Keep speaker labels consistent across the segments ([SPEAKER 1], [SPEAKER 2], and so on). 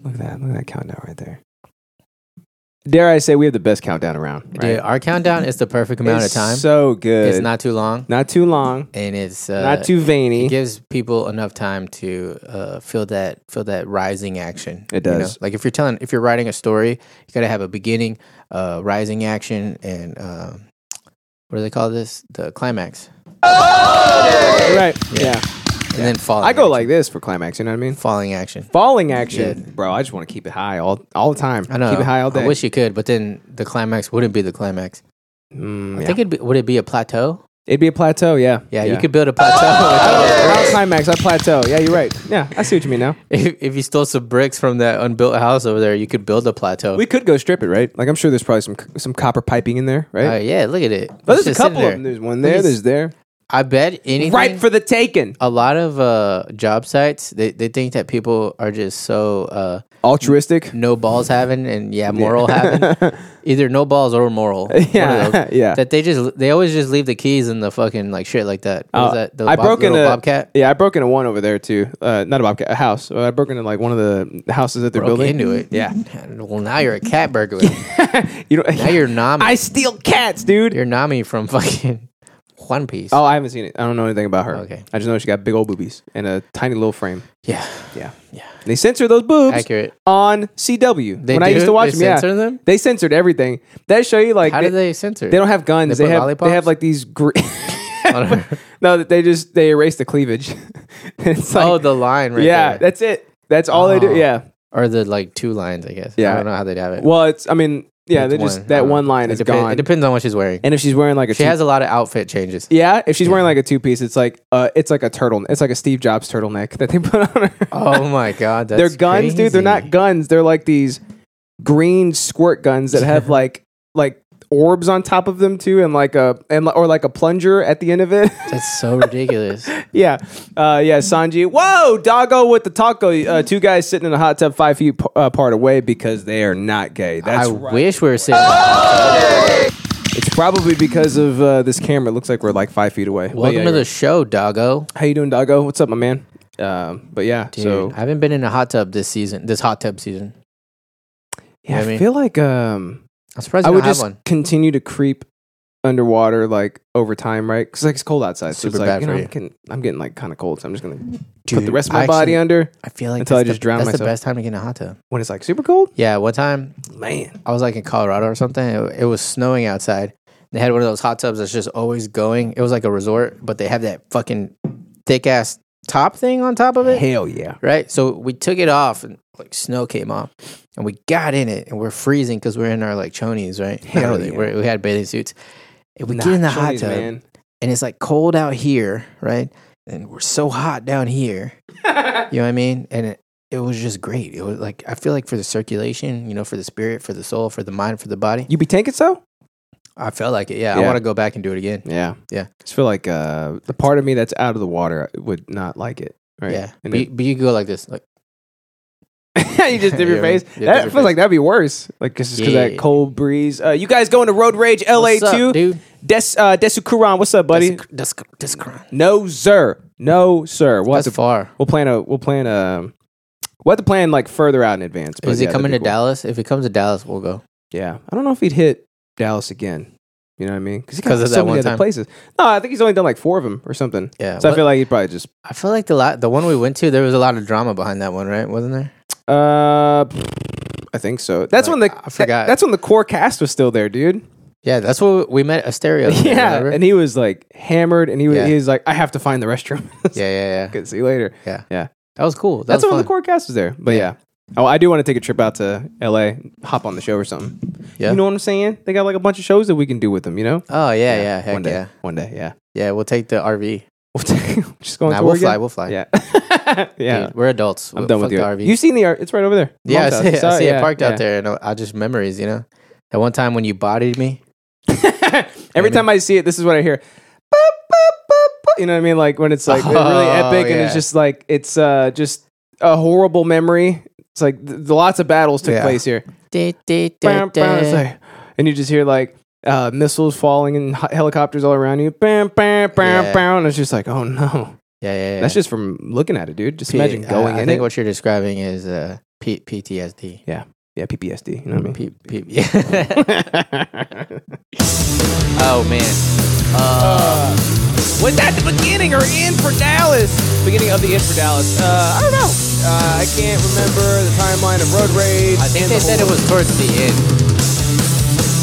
[SPEAKER 1] Look at that. Look at that countdown right there. Dare I say we have the best countdown around, right?
[SPEAKER 2] Dude, our countdown is the perfect amount
[SPEAKER 1] It's
[SPEAKER 2] of time.
[SPEAKER 1] So good.
[SPEAKER 2] it's not too long,
[SPEAKER 1] not too long,
[SPEAKER 2] and it's uh,
[SPEAKER 1] not too veiny.
[SPEAKER 2] It gives people enough time to uh, feel that feel that rising action.
[SPEAKER 1] It does.
[SPEAKER 2] Like if you're telling, if you're writing a story, you gotta have a beginning, uh, rising action, and um, what do they call this? The climax,
[SPEAKER 1] right. Yeah.
[SPEAKER 2] and then falling.
[SPEAKER 1] I go
[SPEAKER 2] action.
[SPEAKER 1] like this for climax, you know what I mean?
[SPEAKER 2] falling action.
[SPEAKER 1] Falling action. Bro, I just want to keep it high all all the time.
[SPEAKER 2] I know.
[SPEAKER 1] Keep it high all day.
[SPEAKER 2] I wish you could, but then the climax wouldn't be the climax.
[SPEAKER 1] Mm,
[SPEAKER 2] I
[SPEAKER 1] yeah.
[SPEAKER 2] think it'd be. Would it be a plateau?
[SPEAKER 1] It'd be a plateau, yeah. Oh,
[SPEAKER 2] Yeah, you could build a plateau.
[SPEAKER 1] Without climax, I plateau. Yeah, you're right. Yeah, I see what you mean now.
[SPEAKER 2] if, if you stole some bricks from that unbuilt house over there, you could build a plateau.
[SPEAKER 1] We could go strip it, right? Like I'm sure there's probably some some copper piping in there,
[SPEAKER 2] Oh
[SPEAKER 1] right?
[SPEAKER 2] yeah, look at it.
[SPEAKER 1] But
[SPEAKER 2] It's
[SPEAKER 1] there's
[SPEAKER 2] just
[SPEAKER 1] a
[SPEAKER 2] sitting
[SPEAKER 1] couple of them. There's one there.
[SPEAKER 2] Look,
[SPEAKER 1] There's there.
[SPEAKER 2] I bet anything.
[SPEAKER 1] Ripe for the taking.
[SPEAKER 2] a lot of uh, job sites, they, they think that people are just so uh,
[SPEAKER 1] Altruistic.
[SPEAKER 2] no balls having and yeah, moral having. Either no balls or moral. One of
[SPEAKER 1] Yeah,
[SPEAKER 2] those.
[SPEAKER 1] yeah.
[SPEAKER 2] That they just they always just leave the keys in the fucking like shit like that. What
[SPEAKER 1] Uh,
[SPEAKER 2] is that? The
[SPEAKER 1] I
[SPEAKER 2] bob-
[SPEAKER 1] broke
[SPEAKER 2] little
[SPEAKER 1] into
[SPEAKER 2] bobcat.
[SPEAKER 1] Yeah, I broke into one over there too. Uh, not a bobcat, a house. Uh, I broke into like one of the houses that they're
[SPEAKER 2] Broke
[SPEAKER 1] building.
[SPEAKER 2] into it.
[SPEAKER 1] Yeah,
[SPEAKER 2] Well, now you're a cat burglar.
[SPEAKER 1] you know,
[SPEAKER 2] now you're Nami.
[SPEAKER 1] I steal cats, dude.
[SPEAKER 2] you're Nami from fucking One Piece.
[SPEAKER 1] Oh, I haven't seen it. I don't know anything about her.
[SPEAKER 2] Okay.
[SPEAKER 1] I just know she got big old boobies and a tiny little frame.
[SPEAKER 2] yeah,
[SPEAKER 1] Yeah,
[SPEAKER 2] Yeah.
[SPEAKER 1] They censor those boobs
[SPEAKER 2] accurate.
[SPEAKER 1] on CW
[SPEAKER 2] They
[SPEAKER 1] when I
[SPEAKER 2] do?
[SPEAKER 1] used to watch
[SPEAKER 2] They
[SPEAKER 1] them. Yeah,
[SPEAKER 2] censor them?
[SPEAKER 1] they censored everything. They show you like
[SPEAKER 2] How
[SPEAKER 1] they,
[SPEAKER 2] do they censor?
[SPEAKER 1] they don't have guns.
[SPEAKER 2] They
[SPEAKER 1] They,
[SPEAKER 2] put
[SPEAKER 1] have
[SPEAKER 2] lollipops?
[SPEAKER 1] they have like these. Gr-
[SPEAKER 2] don't.
[SPEAKER 1] no, that they just they erase the cleavage. it's like
[SPEAKER 2] oh, the line right
[SPEAKER 1] yeah,
[SPEAKER 2] there.
[SPEAKER 1] that's it. That's all they
[SPEAKER 2] Oh.
[SPEAKER 1] do. Yeah.
[SPEAKER 2] or the like two lines, I guess.
[SPEAKER 1] Yeah.
[SPEAKER 2] I don't know how they'd have it.
[SPEAKER 1] Well, it's. I mean, yeah.
[SPEAKER 2] It's
[SPEAKER 1] They
[SPEAKER 2] one.
[SPEAKER 1] just
[SPEAKER 2] I
[SPEAKER 1] that
[SPEAKER 2] don't
[SPEAKER 1] one
[SPEAKER 2] know.
[SPEAKER 1] line
[SPEAKER 2] it
[SPEAKER 1] is
[SPEAKER 2] depend-
[SPEAKER 1] gone.
[SPEAKER 2] It depends on what she's wearing.
[SPEAKER 1] and if she's wearing like a
[SPEAKER 2] She
[SPEAKER 1] two-
[SPEAKER 2] has a lot of outfit changes.
[SPEAKER 1] yeah, if she's wearing like a two piece, it's like uh, it's like a turtle. It's like a Steve Jobs turtleneck that they put on her.
[SPEAKER 2] Oh my god, that's
[SPEAKER 1] they're guns, dude. They're
[SPEAKER 2] crazy.
[SPEAKER 1] not guns. They're like these green squirt guns that have like like orbs on top of them too, and like a and or like a plunger at the end of it.
[SPEAKER 2] That's so ridiculous.
[SPEAKER 1] yeah, uh, yeah. Sanji, whoa, doggo with the taco. Uh, two guys sitting in a hot tub, five feet p- uh, apart away because they are not gay.
[SPEAKER 2] I
[SPEAKER 1] That's right. Oh,
[SPEAKER 2] wish we were sitting.
[SPEAKER 1] It's probably because of uh, this camera. It looks like we're like five feet away. But
[SPEAKER 2] Welcome
[SPEAKER 1] yeah,
[SPEAKER 2] to
[SPEAKER 1] you're-
[SPEAKER 2] the show, doggo.
[SPEAKER 1] How you doing, doggo? What's up, my man? Um, but yeah,
[SPEAKER 2] Dude,
[SPEAKER 1] so
[SPEAKER 2] I haven't been in a hot tub this season. This hot tub season.
[SPEAKER 1] yeah,
[SPEAKER 2] I mean-
[SPEAKER 1] I feel like um,
[SPEAKER 2] I'm surprised
[SPEAKER 1] I
[SPEAKER 2] I
[SPEAKER 1] would
[SPEAKER 2] don't have
[SPEAKER 1] just
[SPEAKER 2] one.
[SPEAKER 1] continue to creep underwater like over time, right? Because like it's cold outside, so
[SPEAKER 2] Super
[SPEAKER 1] it's like
[SPEAKER 2] bad
[SPEAKER 1] you know
[SPEAKER 2] for
[SPEAKER 1] I'm
[SPEAKER 2] you.
[SPEAKER 1] getting, I'm getting like kind of cold, so I'm just gonna put
[SPEAKER 2] Dude,
[SPEAKER 1] the rest of my
[SPEAKER 2] I
[SPEAKER 1] body
[SPEAKER 2] actually-
[SPEAKER 1] under
[SPEAKER 2] I feel like
[SPEAKER 1] Until
[SPEAKER 2] that's
[SPEAKER 1] I just
[SPEAKER 2] the,
[SPEAKER 1] drown
[SPEAKER 2] That's the
[SPEAKER 1] myself.
[SPEAKER 2] best time to get in a hot tub.
[SPEAKER 1] when it's like super cold.
[SPEAKER 2] Yeah, one time
[SPEAKER 1] Man,
[SPEAKER 2] I was like in Colorado or something. It, it was snowing outside. They had one of those hot tubs that's just always going. It was like a resort, but they have that fucking thick ass top thing on top of it.
[SPEAKER 1] hell yeah,
[SPEAKER 2] right? So we took it off and like snow came off and we got in it and we're freezing because we're in our like chonies, right? Not
[SPEAKER 1] Hell
[SPEAKER 2] really.
[SPEAKER 1] yeah.
[SPEAKER 2] We're- we had bathing suits. And we get in the hot
[SPEAKER 1] chilies,
[SPEAKER 2] tub and it's like cold out here, right? And we're so hot down here. you know what I mean? And it, it was just great. It was like, I feel like for the circulation, you know, for the spirit, for the soul, for the mind, for the body,
[SPEAKER 1] You be tanking so?
[SPEAKER 2] I felt like it. Yeah. I
[SPEAKER 1] Yeah.
[SPEAKER 2] want to go back and do it again.
[SPEAKER 1] Yeah,
[SPEAKER 2] Yeah.
[SPEAKER 1] just feel like uh, the part of me that's out of the water would not like it. Right?
[SPEAKER 2] Yeah.
[SPEAKER 1] And
[SPEAKER 2] But you, but you could go like this. Like,
[SPEAKER 1] it- you just dip your
[SPEAKER 2] Yeah,
[SPEAKER 1] face.
[SPEAKER 2] yeah, dip
[SPEAKER 1] that
[SPEAKER 2] your
[SPEAKER 1] feels
[SPEAKER 2] face.
[SPEAKER 1] like that'd be worse. Like cause, just cause
[SPEAKER 2] Yeah.
[SPEAKER 1] that cold breeze. Uh, you guys going to Road Rage LA
[SPEAKER 2] "What's up,
[SPEAKER 1] too?
[SPEAKER 2] dude.
[SPEAKER 1] Des uh, Desu Kuran, what's up, buddy?
[SPEAKER 2] Disc- disc- disc-
[SPEAKER 1] no sir, no sir. We'll have
[SPEAKER 2] That's
[SPEAKER 1] to
[SPEAKER 2] far.
[SPEAKER 1] We'll plan a we'll plan a we'll have to plan like further out in advance.
[SPEAKER 2] Is
[SPEAKER 1] yeah,
[SPEAKER 2] he coming to
[SPEAKER 1] that'd be cool.
[SPEAKER 2] Dallas? If he comes to Dallas, we'll go.
[SPEAKER 1] Yeah, I don't know if he'd hit Dallas again. You know what I mean? Because he
[SPEAKER 2] 'Cause
[SPEAKER 1] got
[SPEAKER 2] of
[SPEAKER 1] so
[SPEAKER 2] that
[SPEAKER 1] many
[SPEAKER 2] one
[SPEAKER 1] other
[SPEAKER 2] time?
[SPEAKER 1] places. No, I think he's only done like four of them or something.
[SPEAKER 2] Yeah.
[SPEAKER 1] So
[SPEAKER 2] what-
[SPEAKER 1] I feel like he'd probably just
[SPEAKER 2] I feel like the la- the one we went to, there was a lot of drama behind that one, right? Wasn't there?
[SPEAKER 1] uh, I think so. That's
[SPEAKER 2] Like,
[SPEAKER 1] when the
[SPEAKER 2] I forgot.
[SPEAKER 1] that's when the core cast was still there, dude.
[SPEAKER 2] Yeah, that's what we met Asterio.
[SPEAKER 1] Yeah,
[SPEAKER 2] remember?
[SPEAKER 1] and he was like hammered, and he was
[SPEAKER 2] Yeah.
[SPEAKER 1] he was like, I have to find the restroom.
[SPEAKER 2] yeah, yeah, yeah.
[SPEAKER 1] Good, see you later.
[SPEAKER 2] Yeah.
[SPEAKER 1] yeah.
[SPEAKER 2] That was cool. That
[SPEAKER 1] That's
[SPEAKER 2] was
[SPEAKER 1] when the
[SPEAKER 2] fun.
[SPEAKER 1] core cast was there. But yeah. Oh, I do want to take a trip out to LA, hop on the show or something.
[SPEAKER 2] Yeah.
[SPEAKER 1] You know what I'm saying? They got like a bunch of shows that we can do with them, you know?
[SPEAKER 2] Oh yeah, yeah, heck
[SPEAKER 1] one day.
[SPEAKER 2] yeah,
[SPEAKER 1] One day, yeah.
[SPEAKER 2] yeah. We'll take the RV.
[SPEAKER 1] Just going
[SPEAKER 2] Nah,
[SPEAKER 1] to
[SPEAKER 2] we'll
[SPEAKER 1] Oregon?
[SPEAKER 2] fly. We'll fly.
[SPEAKER 1] Yeah. yeah.
[SPEAKER 2] Dude, we're adults.
[SPEAKER 1] I'm
[SPEAKER 2] We'll
[SPEAKER 1] done
[SPEAKER 2] fuck
[SPEAKER 1] with you.
[SPEAKER 2] the RV.
[SPEAKER 1] You've seen the art. It's right over there.
[SPEAKER 2] yeah, I
[SPEAKER 1] Mom's
[SPEAKER 2] see,
[SPEAKER 1] house.
[SPEAKER 2] it. I
[SPEAKER 1] saw
[SPEAKER 2] see
[SPEAKER 1] yeah,
[SPEAKER 2] it parked
[SPEAKER 1] yeah.
[SPEAKER 2] out there, and I I just memories. You know, that one time when you bodied me.
[SPEAKER 1] Every time I see it, this is what I hear. Boop, boop, boop, boop. You know what I mean? Like when it's like really
[SPEAKER 2] Oh,
[SPEAKER 1] epic and
[SPEAKER 2] yeah.
[SPEAKER 1] it's just like, it's uh, just a horrible memory. It's like th- lots of battles took
[SPEAKER 2] Yeah.
[SPEAKER 1] place here.
[SPEAKER 2] Da, da, da,
[SPEAKER 1] Bam, bam. It's
[SPEAKER 2] da.
[SPEAKER 1] like- and you just hear like uh, missiles falling and h- helicopters all around you. Bam, bam, bam,
[SPEAKER 2] Yeah.
[SPEAKER 1] bam. And it's just like, oh no.
[SPEAKER 2] Yeah, yeah, yeah.
[SPEAKER 1] That's just from looking at it, dude. Just imagine
[SPEAKER 2] I-
[SPEAKER 1] going
[SPEAKER 2] I,
[SPEAKER 1] in
[SPEAKER 2] think
[SPEAKER 1] it.
[SPEAKER 2] what you're describing is uh, P- PTSD.
[SPEAKER 1] Yeah, PPSD. You know what I mean?
[SPEAKER 2] P- P- yeah. oh man.
[SPEAKER 1] Uh, was that the beginning or end for Dallas? Beginning of the end for Dallas. Uh, I don't know. Uh, I can't remember the timeline of Road Rage.
[SPEAKER 2] I
[SPEAKER 1] and
[SPEAKER 2] think
[SPEAKER 1] the
[SPEAKER 2] they said it
[SPEAKER 1] whole-
[SPEAKER 2] was towards the end.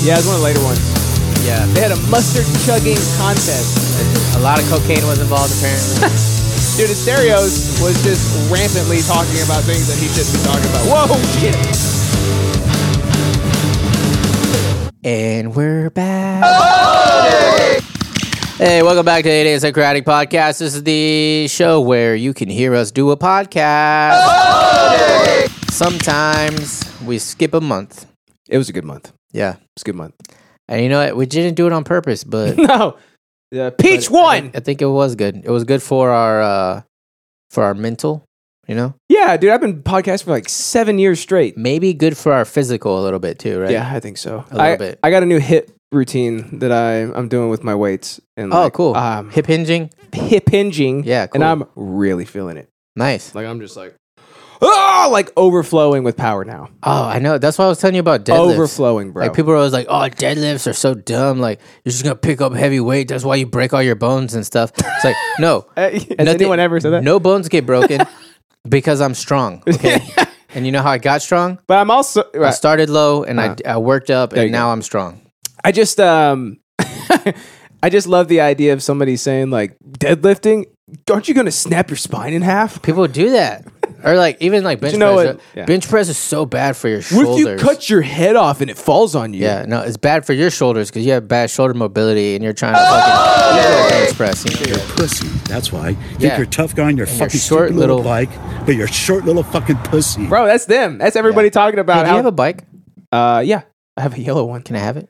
[SPEAKER 1] Yeah, it was one of the later ones.
[SPEAKER 2] Yeah.
[SPEAKER 1] They had a mustard chugging contest.
[SPEAKER 2] A lot of cocaine was involved apparently.
[SPEAKER 1] Dude, Asterios was just rampantly talking about things that he shouldn't be talking about. Whoa, shit.
[SPEAKER 2] and we're back. Hey, welcome back to 8 Days Socratic Podcast. This is the show where you can hear us do a podcast. Sometimes we skip a month.
[SPEAKER 1] It was a good month. It
[SPEAKER 2] Yeah.
[SPEAKER 1] was a good month.
[SPEAKER 2] And you know what? We didn't do it on purpose, but
[SPEAKER 1] No. Yeah, Peach
[SPEAKER 2] I
[SPEAKER 1] won.
[SPEAKER 2] think, I think it was good. It was good for our uh for our mental, you know?
[SPEAKER 1] Yeah, dude, I've been podcasting for like seven years straight.
[SPEAKER 2] Maybe good for our physical a little bit too, right?
[SPEAKER 1] Yeah, I think so.
[SPEAKER 2] A little
[SPEAKER 1] I,
[SPEAKER 2] bit.
[SPEAKER 1] I got a new hip routine that I I'm doing with my weights and
[SPEAKER 2] Oh,
[SPEAKER 1] like,
[SPEAKER 2] cool.
[SPEAKER 1] Um, hip
[SPEAKER 2] Hip hinging.
[SPEAKER 1] hip hinging.
[SPEAKER 2] Yeah, cool.
[SPEAKER 1] and I'm really feeling it.
[SPEAKER 2] nice.
[SPEAKER 1] Like I'm just like oh, like overflowing with power now.
[SPEAKER 2] Oh, I know. That's why I was telling you about deadlifts.
[SPEAKER 1] Overflowing, bro.
[SPEAKER 2] Like people are always like, "Oh, deadlifts are so dumb. Like you're just gonna pick up heavy weight. That's why you break all your bones and stuff." It's like, no,
[SPEAKER 1] Uh, Has
[SPEAKER 2] nothing-
[SPEAKER 1] anyone ever said that?
[SPEAKER 2] No bones get broken because I'm strong. Okay, and you know how I got strong?
[SPEAKER 1] But I'm also
[SPEAKER 2] I
[SPEAKER 1] right, Uh-huh.
[SPEAKER 2] started low and I, I worked up,
[SPEAKER 1] you
[SPEAKER 2] and
[SPEAKER 1] go.
[SPEAKER 2] now I'm strong.
[SPEAKER 1] I just um I just love the idea of somebody saying like deadlifting. Aren't you gonna snap your spine in half?
[SPEAKER 2] People do that, or like even like bench
[SPEAKER 1] you know
[SPEAKER 2] press.
[SPEAKER 1] what? Yeah.
[SPEAKER 2] Bench press is so bad for your
[SPEAKER 1] What if
[SPEAKER 2] shoulders.
[SPEAKER 1] you cut your head off and it falls on you?
[SPEAKER 2] yeah, no, it's bad for your shoulders because you have bad shoulder mobility and you're trying
[SPEAKER 1] Oh!
[SPEAKER 2] to fucking bench press. You know?
[SPEAKER 3] You're a pussy. That's why. You
[SPEAKER 2] Yeah.
[SPEAKER 3] think you're a tough guy and you're
[SPEAKER 2] you're
[SPEAKER 3] fucking
[SPEAKER 2] short
[SPEAKER 3] stupid little,
[SPEAKER 2] little-
[SPEAKER 3] bike, but you're a short little fucking pussy.
[SPEAKER 1] Bro, that's them. That's everybody talking
[SPEAKER 2] Hey,
[SPEAKER 1] about
[SPEAKER 2] do
[SPEAKER 1] how
[SPEAKER 2] you have a bike?
[SPEAKER 1] Uh, yeah, I have a yellow one.
[SPEAKER 2] Can I have it?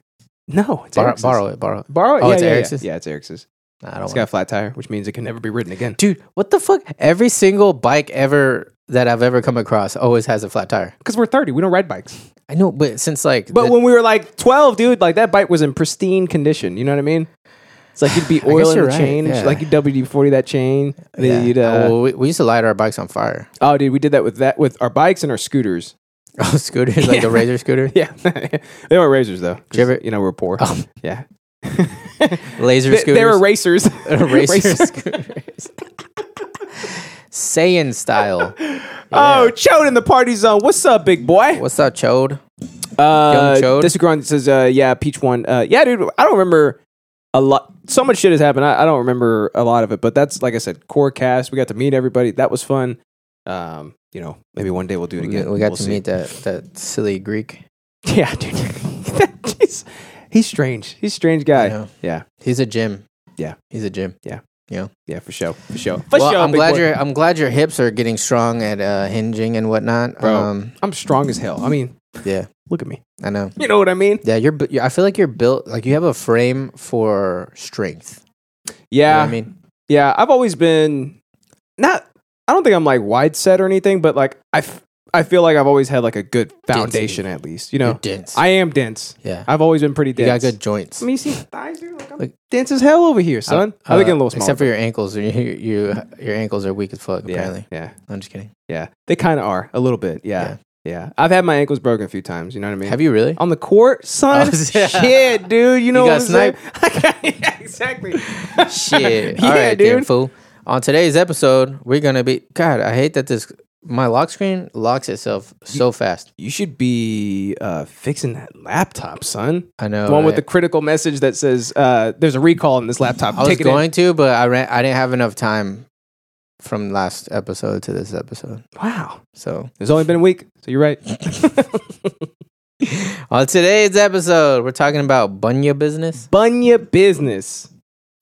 [SPEAKER 1] No, it's
[SPEAKER 2] Borrow,
[SPEAKER 1] Erics's.
[SPEAKER 2] borrow it. Borrow it.
[SPEAKER 1] Borrow it.
[SPEAKER 2] Oh,
[SPEAKER 1] yeah,
[SPEAKER 2] it's
[SPEAKER 1] yeah, yeah.
[SPEAKER 2] Erics's?
[SPEAKER 1] Yeah. it's Erics's.
[SPEAKER 2] Nah, I don't
[SPEAKER 1] It's
[SPEAKER 2] want
[SPEAKER 1] got a flat tire, which means it can never be ridden again.
[SPEAKER 2] dude what the fuck every single bike ever that i've ever come across always has a flat tire
[SPEAKER 1] Because we're thirty, we don't ride bikes.
[SPEAKER 2] i know but since like
[SPEAKER 1] But
[SPEAKER 2] the-
[SPEAKER 1] when we were like twelve, dude, like that bike was in pristine condition. You know what I mean? It's like you'd be
[SPEAKER 2] guess
[SPEAKER 1] oiling
[SPEAKER 2] you're
[SPEAKER 1] the
[SPEAKER 2] right,
[SPEAKER 1] chain, and
[SPEAKER 2] yeah.
[SPEAKER 1] sh- like you WD forty that chain. and
[SPEAKER 2] yeah.
[SPEAKER 1] then you'd, uh,
[SPEAKER 2] well, we, we used to light our bikes on fire
[SPEAKER 1] oh, dude, we did that with that with our bikes and our scooters.
[SPEAKER 2] oh scooters like the
[SPEAKER 1] Yeah.
[SPEAKER 2] razor scooter
[SPEAKER 1] Yeah, they weren't razors though. 'cause,
[SPEAKER 2] you ever-
[SPEAKER 1] you know, we're poor.
[SPEAKER 2] Oh.
[SPEAKER 1] Yeah,
[SPEAKER 2] laser
[SPEAKER 1] they,
[SPEAKER 2] scooters
[SPEAKER 1] they were racers.
[SPEAKER 2] razor scooters Saiyan style.
[SPEAKER 1] Oh, Chode in the party zone. What's up, big boy?
[SPEAKER 2] What's up, Chode?
[SPEAKER 1] Uh,
[SPEAKER 2] Young Chode?
[SPEAKER 1] this Grant says, uh, yeah, Peach one. Uh, yeah, dude, I don't remember a lot. So much shit has happened. I, I don't remember a lot of it, but that's like I said, core cast. We got to meet everybody. That was fun. Um, you know, maybe one day we'll do it
[SPEAKER 2] We,
[SPEAKER 1] again.
[SPEAKER 2] we got
[SPEAKER 1] We'll
[SPEAKER 2] to
[SPEAKER 1] see.
[SPEAKER 2] meet that that silly Greek.
[SPEAKER 1] Yeah, dude. Jeez. He's strange. He's a strange guy.
[SPEAKER 2] Yeah.
[SPEAKER 1] Yeah.
[SPEAKER 2] He's a gym.
[SPEAKER 1] Yeah.
[SPEAKER 2] he's a gym.
[SPEAKER 1] Yeah, for sure. For sure. For
[SPEAKER 2] well,
[SPEAKER 1] sure.
[SPEAKER 2] I'm
[SPEAKER 1] big
[SPEAKER 2] glad
[SPEAKER 1] boy.
[SPEAKER 2] your I'm glad your hips are getting strong at uh, hinging and whatnot.
[SPEAKER 1] Bro.
[SPEAKER 2] Um,
[SPEAKER 1] I'm strong as hell. I mean,
[SPEAKER 2] yeah,
[SPEAKER 1] look at me.
[SPEAKER 2] I know.
[SPEAKER 1] You know what I mean?
[SPEAKER 2] Yeah, you're. bu- you're- I feel like you're built like you have a frame for strength. You know
[SPEAKER 1] Yeah.
[SPEAKER 2] what I mean,
[SPEAKER 1] Yeah, I've always been not. I don't think I'm like wide set or anything, but like I, f- I feel like I've always had like a good foundation at least. You
[SPEAKER 2] you're
[SPEAKER 1] know,
[SPEAKER 2] dense.
[SPEAKER 1] I am dense.
[SPEAKER 2] yeah,
[SPEAKER 1] I've always been pretty
[SPEAKER 2] you got
[SPEAKER 1] dense.
[SPEAKER 2] good joints.
[SPEAKER 1] I mean, you see my thighs, dude. Like, I'm
[SPEAKER 2] Like-
[SPEAKER 1] dense as hell over here, son. I,
[SPEAKER 2] Uh,
[SPEAKER 1] think I'm a little small.
[SPEAKER 2] Except for your ankles, you, you your ankles are weak as fuck.
[SPEAKER 1] yeah,
[SPEAKER 2] Apparently,
[SPEAKER 1] yeah,
[SPEAKER 2] I'm just kidding.
[SPEAKER 1] yeah. They kind of are a little bit. Yeah, yeah, I've had my ankles broken a few times. You know what I mean?
[SPEAKER 2] Have you really?
[SPEAKER 1] on the court, son?
[SPEAKER 2] Oh, yeah.
[SPEAKER 1] Shit, dude. You know what
[SPEAKER 2] got
[SPEAKER 1] I'm saying? I got- yeah, exactly.
[SPEAKER 2] Shit.
[SPEAKER 1] Oh, yeah,
[SPEAKER 2] All right, dude.
[SPEAKER 1] dude.
[SPEAKER 2] Fool. On today's episode, we're gonna be. God, I hate that this my lock screen locks itself so fast.
[SPEAKER 1] You should be uh, fixing that laptop, son.
[SPEAKER 2] I know.
[SPEAKER 1] the one with the
[SPEAKER 2] right?
[SPEAKER 1] critical message that says uh, there's a recall on this laptop.
[SPEAKER 2] I was
[SPEAKER 1] Take it
[SPEAKER 2] going to, but I ran. I didn't have enough time from last episode to this episode.
[SPEAKER 1] in. Wow.
[SPEAKER 2] So
[SPEAKER 1] There's only been a week, so you're right.
[SPEAKER 2] On today's episode, we're talking about bunya business.
[SPEAKER 1] Bunya business.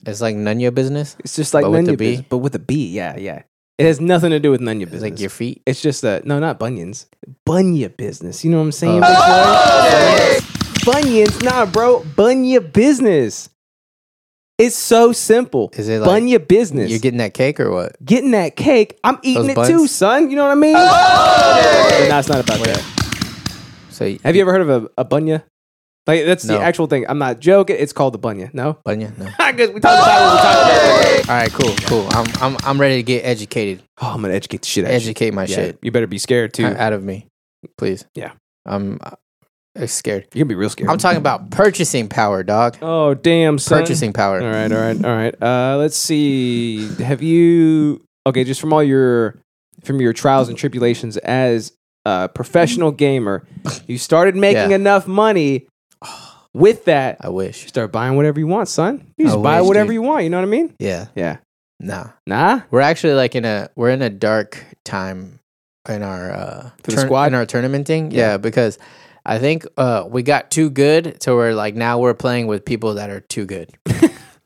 [SPEAKER 2] It's like none your business.
[SPEAKER 1] It's just like
[SPEAKER 2] But with
[SPEAKER 1] Nunya
[SPEAKER 2] a B?
[SPEAKER 1] business, but with a B. Yeah, yeah. It has nothing to do with Nunya
[SPEAKER 2] It's
[SPEAKER 1] business.
[SPEAKER 2] like your feet.
[SPEAKER 1] it's just that no, not bunions. Bunya business. You know what I'm saying? big boy? Bunions, nah, bro. Bunya business. It's so simple.
[SPEAKER 2] Is it like
[SPEAKER 1] Bunya business.
[SPEAKER 2] you're getting that cake or what?
[SPEAKER 1] getting that cake. I'm eating
[SPEAKER 2] Those
[SPEAKER 1] it too,
[SPEAKER 2] buns?
[SPEAKER 1] son. You know what I mean? But nah, it's not about that.
[SPEAKER 2] So you,
[SPEAKER 1] Have you ever heard of a, a bunya? Like that's
[SPEAKER 2] No.
[SPEAKER 1] the actual thing. I'm not joking. It's called a bunya. No,
[SPEAKER 2] bunya? No. All
[SPEAKER 1] because we talked about it. We talked about it.
[SPEAKER 2] right, cool, cool. I'm I'm I'm ready to get educated.
[SPEAKER 1] Oh, I'm gonna educate the shit out of you.
[SPEAKER 2] Educate my
[SPEAKER 1] Yeah,
[SPEAKER 2] shit
[SPEAKER 1] You better be scared too.
[SPEAKER 2] out of me. please.
[SPEAKER 1] Yeah.
[SPEAKER 2] I'm uh, scared.
[SPEAKER 1] You can be real scared.
[SPEAKER 2] I'm talking about purchasing power, dog.
[SPEAKER 1] Oh damn, son.
[SPEAKER 2] Purchasing power.
[SPEAKER 1] All right, all right, all right. Uh, let's see. Have you okay? Just from all your from your trials and tribulations as a professional gamer, you started making
[SPEAKER 2] Yeah.
[SPEAKER 1] enough money with that.
[SPEAKER 2] I
[SPEAKER 1] You
[SPEAKER 2] wish.
[SPEAKER 1] start buying whatever you want, son. You just
[SPEAKER 2] I
[SPEAKER 1] buy
[SPEAKER 2] wish,
[SPEAKER 1] whatever
[SPEAKER 2] dude.
[SPEAKER 1] you want. You know what I mean?
[SPEAKER 2] Yeah.
[SPEAKER 1] Yeah.
[SPEAKER 2] Nah.
[SPEAKER 1] Nah.
[SPEAKER 2] We're actually like in a we're in a dark time in our uh
[SPEAKER 1] For the squad?
[SPEAKER 2] in our tournamenting. Yeah, because I think uh we got too good so we're like now we're playing with people that are too good. you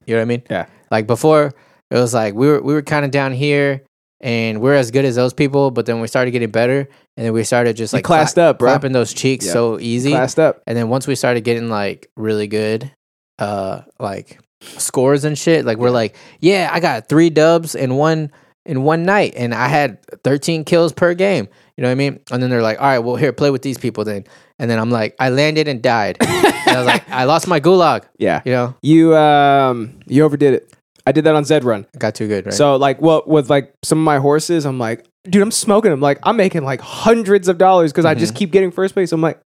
[SPEAKER 2] know what I mean?
[SPEAKER 1] Yeah.
[SPEAKER 2] Like before it was like we were we were kind of down here and we're as good as those people, but then we started getting better and then we started just
[SPEAKER 1] You
[SPEAKER 2] like
[SPEAKER 1] classed up, bro.
[SPEAKER 2] clapping those cheeks
[SPEAKER 1] Yeah.
[SPEAKER 2] so easy.
[SPEAKER 1] Classed up.
[SPEAKER 2] And then once we started getting like really good, uh, like scores and shit, like we're like, yeah, I got three dubs in one in one night, and I had thirteen kills per game. You know what I mean? And then they're like, all right, well here, play with these people then. And then I'm like, I landed and died. and I was like, I lost my gulag.
[SPEAKER 1] Yeah.
[SPEAKER 2] You know,
[SPEAKER 1] You um you overdid it. I did that on Zed Run.
[SPEAKER 2] I got too good, right?
[SPEAKER 1] So like what with like some of my horses, I'm like, dude, I'm smoking them. Like I'm making like hundreds of dollars because I
[SPEAKER 2] Mm-hmm.
[SPEAKER 1] just keep getting first place. I'm like,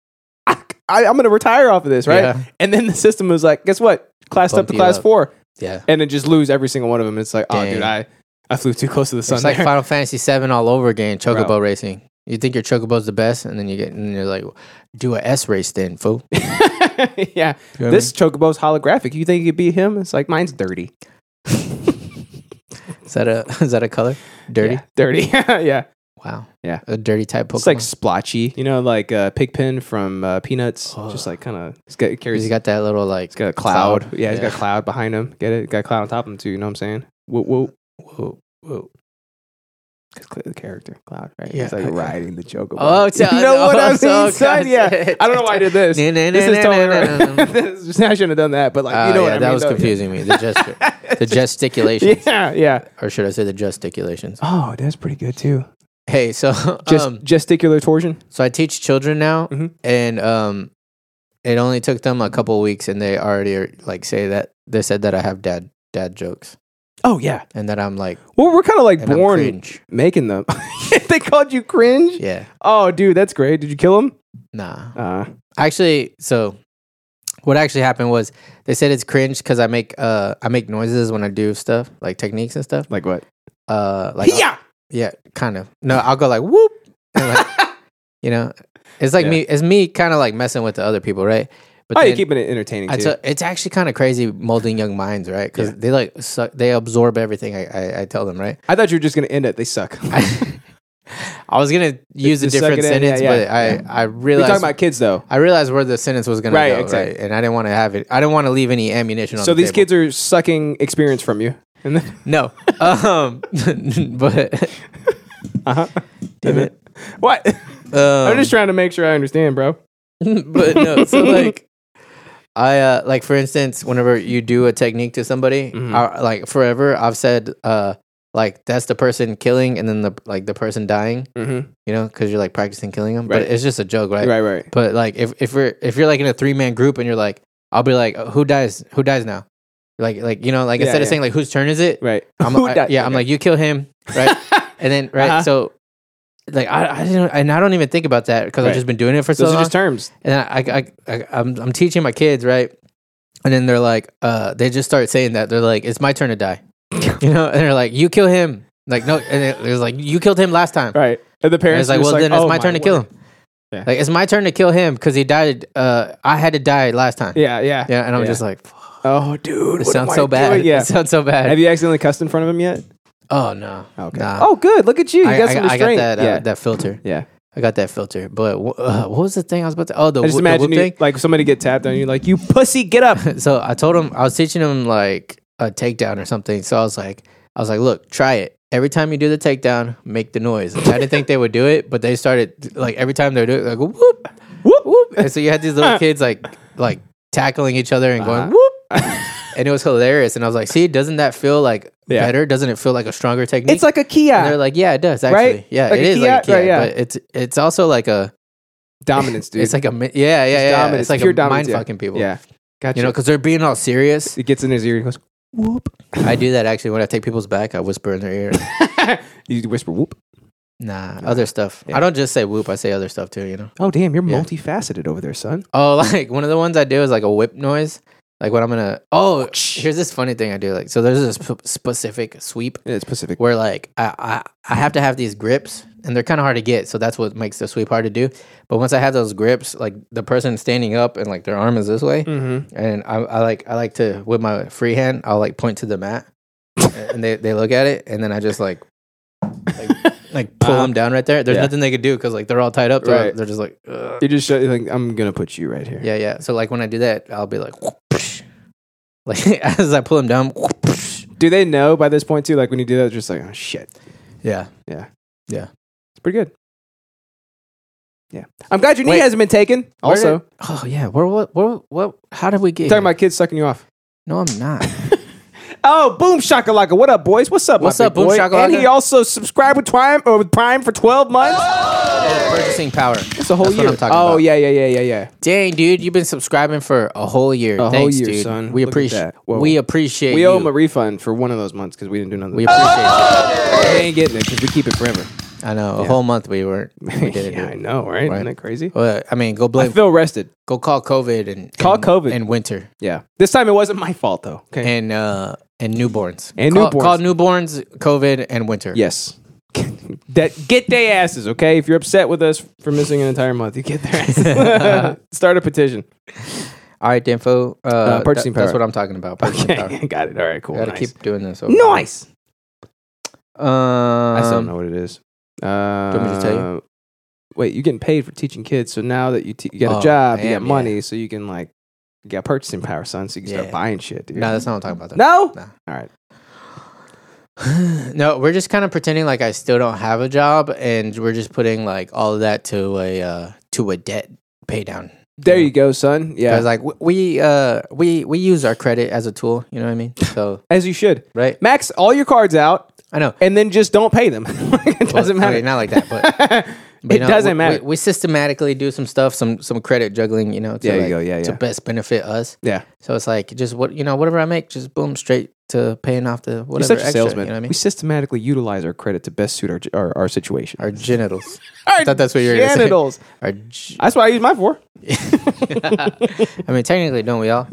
[SPEAKER 1] I, I, am gonna retire off of this, right?
[SPEAKER 2] Yeah.
[SPEAKER 1] And then the system was like, guess what? Classed up
[SPEAKER 2] Bump
[SPEAKER 1] to
[SPEAKER 2] you
[SPEAKER 1] class
[SPEAKER 2] up.
[SPEAKER 1] four,
[SPEAKER 2] yeah,
[SPEAKER 1] and then just lose every single one of them. It's like, oh,
[SPEAKER 2] Dang.
[SPEAKER 1] dude, I I flew too close to the sun.
[SPEAKER 2] it's like
[SPEAKER 1] there.
[SPEAKER 2] Final Fantasy Seven all over again. Chocobo
[SPEAKER 1] Bro.
[SPEAKER 2] racing. You think your chocobo's the best, and then you get, and you're like, do a S race then, fool.
[SPEAKER 1] yeah,
[SPEAKER 2] You know what I
[SPEAKER 1] this chocobo's holographic. You think it could beat him? It's like mine's dirty,
[SPEAKER 2] Is that a is that a color? Dirty.
[SPEAKER 1] Yeah, dirty. yeah,
[SPEAKER 2] Wow.
[SPEAKER 1] Yeah.
[SPEAKER 2] A dirty type Pokemon.
[SPEAKER 1] it's like splotchy. You know, like uh, Pigpen from uh, Peanuts. Just like kind of, it's got it carries
[SPEAKER 2] he's got that little like
[SPEAKER 1] It's got a cloud. Yeah, he's got a cloud behind him. Get it? Got a cloud on top of him too. You know what I'm saying? Whoa, whoa.
[SPEAKER 2] Whoa, whoa.
[SPEAKER 1] It's cl- the character cloud, right?
[SPEAKER 2] Yeah,
[SPEAKER 1] It's like
[SPEAKER 2] okay.
[SPEAKER 1] riding the Joker.
[SPEAKER 2] Oh, it's-
[SPEAKER 1] you know
[SPEAKER 2] oh,
[SPEAKER 1] what I mean,
[SPEAKER 2] so
[SPEAKER 1] son?
[SPEAKER 2] good.
[SPEAKER 1] Yeah, I don't know why I did this.
[SPEAKER 2] Na- na-
[SPEAKER 1] this
[SPEAKER 2] na-
[SPEAKER 1] is
[SPEAKER 2] na- na-
[SPEAKER 1] totally.
[SPEAKER 2] na-
[SPEAKER 1] Right. This is- I shouldn't have done that, but like
[SPEAKER 2] Ah,
[SPEAKER 1] you know
[SPEAKER 2] yeah,
[SPEAKER 1] what I mean.
[SPEAKER 2] that was
[SPEAKER 1] though.
[SPEAKER 2] confusing me. The gesture, the gesticulations,
[SPEAKER 1] Yeah, yeah.
[SPEAKER 2] or should I say the gesticulations?
[SPEAKER 1] Oh, that's pretty good too.
[SPEAKER 2] Hey, so
[SPEAKER 1] Just
[SPEAKER 2] um,
[SPEAKER 1] gesticular torsion.
[SPEAKER 2] so I teach children now,
[SPEAKER 1] Mhm.
[SPEAKER 2] and um, it only took them a couple weeks, and they already are, like say that they said that I have dad dad jokes,
[SPEAKER 1] Oh yeah.
[SPEAKER 2] and that I'm like
[SPEAKER 1] Well, we're kind of like
[SPEAKER 2] and I'm
[SPEAKER 1] born
[SPEAKER 2] cringe.
[SPEAKER 1] making them. they called you cringe.
[SPEAKER 2] Yeah,
[SPEAKER 1] Oh, dude, that's great. Did you kill him?
[SPEAKER 2] nah.
[SPEAKER 1] Uh,
[SPEAKER 2] actually so what actually happened was they said it's cringe because i make uh i make noises when i do stuff like techniques and stuff
[SPEAKER 1] like what?
[SPEAKER 2] uh like
[SPEAKER 1] yeah.
[SPEAKER 2] yeah kind of no i'll go like whoop and like, you know it's like
[SPEAKER 1] Yeah.
[SPEAKER 2] me it's me kind of like messing with the other people right but
[SPEAKER 1] Oh, you're
[SPEAKER 2] then
[SPEAKER 1] keeping it entertaining
[SPEAKER 2] I
[SPEAKER 1] too.
[SPEAKER 2] tell- it's actually kind of crazy molding young minds right because
[SPEAKER 1] Yeah.
[SPEAKER 2] they like suck, they absorb everything I, I i tell them right
[SPEAKER 1] I thought you were just gonna end it. They suck. we
[SPEAKER 2] i, I was gonna use a
[SPEAKER 1] just suck
[SPEAKER 2] different
[SPEAKER 1] it in, yeah,
[SPEAKER 2] sentence
[SPEAKER 1] yeah,
[SPEAKER 2] but i i
[SPEAKER 1] are
[SPEAKER 2] realized
[SPEAKER 1] talking about kids though.
[SPEAKER 2] I realized where the sentence was going
[SPEAKER 1] Right,
[SPEAKER 2] to go,
[SPEAKER 1] exactly.
[SPEAKER 2] right? And I didn't want to have it. I didn't want to leave any ammunition on.
[SPEAKER 1] So
[SPEAKER 2] the
[SPEAKER 1] these
[SPEAKER 2] table.
[SPEAKER 1] kids are sucking experience from you. And then,
[SPEAKER 2] no. Um, but
[SPEAKER 1] uh-huh.
[SPEAKER 2] damn it.
[SPEAKER 1] What? I'm
[SPEAKER 2] Um,
[SPEAKER 1] just trying to make sure I understand, bro.
[SPEAKER 2] but no. So like, I uh, like for instance, whenever you do a technique to somebody,
[SPEAKER 1] Mhm.
[SPEAKER 2] I, like forever, I've said uh, like that's the person killing, and then the like the person dying.
[SPEAKER 1] Mm-hmm.
[SPEAKER 2] You know, because you're like practicing killing them.
[SPEAKER 1] Right.
[SPEAKER 2] But it's just a joke, right?
[SPEAKER 1] Right, right.
[SPEAKER 2] But like if if we're if you're like in a three man group and you're like, I'll be like, who dies? Who dies now? Like like you know like
[SPEAKER 1] Yeah,
[SPEAKER 2] instead
[SPEAKER 1] yeah.
[SPEAKER 2] of saying like whose turn is it?
[SPEAKER 1] Right.
[SPEAKER 2] I'm,
[SPEAKER 1] Who
[SPEAKER 2] I-
[SPEAKER 1] di-
[SPEAKER 2] yeah, I'm
[SPEAKER 1] okay.
[SPEAKER 2] like you kill him, right? and then right,
[SPEAKER 1] Uh-huh.
[SPEAKER 2] so like I I didn't and I don't even think about that because
[SPEAKER 1] Right.
[SPEAKER 2] I've just been doing it for so
[SPEAKER 1] those are
[SPEAKER 2] long.
[SPEAKER 1] just terms.
[SPEAKER 2] and I I, I I I'm I'm teaching my kids right, and then they're like, uh, they just start saying that they're like, it's my turn to die, you know, and they're like, you kill him, like no, and it, it was like you killed him last time,
[SPEAKER 1] Right. And the
[SPEAKER 2] and
[SPEAKER 1] parents
[SPEAKER 2] it's like,
[SPEAKER 1] are just
[SPEAKER 2] well, then it's
[SPEAKER 1] oh
[SPEAKER 2] my turn to kill
[SPEAKER 1] word.
[SPEAKER 2] him.
[SPEAKER 1] Yeah.
[SPEAKER 2] Like, it's my turn to kill him because he died. Uh, I had to die last time.
[SPEAKER 1] Yeah, yeah,
[SPEAKER 2] Yeah. And I'm
[SPEAKER 1] Yeah.
[SPEAKER 2] just like, "Fuck,
[SPEAKER 1] Oh, dude,
[SPEAKER 2] it
[SPEAKER 1] what
[SPEAKER 2] sounds
[SPEAKER 1] am
[SPEAKER 2] so
[SPEAKER 1] I
[SPEAKER 2] bad.
[SPEAKER 1] doing?
[SPEAKER 2] It
[SPEAKER 1] Yeah.
[SPEAKER 2] sounds so bad.
[SPEAKER 1] Have you accidentally cussed in front of him yet?
[SPEAKER 2] oh, no.
[SPEAKER 1] Okay.
[SPEAKER 2] Nah.
[SPEAKER 1] Oh, good. Look at you. You
[SPEAKER 2] I,
[SPEAKER 1] got
[SPEAKER 2] I-
[SPEAKER 1] some
[SPEAKER 2] I
[SPEAKER 1] restraint.
[SPEAKER 2] got that,
[SPEAKER 1] yeah.
[SPEAKER 2] uh, that filter.
[SPEAKER 1] yeah.
[SPEAKER 2] I got that filter. But wh- uh, what was the thing I was about to? Oh, the,
[SPEAKER 1] I just
[SPEAKER 2] wh- the
[SPEAKER 1] imagine
[SPEAKER 2] whoop
[SPEAKER 1] you,
[SPEAKER 2] thing.
[SPEAKER 1] like somebody get tapped on you, like you pussy, get up.
[SPEAKER 2] so I told him I was teaching him like a takedown or something. So I was like, I was like, look, try it. Every time you do the takedown, make the noise. I didn't think they would do it, but they started like every time they would do it, like whoop, whoop, whoop. And so you had these little kids like like tackling each other and
[SPEAKER 1] Uh-huh.
[SPEAKER 2] going whoop, and it was hilarious. And I was like, see, doesn't that feel like
[SPEAKER 1] Yeah.
[SPEAKER 2] better? Doesn't it feel like a stronger technique?
[SPEAKER 1] It's like a
[SPEAKER 2] and they're
[SPEAKER 1] Kia
[SPEAKER 2] like, yeah, it does actually.
[SPEAKER 1] Right?
[SPEAKER 2] Yeah,
[SPEAKER 1] Like
[SPEAKER 2] it
[SPEAKER 1] a
[SPEAKER 2] is like a
[SPEAKER 1] Kiat, right,
[SPEAKER 2] Kiat,
[SPEAKER 1] yeah.
[SPEAKER 2] but it's it's also like a
[SPEAKER 1] dominance, dude.
[SPEAKER 2] it's like a mi- yeah yeah yeah, yeah.
[SPEAKER 1] dominance,
[SPEAKER 2] it's like
[SPEAKER 1] pure
[SPEAKER 2] a mind
[SPEAKER 1] dominance, yeah.
[SPEAKER 2] fucking people.
[SPEAKER 1] yeah, gotcha.
[SPEAKER 2] You know, because they're being all serious.
[SPEAKER 1] it gets in his ear. He goes,
[SPEAKER 2] I do that actually when I take people's back. I whisper in their ear.
[SPEAKER 1] you whisper, whoop.
[SPEAKER 2] Nah,
[SPEAKER 1] Nah.
[SPEAKER 2] other stuff.
[SPEAKER 1] Yeah.
[SPEAKER 2] I don't just say whoop. I say other stuff too. You know.
[SPEAKER 1] Oh damn, you're
[SPEAKER 2] Yeah.
[SPEAKER 1] multifaceted over there, son.
[SPEAKER 2] Oh, like one of the ones I do is like a whip noise. Like when I'm gonna. Oh, here's this funny thing I do. Like so, there's a sp- specific sweep
[SPEAKER 1] Yeah, it's Pacific.
[SPEAKER 2] where like I, I I have to have these grips and they're kind of hard to get, so that's what makes the sweep hard to do. But once I have those grips, like the person standing up and like their arm is this way,
[SPEAKER 1] Mm-hmm.
[SPEAKER 2] and I, I like I like to with my free hand, I'll like point to the mat, and they they look at it, and then I just like like, like pull
[SPEAKER 1] Uh,
[SPEAKER 2] them down right there. There's
[SPEAKER 1] yeah.
[SPEAKER 2] nothing they could do because like they're all tied up. They're,
[SPEAKER 1] Right.
[SPEAKER 2] they're just like Ugh.
[SPEAKER 1] You just show, you think I'm gonna put you right here.
[SPEAKER 2] yeah yeah. So like when I do that, I'll be like like as I pull them down.
[SPEAKER 1] Do they know by this point too? Like when you do that, it's just like oh shit.
[SPEAKER 2] Yeah.
[SPEAKER 1] It's pretty good. Yeah, I'm glad your knee
[SPEAKER 2] Wait.
[SPEAKER 1] hasn't been taken.
[SPEAKER 2] Where
[SPEAKER 1] Also,
[SPEAKER 2] did- oh yeah. Where what what what? How did we get?
[SPEAKER 1] talking
[SPEAKER 2] here?
[SPEAKER 1] about kids sucking you off.
[SPEAKER 2] no, I'm not.
[SPEAKER 1] Oh, boom shakalaka! What up, boys? What's up? my
[SPEAKER 2] What's up,
[SPEAKER 1] big
[SPEAKER 2] Boom
[SPEAKER 1] boy?
[SPEAKER 2] Shakalaka?
[SPEAKER 1] And he also subscribed with Prime or with Prime for 12 months.
[SPEAKER 2] Purchasing power.
[SPEAKER 1] That's a whole
[SPEAKER 2] That's what
[SPEAKER 1] year.
[SPEAKER 2] I'm talking
[SPEAKER 1] oh
[SPEAKER 2] about.
[SPEAKER 1] yeah, yeah, yeah, yeah, yeah.
[SPEAKER 2] Dang, dude, you've been subscribing for a whole year.
[SPEAKER 1] whole
[SPEAKER 2] Thanks,
[SPEAKER 1] year,
[SPEAKER 2] dude.
[SPEAKER 1] son.
[SPEAKER 2] We
[SPEAKER 1] Look at
[SPEAKER 2] appreciate.
[SPEAKER 1] that. Whoa.
[SPEAKER 2] We appreciate.
[SPEAKER 1] We
[SPEAKER 2] you.
[SPEAKER 1] owe him a refund for one of those months because we didn't do nothing.
[SPEAKER 2] We appreciate. you.
[SPEAKER 1] they ain't getting it because we keep it forever.
[SPEAKER 2] I know. A whole month we weren't. We didn't
[SPEAKER 1] yeah,
[SPEAKER 2] do
[SPEAKER 1] I
[SPEAKER 2] it.
[SPEAKER 1] know, right?
[SPEAKER 2] Right.
[SPEAKER 1] Isn't that crazy?
[SPEAKER 2] Well, I mean, go
[SPEAKER 1] I
[SPEAKER 2] blame.
[SPEAKER 1] feel rested.
[SPEAKER 2] go call COVID and
[SPEAKER 1] Call
[SPEAKER 2] and-
[SPEAKER 1] COVID.
[SPEAKER 2] and winter
[SPEAKER 1] Yeah. This time it wasn't my fault though. Okay.
[SPEAKER 2] and uh and newborns
[SPEAKER 1] And
[SPEAKER 2] call,
[SPEAKER 1] newborns.
[SPEAKER 2] Call newborns COVID and winter.
[SPEAKER 1] yes. that get their asses, okay? If you're upset with us for missing an entire month, you get their asses. Start a petition.
[SPEAKER 2] All right, Danfo. Uh,
[SPEAKER 1] purchasing
[SPEAKER 2] that- That's
[SPEAKER 1] power.
[SPEAKER 2] what I'm talking about. Purchasing power.
[SPEAKER 1] Okay, got it. All right, cool.
[SPEAKER 2] Gotta
[SPEAKER 1] nice.
[SPEAKER 2] keep doing this. over.
[SPEAKER 1] nice.
[SPEAKER 2] Um,
[SPEAKER 1] I still don't know what it is. Uh,
[SPEAKER 2] you want me to tell
[SPEAKER 1] Wait, you're getting paid for teaching kids, so now that you, te- you got
[SPEAKER 2] Oh,
[SPEAKER 1] a job,
[SPEAKER 2] I
[SPEAKER 1] you got
[SPEAKER 2] am, yeah.
[SPEAKER 1] money, so you can like you got purchasing power, son. So you can
[SPEAKER 2] Yeah.
[SPEAKER 1] start buying shit, dude.
[SPEAKER 2] No, that's not what I'm talking about. though.
[SPEAKER 1] no.
[SPEAKER 2] No.
[SPEAKER 1] All right.
[SPEAKER 2] No, we're just kind of pretending like I still don't have a job, and we're just putting like all of that to a uh, to a debt pay down.
[SPEAKER 1] There you go, son. Yeah,
[SPEAKER 2] Because like w- we uh we we use our credit as a tool. You know what I mean? So
[SPEAKER 1] as you should.
[SPEAKER 2] right,
[SPEAKER 1] Max all your cards out
[SPEAKER 2] I know.
[SPEAKER 1] and then just don't pay them. it doesn't
[SPEAKER 2] Well,
[SPEAKER 1] matter.
[SPEAKER 2] okay, not like that, but, but,
[SPEAKER 1] it
[SPEAKER 2] you know,
[SPEAKER 1] doesn't
[SPEAKER 2] we,
[SPEAKER 1] matter.
[SPEAKER 2] We, we systematically do some stuff, some some credit juggling. You know, to,
[SPEAKER 1] There you
[SPEAKER 2] like,
[SPEAKER 1] go, yeah,
[SPEAKER 2] to
[SPEAKER 1] yeah.
[SPEAKER 2] best benefit us.
[SPEAKER 1] yeah,
[SPEAKER 2] So it's like just what you know, whatever I make, just boom straight to paying off the
[SPEAKER 1] you're
[SPEAKER 2] whatever
[SPEAKER 1] such a
[SPEAKER 2] extra.
[SPEAKER 1] salesman.
[SPEAKER 2] You know what I mean?
[SPEAKER 1] We systematically utilize our credit to best suit our our, our situation.
[SPEAKER 2] Our genitals.
[SPEAKER 1] Our
[SPEAKER 2] I thought that's what you were gonna say.
[SPEAKER 1] genitals.
[SPEAKER 2] Our g-
[SPEAKER 1] That's what I use mine for.
[SPEAKER 2] I mean, technically, don't we all?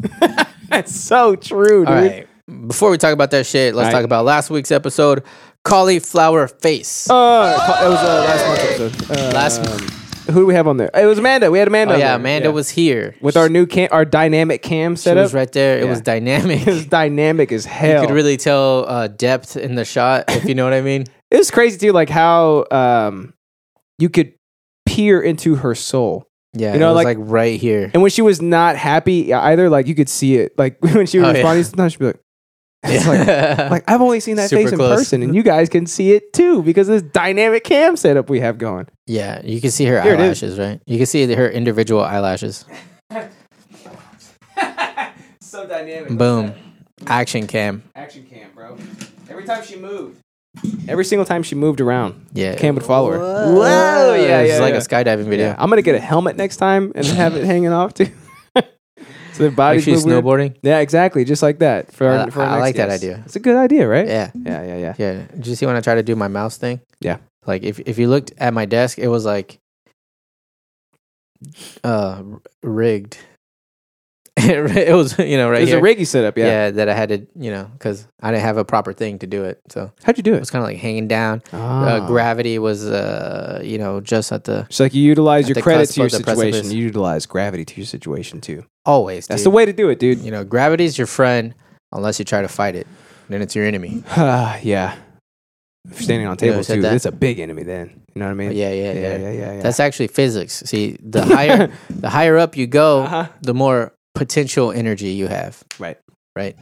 [SPEAKER 1] That's so true, dude.
[SPEAKER 2] All right. Before we talk about that shit, let's
[SPEAKER 1] All right.
[SPEAKER 2] talk about last week's episode, cauliflower face.
[SPEAKER 1] Uh, that was uh, last month's episode. Uh,
[SPEAKER 2] last,
[SPEAKER 1] who do we have on there? It was Amanda. We had Amanda.
[SPEAKER 2] oh
[SPEAKER 1] on
[SPEAKER 2] yeah,
[SPEAKER 1] there.
[SPEAKER 2] Amanda was here
[SPEAKER 1] with our new cam, our dynamic cam
[SPEAKER 2] She
[SPEAKER 1] setup.
[SPEAKER 2] was right there. It was
[SPEAKER 1] Yeah.
[SPEAKER 2] dynamic.
[SPEAKER 1] It was
[SPEAKER 2] you
[SPEAKER 1] dynamic as hell.
[SPEAKER 2] could really tell uh, depth in the shot, if you know what I mean.
[SPEAKER 1] it was crazy too, like how um, you could peer into her soul.
[SPEAKER 2] Yeah,
[SPEAKER 1] You know,
[SPEAKER 2] it was
[SPEAKER 1] like-
[SPEAKER 2] like, right here.
[SPEAKER 1] And when she was not happy either, like you could see it. Like when she was
[SPEAKER 2] Oh, yeah.
[SPEAKER 1] responding, sometimes she'd be like, it's like, like I've only seen that
[SPEAKER 2] Super
[SPEAKER 1] face in
[SPEAKER 2] close.
[SPEAKER 1] person, and you guys can see it too because of this dynamic cam setup we have going.
[SPEAKER 2] yeah, you can see her
[SPEAKER 1] Here it is.
[SPEAKER 2] eyelashes, right? You can see her individual eyelashes.
[SPEAKER 1] So dynamic.
[SPEAKER 2] Boom. Action cam.
[SPEAKER 1] action cam, bro. Every time she moved, every single time she moved around,
[SPEAKER 2] Yeah.
[SPEAKER 1] cam would follow her.
[SPEAKER 2] Whoa.
[SPEAKER 1] Whoa, yeah,
[SPEAKER 2] It's
[SPEAKER 1] yeah,
[SPEAKER 2] like
[SPEAKER 1] yeah.
[SPEAKER 2] a skydiving video.
[SPEAKER 1] Yeah, I'm gonna get a helmet next time and have it hanging off too. so their
[SPEAKER 2] Like
[SPEAKER 1] bodies
[SPEAKER 2] she's
[SPEAKER 1] move weird.
[SPEAKER 2] snowboarding.
[SPEAKER 1] Yeah, exactly, just like that. For, our,
[SPEAKER 2] Uh,
[SPEAKER 1] for our
[SPEAKER 2] I
[SPEAKER 1] next
[SPEAKER 2] like that
[SPEAKER 1] guest.
[SPEAKER 2] idea.
[SPEAKER 1] It's a good idea, right?
[SPEAKER 2] Yeah.
[SPEAKER 1] yeah, yeah, yeah.
[SPEAKER 2] Yeah. Did you see when I tried to do my mouse thing?
[SPEAKER 1] Yeah.
[SPEAKER 2] Like if if you looked at my desk, it was like uh r- rigged. it was you know right
[SPEAKER 1] It's
[SPEAKER 2] here.
[SPEAKER 1] a riggy setup.
[SPEAKER 2] yeah.
[SPEAKER 1] Yeah.
[SPEAKER 2] that I had to you know because I didn't have a proper thing to do it, so
[SPEAKER 1] How'd you do
[SPEAKER 2] it was
[SPEAKER 1] it?
[SPEAKER 2] kind of like hanging down.
[SPEAKER 1] Ah.
[SPEAKER 2] Uh, gravity was uh you know just at the
[SPEAKER 1] It's like you utilize
[SPEAKER 2] at
[SPEAKER 1] your
[SPEAKER 2] the
[SPEAKER 1] credit
[SPEAKER 2] cusp
[SPEAKER 1] to your
[SPEAKER 2] of the
[SPEAKER 1] situation.
[SPEAKER 2] precipice.
[SPEAKER 1] You utilize gravity to your situation too.
[SPEAKER 2] always.
[SPEAKER 1] That's
[SPEAKER 2] dude.
[SPEAKER 1] the way to do it, dude.
[SPEAKER 2] You know, gravity's your friend unless you try to fight it. Then it's your enemy.
[SPEAKER 1] Ah, yeah. If you're standing on
[SPEAKER 2] You know who
[SPEAKER 1] tables
[SPEAKER 2] said
[SPEAKER 1] too,
[SPEAKER 2] that?
[SPEAKER 1] it's a big enemy. Then you know what I mean?
[SPEAKER 2] Yeah, yeah, yeah.
[SPEAKER 1] yeah, yeah, yeah. yeah.
[SPEAKER 2] That's actually physics. See, the higher the higher up you go,
[SPEAKER 1] Uh-huh.
[SPEAKER 2] the more potential energy you have.
[SPEAKER 1] Right.
[SPEAKER 2] Right.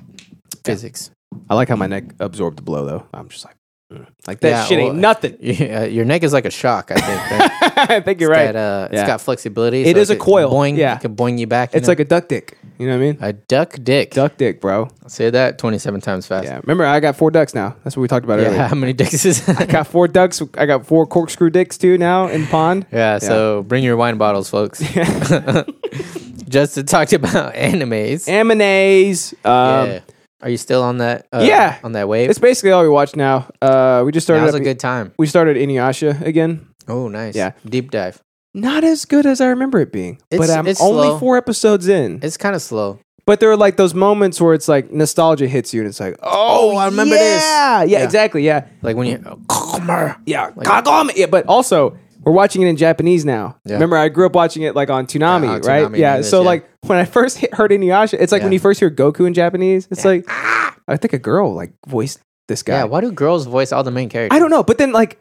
[SPEAKER 2] Physics.
[SPEAKER 1] I like how my neck absorbed the blow though. I'm just like, mm. like that
[SPEAKER 2] Yeah,
[SPEAKER 1] shit ain't
[SPEAKER 2] well-
[SPEAKER 1] nothing.
[SPEAKER 2] Yeah, your neck is like a shock, I think. right?
[SPEAKER 1] I think you're
[SPEAKER 2] It's
[SPEAKER 1] right.
[SPEAKER 2] got, uh,
[SPEAKER 1] Yeah.
[SPEAKER 2] It's got flexibility.
[SPEAKER 1] It is a
[SPEAKER 2] could
[SPEAKER 1] coil.
[SPEAKER 2] Boing,
[SPEAKER 1] Yeah.
[SPEAKER 2] It can boing you back.
[SPEAKER 1] it's like a duck dick. You know what I mean?
[SPEAKER 2] a, duck dick.
[SPEAKER 1] Duck dick, bro.
[SPEAKER 2] Say that 27 times fast.
[SPEAKER 1] Yeah. Remember, I got four ducks now. That's what we talked about
[SPEAKER 2] Yeah,
[SPEAKER 1] earlier.
[SPEAKER 2] how many dicks is
[SPEAKER 1] I got four ducks. I got four corkscrew dicks too now in pond.
[SPEAKER 2] Yeah, so bring your wine bottles, folks. Justin talked about animes.
[SPEAKER 1] Amanase. Um,
[SPEAKER 2] yeah. Are you still on that? Uh,
[SPEAKER 1] Yeah.
[SPEAKER 2] on that wave.
[SPEAKER 1] It's basically all we watch now. Uh, we just started.
[SPEAKER 2] Now's a
[SPEAKER 1] up-
[SPEAKER 2] good time.
[SPEAKER 1] we started Inuyasha again.
[SPEAKER 2] Oh, nice.
[SPEAKER 1] Yeah.
[SPEAKER 2] deep dive.
[SPEAKER 1] Not as good as I remember it being, but
[SPEAKER 2] It's-
[SPEAKER 1] I'm
[SPEAKER 2] it's
[SPEAKER 1] only
[SPEAKER 2] slow.
[SPEAKER 1] four episodes in.
[SPEAKER 2] It's kind of slow.
[SPEAKER 1] but there are like those moments where it's like nostalgia hits you, and it's like, oh,
[SPEAKER 2] Oh,
[SPEAKER 1] I
[SPEAKER 2] I
[SPEAKER 1] remember
[SPEAKER 2] remember this.
[SPEAKER 1] yeah. this. Yeah,
[SPEAKER 2] Yeah.
[SPEAKER 1] exactly. Yeah,
[SPEAKER 2] Like when you,
[SPEAKER 1] yeah.
[SPEAKER 2] Like-
[SPEAKER 1] Kagome. Yeah, but also we're watching it in Japanese now.
[SPEAKER 2] Yeah.
[SPEAKER 1] Remember, I grew up watching it like on Toonami,
[SPEAKER 2] Yeah, on
[SPEAKER 1] right?
[SPEAKER 2] Toonami
[SPEAKER 1] yeah.
[SPEAKER 2] English,
[SPEAKER 1] So
[SPEAKER 2] yeah.
[SPEAKER 1] like when I first hit, heard Inuyasha, it's like
[SPEAKER 2] Yeah.
[SPEAKER 1] when you first hear Goku in Japanese, it's like I think a girl like voiced this guy.
[SPEAKER 2] yeah. Why do girls voice all the main characters?
[SPEAKER 1] I don't know. But then like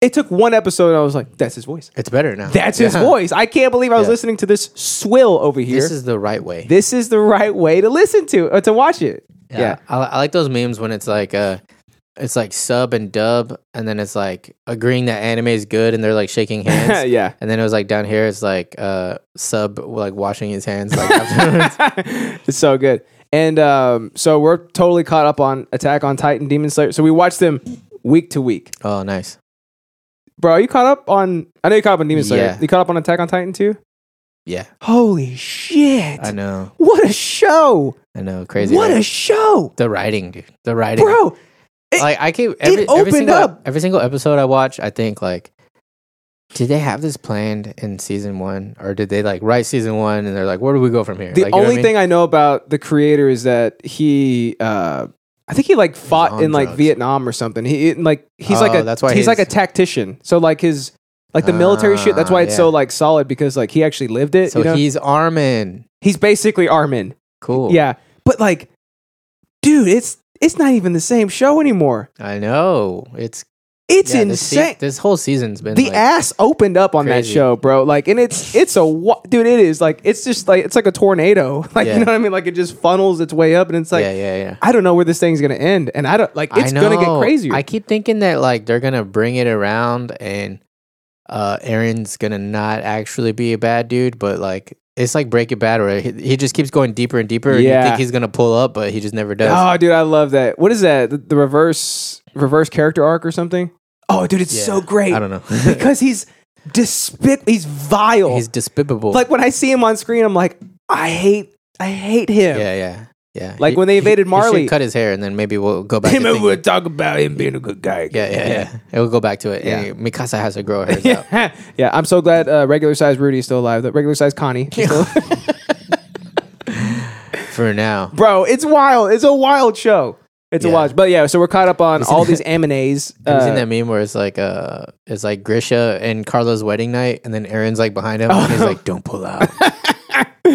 [SPEAKER 1] it took one episode and I was like, that's his voice.
[SPEAKER 2] It's better now.
[SPEAKER 1] That's his
[SPEAKER 2] Yeah.
[SPEAKER 1] voice. I can't believe I was
[SPEAKER 2] Yeah.
[SPEAKER 1] listening to this swill over here.
[SPEAKER 2] This is the right way.
[SPEAKER 1] the right way to listen to or to watch it.
[SPEAKER 2] yeah, I, I like those memes when it's like uh, it's like sub and dub, and then it's like agreeing that anime is good, and they're like shaking
[SPEAKER 1] Yeah.
[SPEAKER 2] hands.
[SPEAKER 1] yeah.
[SPEAKER 2] And then it was like down here, it's like uh sub like washing his hands. Like afterwards.
[SPEAKER 1] it's so good. And um, so we're totally caught up on Attack on Titan, Demon Slayer. So we watch them week to week.
[SPEAKER 2] oh, nice.
[SPEAKER 1] Bro, are you caught up on? I know you caught up on Demon Slayer.
[SPEAKER 2] Yeah.
[SPEAKER 1] You caught up on Attack on Titan too?
[SPEAKER 2] Yeah,
[SPEAKER 1] Holy shit!
[SPEAKER 2] I know,
[SPEAKER 1] What a show!
[SPEAKER 2] I know, crazy.
[SPEAKER 1] what
[SPEAKER 2] right?
[SPEAKER 1] a show,
[SPEAKER 2] the writing, dude. The writing,
[SPEAKER 1] bro! it-
[SPEAKER 2] like I keep every, every
[SPEAKER 1] opened
[SPEAKER 2] single,
[SPEAKER 1] up.
[SPEAKER 2] every single episode I watch. I think like, did they have this planned in season one, or did they like write season one and they're like, where do we go from here?
[SPEAKER 1] The
[SPEAKER 2] like, you know what I
[SPEAKER 1] only
[SPEAKER 2] mean?
[SPEAKER 1] thing I know about the creator is that he, uh, I think he like fought
[SPEAKER 2] on
[SPEAKER 1] in like
[SPEAKER 2] drugs.
[SPEAKER 1] Vietnam or something. He in, like he's like
[SPEAKER 2] Oh,
[SPEAKER 1] a
[SPEAKER 2] that's why
[SPEAKER 1] he's like a
[SPEAKER 2] his-
[SPEAKER 1] tactician. So like his like the military shit. That's
[SPEAKER 2] Ah,
[SPEAKER 1] why it's so
[SPEAKER 2] yeah.
[SPEAKER 1] like solid because like he actually lived it.
[SPEAKER 2] so
[SPEAKER 1] you know?
[SPEAKER 2] he's Armin.
[SPEAKER 1] he's basically Armin.
[SPEAKER 2] Cool.
[SPEAKER 1] Yeah, but like, dude, it's it's not even the same show anymore.
[SPEAKER 2] I know. It's
[SPEAKER 1] It's
[SPEAKER 2] yeah, This, se-
[SPEAKER 1] insane.
[SPEAKER 2] this whole season's been
[SPEAKER 1] the
[SPEAKER 2] like,
[SPEAKER 1] ass opened up on that
[SPEAKER 2] crazy.
[SPEAKER 1] show, bro. Like, and it's it's a wa- dude. It is like it's just like it's like a tornado. Like
[SPEAKER 2] Yeah.
[SPEAKER 1] you know what I mean? Like it just funnels its way up, and it's like
[SPEAKER 2] yeah, yeah, yeah.
[SPEAKER 1] I don't know where this thing's gonna end, and I don't like
[SPEAKER 2] I
[SPEAKER 1] it's gonna get
[SPEAKER 2] know.
[SPEAKER 1] crazier.
[SPEAKER 2] I keep thinking that like they're gonna bring it around and uh Aaron's gonna not actually be a bad dude, but like it's like Breaking Bad where he, he just keeps going deeper and deeper. And you
[SPEAKER 1] Yeah.
[SPEAKER 2] think he's gonna pull up, but he just never does.
[SPEAKER 1] oh, dude, I love that. What is that? The, the reverse reverse character arc or something? Oh, dude, it's
[SPEAKER 2] Yeah.
[SPEAKER 1] so great.
[SPEAKER 2] I don't know.
[SPEAKER 1] because he's despic. He's vile.
[SPEAKER 2] he's despicable.
[SPEAKER 1] like when I see him on screen, I'm like, I hate, I hate him.
[SPEAKER 2] yeah, yeah, yeah.
[SPEAKER 1] Like
[SPEAKER 2] He-
[SPEAKER 1] when they
[SPEAKER 2] he-
[SPEAKER 1] invaded
[SPEAKER 2] he should
[SPEAKER 1] Marley.
[SPEAKER 2] cut his hair, and then maybe we'll go back. to thinking-
[SPEAKER 1] talk about him being a good guy.
[SPEAKER 2] yeah, yeah, yeah. It will go back to it.
[SPEAKER 1] Yeah.
[SPEAKER 2] And Mikasa has to grow hers out.
[SPEAKER 1] yeah, yeah. I'm so glad uh, regular size Rudy is still alive. That regular size Connie, is still-
[SPEAKER 2] for now.
[SPEAKER 1] bro. It's wild. It's a wild show. It's a
[SPEAKER 2] Yeah.
[SPEAKER 1] watch. But yeah, so we're caught up on all
[SPEAKER 2] that-
[SPEAKER 1] these amines.
[SPEAKER 2] Have you seen
[SPEAKER 1] uh,
[SPEAKER 2] that meme where it's like uh it's like Grisha and Carla's wedding night and then Aaron's like behind
[SPEAKER 1] Oh,
[SPEAKER 2] him and he's like don't pull out.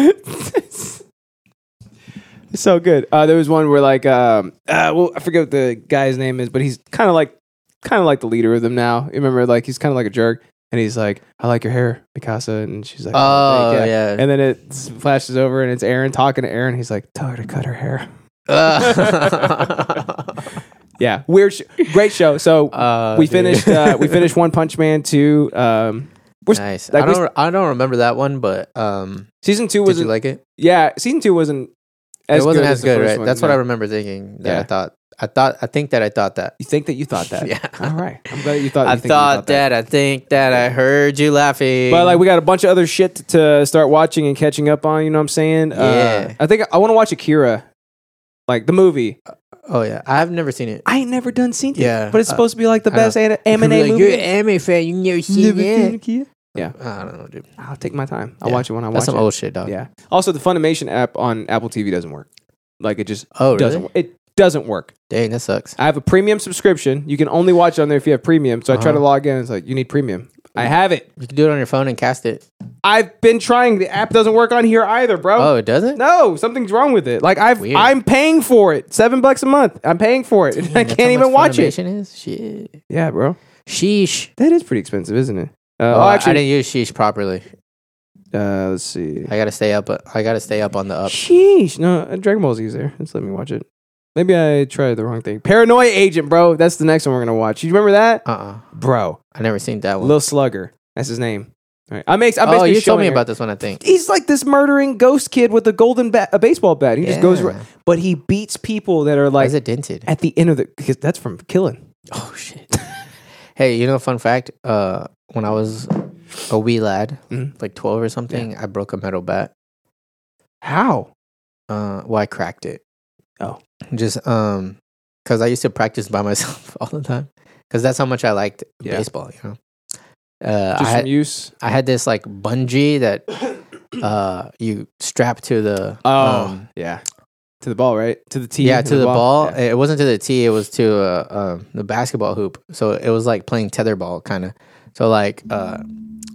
[SPEAKER 1] so good. Uh, there was one where like um, uh, well, I forget what the guy's name is, but he's kind of like kind of like the leader of them now. You remember, like he's kind of like a jerk, and he's like, "I like your hair, Mikasa," and she's like,
[SPEAKER 2] Oh,
[SPEAKER 1] thank you."
[SPEAKER 2] yeah.
[SPEAKER 1] And then it s- flashes over, and it's Aaron talking to Aaron. He's like, "Tell her to cut her hair."
[SPEAKER 2] uh,
[SPEAKER 1] Yeah, weird, sh- great show. So
[SPEAKER 2] Oh,
[SPEAKER 1] we finished. Uh, we finished One Punch Man two. Um, we're s-
[SPEAKER 2] nice.
[SPEAKER 1] like,
[SPEAKER 2] I
[SPEAKER 1] we
[SPEAKER 2] don't I don't remember that one, but um
[SPEAKER 1] season two
[SPEAKER 2] did
[SPEAKER 1] wasn't
[SPEAKER 2] you like it?
[SPEAKER 1] Yeah, season two wasn't. As
[SPEAKER 2] it wasn't
[SPEAKER 1] good
[SPEAKER 2] as
[SPEAKER 1] the
[SPEAKER 2] good,
[SPEAKER 1] first
[SPEAKER 2] right?
[SPEAKER 1] one,
[SPEAKER 2] That's what
[SPEAKER 1] no.
[SPEAKER 2] I remember thinking. That
[SPEAKER 1] Yeah.
[SPEAKER 2] I thought I thought I think that I thought that.
[SPEAKER 1] You think that you thought that?
[SPEAKER 2] Yeah.
[SPEAKER 1] All right. I'm glad that you thought.
[SPEAKER 2] I
[SPEAKER 1] you think you
[SPEAKER 2] thought that. I think that I heard you laughing.
[SPEAKER 1] But like, we got a bunch of other shit to start watching and catching up on. You know what I'm saying? Uh,
[SPEAKER 2] Yeah.
[SPEAKER 1] I think I want to watch Akira, like the movie.
[SPEAKER 2] oh yeah, I've never seen it.
[SPEAKER 1] I ain't never done seen it.
[SPEAKER 2] Yeah,
[SPEAKER 1] But it's
[SPEAKER 2] uh,
[SPEAKER 1] supposed to be like the
[SPEAKER 2] I know.
[SPEAKER 1] best an- anime
[SPEAKER 2] People be like, You're
[SPEAKER 1] movie.
[SPEAKER 2] an anime fan. You never seen
[SPEAKER 1] Never seen
[SPEAKER 2] it.
[SPEAKER 1] Akira.
[SPEAKER 2] I don't know, dude.
[SPEAKER 1] I'll take my time. I'll
[SPEAKER 2] Yeah.
[SPEAKER 1] watch it when I
[SPEAKER 2] That's
[SPEAKER 1] watch
[SPEAKER 2] some
[SPEAKER 1] it.
[SPEAKER 2] old shit, dog.
[SPEAKER 1] yeah. Also, the Funimation app on Apple TV doesn't work. Like it just
[SPEAKER 2] Oh,
[SPEAKER 1] doesn't.
[SPEAKER 2] really?
[SPEAKER 1] wo- It doesn't work.
[SPEAKER 2] Dang, that sucks.
[SPEAKER 1] I have a premium subscription. You can only watch it on there if you have premium. So I try
[SPEAKER 2] Uh-huh.
[SPEAKER 1] to log in. It's like you need premium. I have it.
[SPEAKER 2] You can do it on your phone and cast it.
[SPEAKER 1] I've been trying. The app doesn't work on here either, bro.
[SPEAKER 2] Oh, it doesn't?
[SPEAKER 1] No, something's wrong with it. Like I've,
[SPEAKER 2] Weird.
[SPEAKER 1] I'm paying for it. Seven bucks a month. I'm paying for it. I
[SPEAKER 2] That's how
[SPEAKER 1] can't
[SPEAKER 2] much
[SPEAKER 1] even watch it.
[SPEAKER 2] Funimation is? Shit.
[SPEAKER 1] Yeah, bro.
[SPEAKER 2] Sheesh.
[SPEAKER 1] That is pretty expensive, isn't it? Uh,
[SPEAKER 2] Oh,
[SPEAKER 1] oh,
[SPEAKER 2] I- I
[SPEAKER 1] actually,
[SPEAKER 2] didn't use sheesh properly.
[SPEAKER 1] uh, let's see.
[SPEAKER 2] I gotta stay up. I gotta stay up on the up.
[SPEAKER 1] Sheesh. No, uh, Dragon Ball Z is there. Let's let me watch it. Maybe I tried the wrong thing. Paranoia Agent, bro. That's the next one we're gonna watch. You remember that,
[SPEAKER 2] Uh uh
[SPEAKER 1] bro?
[SPEAKER 2] I never seen that one.
[SPEAKER 1] Lil Slugger. That's his name. All right. I makes. I'm
[SPEAKER 2] oh,
[SPEAKER 1] basically
[SPEAKER 2] you told
[SPEAKER 1] showing
[SPEAKER 2] me
[SPEAKER 1] her-
[SPEAKER 2] about this one. I think.
[SPEAKER 1] he's like this murdering ghost kid with a golden bat, a baseball bat. He just
[SPEAKER 2] Yeah.
[SPEAKER 1] goes, around, but he beats people that are
[SPEAKER 2] Why
[SPEAKER 1] like
[SPEAKER 2] is it dented?
[SPEAKER 1] at the end of the. Because that's from killing.
[SPEAKER 2] Oh shit. hey, you know, fun fact. Uh, when I was a wee lad,
[SPEAKER 1] Mhm.
[SPEAKER 2] like twelve or something, I broke a metal bat.
[SPEAKER 1] How?
[SPEAKER 2] Uh, well, I cracked it.
[SPEAKER 1] Oh.
[SPEAKER 2] Just um, because I used to practice by myself all the time because that's how much I liked
[SPEAKER 1] Yeah.
[SPEAKER 2] baseball. You know, uh, I
[SPEAKER 1] Just
[SPEAKER 2] had
[SPEAKER 1] from use.
[SPEAKER 2] I had this like bungee that uh you strap to the
[SPEAKER 1] Oh,
[SPEAKER 2] um,
[SPEAKER 1] yeah. To the ball, right? To the tee.
[SPEAKER 2] yeah to the, ball.
[SPEAKER 1] Yeah.
[SPEAKER 2] It wasn't to the tee. It was to uh, um the basketball hoop. So it was like playing tetherball kind of. So like uh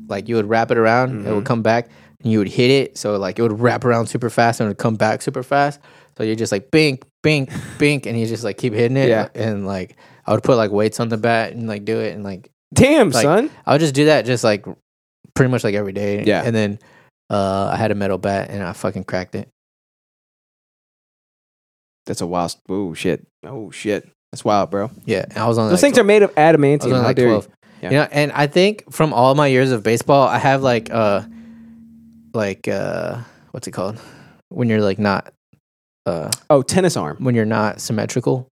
[SPEAKER 2] like you would wrap it around. It would come back and you would hit it. So like it would wrap around super fast and it would come back super fast. So you're just like bink bink bink and you just like keep hitting it.
[SPEAKER 1] Yeah.
[SPEAKER 2] And like I would put like weights on the bat and like do it and like
[SPEAKER 1] Damn,
[SPEAKER 2] Like-
[SPEAKER 1] son.
[SPEAKER 2] I would just do that just like pretty much like every day.
[SPEAKER 1] Yeah.
[SPEAKER 2] And then uh I had a metal bat and I fucking cracked it.
[SPEAKER 1] That's a wild. Oh shit. Oh shit. That's wild, bro.
[SPEAKER 2] Yeah. And I was on
[SPEAKER 1] Those
[SPEAKER 2] like,
[SPEAKER 1] things are made of
[SPEAKER 2] I was
[SPEAKER 1] adamantium.
[SPEAKER 2] on
[SPEAKER 1] How
[SPEAKER 2] like
[SPEAKER 1] dare you?
[SPEAKER 2] twelve.
[SPEAKER 1] Yeah.
[SPEAKER 2] You know, and I think from all my years of baseball, I have like uh like uh what's it called? When you're like not uh
[SPEAKER 1] Oh, tennis arm.
[SPEAKER 2] when you're not symmetrical.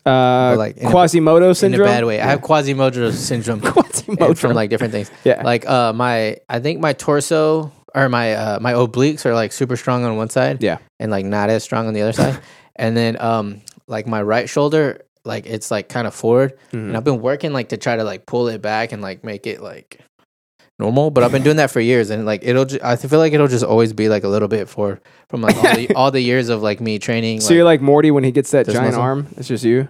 [SPEAKER 1] Uh,
[SPEAKER 2] But, like, in a-
[SPEAKER 1] Quasimodo syndrome.
[SPEAKER 2] In a bad way. I
[SPEAKER 1] Yeah.
[SPEAKER 2] have Quasimodo syndrome.
[SPEAKER 1] Quasimodo.
[SPEAKER 2] and from like different things.
[SPEAKER 1] Yeah.
[SPEAKER 2] Like uh my I think my torso or my uh my obliques are like super strong on one side.
[SPEAKER 1] Yeah.
[SPEAKER 2] And like not as strong on the other side. and then um like my right shoulder, like it's like kind of forward. And
[SPEAKER 1] Mhm.
[SPEAKER 2] I've been working like to try to like pull it back and like make it like normal. But I've been doing that for years and like it'll ju- I feel like it'll just always be like a little bit for from like all the all the years of like me training.
[SPEAKER 1] So
[SPEAKER 2] like,
[SPEAKER 1] you're like Morty when he gets that
[SPEAKER 2] This
[SPEAKER 1] giant
[SPEAKER 2] muscle?
[SPEAKER 1] arm. It's just you. It's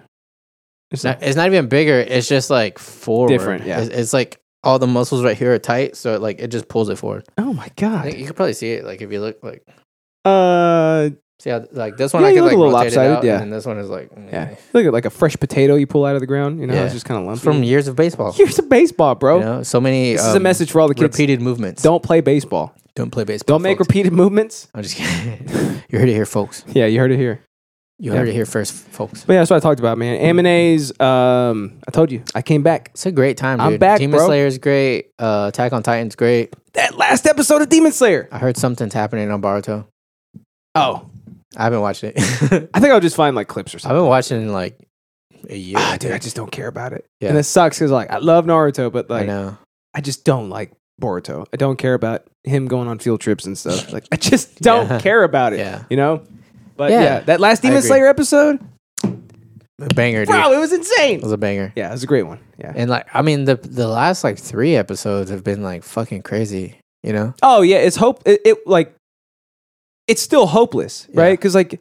[SPEAKER 2] It's not, it's not even bigger. It's just like forward.
[SPEAKER 1] Different, yeah.
[SPEAKER 2] It's, it's, like all the muscles right here are tight, so it, like it just pulls it forward.
[SPEAKER 1] oh my
[SPEAKER 2] I think
[SPEAKER 1] god.
[SPEAKER 2] you could probably see it, like if you look, like
[SPEAKER 1] Uh,
[SPEAKER 2] see how like this one
[SPEAKER 1] Yeah,
[SPEAKER 2] I
[SPEAKER 1] you
[SPEAKER 2] can
[SPEAKER 1] look
[SPEAKER 2] like
[SPEAKER 1] a little
[SPEAKER 2] rotate it
[SPEAKER 1] lopsided,
[SPEAKER 2] out,
[SPEAKER 1] yeah.
[SPEAKER 2] and then this one is like mm.
[SPEAKER 1] yeah. Look at like a fresh potato you pull out of the ground. You know,
[SPEAKER 2] Yeah.
[SPEAKER 1] it's just kind of
[SPEAKER 2] It's
[SPEAKER 1] lumpy.
[SPEAKER 2] from years of baseball.
[SPEAKER 1] here's a baseball, bro.
[SPEAKER 2] You know, so many.
[SPEAKER 1] This is a
[SPEAKER 2] um,
[SPEAKER 1] message for all the kids.
[SPEAKER 2] Repeated movements.
[SPEAKER 1] Don't play baseball.
[SPEAKER 2] don't play baseball.
[SPEAKER 1] Don't make
[SPEAKER 2] folks.
[SPEAKER 1] repeated movements.
[SPEAKER 2] I'm just kidding. you heard it here, folks.
[SPEAKER 1] Yeah, you heard it here.
[SPEAKER 2] You
[SPEAKER 1] Yeah.
[SPEAKER 2] heard it here first, folks.
[SPEAKER 1] But yeah, that's what I talked about,
[SPEAKER 2] Hmm.
[SPEAKER 1] man. M&A's, um, I told you, I came back.
[SPEAKER 2] It's a great time. Dude.
[SPEAKER 1] I'm back,
[SPEAKER 2] Demon
[SPEAKER 1] bro.
[SPEAKER 2] Slayer is great. Uh, Attack on Titan's great.
[SPEAKER 1] That last episode of Demon Slayer.
[SPEAKER 2] I heard something's happening on Baruto.
[SPEAKER 1] Oh,
[SPEAKER 2] I haven't watched it.
[SPEAKER 1] I think I'll just find like clips or
[SPEAKER 2] I've
[SPEAKER 1] something.
[SPEAKER 2] been watching in like a year.
[SPEAKER 1] Ah, dude, I just don't care about it.
[SPEAKER 2] Yeah.
[SPEAKER 1] And it sucks because like I love Naruto, but
[SPEAKER 2] I
[SPEAKER 1] like I,
[SPEAKER 2] know.
[SPEAKER 1] just don't like Boruto. I don't care about him going on field trips and stuff. Like I just don't
[SPEAKER 2] Yeah.
[SPEAKER 1] care about it.
[SPEAKER 2] Yeah.
[SPEAKER 1] You know. But yeah,
[SPEAKER 2] Yeah.
[SPEAKER 1] that last
[SPEAKER 2] I
[SPEAKER 1] Demon
[SPEAKER 2] agree.
[SPEAKER 1] Slayer episode,
[SPEAKER 2] A banger, dude.
[SPEAKER 1] bro, it was
[SPEAKER 2] It
[SPEAKER 1] insane.
[SPEAKER 2] was a banger.
[SPEAKER 1] Yeah, it was a great one. Yeah.
[SPEAKER 2] And like, I mean, the the last like three episodes have been like fucking crazy. You know?
[SPEAKER 1] Oh yeah, it's hope. It, it like it's still hopeless,
[SPEAKER 2] Yeah.
[SPEAKER 1] right? Because like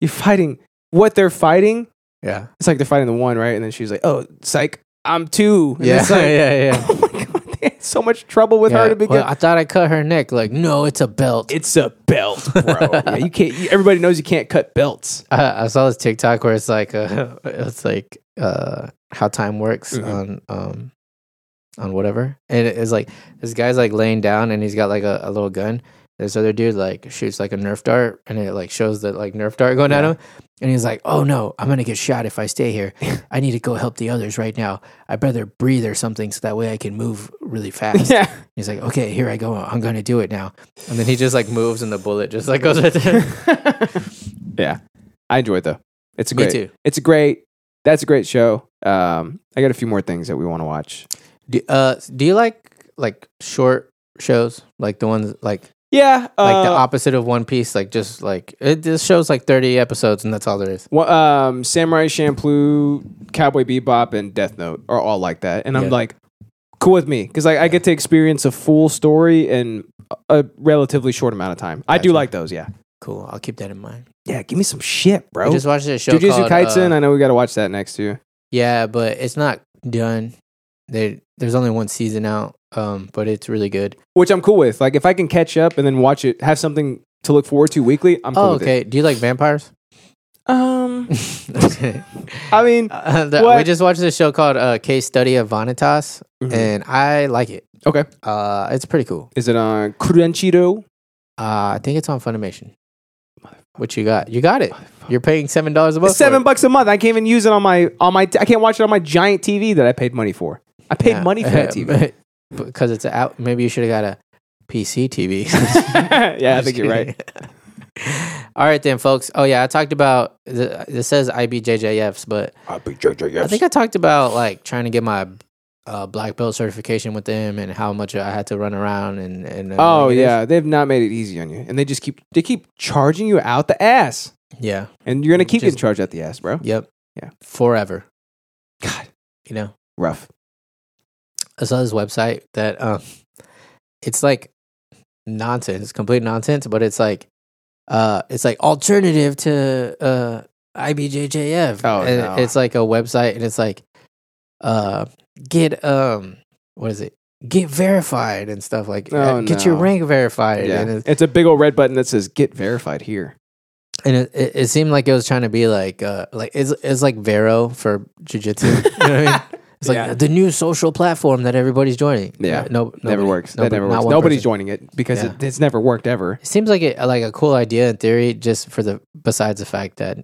[SPEAKER 1] you're fighting what they're fighting.
[SPEAKER 2] Yeah.
[SPEAKER 1] It's like they're fighting the one, right? And then she's like, "Oh, psych, I'm two. And
[SPEAKER 2] Yeah.
[SPEAKER 1] it's like,
[SPEAKER 2] yeah. Yeah.
[SPEAKER 1] Oh my god, they had so much trouble with her
[SPEAKER 2] Yeah.
[SPEAKER 1] to begin.
[SPEAKER 2] Well, I thought I cut her neck. Like, no, it's a belt.
[SPEAKER 1] it's a belt, bro. yeah, you can't. You, everybody knows you can't cut belts.
[SPEAKER 2] I, I saw this TikTok where it's like, uh, it's like uh, how time works
[SPEAKER 1] Mhm.
[SPEAKER 2] on um, on whatever, and it- it's like this guy's like laying down and he's got like a, a little gun. This other dude like shoots like a Nerf dart, and it like shows that like Nerf dart going at
[SPEAKER 1] Yeah.
[SPEAKER 2] him, and he's like, "Oh no, I'm gonna get shot if I stay here. I need to go help the others right now. I better breathe or something so that way I can move really fast."
[SPEAKER 1] Yeah,
[SPEAKER 2] He's like, "Okay, here I go. I'm gonna do it now," and then he just like moves, and the bullet just like goes right there.
[SPEAKER 1] yeah. I enjoy it though. It's a
[SPEAKER 2] Me
[SPEAKER 1] great.
[SPEAKER 2] too.
[SPEAKER 1] It's a great. That's a great show. Um, I got a few more things that we want to watch.
[SPEAKER 2] Do, uh, do you like like short shows, like the ones like
[SPEAKER 1] Yeah,
[SPEAKER 2] like the
[SPEAKER 1] uh,
[SPEAKER 2] opposite of One Piece, like just like it this shows like thirty episodes and that's all there is.
[SPEAKER 1] Well, um, Samurai Champloo, Cowboy Bebop, and Death Note are all like that, and I'm
[SPEAKER 2] Yeah.
[SPEAKER 1] like, cool with me because like, I get to experience a full story in a relatively short amount of time. I do
[SPEAKER 2] Gotcha.
[SPEAKER 1] like those, yeah.
[SPEAKER 2] Cool, I'll keep that in mind.
[SPEAKER 1] Yeah, give me some shit,
[SPEAKER 2] I
[SPEAKER 1] bro.
[SPEAKER 2] just watched a show
[SPEAKER 1] Jujutsu
[SPEAKER 2] called
[SPEAKER 1] Kaisen.
[SPEAKER 2] uh,
[SPEAKER 1] I know we got to watch that next too.
[SPEAKER 2] yeah, but it's not done. They, there's only one season out, um, but it's really good.
[SPEAKER 1] which I'm cool with. Like if I can catch up and then watch it, have something to look forward to weekly, I'm cool
[SPEAKER 2] oh,
[SPEAKER 1] with it.
[SPEAKER 2] okay. Do you like vampires?
[SPEAKER 1] Um,
[SPEAKER 2] Okay.
[SPEAKER 1] I mean,
[SPEAKER 2] uh, the- we
[SPEAKER 1] What?
[SPEAKER 2] just watched a show called uh, Case Study of Vanitas,
[SPEAKER 1] mhm.
[SPEAKER 2] and I like it.
[SPEAKER 1] okay.
[SPEAKER 2] Uh, it's pretty cool.
[SPEAKER 1] Is it on Crunchyroll?
[SPEAKER 2] Uh, I think it's on Funimation. What you got? You got it. You're paying seven dollars a month.
[SPEAKER 1] It's seven
[SPEAKER 2] for
[SPEAKER 1] bucks a month. I can't even use it on my on my. T- I can't watch it on my giant TV that I paid money for. I
[SPEAKER 2] it.
[SPEAKER 1] paid money for that TV.
[SPEAKER 2] because it's out. Maybe you should have got a PC TV.
[SPEAKER 1] yeah, I think you're right.
[SPEAKER 2] All right, then, folks. Oh yeah, I talked about the, this says IBJJFs, but I think I talked about like trying to get my uh, black belt certification with them and how much I had to run around and uh, and.
[SPEAKER 1] Oh
[SPEAKER 2] and-
[SPEAKER 1] yeah, they've not made it easy on you, and they just keep they keep charging you out the ass.
[SPEAKER 2] Yeah.
[SPEAKER 1] and you're gonna keep
[SPEAKER 2] Just-
[SPEAKER 1] getting charged at the ass, bro.
[SPEAKER 2] Yep.
[SPEAKER 1] Yeah.
[SPEAKER 2] Forever.
[SPEAKER 1] God,
[SPEAKER 2] You know.
[SPEAKER 1] rough.
[SPEAKER 2] I saw this website that um, it's like nonsense, it's complete nonsense, but it's like uh, it's like alternative to uh, IBJJF.
[SPEAKER 1] Oh,
[SPEAKER 2] and
[SPEAKER 1] no.
[SPEAKER 2] it's like a website, and it's like uh, get um, what is it? Get verified and stuff like uh,
[SPEAKER 1] Oh,
[SPEAKER 2] get your
[SPEAKER 1] no.
[SPEAKER 2] rank verified,
[SPEAKER 1] Yeah,
[SPEAKER 2] and it,
[SPEAKER 1] it's a big old red button that says "Get verified here."
[SPEAKER 2] and it, it, it seemed like it was trying to be like uh, like it's it's like Vero for jujitsu. you know what I mean? It's like
[SPEAKER 1] Yeah.
[SPEAKER 2] the new social platform that everybody's joining.
[SPEAKER 1] Yeah.
[SPEAKER 2] no,
[SPEAKER 1] never
[SPEAKER 2] nobody-
[SPEAKER 1] works.
[SPEAKER 2] nobody-
[SPEAKER 1] that never
[SPEAKER 2] not
[SPEAKER 1] works.
[SPEAKER 2] one
[SPEAKER 1] Nobody's
[SPEAKER 2] person.
[SPEAKER 1] joining it because
[SPEAKER 2] Yeah.
[SPEAKER 1] it, it's never worked ever.
[SPEAKER 2] It seems like it like a cool idea in theory, just for the besides the fact that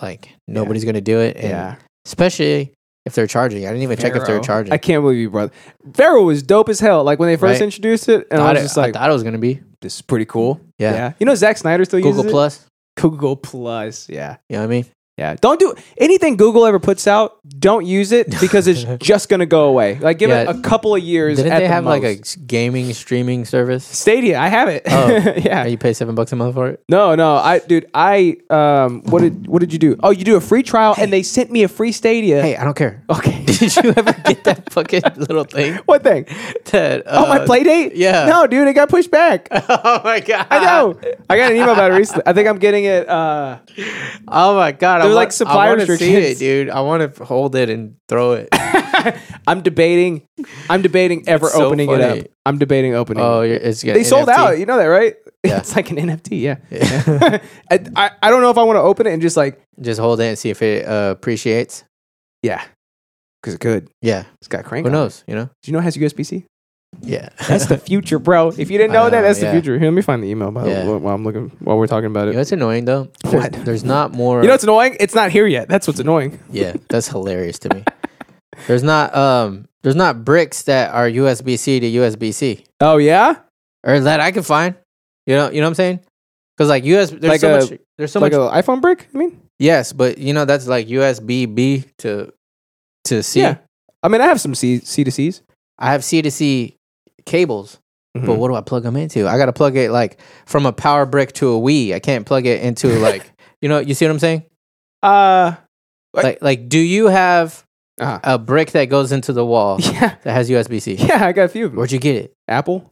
[SPEAKER 2] like nobody's gonna do it, and
[SPEAKER 1] Yeah.
[SPEAKER 2] especially if they're charging. I didn't even check if they're
[SPEAKER 1] Pharaoh.
[SPEAKER 2] charging.
[SPEAKER 1] I can't believe you brought Pharaoh was dope as hell. Like when they first
[SPEAKER 2] Right.
[SPEAKER 1] introduced it, and I,
[SPEAKER 2] Thought
[SPEAKER 1] was
[SPEAKER 2] it-
[SPEAKER 1] just like,
[SPEAKER 2] I thought it was gonna be
[SPEAKER 1] "This is pretty cool."
[SPEAKER 2] yeah,
[SPEAKER 1] you know, Zack Snyder still
[SPEAKER 2] Google
[SPEAKER 1] uses it?
[SPEAKER 2] Plus.
[SPEAKER 1] Google Plus. Yeah,
[SPEAKER 2] You know what I mean?
[SPEAKER 1] yeah. Don't do anything Google ever puts out. Don't use it because it's just gonna go away. Like give
[SPEAKER 2] Yeah.
[SPEAKER 1] it a couple of years.
[SPEAKER 2] Didn't
[SPEAKER 1] at
[SPEAKER 2] they
[SPEAKER 1] the
[SPEAKER 2] have like a
[SPEAKER 1] most.
[SPEAKER 2] gaming streaming service?
[SPEAKER 1] Stadia? I have it.
[SPEAKER 2] Oh.
[SPEAKER 1] yeah.
[SPEAKER 2] And you pay seven bucks a month for it.
[SPEAKER 1] No, no, I, dude, I, um, what did, what did you do? Oh, you do a free trial, and they sent me a free Stadia.
[SPEAKER 2] Hey, I don't care.
[SPEAKER 1] okay,
[SPEAKER 2] Did you ever get that fucking little thing?
[SPEAKER 1] what thing?
[SPEAKER 2] That,
[SPEAKER 1] Oh, my
[SPEAKER 2] uh,
[SPEAKER 1] play date?
[SPEAKER 2] yeah.
[SPEAKER 1] No, dude, it got pushed back.
[SPEAKER 2] Oh my god!
[SPEAKER 1] I know. Uh, I got an email about it recently. I think I'm getting it. Uh,
[SPEAKER 2] Oh my god! I
[SPEAKER 1] They're
[SPEAKER 2] wa-
[SPEAKER 1] like supply
[SPEAKER 2] I want to see it,
[SPEAKER 1] restrictions.
[SPEAKER 2] dude. I want to hold it and throw it.
[SPEAKER 1] I'm debating. I'm debating ever
[SPEAKER 2] It's so
[SPEAKER 1] opening
[SPEAKER 2] funny.
[SPEAKER 1] it up. I'm debating opening.
[SPEAKER 2] oh,
[SPEAKER 1] it.
[SPEAKER 2] you're, it's
[SPEAKER 1] they sold out. You know that, right?
[SPEAKER 2] Yeah.
[SPEAKER 1] it's like an NFT. Yeah. I, I I don't know if I want to open it and just like
[SPEAKER 2] Just hold it and see if it uh, appreciates.
[SPEAKER 1] yeah, because it could.
[SPEAKER 2] Yeah.
[SPEAKER 1] It's got crank.
[SPEAKER 2] Who
[SPEAKER 1] on it.
[SPEAKER 2] knows? You know.
[SPEAKER 1] Do you know it has USB C?
[SPEAKER 2] Yeah.
[SPEAKER 1] That's the future, bro. If you didn't
[SPEAKER 2] I
[SPEAKER 1] know, that,
[SPEAKER 2] know,
[SPEAKER 1] that's
[SPEAKER 2] yeah.
[SPEAKER 1] the future. Here, let me find the email by the-
[SPEAKER 2] Yeah.
[SPEAKER 1] while, I'm looking while we're talking about
[SPEAKER 2] you
[SPEAKER 1] it.
[SPEAKER 2] know it's annoying though. There's,
[SPEAKER 1] What?
[SPEAKER 2] There's not more.
[SPEAKER 1] You know what's annoying? It's not here yet. That's what's annoying.
[SPEAKER 2] yeah, that's hilarious to me. There's not um. There's not bricks that are USB C to USB C
[SPEAKER 1] Oh yeah,
[SPEAKER 2] or that I can find. You know. You know what I'm saying? Because like US, there's
[SPEAKER 1] Like
[SPEAKER 2] so
[SPEAKER 1] a-
[SPEAKER 2] much. There's so
[SPEAKER 1] like
[SPEAKER 2] much.
[SPEAKER 1] an iPhone brick. I mean,
[SPEAKER 2] yes, but you know that's like USB B to to C. I
[SPEAKER 1] yeah. I mean, I have some C C to C's.
[SPEAKER 2] have C to C cables. But
[SPEAKER 1] Mhm.
[SPEAKER 2] what do I plug them into? I got to plug it like from a power brick to a Wii. I can't plug it into like you know. You see what I'm saying?
[SPEAKER 1] Uh, Like-
[SPEAKER 2] Like like, do you have
[SPEAKER 1] uh
[SPEAKER 2] a brick that goes into the wall
[SPEAKER 1] yeah,
[SPEAKER 2] that has USB C?
[SPEAKER 1] yeah. I got a few of them.
[SPEAKER 2] Where'd you get it?
[SPEAKER 1] Apple.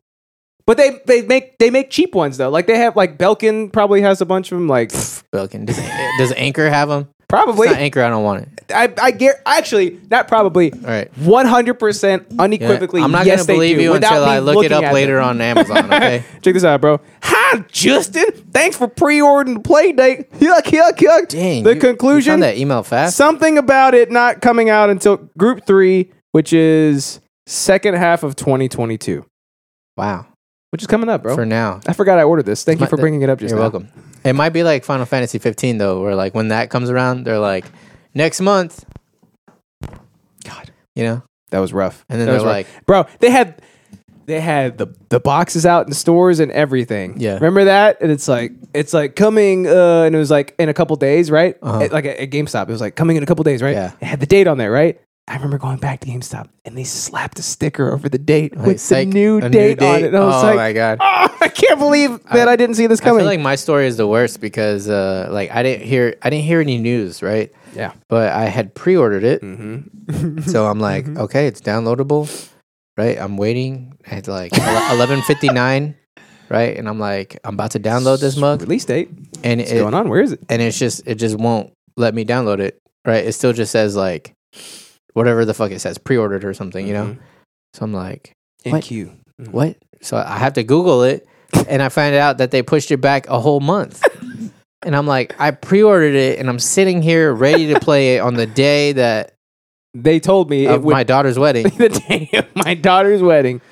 [SPEAKER 1] But they they make they make cheap ones though. Like they have like Belkin probably has a bunch of them. Like
[SPEAKER 2] Belkin. Does, does Anchor have them?
[SPEAKER 1] probably
[SPEAKER 2] It's not Anchor. I don't want it.
[SPEAKER 1] I I get actually not probably
[SPEAKER 2] All right.
[SPEAKER 1] one hundred percent
[SPEAKER 2] You know,
[SPEAKER 1] unequivocally.
[SPEAKER 2] I'm not
[SPEAKER 1] yes,
[SPEAKER 2] gonna believe
[SPEAKER 1] they do,
[SPEAKER 2] you
[SPEAKER 1] without
[SPEAKER 2] until
[SPEAKER 1] me
[SPEAKER 2] I look it
[SPEAKER 1] looking
[SPEAKER 2] up
[SPEAKER 1] at
[SPEAKER 2] later
[SPEAKER 1] them.
[SPEAKER 2] on Amazon. Okay.
[SPEAKER 1] Check this out, bro. Hi, Justin. Thanks for pre-ordering the play date. Yuck, yuck, yuck.
[SPEAKER 2] Dang.
[SPEAKER 1] the
[SPEAKER 2] you- you
[SPEAKER 1] conclusion:
[SPEAKER 2] found that email fast.
[SPEAKER 1] something about it not coming out until Group Three, which is second half of 2022,
[SPEAKER 2] wow.
[SPEAKER 1] which is coming up, bro.
[SPEAKER 2] For now.
[SPEAKER 1] I forgot I ordered this. Thank you
[SPEAKER 2] My-
[SPEAKER 1] for bringing it up. Just
[SPEAKER 2] You're
[SPEAKER 1] now.
[SPEAKER 2] welcome. It might be like Final Fantasy 15 though, where like when that comes around, they're like next month.
[SPEAKER 1] God.
[SPEAKER 2] you know,
[SPEAKER 1] That was rough.
[SPEAKER 2] And then
[SPEAKER 1] That
[SPEAKER 2] they're
[SPEAKER 1] was rough.
[SPEAKER 2] like-
[SPEAKER 1] bro, they had they had the the boxes out in stores and everything.
[SPEAKER 2] Yeah.
[SPEAKER 1] remember that? And it's like it's like coming, uh, and it was like in a couple days, right?
[SPEAKER 2] Uh-huh.
[SPEAKER 1] It- like at, at GameStop, it was like coming in a couple days, right?
[SPEAKER 2] Yeah.
[SPEAKER 1] It had the date on there, right? I remember going back to GameStop and they slapped a sticker over the date with
[SPEAKER 2] psych,
[SPEAKER 1] the new
[SPEAKER 2] a new
[SPEAKER 1] date, on
[SPEAKER 2] date.
[SPEAKER 1] it. And I was
[SPEAKER 2] Oh
[SPEAKER 1] like,
[SPEAKER 2] my God.
[SPEAKER 1] "Oh, I can't believe that I, didn't see this
[SPEAKER 2] I feel
[SPEAKER 1] coming."
[SPEAKER 2] like my story is the worst because uh, like I didn't hear I didn't hear any news, right?
[SPEAKER 1] yeah.
[SPEAKER 2] But I had pre-ordered it,
[SPEAKER 1] Mm-hmm.
[SPEAKER 2] so I'm like, okay, it's downloadable, right? I'm waiting at like 11:59, right? And I'm like, I'm about to download this mug,
[SPEAKER 1] Release date.
[SPEAKER 2] and
[SPEAKER 1] What's
[SPEAKER 2] it,
[SPEAKER 1] going on? Where is it?
[SPEAKER 2] and it's just it just won't let me download it right it still just says like whatever the fuck it says pre-ordered or something you know
[SPEAKER 1] Mhm.
[SPEAKER 2] so i'm like
[SPEAKER 1] In
[SPEAKER 2] What?
[SPEAKER 1] queue.
[SPEAKER 2] what so i have to google it and i find out that they pushed it back a whole month and i'm like i pre-ordered it and i'm sitting here ready to play it on the day that
[SPEAKER 1] They told me it
[SPEAKER 2] of
[SPEAKER 1] would
[SPEAKER 2] my daughter's wedding
[SPEAKER 1] the day of my daughter's wedding.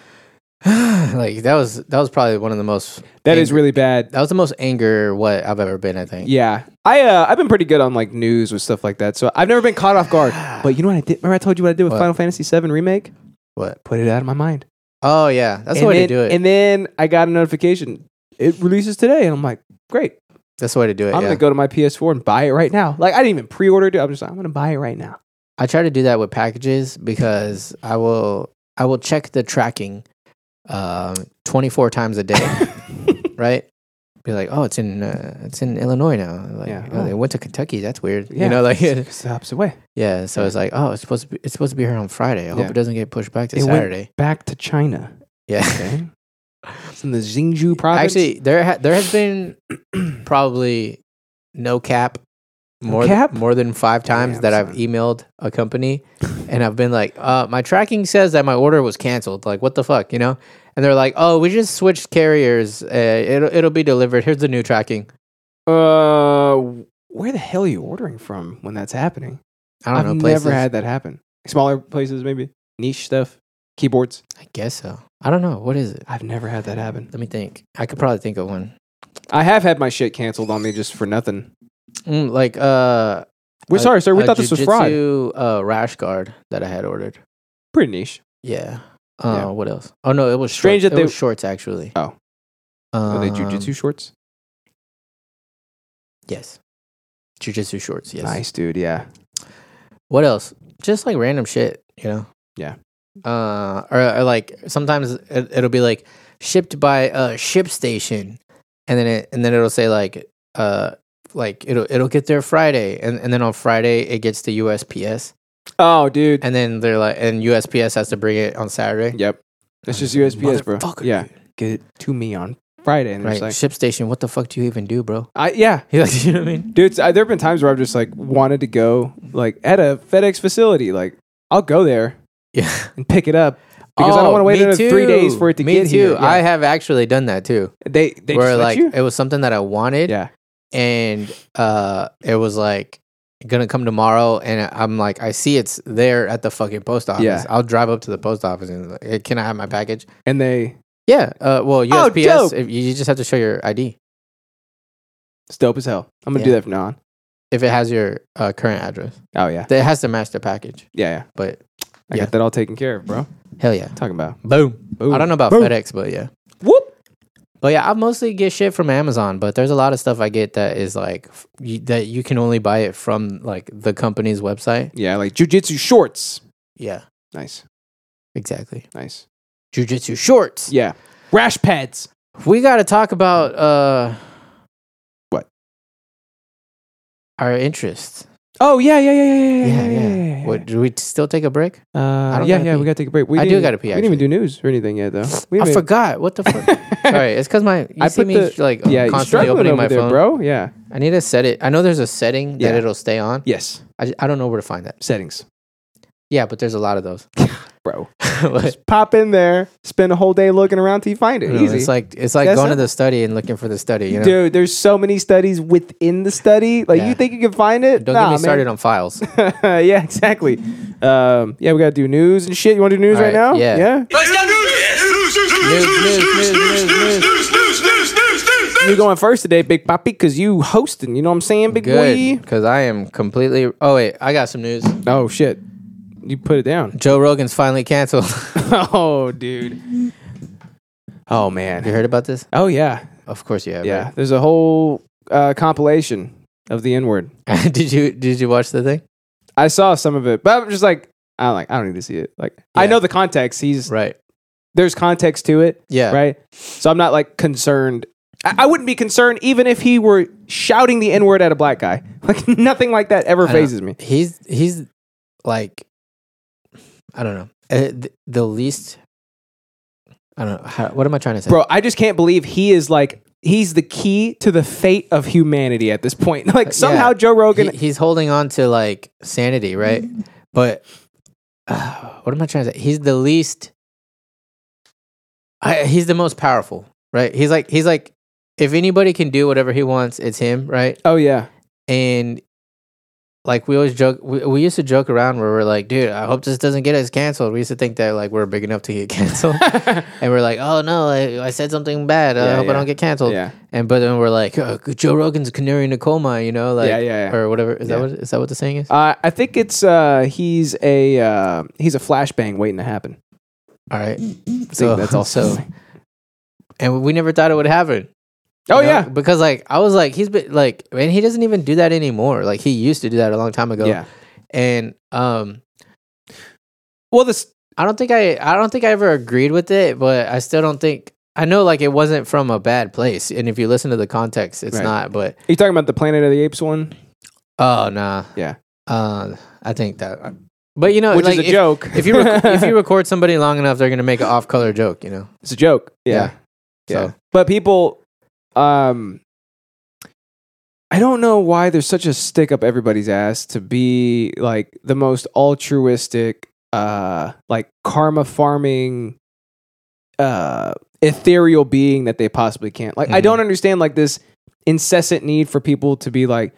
[SPEAKER 2] like that was that was probably one of the most
[SPEAKER 1] That is
[SPEAKER 2] Angry.
[SPEAKER 1] really bad.
[SPEAKER 2] that was the most anger what i've ever been i think
[SPEAKER 1] Yeah, I uh, I've been pretty good on like news with stuff like that, so I've never been caught off guard. But you know what I did? Remember I told you what I did with
[SPEAKER 2] What?
[SPEAKER 1] Final Fantasy VII remake?
[SPEAKER 2] what
[SPEAKER 1] Put it out of my mind.
[SPEAKER 2] oh yeah that's the
[SPEAKER 1] And
[SPEAKER 2] way
[SPEAKER 1] then,
[SPEAKER 2] to do it
[SPEAKER 1] And then I got a notification. It releases today, and I'm like, great.
[SPEAKER 2] that's the way to do it
[SPEAKER 1] I'm
[SPEAKER 2] yeah.
[SPEAKER 1] gonna go to my PS4 and buy it right now. Like I didn't even pre-order it. I'm just like, I'm gonna buy it right now.
[SPEAKER 2] I try to do that with packages because I will I will uh, check the tracking um, 24 times a day, right? be like, oh, it's in uh, it's in Illinois now. Like,
[SPEAKER 1] Yeah.
[SPEAKER 2] oh, they went to Kentucky. That's weird.
[SPEAKER 1] Yeah.
[SPEAKER 2] You know, like
[SPEAKER 1] It's the opposite way.
[SPEAKER 2] yeah. So it's like, oh, it's supposed to be, it's supposed to be here on Friday. I hope
[SPEAKER 1] Yeah.
[SPEAKER 2] it doesn't get pushed back to
[SPEAKER 1] It went-
[SPEAKER 2] Saturday.
[SPEAKER 1] Back to China.
[SPEAKER 2] Yeah.
[SPEAKER 1] Okay. it's in the Xinju province.
[SPEAKER 2] Actually, there ha- there has been probably no cap more th-
[SPEAKER 1] cap?
[SPEAKER 2] more than five times
[SPEAKER 1] Damn,
[SPEAKER 2] that I've
[SPEAKER 1] son.
[SPEAKER 2] emailed a company, and I've been like, uh, my tracking says that my order was canceled. Like, what the fuck, you know? And they're like, oh, we just switched carriers. Uh, it'll it'll be delivered. Here's the new tracking.
[SPEAKER 1] uh, where the hell are you ordering from when that's happening?
[SPEAKER 2] I don't
[SPEAKER 1] have
[SPEAKER 2] know. Places.
[SPEAKER 1] never had that happen. Smaller places, maybe niche stuff, keyboards.
[SPEAKER 2] I guess so. I don't know. What is it?
[SPEAKER 1] I've never had that happen.
[SPEAKER 2] Let me think. I could probably think of one.
[SPEAKER 1] I have had my shit canceled on me just for nothing.
[SPEAKER 2] Mm, like, uh,
[SPEAKER 1] We're
[SPEAKER 2] a-
[SPEAKER 1] sorry, sir. We
[SPEAKER 2] a
[SPEAKER 1] thought this was fraud.
[SPEAKER 2] jujitsu, Uh, rash guard that I had ordered.
[SPEAKER 1] Pretty niche.
[SPEAKER 2] Yeah. Uh,
[SPEAKER 1] Yeah.
[SPEAKER 2] What else? Oh no, it was
[SPEAKER 1] Strange
[SPEAKER 2] strange
[SPEAKER 1] that
[SPEAKER 2] that it
[SPEAKER 1] they-
[SPEAKER 2] was shorts actually.
[SPEAKER 1] Oh. Are they jujitsu
[SPEAKER 2] Um,
[SPEAKER 1] shorts?
[SPEAKER 2] Yes, jujitsu shorts. Yes.
[SPEAKER 1] Nice, dude. Yeah.
[SPEAKER 2] What else? Just like random shit, you know.
[SPEAKER 1] Yeah.
[SPEAKER 2] Uh, or, or like sometimes it, it'll be like shipped by uh, ship station, and then it and then it'll say like uh like it'll it'll get there Friday, and and then on Friday it gets to USPS,
[SPEAKER 1] Oh, dude.
[SPEAKER 2] and then they're like and USPS has to bring it on Saturday.
[SPEAKER 1] Yep. That's just USPS, bro.
[SPEAKER 2] Motherfucker,
[SPEAKER 1] Yeah.
[SPEAKER 2] dude.
[SPEAKER 1] Get it to me on Friday, and
[SPEAKER 2] Right,
[SPEAKER 1] it's like,
[SPEAKER 2] ship station. What the fuck do you even do, bro?
[SPEAKER 1] I yeah,
[SPEAKER 2] You like, you know what I mean?
[SPEAKER 1] dudes. I, there have been times where I've just like wanted to go like at a FedEx facility. Like I'll go there
[SPEAKER 2] Yeah.
[SPEAKER 1] and pick it up because I
[SPEAKER 2] Oh,
[SPEAKER 1] don't want to wait
[SPEAKER 2] me
[SPEAKER 1] another three
[SPEAKER 2] too.
[SPEAKER 1] days for it to
[SPEAKER 2] me
[SPEAKER 1] get
[SPEAKER 2] too.
[SPEAKER 1] here.
[SPEAKER 2] I
[SPEAKER 1] Yeah.
[SPEAKER 2] have actually done that too.
[SPEAKER 1] they they
[SPEAKER 2] where
[SPEAKER 1] just like
[SPEAKER 2] like
[SPEAKER 1] you.
[SPEAKER 2] it was something that I wanted,
[SPEAKER 1] Yeah.
[SPEAKER 2] and uh, it was like gonna come tomorrow, and I'm like, I see it's there at the fucking post office.
[SPEAKER 1] Yeah.
[SPEAKER 2] I'll drive up to the post office and like, "Hey, can I have my package?
[SPEAKER 1] and they
[SPEAKER 2] Yeah. Uh, well,
[SPEAKER 1] Oh, dope.
[SPEAKER 2] USPS, if you you just have to show your ID
[SPEAKER 1] it's dope as hell. I'm gonna do
[SPEAKER 2] Yeah.
[SPEAKER 1] that from now on.
[SPEAKER 2] if it has your uh, current address.
[SPEAKER 1] Oh yeah,
[SPEAKER 2] It has to match the package,
[SPEAKER 1] yeah, yeah.
[SPEAKER 2] but
[SPEAKER 1] I
[SPEAKER 2] Yeah.
[SPEAKER 1] got that all taken care of, bro.
[SPEAKER 2] hell yeah,
[SPEAKER 1] Talking about.
[SPEAKER 2] boom.
[SPEAKER 1] Boom.
[SPEAKER 2] I don't know about
[SPEAKER 1] Boom.
[SPEAKER 2] FedEx, but yeah.
[SPEAKER 1] Whoop.
[SPEAKER 2] But yeah, I mostly get shit from Amazon, but there's a lot of stuff I get that is like f- you, that you can only buy it from like the company's website.
[SPEAKER 1] Yeah, like jujitsu shorts.
[SPEAKER 2] Yeah,
[SPEAKER 1] Nice,
[SPEAKER 2] exactly.
[SPEAKER 1] nice.
[SPEAKER 2] Jujitsu shorts.
[SPEAKER 1] Yeah, rash pads.
[SPEAKER 2] We got to talk about uh
[SPEAKER 1] What?
[SPEAKER 2] Our interests.
[SPEAKER 1] Oh yeah, yeah, yeah, yeah, yeah, yeah, yeah. yeah.
[SPEAKER 2] What do we still take a break?
[SPEAKER 1] Uh,
[SPEAKER 2] don't
[SPEAKER 1] yeah,
[SPEAKER 2] gotta
[SPEAKER 1] yeah,
[SPEAKER 2] pee.
[SPEAKER 1] we gotta take a break. We
[SPEAKER 2] I do
[SPEAKER 1] didn't-
[SPEAKER 2] gotta pee,
[SPEAKER 1] We didn't even do news or anything yet, though. We
[SPEAKER 2] I
[SPEAKER 1] didn't-
[SPEAKER 2] forgot. What the fuck? Sorry, it's cuz my you
[SPEAKER 1] I
[SPEAKER 2] see
[SPEAKER 1] put
[SPEAKER 2] me
[SPEAKER 1] the-
[SPEAKER 2] like
[SPEAKER 1] yeah, you're
[SPEAKER 2] constantly
[SPEAKER 1] struggling
[SPEAKER 2] opening
[SPEAKER 1] over
[SPEAKER 2] my
[SPEAKER 1] there,
[SPEAKER 2] phone.
[SPEAKER 1] bro. Yeah.
[SPEAKER 2] I need to set it. I know there's a setting
[SPEAKER 1] Yeah.
[SPEAKER 2] that it'll stay on.
[SPEAKER 1] Yes.
[SPEAKER 2] I, I don't know where to find that.
[SPEAKER 1] Settings,
[SPEAKER 2] Yeah, but there's a lot of those.
[SPEAKER 1] bro.
[SPEAKER 2] But-
[SPEAKER 1] Just pop in there. Spend a whole day looking around till you find it.
[SPEAKER 2] You know,
[SPEAKER 1] Easy.
[SPEAKER 2] It's like it's like
[SPEAKER 1] That's
[SPEAKER 2] going
[SPEAKER 1] not-
[SPEAKER 2] to the study and looking for the study. You know,
[SPEAKER 1] Dude, there's so many studies within the study. Like,
[SPEAKER 2] Yeah.
[SPEAKER 1] you think you can find it?
[SPEAKER 2] don't
[SPEAKER 1] Nah,
[SPEAKER 2] get me
[SPEAKER 1] man.
[SPEAKER 2] started on files.
[SPEAKER 1] yeah, exactly. Um, yeah, we gotta do news and shit. You want to do news
[SPEAKER 2] All
[SPEAKER 1] right,
[SPEAKER 2] right,
[SPEAKER 1] now?
[SPEAKER 2] yeah.
[SPEAKER 1] You're going first today, Big Poppy, because you hosting. You know what I'm saying, Big
[SPEAKER 2] Good,
[SPEAKER 1] Boy?
[SPEAKER 2] because I am completely. Oh wait, I got some news.
[SPEAKER 1] Oh shit, you put it down.
[SPEAKER 2] Joe Rogan's finally canceled.
[SPEAKER 1] oh dude. Oh
[SPEAKER 2] you
[SPEAKER 1] man.
[SPEAKER 2] heard about this?
[SPEAKER 1] Oh yeah,
[SPEAKER 2] Of course you have.
[SPEAKER 1] yeah. There's a whole uh, compilation of the N word.
[SPEAKER 2] right? did you did you watch the thing?
[SPEAKER 1] I saw some of it, but I'm just like, I don't like. I don't need to see it. Like, I
[SPEAKER 2] Yeah.
[SPEAKER 1] know the context. He's
[SPEAKER 2] Right.
[SPEAKER 1] there's context to it.
[SPEAKER 2] Yeah.
[SPEAKER 1] right? So I'm not like concerned. I, I wouldn't be concerned even if he were shouting the N word at a black guy. Like nothing like that ever
[SPEAKER 2] I don't-
[SPEAKER 1] phases me.
[SPEAKER 2] He's he's like, I don't know, Uh, th- the least. I don't know. How, what am I trying to say?
[SPEAKER 1] Bro, I just can't believe he is like he's the key to the fate of humanity at this point. Like somehow
[SPEAKER 2] yeah.
[SPEAKER 1] Joe Rogan
[SPEAKER 2] He- he's holding on to like sanity, right?
[SPEAKER 1] Mm-hmm.
[SPEAKER 2] But uh, what am I trying to say? He's the least. I, he's the most powerful, right? He's like he's like if anybody can do whatever he wants, it's him, right?
[SPEAKER 1] Oh yeah.
[SPEAKER 2] And like we always joke, we, we used to joke around where we're like, dude, I hope this doesn't get us canceled. We used to think that like we're big enough to get canceled, and we're like, oh no, I, I said something bad. I
[SPEAKER 1] Yeah,
[SPEAKER 2] hope
[SPEAKER 1] yeah.
[SPEAKER 2] I don't get canceled.
[SPEAKER 1] yeah.
[SPEAKER 2] And but then we're like, oh, Joe Rogan's a canary in a coal mine, you know, like
[SPEAKER 1] Yeah, yeah, yeah.
[SPEAKER 2] or whatever. Is
[SPEAKER 1] Yeah.
[SPEAKER 2] that what is that what the saying is?
[SPEAKER 1] Uh, I think it's uh, he's a uh, he's a flashbang waiting to happen.
[SPEAKER 2] All right.
[SPEAKER 1] I think that's Oh, also.
[SPEAKER 2] so- And we never thought it would happen.
[SPEAKER 1] oh
[SPEAKER 2] you know?
[SPEAKER 1] yeah,
[SPEAKER 2] because like I was like he's been like and he doesn't even do that anymore. Like he used to do that a long time ago.
[SPEAKER 1] yeah.
[SPEAKER 2] And um,
[SPEAKER 1] Well, this
[SPEAKER 2] I don't think I I don't think I ever agreed with it, but I still don't think I know, like, it wasn't from a bad place. And if you listen to the context, it's
[SPEAKER 1] Right.
[SPEAKER 2] not. But
[SPEAKER 1] you talking about the Planet of the Apes one?
[SPEAKER 2] oh nah,
[SPEAKER 1] Yeah.
[SPEAKER 2] Uh, I think that. But you know,
[SPEAKER 1] Which
[SPEAKER 2] like,
[SPEAKER 1] is a
[SPEAKER 2] if,
[SPEAKER 1] joke.
[SPEAKER 2] if you rec- if you record somebody long enough, they're gonna make an off color joke. You know.
[SPEAKER 1] it's a joke. Yeah.
[SPEAKER 2] Yeah.
[SPEAKER 1] Yeah.
[SPEAKER 2] So-
[SPEAKER 1] But people, um, I don't know why there's such a stick up everybody's ass to be like the most altruistic, uh, like karma farming, uh, ethereal being that they possibly can. Like, I
[SPEAKER 2] Mhm.
[SPEAKER 1] don't understand like this incessant need for people to be like,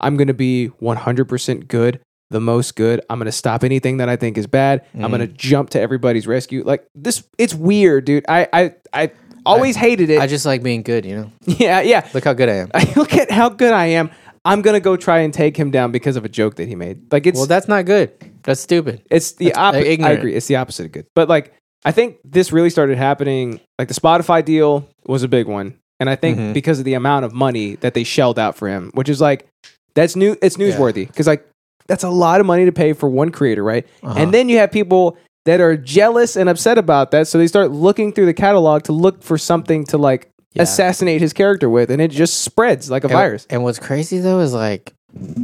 [SPEAKER 1] I'm going to be 100% good, the most good. I'm going to stop anything that I think is bad. I'm
[SPEAKER 2] Mhm.
[SPEAKER 1] going to jump to everybody's rescue. Like this, it's weird, dude. I, I, I always hated it.
[SPEAKER 2] I just like being good. You know.
[SPEAKER 1] yeah, yeah.
[SPEAKER 2] Look how good I am.
[SPEAKER 1] I look at how good I am. I'm going to go try and take him down because of a joke that he made. Like it's,
[SPEAKER 2] Well, that's not good. That's stupid.
[SPEAKER 1] it's the
[SPEAKER 2] that's, uh,
[SPEAKER 1] opposite. I
[SPEAKER 2] ignorant.
[SPEAKER 1] agree. It's the opposite of good. But like, I think this really started happening. Like the Spotify deal was a big one. And I think
[SPEAKER 2] Mhm.
[SPEAKER 1] because of the amount of money that they shelled out for him, which is like, that's new. It's newsworthy because like that's a lot of money to pay for one creator, right?
[SPEAKER 2] Uh-huh.
[SPEAKER 1] And then you have people that are jealous and upset about that, so they start looking through the catalog to look for something to like
[SPEAKER 2] Yeah.
[SPEAKER 1] assassinate his character with, and it just spreads like a
[SPEAKER 2] And-
[SPEAKER 1] virus.
[SPEAKER 2] And what's crazy though is like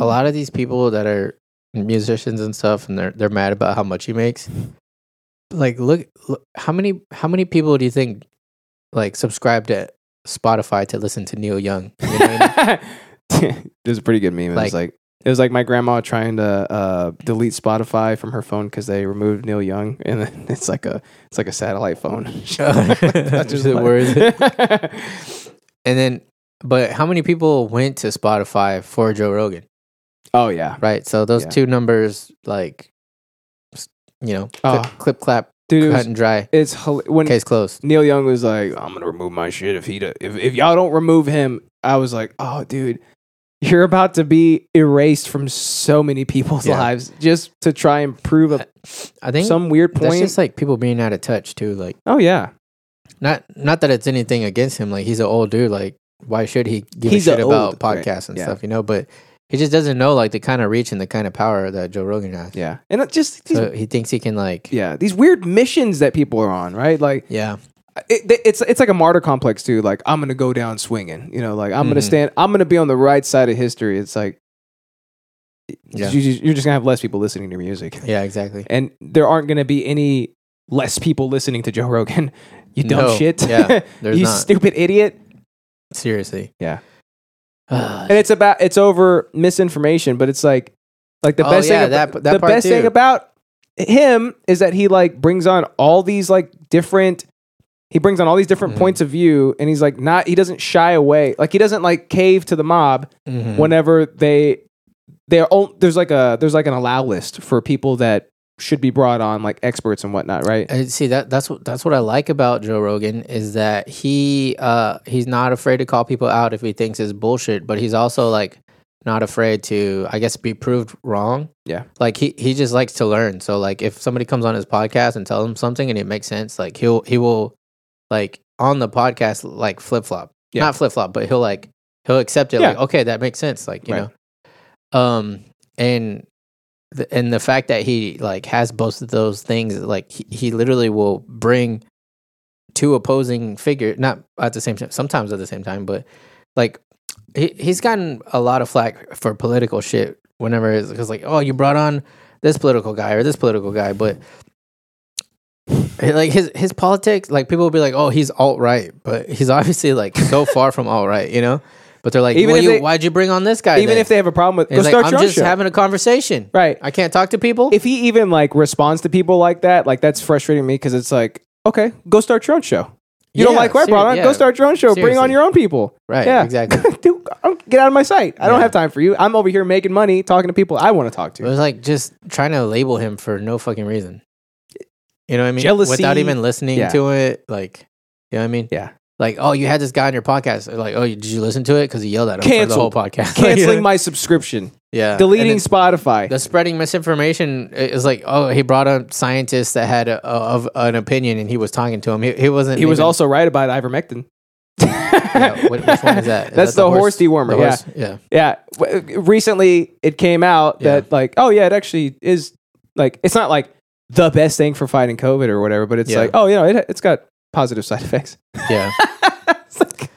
[SPEAKER 2] a lot of these people that are musicians and stuff, and they're they're mad about how much he makes. Like, look, look how many how many people do you think like subscribe to Spotify to listen to Neil Young? You know what I mean?
[SPEAKER 1] There's a pretty good meme. it was
[SPEAKER 2] Like-
[SPEAKER 1] like it was like my grandma trying to uh, delete Spotify from her phone because they removed Neil Young, and then it's like a it's like a satellite phone. That's
[SPEAKER 2] Is it
[SPEAKER 1] funny.
[SPEAKER 2] worth and then, but how many people went to Spotify for Joe Rogan?
[SPEAKER 1] oh yeah,
[SPEAKER 2] Right. So those
[SPEAKER 1] Yeah.
[SPEAKER 2] two numbers, like, s- you know, cli-
[SPEAKER 1] Oh.
[SPEAKER 2] clip clap,
[SPEAKER 1] dude. It
[SPEAKER 2] cut
[SPEAKER 1] was,
[SPEAKER 2] and dry,
[SPEAKER 1] it's hila- when
[SPEAKER 2] case closed.
[SPEAKER 1] Neil Young was like, "I'm gonna remove my shit if he do- if if y'all don't remove him." I was like, "Oh, dude, you're about to be erased from so many people's
[SPEAKER 2] Yeah.
[SPEAKER 1] lives just to try and prove a,
[SPEAKER 2] I think
[SPEAKER 1] some weird
[SPEAKER 2] that's
[SPEAKER 1] point."
[SPEAKER 2] just like people being out of touch too. Like,
[SPEAKER 1] oh yeah,
[SPEAKER 2] not not that it's anything against him. Like, he's an old dude. Like, why should he give
[SPEAKER 1] He's
[SPEAKER 2] a shit
[SPEAKER 1] a
[SPEAKER 2] about
[SPEAKER 1] old- right,
[SPEAKER 2] podcasts and
[SPEAKER 1] yeah.
[SPEAKER 2] stuff? You know, but he just doesn't know like the kind of reach and the kind of power that Joe Rogan has.
[SPEAKER 1] yeah, and it just these,
[SPEAKER 2] So he thinks he can like, yeah,
[SPEAKER 1] yeah, these weird missions that people are on, right? Like it, it's it's like a martyr complex too. Like I'm gonna go down swinging, you know. Like I'm gonna
[SPEAKER 2] Mhm.
[SPEAKER 1] stand, I'm gonna be on the right side of history. It's like
[SPEAKER 2] Yeah.
[SPEAKER 1] you, you're just gonna have less people listening to your music.
[SPEAKER 2] yeah, exactly.
[SPEAKER 1] and there aren't going to be any less people listening to Joe Rogan. You dumb
[SPEAKER 2] No,
[SPEAKER 1] shit.
[SPEAKER 2] yeah, there's
[SPEAKER 1] you
[SPEAKER 2] not.
[SPEAKER 1] stupid idiot.
[SPEAKER 2] Seriously,
[SPEAKER 1] Yeah.
[SPEAKER 2] Ah,
[SPEAKER 1] And it's about it's over misinformation, but it's like like the
[SPEAKER 2] Oh,
[SPEAKER 1] best
[SPEAKER 2] yeah,
[SPEAKER 1] thing ab-
[SPEAKER 2] that- that
[SPEAKER 1] the
[SPEAKER 2] part
[SPEAKER 1] best thing
[SPEAKER 2] too.
[SPEAKER 1] about him is that he like brings on all these like different he brings on all these different
[SPEAKER 2] Mhm.
[SPEAKER 1] points of view and he's like not he doesn't shy away. Like he doesn't like cave to the mob
[SPEAKER 2] mhm.
[SPEAKER 1] whenever they they're on, there's like a there's like an allow list for people that should be brought on like experts and whatnot, right?
[SPEAKER 2] And see that that's what that's what I like about Joe Rogan is that he uh he's not afraid to call people out if he thinks it's bullshit, but he's also like not afraid to I guess be proved wrong.
[SPEAKER 1] Yeah.
[SPEAKER 2] Like he he just likes to learn. So like if somebody comes on his podcast and tells him something and it makes sense, like he'll he will like on the podcast like flip flop.
[SPEAKER 1] Yeah.
[SPEAKER 2] Not flip flop, but he'll like he'll accept it
[SPEAKER 1] Yeah.
[SPEAKER 2] like okay, that makes sense, like, you
[SPEAKER 1] Right.
[SPEAKER 2] know. Um and the, and the fact that he like has both of those things like he, he literally will bring two opposing figure not at the same time sometimes at the same time but like he, he's gotten a lot of flack for political shit whenever it's because like oh you brought on this political guy or this political guy but like his his politics like people will be like oh he's alt-right but he's obviously like so far from alt-right you know but they're like
[SPEAKER 1] Even
[SPEAKER 2] well,
[SPEAKER 1] if
[SPEAKER 2] you,
[SPEAKER 1] they-
[SPEAKER 2] why'd you bring on this guy
[SPEAKER 1] even
[SPEAKER 2] then?
[SPEAKER 1] if they have a problem with
[SPEAKER 2] And
[SPEAKER 1] go
[SPEAKER 2] he's like,
[SPEAKER 1] start
[SPEAKER 2] i'm
[SPEAKER 1] your own
[SPEAKER 2] just
[SPEAKER 1] show.
[SPEAKER 2] having a conversation
[SPEAKER 1] right
[SPEAKER 2] I can't talk to people.
[SPEAKER 1] if he even like responds to people like that like that's frustrating me because it's like okay go start your own show you don't
[SPEAKER 2] Yeah,
[SPEAKER 1] like what I
[SPEAKER 2] seri-
[SPEAKER 1] brought on? Go
[SPEAKER 2] yeah.
[SPEAKER 1] start your own show. Bring on
[SPEAKER 2] Seriously.
[SPEAKER 1] your own people.
[SPEAKER 2] Right,
[SPEAKER 1] Yeah.
[SPEAKER 2] exactly.
[SPEAKER 1] Dude, I'm- get out of my sight. I don't
[SPEAKER 2] Yeah.
[SPEAKER 1] have time for you. I'm over here making money, talking to people I want to talk to.
[SPEAKER 2] It was like just trying to label him for no fucking reason. You know what I mean?
[SPEAKER 1] Jealousy.
[SPEAKER 2] Without even listening
[SPEAKER 1] Yeah.
[SPEAKER 2] to it. Like, you know what I mean?
[SPEAKER 1] Yeah.
[SPEAKER 2] Like, oh, you had this guy on your podcast. They're Like, oh, you- did you listen to it? Because he yelled at him
[SPEAKER 1] Canceled.
[SPEAKER 2] for the whole podcast.
[SPEAKER 1] Canceling my subscription,
[SPEAKER 2] yeah.
[SPEAKER 1] deleting
[SPEAKER 2] And
[SPEAKER 1] Spotify.
[SPEAKER 2] then The spreading misinformation i- is like, oh, he brought up scientists that had a, of an opinion, and he was talking to him. He, he wasn't.
[SPEAKER 1] He was
[SPEAKER 2] even-
[SPEAKER 1] also right about ivermectin.
[SPEAKER 2] Yeah, what- which one is that? Is
[SPEAKER 1] That's
[SPEAKER 2] that
[SPEAKER 1] the horse dewormer,
[SPEAKER 2] the
[SPEAKER 1] yeah.
[SPEAKER 2] horse- yeah.
[SPEAKER 1] Yeah. W- uh, Recently, it came out
[SPEAKER 2] Yeah.
[SPEAKER 1] that, like, oh, yeah, it actually is, like, it's not like the best thing for fighting COVID or whatever, but it's
[SPEAKER 2] Yeah.
[SPEAKER 1] like, oh, you know, it, it's got positive side effects.
[SPEAKER 2] Yeah.
[SPEAKER 1] It's like-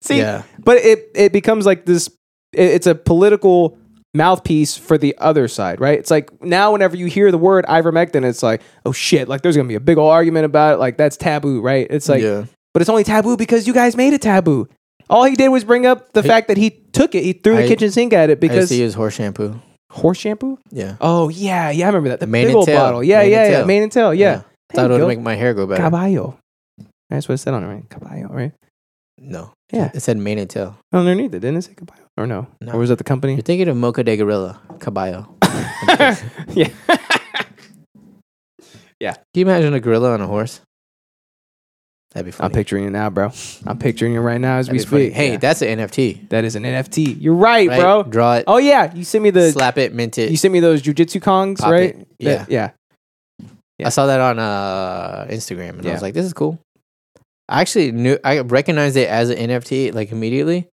[SPEAKER 1] see,
[SPEAKER 2] yeah.
[SPEAKER 1] but it it becomes like this. It, it's a political mouthpiece for the other side, right? It's like now whenever you hear the word ivermectin, it's like oh shit, like there's gonna be a big old argument about it. Like that's taboo, right? It's like,
[SPEAKER 2] yeah.
[SPEAKER 1] but it's only taboo because you guys made it taboo. All he did was bring up the
[SPEAKER 2] Hey.
[SPEAKER 1] fact that he took it. He threw the
[SPEAKER 2] I-
[SPEAKER 1] kitchen sink at it
[SPEAKER 2] I used
[SPEAKER 1] because
[SPEAKER 2] to use horse shampoo.
[SPEAKER 1] horse shampoo.
[SPEAKER 2] Yeah.
[SPEAKER 1] Oh yeah, yeah, I remember that. The
[SPEAKER 2] Mane
[SPEAKER 1] big
[SPEAKER 2] and
[SPEAKER 1] old
[SPEAKER 2] tail.
[SPEAKER 1] bottle. Yeah,
[SPEAKER 2] Mane and
[SPEAKER 1] yeah, yeah.
[SPEAKER 2] tail.
[SPEAKER 1] Mane and tail. Yeah. There
[SPEAKER 2] Thought it
[SPEAKER 1] you
[SPEAKER 2] would
[SPEAKER 1] go.
[SPEAKER 2] make my hair go better.
[SPEAKER 1] Caballo. That's what it said on it, right? Caballo, right?
[SPEAKER 2] No.
[SPEAKER 1] Yeah.
[SPEAKER 2] It said mane and tail.
[SPEAKER 1] Underneath it, didn't it say caballo? Or no?
[SPEAKER 2] No.
[SPEAKER 1] Or was that the company?
[SPEAKER 2] You're thinking of Mocha de Gorilla Caballo. Can
[SPEAKER 1] yeah.
[SPEAKER 2] you imagine a gorilla on a horse? That'd be funny.
[SPEAKER 1] I'm picturing it now, bro. I'm picturing it right now as
[SPEAKER 2] That'd
[SPEAKER 1] we
[SPEAKER 2] be funny.
[SPEAKER 1] speak.
[SPEAKER 2] Hey,
[SPEAKER 1] Yeah.
[SPEAKER 2] that's an NFT.
[SPEAKER 1] that is an NFT. You're right,
[SPEAKER 2] right?
[SPEAKER 1] bro.
[SPEAKER 2] Draw it.
[SPEAKER 1] Oh yeah, you sent me the
[SPEAKER 2] slap it, mint it.
[SPEAKER 1] you sent me those jujitsu kongs,
[SPEAKER 2] Pop
[SPEAKER 1] right?
[SPEAKER 2] it.
[SPEAKER 1] That- yeah. yeah.
[SPEAKER 2] I saw that on uh, Instagram, and I
[SPEAKER 1] Yeah.
[SPEAKER 2] was like, "This is cool." I actually knew I recognized it as an NFT like immediately.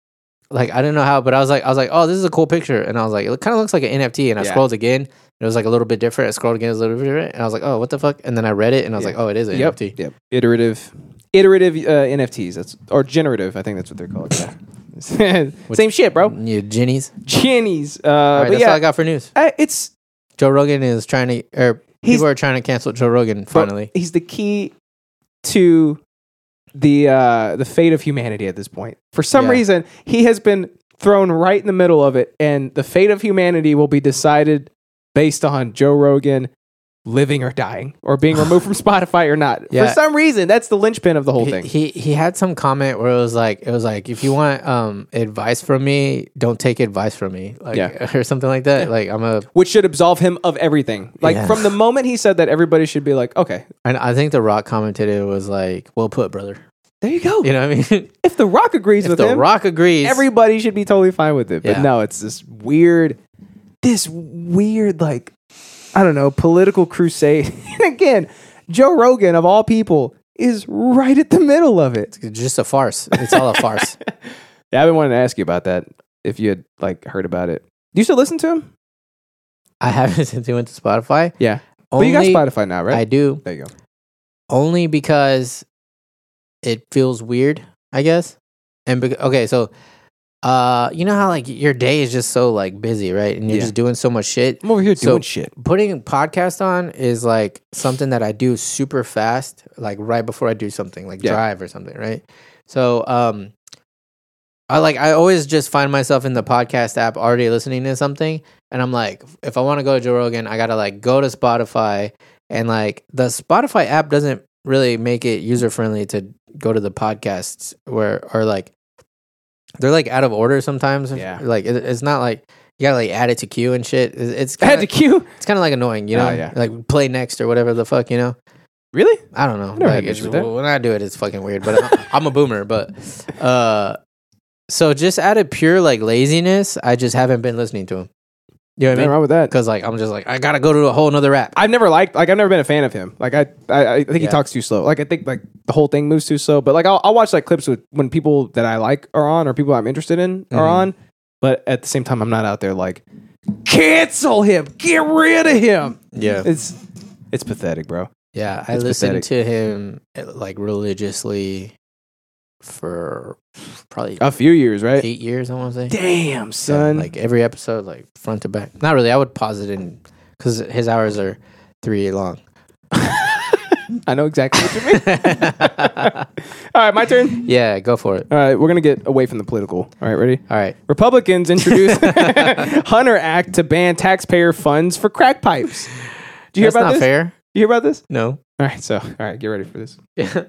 [SPEAKER 2] Like I didn't know how, but I was like, I was like, "Oh, this is a cool picture," and I was like, "It kind of looks like an NFT." And I
[SPEAKER 1] Yeah.
[SPEAKER 2] scrolled again, and it was like a little bit different. I scrolled again, it was a little bit different, and I was like, "Oh, what the fuck?" And then I read it, and I was
[SPEAKER 1] Yeah.
[SPEAKER 2] like, "Oh, it is an
[SPEAKER 1] Yep.
[SPEAKER 2] NFT."
[SPEAKER 1] Yep. Iterative iterative uh, NFTs. That's or generative, I think that's what they're called. Yeah. Same shit, bro.
[SPEAKER 2] You Ginnies.
[SPEAKER 1] Jenny's. Uh,
[SPEAKER 2] All right,
[SPEAKER 1] but
[SPEAKER 2] that's all I
[SPEAKER 1] yeah,
[SPEAKER 2] got for news.
[SPEAKER 1] I, it's
[SPEAKER 2] Joe Rogan is trying to, or
[SPEAKER 1] He's-
[SPEAKER 2] people are trying to cancel Joe Rogan
[SPEAKER 1] but
[SPEAKER 2] finally.
[SPEAKER 1] he's the key to the uh, the fate of humanity at this point. For some
[SPEAKER 2] Yeah.
[SPEAKER 1] reason, he has been thrown right in the middle of it, and the fate of humanity will be decided based on Joe Rogan living or dying, or being removed from Spotify or not.
[SPEAKER 2] Yeah.
[SPEAKER 1] For some reason, that's the linchpin of the whole
[SPEAKER 2] he,
[SPEAKER 1] thing.
[SPEAKER 2] He he had some comment where it was like it was like if you want um advice from me, don't take advice from me, like
[SPEAKER 1] Yeah.
[SPEAKER 2] or something like that. Like I'm a,
[SPEAKER 1] which should absolve him of everything. Like
[SPEAKER 2] Yeah.
[SPEAKER 1] from the moment he said that, everybody should be like, "Okay,
[SPEAKER 2] and I think The Rock commented it was like, well put, brother.
[SPEAKER 1] there you go."
[SPEAKER 2] You know what I mean?
[SPEAKER 1] If The Rock agrees
[SPEAKER 2] if
[SPEAKER 1] with
[SPEAKER 2] The
[SPEAKER 1] him,
[SPEAKER 2] Rock agrees,
[SPEAKER 1] everybody should be totally fine with it. But
[SPEAKER 2] Yeah.
[SPEAKER 1] no, it's this weird, this weird, like, I don't know, political crusade. and again, Joe Rogan, of all people, is right at the middle of it.
[SPEAKER 2] it's just a farce. It's all a farce.
[SPEAKER 1] Yeah, I've been wanting to ask you about that if you had, like, heard about it. Do you still listen to him?
[SPEAKER 2] I haven't since he went to Spotify.
[SPEAKER 1] Yeah.
[SPEAKER 2] Only,
[SPEAKER 1] but you got Spotify now, right?
[SPEAKER 2] I do
[SPEAKER 1] there you go.
[SPEAKER 2] only because it feels weird, I guess. And bec okay, so. Uh, you know how like your day is just so like busy, right? And you're
[SPEAKER 1] Yeah.
[SPEAKER 2] just doing so much shit.
[SPEAKER 1] I'm over here
[SPEAKER 2] So-
[SPEAKER 1] doing shit.
[SPEAKER 2] putting podcast on is like something that I do super fast, like right before I do something, like
[SPEAKER 1] Yeah.
[SPEAKER 2] drive or something, right? So, um, I like I always just find myself in the podcast app already listening to something, and I'm like, if I want to go to Joe Rogan, I gotta like go to Spotify, and like the Spotify app doesn't really make it user friendly to go to the podcasts where or like they're like out of order sometimes.
[SPEAKER 1] Yeah.
[SPEAKER 2] like it, it's not like. You gotta like add it to queue and shit. It- It's
[SPEAKER 1] I had to
[SPEAKER 2] kinda-
[SPEAKER 1] queue.
[SPEAKER 2] it's kind of like annoying, you know?
[SPEAKER 1] Oh, yeah.
[SPEAKER 2] Like play next or whatever the fuck, you know?
[SPEAKER 1] Really?
[SPEAKER 2] I don't know.
[SPEAKER 1] never had
[SPEAKER 2] Like,
[SPEAKER 1] issues
[SPEAKER 2] it's,
[SPEAKER 1] with that.
[SPEAKER 2] when I do it, it's fucking weird, but I'm, I'm a boomer. But uh, so just out of pure like laziness, I just haven't been listening to him. You know what I
[SPEAKER 1] Nothing
[SPEAKER 2] mean?
[SPEAKER 1] wrong with that.
[SPEAKER 2] Because like I'm just like, I gotta go to a whole nother app.
[SPEAKER 1] I've never liked like I've never been a fan of him. Like I I, I think he
[SPEAKER 2] Yeah.
[SPEAKER 1] talks too slow. Like I think like the whole thing moves too slow. But like I'll, I'll watch like clips with when people that I like are on or people I'm interested in are
[SPEAKER 2] Mhm.
[SPEAKER 1] on. But at the same time, I'm not out there like cancel him, get rid of him.
[SPEAKER 2] Yeah.
[SPEAKER 1] It's it's pathetic, bro.
[SPEAKER 2] Yeah. I
[SPEAKER 1] It's
[SPEAKER 2] listened
[SPEAKER 1] pathetic.
[SPEAKER 2] to him eh, like religiously for probably
[SPEAKER 1] A few years, right?
[SPEAKER 2] eight years, I want to say.
[SPEAKER 1] Uh, Damn,
[SPEAKER 2] Yeah,
[SPEAKER 1] son.
[SPEAKER 2] like every episode, like front to back. Not really. I would pause it in because his hours are three long.
[SPEAKER 1] I know exactly what you mean. All right, my turn.
[SPEAKER 2] yeah, go for it.
[SPEAKER 1] All right, we're gonna get away from the political. All right, ready?
[SPEAKER 2] All right.
[SPEAKER 1] Republicans introduced Hunter Act to ban taxpayer funds for crack pipes. Do you
[SPEAKER 2] That's
[SPEAKER 1] hear about
[SPEAKER 2] not
[SPEAKER 1] this?
[SPEAKER 2] fair.
[SPEAKER 1] You hear about this?
[SPEAKER 2] No.
[SPEAKER 1] All right, so all right, get ready for this.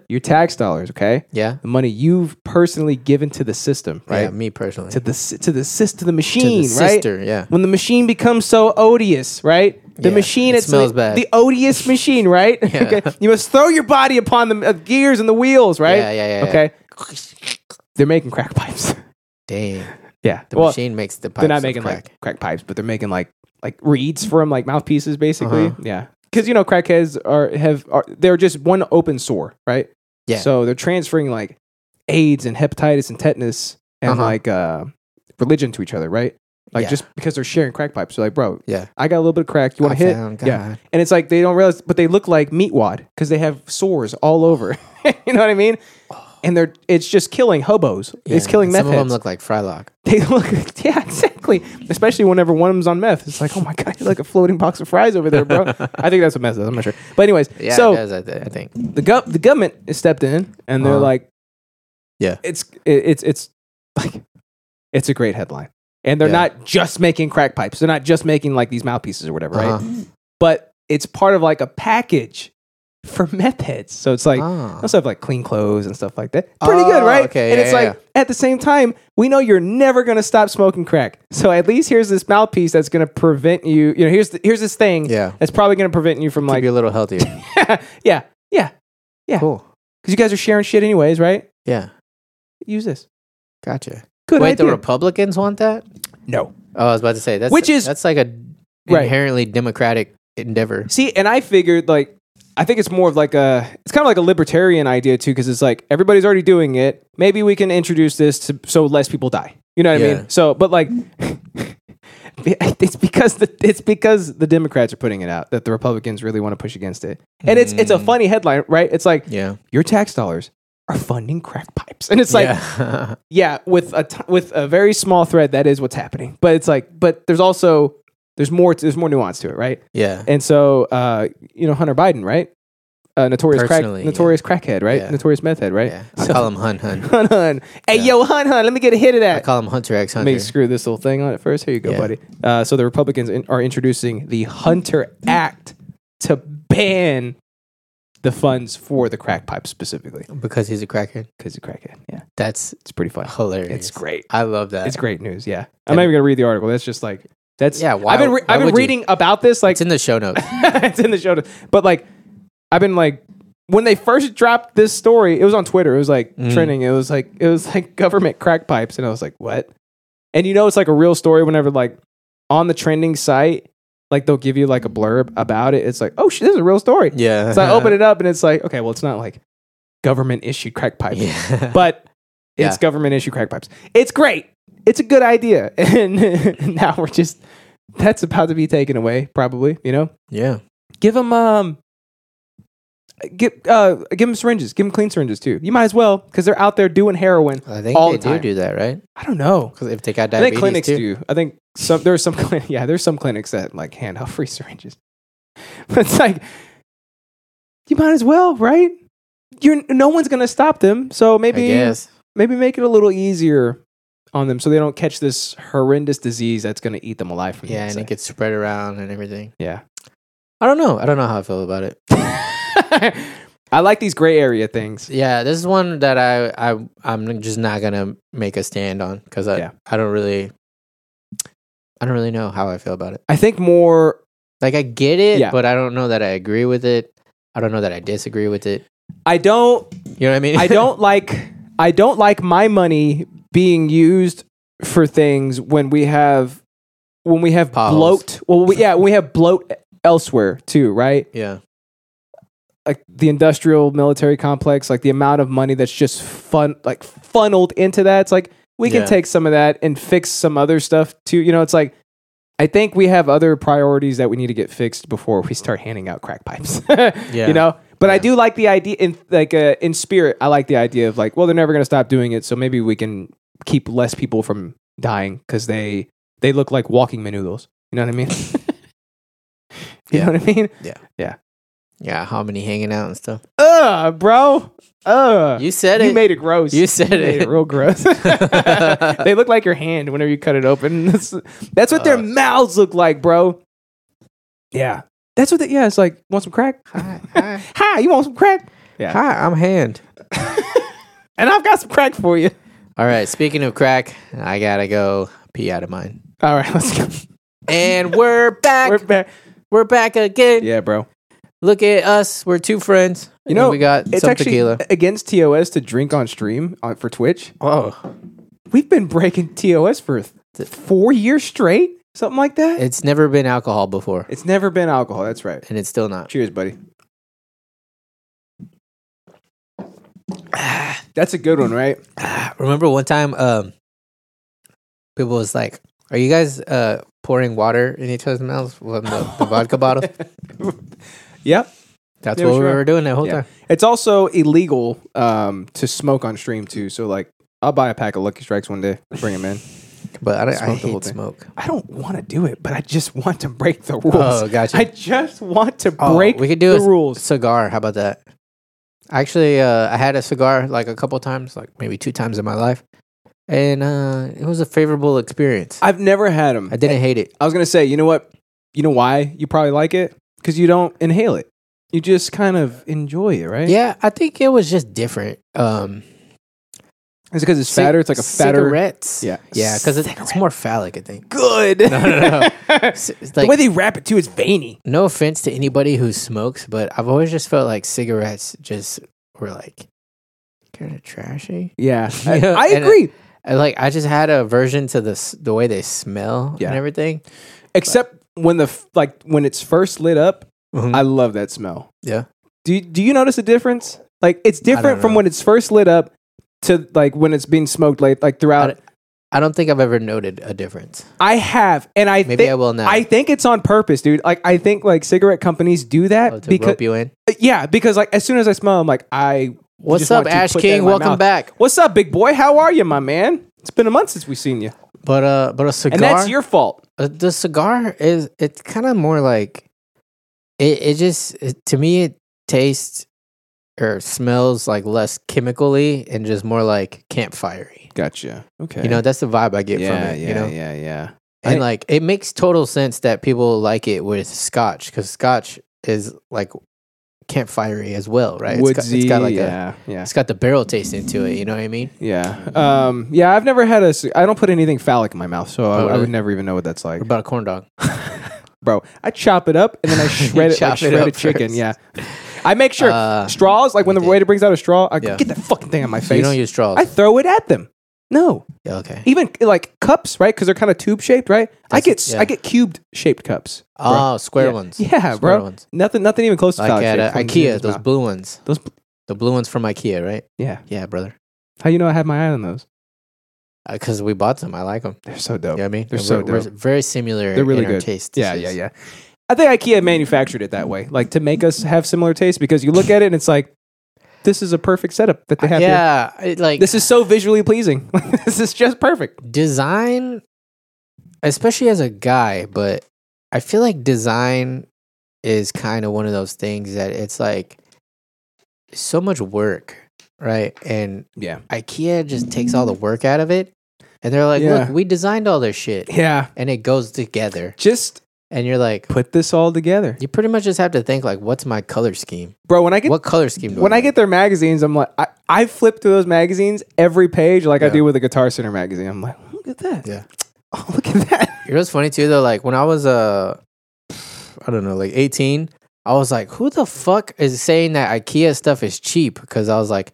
[SPEAKER 1] Your tax dollars, okay?
[SPEAKER 2] yeah.
[SPEAKER 1] The money you've personally given to the system, right?
[SPEAKER 2] Right. me personally.
[SPEAKER 1] To the s- to the system, to the
[SPEAKER 2] To the
[SPEAKER 1] machine, right?
[SPEAKER 2] sister. Yeah.
[SPEAKER 1] When the machine becomes so odious, right? The
[SPEAKER 2] Yeah,
[SPEAKER 1] machine
[SPEAKER 2] it
[SPEAKER 1] it's
[SPEAKER 2] smells
[SPEAKER 1] the,
[SPEAKER 2] bad.
[SPEAKER 1] The odious machine, right?
[SPEAKER 2] Yeah.
[SPEAKER 1] You must throw your body upon the uh, gears and the wheels, right?
[SPEAKER 2] Yeah, yeah, yeah, yeah.
[SPEAKER 1] Okay. They're making crack pipes.
[SPEAKER 2] Dang.
[SPEAKER 1] yeah.
[SPEAKER 2] The
[SPEAKER 1] Well,
[SPEAKER 2] machine makes the pipes.
[SPEAKER 1] they're not making
[SPEAKER 2] crack.
[SPEAKER 1] like crack pipes, but they're making like like reeds for them, like mouthpieces, basically.
[SPEAKER 2] Uh-huh.
[SPEAKER 1] Yeah, because you know crackheads are have are they're just one open sore, right?
[SPEAKER 2] Yeah.
[SPEAKER 1] So they're transferring like AIDS and hepatitis and tetanus and
[SPEAKER 2] Uh-huh.
[SPEAKER 1] like uh, religion to each other, right? Like
[SPEAKER 2] Yeah.
[SPEAKER 1] just because they're sharing crack pipes. They're like, bro,
[SPEAKER 2] Yeah.
[SPEAKER 1] I got a little bit of crack. You want
[SPEAKER 2] I
[SPEAKER 1] to hit?
[SPEAKER 2] found
[SPEAKER 1] Yeah.
[SPEAKER 2] God.
[SPEAKER 1] And it's like they don't realize, but they look like meat wad because they have sores all over. you know what I mean? And they're it's just killing hobos. It's
[SPEAKER 2] Oh. Yeah.
[SPEAKER 1] killing meth
[SPEAKER 2] Some of them
[SPEAKER 1] heads.
[SPEAKER 2] look like Frylock.
[SPEAKER 1] they look, yeah, exactly. Especially whenever one of them's on meth, it's like, oh my god, you're like a floating box of fries over there, bro. I think that's what meth is. I'm not sure, but anyways,
[SPEAKER 2] Yeah,
[SPEAKER 1] so
[SPEAKER 2] it does, I, th- I think.
[SPEAKER 1] the gov- the government has stepped in and they're
[SPEAKER 2] Uh-huh.
[SPEAKER 1] like
[SPEAKER 2] Yeah.
[SPEAKER 1] it's it, it's it's like it's a great headline and they're
[SPEAKER 2] Yeah.
[SPEAKER 1] not just making crack pipes they're not just making like these mouthpieces or whatever right
[SPEAKER 2] Uh-huh.
[SPEAKER 1] but it's part of like a package for meth heads so it's like
[SPEAKER 2] Ah.
[SPEAKER 1] also have like clean clothes and stuff like that pretty good
[SPEAKER 2] Oh,
[SPEAKER 1] right
[SPEAKER 2] okay,
[SPEAKER 1] and
[SPEAKER 2] yeah,
[SPEAKER 1] it's
[SPEAKER 2] yeah,
[SPEAKER 1] like at the same time we know you're never going to stop smoking crack so at least here's this mouthpiece that's going to prevent you you know here's the, here's this thing
[SPEAKER 2] Yeah.
[SPEAKER 1] that's probably going to prevent you from
[SPEAKER 2] Like,
[SPEAKER 1] like
[SPEAKER 2] you're a little healthier.
[SPEAKER 1] yeah yeah Yeah.
[SPEAKER 2] Cool.
[SPEAKER 1] because you guys are sharing shit anyways, right?
[SPEAKER 2] Yeah.
[SPEAKER 1] Use this.
[SPEAKER 2] Gotcha.
[SPEAKER 1] Good
[SPEAKER 2] Wait,
[SPEAKER 1] idea.
[SPEAKER 2] the Republicans want that?
[SPEAKER 1] no.
[SPEAKER 2] Oh, I was about to say that's
[SPEAKER 1] Which is-
[SPEAKER 2] that's like a
[SPEAKER 1] Right.
[SPEAKER 2] inherently democratic endeavor.
[SPEAKER 1] See, and I figured like I think it's more of like a it's kind of like a libertarian idea too because it's like everybody's already doing it. Maybe we can introduce this to so less people die. You know what I
[SPEAKER 2] Yeah.
[SPEAKER 1] mean? So, but like it's because the it's because the Democrats are putting it out that the Republicans really want to push against it. And it's it's a
[SPEAKER 2] Mm.
[SPEAKER 1] funny headline, right? It's like
[SPEAKER 2] Yeah.
[SPEAKER 1] your tax dollars are funding crack pipes. And it's like
[SPEAKER 2] yeah.
[SPEAKER 1] yeah with a t- with a very small thread that is what's happening but it's like but there's also there's more there's more nuance to it right
[SPEAKER 2] yeah.
[SPEAKER 1] and so uh you know hunter biden right uh, notorious crack
[SPEAKER 2] Personally, yeah.
[SPEAKER 1] notorious crackhead right
[SPEAKER 2] Yeah.
[SPEAKER 1] notorious meth head right
[SPEAKER 2] Yeah. I call him Hun Hun.
[SPEAKER 1] hun hun hey
[SPEAKER 2] Yeah.
[SPEAKER 1] yo hun hun let me get a hit of
[SPEAKER 2] I
[SPEAKER 1] that
[SPEAKER 2] call him Hunter X
[SPEAKER 1] let
[SPEAKER 2] Hunter.
[SPEAKER 1] me screw this little thing on it first here you go
[SPEAKER 2] Yeah.
[SPEAKER 1] buddy uh, so the republicans in, are introducing the hunter act to ban the funds for the crack pipe specifically
[SPEAKER 2] because he's a crackhead.
[SPEAKER 1] because of crackhead yeah
[SPEAKER 2] That's
[SPEAKER 1] it's pretty fun
[SPEAKER 2] hilarious.
[SPEAKER 1] it's great
[SPEAKER 2] I love that.
[SPEAKER 1] It's great news. Yeah, I'm not even gonna read the article. That's just like that's
[SPEAKER 2] Yeah, why
[SPEAKER 1] I've been
[SPEAKER 2] would-
[SPEAKER 1] re-
[SPEAKER 2] why
[SPEAKER 1] I've been
[SPEAKER 2] would you?
[SPEAKER 1] reading about this like
[SPEAKER 2] It's in the show notes.
[SPEAKER 1] it's in the show, notes. but like I've been like when they first dropped this story, it was on Twitter. It was like
[SPEAKER 2] Mhm.
[SPEAKER 1] trending. It was like it was like government crack pipes, and I was like, what? And you know, it's like a real story. Whenever like on the trending site, like they'll give you like a blurb about it. It's like, oh shit, this is a real story.
[SPEAKER 2] yeah.
[SPEAKER 1] So I open it up, and it's like, okay, well, it's not like government issued crack pipes
[SPEAKER 2] Yeah.
[SPEAKER 1] but it's
[SPEAKER 2] Yeah.
[SPEAKER 1] government issue crack pipes. It's great. It's a good idea. And now we're just that's about to be taken away probably, you know.
[SPEAKER 2] yeah.
[SPEAKER 1] Give them um give uh give them syringes, give them clean syringes too. You might as well cuz they're out there doing heroin.
[SPEAKER 2] I think
[SPEAKER 1] All
[SPEAKER 2] they
[SPEAKER 1] the time.
[SPEAKER 2] do do that, right?
[SPEAKER 1] I don't know.
[SPEAKER 2] Because if they got
[SPEAKER 1] I
[SPEAKER 2] diabetes
[SPEAKER 1] think clinics
[SPEAKER 2] too.
[SPEAKER 1] do. I think some there's some clin- yeah, there's some clinics that like hand out free syringes. But it's like you might as well, right? You're no one's going to stop them. So maybe
[SPEAKER 2] I guess.
[SPEAKER 1] maybe make it a little easier on them so they don't catch this horrendous disease that's going to eat them alive from the
[SPEAKER 2] Yeah, and
[SPEAKER 1] inside.
[SPEAKER 2] it gets spread around and everything.
[SPEAKER 1] yeah.
[SPEAKER 2] I don't know. I don't know how I feel about it.
[SPEAKER 1] I like these gray area things.
[SPEAKER 2] Yeah, this is one that I I I'm just not gonna make a stand on because I
[SPEAKER 1] Yeah.
[SPEAKER 2] I don't really I don't really know how I feel about it.
[SPEAKER 1] I think more.
[SPEAKER 2] Like I get it,
[SPEAKER 1] Yeah.
[SPEAKER 2] but I don't know that I agree with it. I don't know that I disagree with it.
[SPEAKER 1] I don't.
[SPEAKER 2] You know what I mean?
[SPEAKER 1] I don't like. I don't like my money being used for things when we have when we have
[SPEAKER 2] Potholes.
[SPEAKER 1] bloat. Well, we, yeah, we have bloat elsewhere too, right?
[SPEAKER 2] yeah,
[SPEAKER 1] like the industrial military complex, like the amount of money that's just fun, like funneled into that. It's like we can
[SPEAKER 2] Yeah.
[SPEAKER 1] take some of that and fix some other stuff too. You know, it's like I think we have other priorities that we need to get fixed before we start handing out crack pipes.
[SPEAKER 2] Yeah.
[SPEAKER 1] You know, but I
[SPEAKER 2] Yeah.
[SPEAKER 1] do like the idea in like uh, in spirit. I like the idea of like, well, they're never going to stop doing it, so maybe we can keep less people from dying because they they look like walking menudos. You know what I mean? you
[SPEAKER 2] Yeah.
[SPEAKER 1] know what I mean?
[SPEAKER 2] yeah. How many hanging out and stuff?
[SPEAKER 1] Ugh, Uh, bro. Ugh.
[SPEAKER 2] You said
[SPEAKER 1] Uh, You
[SPEAKER 2] it.
[SPEAKER 1] made it gross.
[SPEAKER 2] You said
[SPEAKER 1] You made
[SPEAKER 2] it.
[SPEAKER 1] it real gross. they look like your hand whenever you cut it open. That's, that's what their
[SPEAKER 2] Uh.
[SPEAKER 1] mouths look like, bro. Yeah. That's what they, yeah, it's like, want some crack?
[SPEAKER 2] hi, hi,
[SPEAKER 1] Hi, you want some crack?
[SPEAKER 2] hi, I'm hand.
[SPEAKER 1] And I've got some crack for you.
[SPEAKER 2] All right. Speaking of crack, I gotta go pee out of mine.
[SPEAKER 1] All right, let's go.
[SPEAKER 2] And we're back.
[SPEAKER 1] We're
[SPEAKER 2] we're,
[SPEAKER 1] back.
[SPEAKER 2] back again.
[SPEAKER 1] Yeah, bro.
[SPEAKER 2] Look at us. We're two friends.
[SPEAKER 1] You
[SPEAKER 2] and
[SPEAKER 1] know,
[SPEAKER 2] we got
[SPEAKER 1] It's
[SPEAKER 2] some
[SPEAKER 1] actually
[SPEAKER 2] tequila.
[SPEAKER 1] against TOS to drink on stream on, for Twitch.
[SPEAKER 2] Oh,
[SPEAKER 1] We've been breaking TOS for th- four years straight, something like that.
[SPEAKER 2] it's never been alcohol before,
[SPEAKER 1] It's never been alcohol. That's right.
[SPEAKER 2] and it's still not.
[SPEAKER 1] Cheers, buddy. That's a good one, right?
[SPEAKER 2] Remember one time, um, people was like, Are you guys uh, pouring water in each other's mouths from the, the vodka bottle?
[SPEAKER 1] Yep.
[SPEAKER 2] That's
[SPEAKER 1] Yeah,
[SPEAKER 2] what we
[SPEAKER 1] sure.
[SPEAKER 2] were doing that whole
[SPEAKER 1] Yeah.
[SPEAKER 2] time.
[SPEAKER 1] It's also illegal um, to smoke on stream too. So like, I'll buy a pack of Lucky Strikes one day, bring them in.
[SPEAKER 2] But I, don't- I
[SPEAKER 1] Smoke the whole
[SPEAKER 2] hate
[SPEAKER 1] thing.
[SPEAKER 2] smoke.
[SPEAKER 1] I don't want to do it, but I just want to break the rules.
[SPEAKER 2] Oh, gotcha.
[SPEAKER 1] I just want to
[SPEAKER 2] Oh,
[SPEAKER 1] break
[SPEAKER 2] we could do
[SPEAKER 1] the
[SPEAKER 2] a c-
[SPEAKER 1] rules.
[SPEAKER 2] cigar. How about that? Actually, uh, I had a cigar like a couple times, like maybe two times in my life, and uh, it was a favorable experience. I,
[SPEAKER 1] I've never had them.
[SPEAKER 2] didn't hate it.
[SPEAKER 1] I was gonna say, you know what? You know why you probably like it? Because you don't inhale it. You just kind of enjoy it, right?
[SPEAKER 2] Yeah, I think it was just different. Um,
[SPEAKER 1] It's because it's
[SPEAKER 2] cig-
[SPEAKER 1] fatter. It's like a fatter.
[SPEAKER 2] cigarettes.
[SPEAKER 1] Yeah.
[SPEAKER 2] yeah, because it's more phallic. I think.
[SPEAKER 1] Good.
[SPEAKER 2] No, no, no. S- it's
[SPEAKER 1] the
[SPEAKER 2] like,
[SPEAKER 1] way they wrap it too is veiny.
[SPEAKER 2] no offense to anybody who smokes, but I've always just felt like cigarettes just were like kind of trashy.
[SPEAKER 1] Yeah, I,
[SPEAKER 2] Yeah,
[SPEAKER 1] I
[SPEAKER 2] and, uh,
[SPEAKER 1] agree.
[SPEAKER 2] I, like I just had a aversion to the s- the way they smell
[SPEAKER 1] Yeah.
[SPEAKER 2] and everything.
[SPEAKER 1] Except when the f- like when it's first lit up,
[SPEAKER 2] Mm-hmm.
[SPEAKER 1] I love that smell.
[SPEAKER 2] yeah,
[SPEAKER 1] Do you, do you notice a difference? Like it's different from
[SPEAKER 2] know.
[SPEAKER 1] when it's first lit up to like when it's being smoked late, like
[SPEAKER 2] I,
[SPEAKER 1] throughout.
[SPEAKER 2] d- I don't think I've ever noted a difference.
[SPEAKER 1] I have, and I
[SPEAKER 2] Maybe
[SPEAKER 1] thi-
[SPEAKER 2] I will now.
[SPEAKER 1] I think it's on purpose, dude. Like I think like cigarette companies do that
[SPEAKER 2] Oh, to
[SPEAKER 1] because
[SPEAKER 2] rope you in.
[SPEAKER 1] yeah, because like as soon as I smell, I'm like I.
[SPEAKER 2] What's
[SPEAKER 1] just
[SPEAKER 2] up,
[SPEAKER 1] want to
[SPEAKER 2] Ash
[SPEAKER 1] put that in
[SPEAKER 2] King?
[SPEAKER 1] my
[SPEAKER 2] Welcome
[SPEAKER 1] mouth.
[SPEAKER 2] back.
[SPEAKER 1] What's up, big boy? How are you, my man? It's been a month since we've seen you,
[SPEAKER 2] But uh, but a cigar.
[SPEAKER 1] and that's your fault.
[SPEAKER 2] uh, the cigar is it's kind of more like it. It just it, to me it tastes or smells like less chemically and just more like campfirey.
[SPEAKER 1] Gotcha. Okay.
[SPEAKER 2] You know, that's the vibe I get from it. you know,
[SPEAKER 1] yeah, yeah.
[SPEAKER 2] and
[SPEAKER 1] I-
[SPEAKER 2] like it makes total sense that people like it with scotch because scotch is like campfirey as well, right? It's got- it's got like a
[SPEAKER 1] yeah, yeah,
[SPEAKER 2] It's got the barrel taste into it. You know what I mean?
[SPEAKER 1] yeah. Um, yeah, I've never had a. c- I don't put anything phallic in my mouth, so I,
[SPEAKER 2] Oh,
[SPEAKER 1] I would
[SPEAKER 2] really?
[SPEAKER 1] never even know what that's like,
[SPEAKER 2] What about a corn dog?
[SPEAKER 1] bro. I chop it up and then I shred it like
[SPEAKER 2] chop it
[SPEAKER 1] shredded
[SPEAKER 2] up
[SPEAKER 1] chicken.
[SPEAKER 2] first.
[SPEAKER 1] Yeah, I make sure
[SPEAKER 2] Uh,
[SPEAKER 1] straws. Like when the
[SPEAKER 2] okay.
[SPEAKER 1] waiter brings out a straw, I go,
[SPEAKER 2] Yeah.
[SPEAKER 1] get that fucking thing on my
[SPEAKER 2] So
[SPEAKER 1] face.
[SPEAKER 2] you don't use straws.
[SPEAKER 1] I throw it at them. No,
[SPEAKER 2] Yeah, okay.
[SPEAKER 1] even like cups, right? Because they're kind of tube shaped, right? I
[SPEAKER 2] That's-
[SPEAKER 1] get s-
[SPEAKER 2] yeah.
[SPEAKER 1] I get cubed shaped cups. bro.
[SPEAKER 2] Oh, square
[SPEAKER 1] Yeah.
[SPEAKER 2] ones.
[SPEAKER 1] Yeah,
[SPEAKER 2] square
[SPEAKER 1] bro.
[SPEAKER 2] Ones.
[SPEAKER 1] Nothing, nothing even close to
[SPEAKER 2] Like
[SPEAKER 1] phallic shape
[SPEAKER 2] at uh,
[SPEAKER 1] comes in
[SPEAKER 2] IKEA,
[SPEAKER 1] his
[SPEAKER 2] those
[SPEAKER 1] mouth.
[SPEAKER 2] blue ones.
[SPEAKER 1] Those bl-
[SPEAKER 2] The blue ones from IKEA, right?
[SPEAKER 1] Yeah.
[SPEAKER 2] Yeah, brother.
[SPEAKER 1] How you know I had my eye on those?
[SPEAKER 2] Because we bought them. I like them.
[SPEAKER 1] They're so dope.
[SPEAKER 2] You know what I mean?
[SPEAKER 1] They're so
[SPEAKER 2] we're,
[SPEAKER 1] dope.
[SPEAKER 2] very similar.
[SPEAKER 1] They're really
[SPEAKER 2] in our
[SPEAKER 1] good.
[SPEAKER 2] Taste.
[SPEAKER 1] Yeah, yeah, yeah. I think IKEA manufactured it that way, like to make us have similar tastes. Because you look at it and it's like, this is a perfect setup that they have here.
[SPEAKER 2] Yeah, it, like
[SPEAKER 1] This is so visually pleasing. this is just perfect.
[SPEAKER 2] design, especially as a guy, but I feel like design is kind of one of those things that it's like so much work, right? And
[SPEAKER 1] Yeah,
[SPEAKER 2] IKEA just takes all the work out of it. And they're like,
[SPEAKER 1] Yeah.
[SPEAKER 2] look, we designed all this shit.
[SPEAKER 1] yeah.
[SPEAKER 2] And it goes together.
[SPEAKER 1] Just
[SPEAKER 2] And you're like,
[SPEAKER 1] put this all together,
[SPEAKER 2] you pretty much just have to think like, what's my color scheme?
[SPEAKER 1] bro. When I get
[SPEAKER 2] what color scheme do
[SPEAKER 1] when I
[SPEAKER 2] like?
[SPEAKER 1] get their magazines, I'm like, I, I flip through those magazines every page, like I
[SPEAKER 2] Yeah.
[SPEAKER 1] do with a Guitar Center magazine. I'm like, look at that.
[SPEAKER 2] Yeah.
[SPEAKER 1] Oh, look at that.
[SPEAKER 2] You know what's funny too though? Like when I was uh I don't know, like 18, I was like, who the fuck is saying that IKEA stuff is cheap? Because I was like,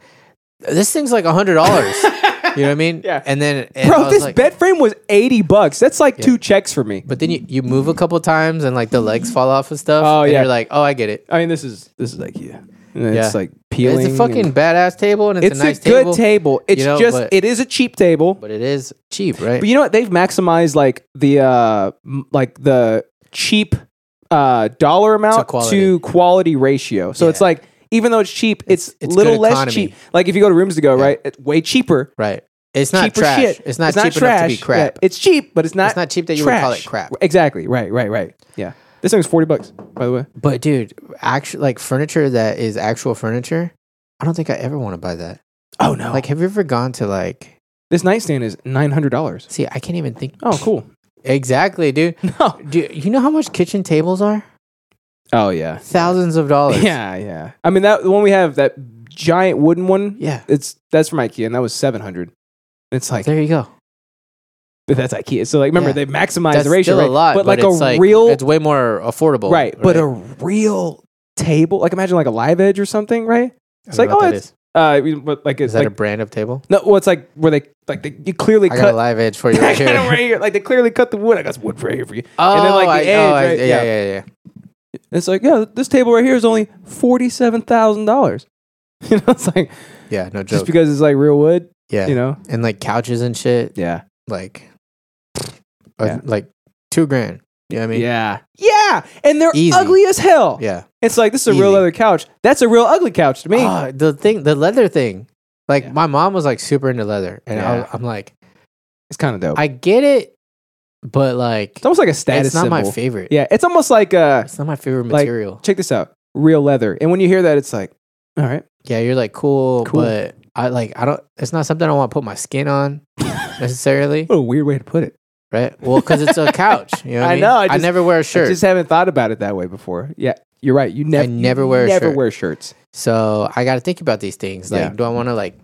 [SPEAKER 2] this thing's like hundred dollars. you know what I mean?
[SPEAKER 1] Yeah.
[SPEAKER 2] And then and I
[SPEAKER 1] bro,
[SPEAKER 2] was
[SPEAKER 1] this
[SPEAKER 2] like-
[SPEAKER 1] bed frame was eighty bucks. That's like
[SPEAKER 2] Yeah.
[SPEAKER 1] two checks for me.
[SPEAKER 2] But then you, you move a couple times and like the legs fall off and stuff.
[SPEAKER 1] Oh,
[SPEAKER 2] and
[SPEAKER 1] yeah.
[SPEAKER 2] You're like, oh I get it.
[SPEAKER 1] I mean, this is this is IKEA. And
[SPEAKER 2] Yeah.
[SPEAKER 1] It's like peeling.
[SPEAKER 2] It's a
[SPEAKER 1] and-
[SPEAKER 2] fucking badass table and it's,
[SPEAKER 1] it's
[SPEAKER 2] a nice
[SPEAKER 1] a good
[SPEAKER 2] table,
[SPEAKER 1] table. It's
[SPEAKER 2] know,
[SPEAKER 1] just
[SPEAKER 2] but-
[SPEAKER 1] it is a cheap table. But,
[SPEAKER 2] But it is cheap, right?
[SPEAKER 1] you know what? They've maximized like the uh m- like the cheap uh dollar amount to quality,
[SPEAKER 2] quality.
[SPEAKER 1] ratio. So it's
[SPEAKER 2] Yeah.
[SPEAKER 1] like even though it's cheap, it's,
[SPEAKER 2] It's- it's
[SPEAKER 1] little
[SPEAKER 2] good
[SPEAKER 1] less
[SPEAKER 2] economy.
[SPEAKER 1] cheap. Like if you go to rooms to go,
[SPEAKER 2] Yeah.
[SPEAKER 1] right? It's way cheaper.
[SPEAKER 2] right. It's not
[SPEAKER 1] cheaper
[SPEAKER 2] trash.
[SPEAKER 1] shit.
[SPEAKER 2] It's not cheap enough to be
[SPEAKER 1] Yeah,
[SPEAKER 2] crap.
[SPEAKER 1] it's cheap, but it's not
[SPEAKER 2] it's not cheap that you would call it
[SPEAKER 1] trash.
[SPEAKER 2] crap.
[SPEAKER 1] Exactly. Right, right, right. Yeah. This thing's 40 bucks, by the way.
[SPEAKER 2] But dude, actual like furniture that is actual furniture, I don't think I ever want to buy that.
[SPEAKER 1] Oh no.
[SPEAKER 2] Like,
[SPEAKER 1] Like
[SPEAKER 2] have you ever gone to like?
[SPEAKER 1] this nightstand is $900.
[SPEAKER 2] See, I can't even think
[SPEAKER 1] Oh, cool.
[SPEAKER 2] exactly, dude.
[SPEAKER 1] No.
[SPEAKER 2] Do you know how much kitchen tables are?
[SPEAKER 1] Oh yeah.
[SPEAKER 2] Thousands of dollars.
[SPEAKER 1] Yeah, yeah. I mean that the one we have that giant wooden one.
[SPEAKER 2] yeah.
[SPEAKER 1] It's that's from IKEA, and that was seven hundred. It's like
[SPEAKER 2] there you go.
[SPEAKER 1] but that's IKEA. So like, remember
[SPEAKER 2] Yeah.
[SPEAKER 1] they maximized
[SPEAKER 2] That's
[SPEAKER 1] the ratio,
[SPEAKER 2] still a
[SPEAKER 1] right?
[SPEAKER 2] lot,
[SPEAKER 1] but, like
[SPEAKER 2] it's
[SPEAKER 1] a real
[SPEAKER 2] It's way more affordable,
[SPEAKER 1] right, but a real table. Like imagine like a live edge or something, right? It's like oh,
[SPEAKER 2] that
[SPEAKER 1] it's
[SPEAKER 2] is.
[SPEAKER 1] uh, we- but like
[SPEAKER 2] Is
[SPEAKER 1] it's
[SPEAKER 2] that
[SPEAKER 1] like
[SPEAKER 2] a brand of table?
[SPEAKER 1] no, well, it's like where they like they, you clearly
[SPEAKER 2] I got
[SPEAKER 1] cut.
[SPEAKER 2] a live edge for you
[SPEAKER 1] I
[SPEAKER 2] right
[SPEAKER 1] got it right
[SPEAKER 2] here.
[SPEAKER 1] here. Like they clearly cut the wood. I got some wood right here for you.
[SPEAKER 2] Oh,
[SPEAKER 1] then, like, the
[SPEAKER 2] I-
[SPEAKER 1] edge,
[SPEAKER 2] oh, I-
[SPEAKER 1] right?
[SPEAKER 2] yeah,
[SPEAKER 1] Yeah.
[SPEAKER 2] yeah, yeah, yeah.
[SPEAKER 1] It's like yeah, this table right here is only forty seven thousand dollars. You know, it's like
[SPEAKER 2] Yeah, no joke.
[SPEAKER 1] just because it's like real wood.
[SPEAKER 2] yeah,
[SPEAKER 1] You know,
[SPEAKER 2] and like couches and shit,
[SPEAKER 1] yeah.
[SPEAKER 2] like Uh,
[SPEAKER 1] Yeah.
[SPEAKER 2] Like two grand. You know what I mean?
[SPEAKER 1] yeah, yeah, and they're
[SPEAKER 2] Easy.
[SPEAKER 1] ugly as hell.
[SPEAKER 2] Yeah.
[SPEAKER 1] It's like this is a real
[SPEAKER 2] Easy.
[SPEAKER 1] leather couch. That's a real ugly couch to me.
[SPEAKER 2] Ah, the thing, the leather thing. Like
[SPEAKER 1] Yeah.
[SPEAKER 2] my mom was like super into leather, and I,
[SPEAKER 1] Yeah.
[SPEAKER 2] was- I'm like,
[SPEAKER 1] it's kind of dope.
[SPEAKER 2] I get it, but like,
[SPEAKER 1] it's almost like a status
[SPEAKER 2] it's not
[SPEAKER 1] symbol.
[SPEAKER 2] my favorite.
[SPEAKER 1] yeah, it's almost like uh,
[SPEAKER 2] it's not my favorite
[SPEAKER 1] Like-
[SPEAKER 2] material.
[SPEAKER 1] check this out, real leather. And when you hear that, it's like, all right,
[SPEAKER 2] yeah, you're like cool,
[SPEAKER 1] Cool.
[SPEAKER 2] but I like I don't. It's not something I want to put my skin on necessarily,
[SPEAKER 1] what a weird way to put it.
[SPEAKER 2] right? Well, because it's a couch. You know, what
[SPEAKER 1] I
[SPEAKER 2] I mean?
[SPEAKER 1] know, I
[SPEAKER 2] I
[SPEAKER 1] just-
[SPEAKER 2] never wear a
[SPEAKER 1] I
[SPEAKER 2] shirt,
[SPEAKER 1] just haven't thought about it that way before. Yeah, you're right. You never,
[SPEAKER 2] never wear a
[SPEAKER 1] never
[SPEAKER 2] shirt.
[SPEAKER 1] wear shirts.
[SPEAKER 2] so I got to think about these things. Like,
[SPEAKER 1] Yeah.
[SPEAKER 2] do I want to like,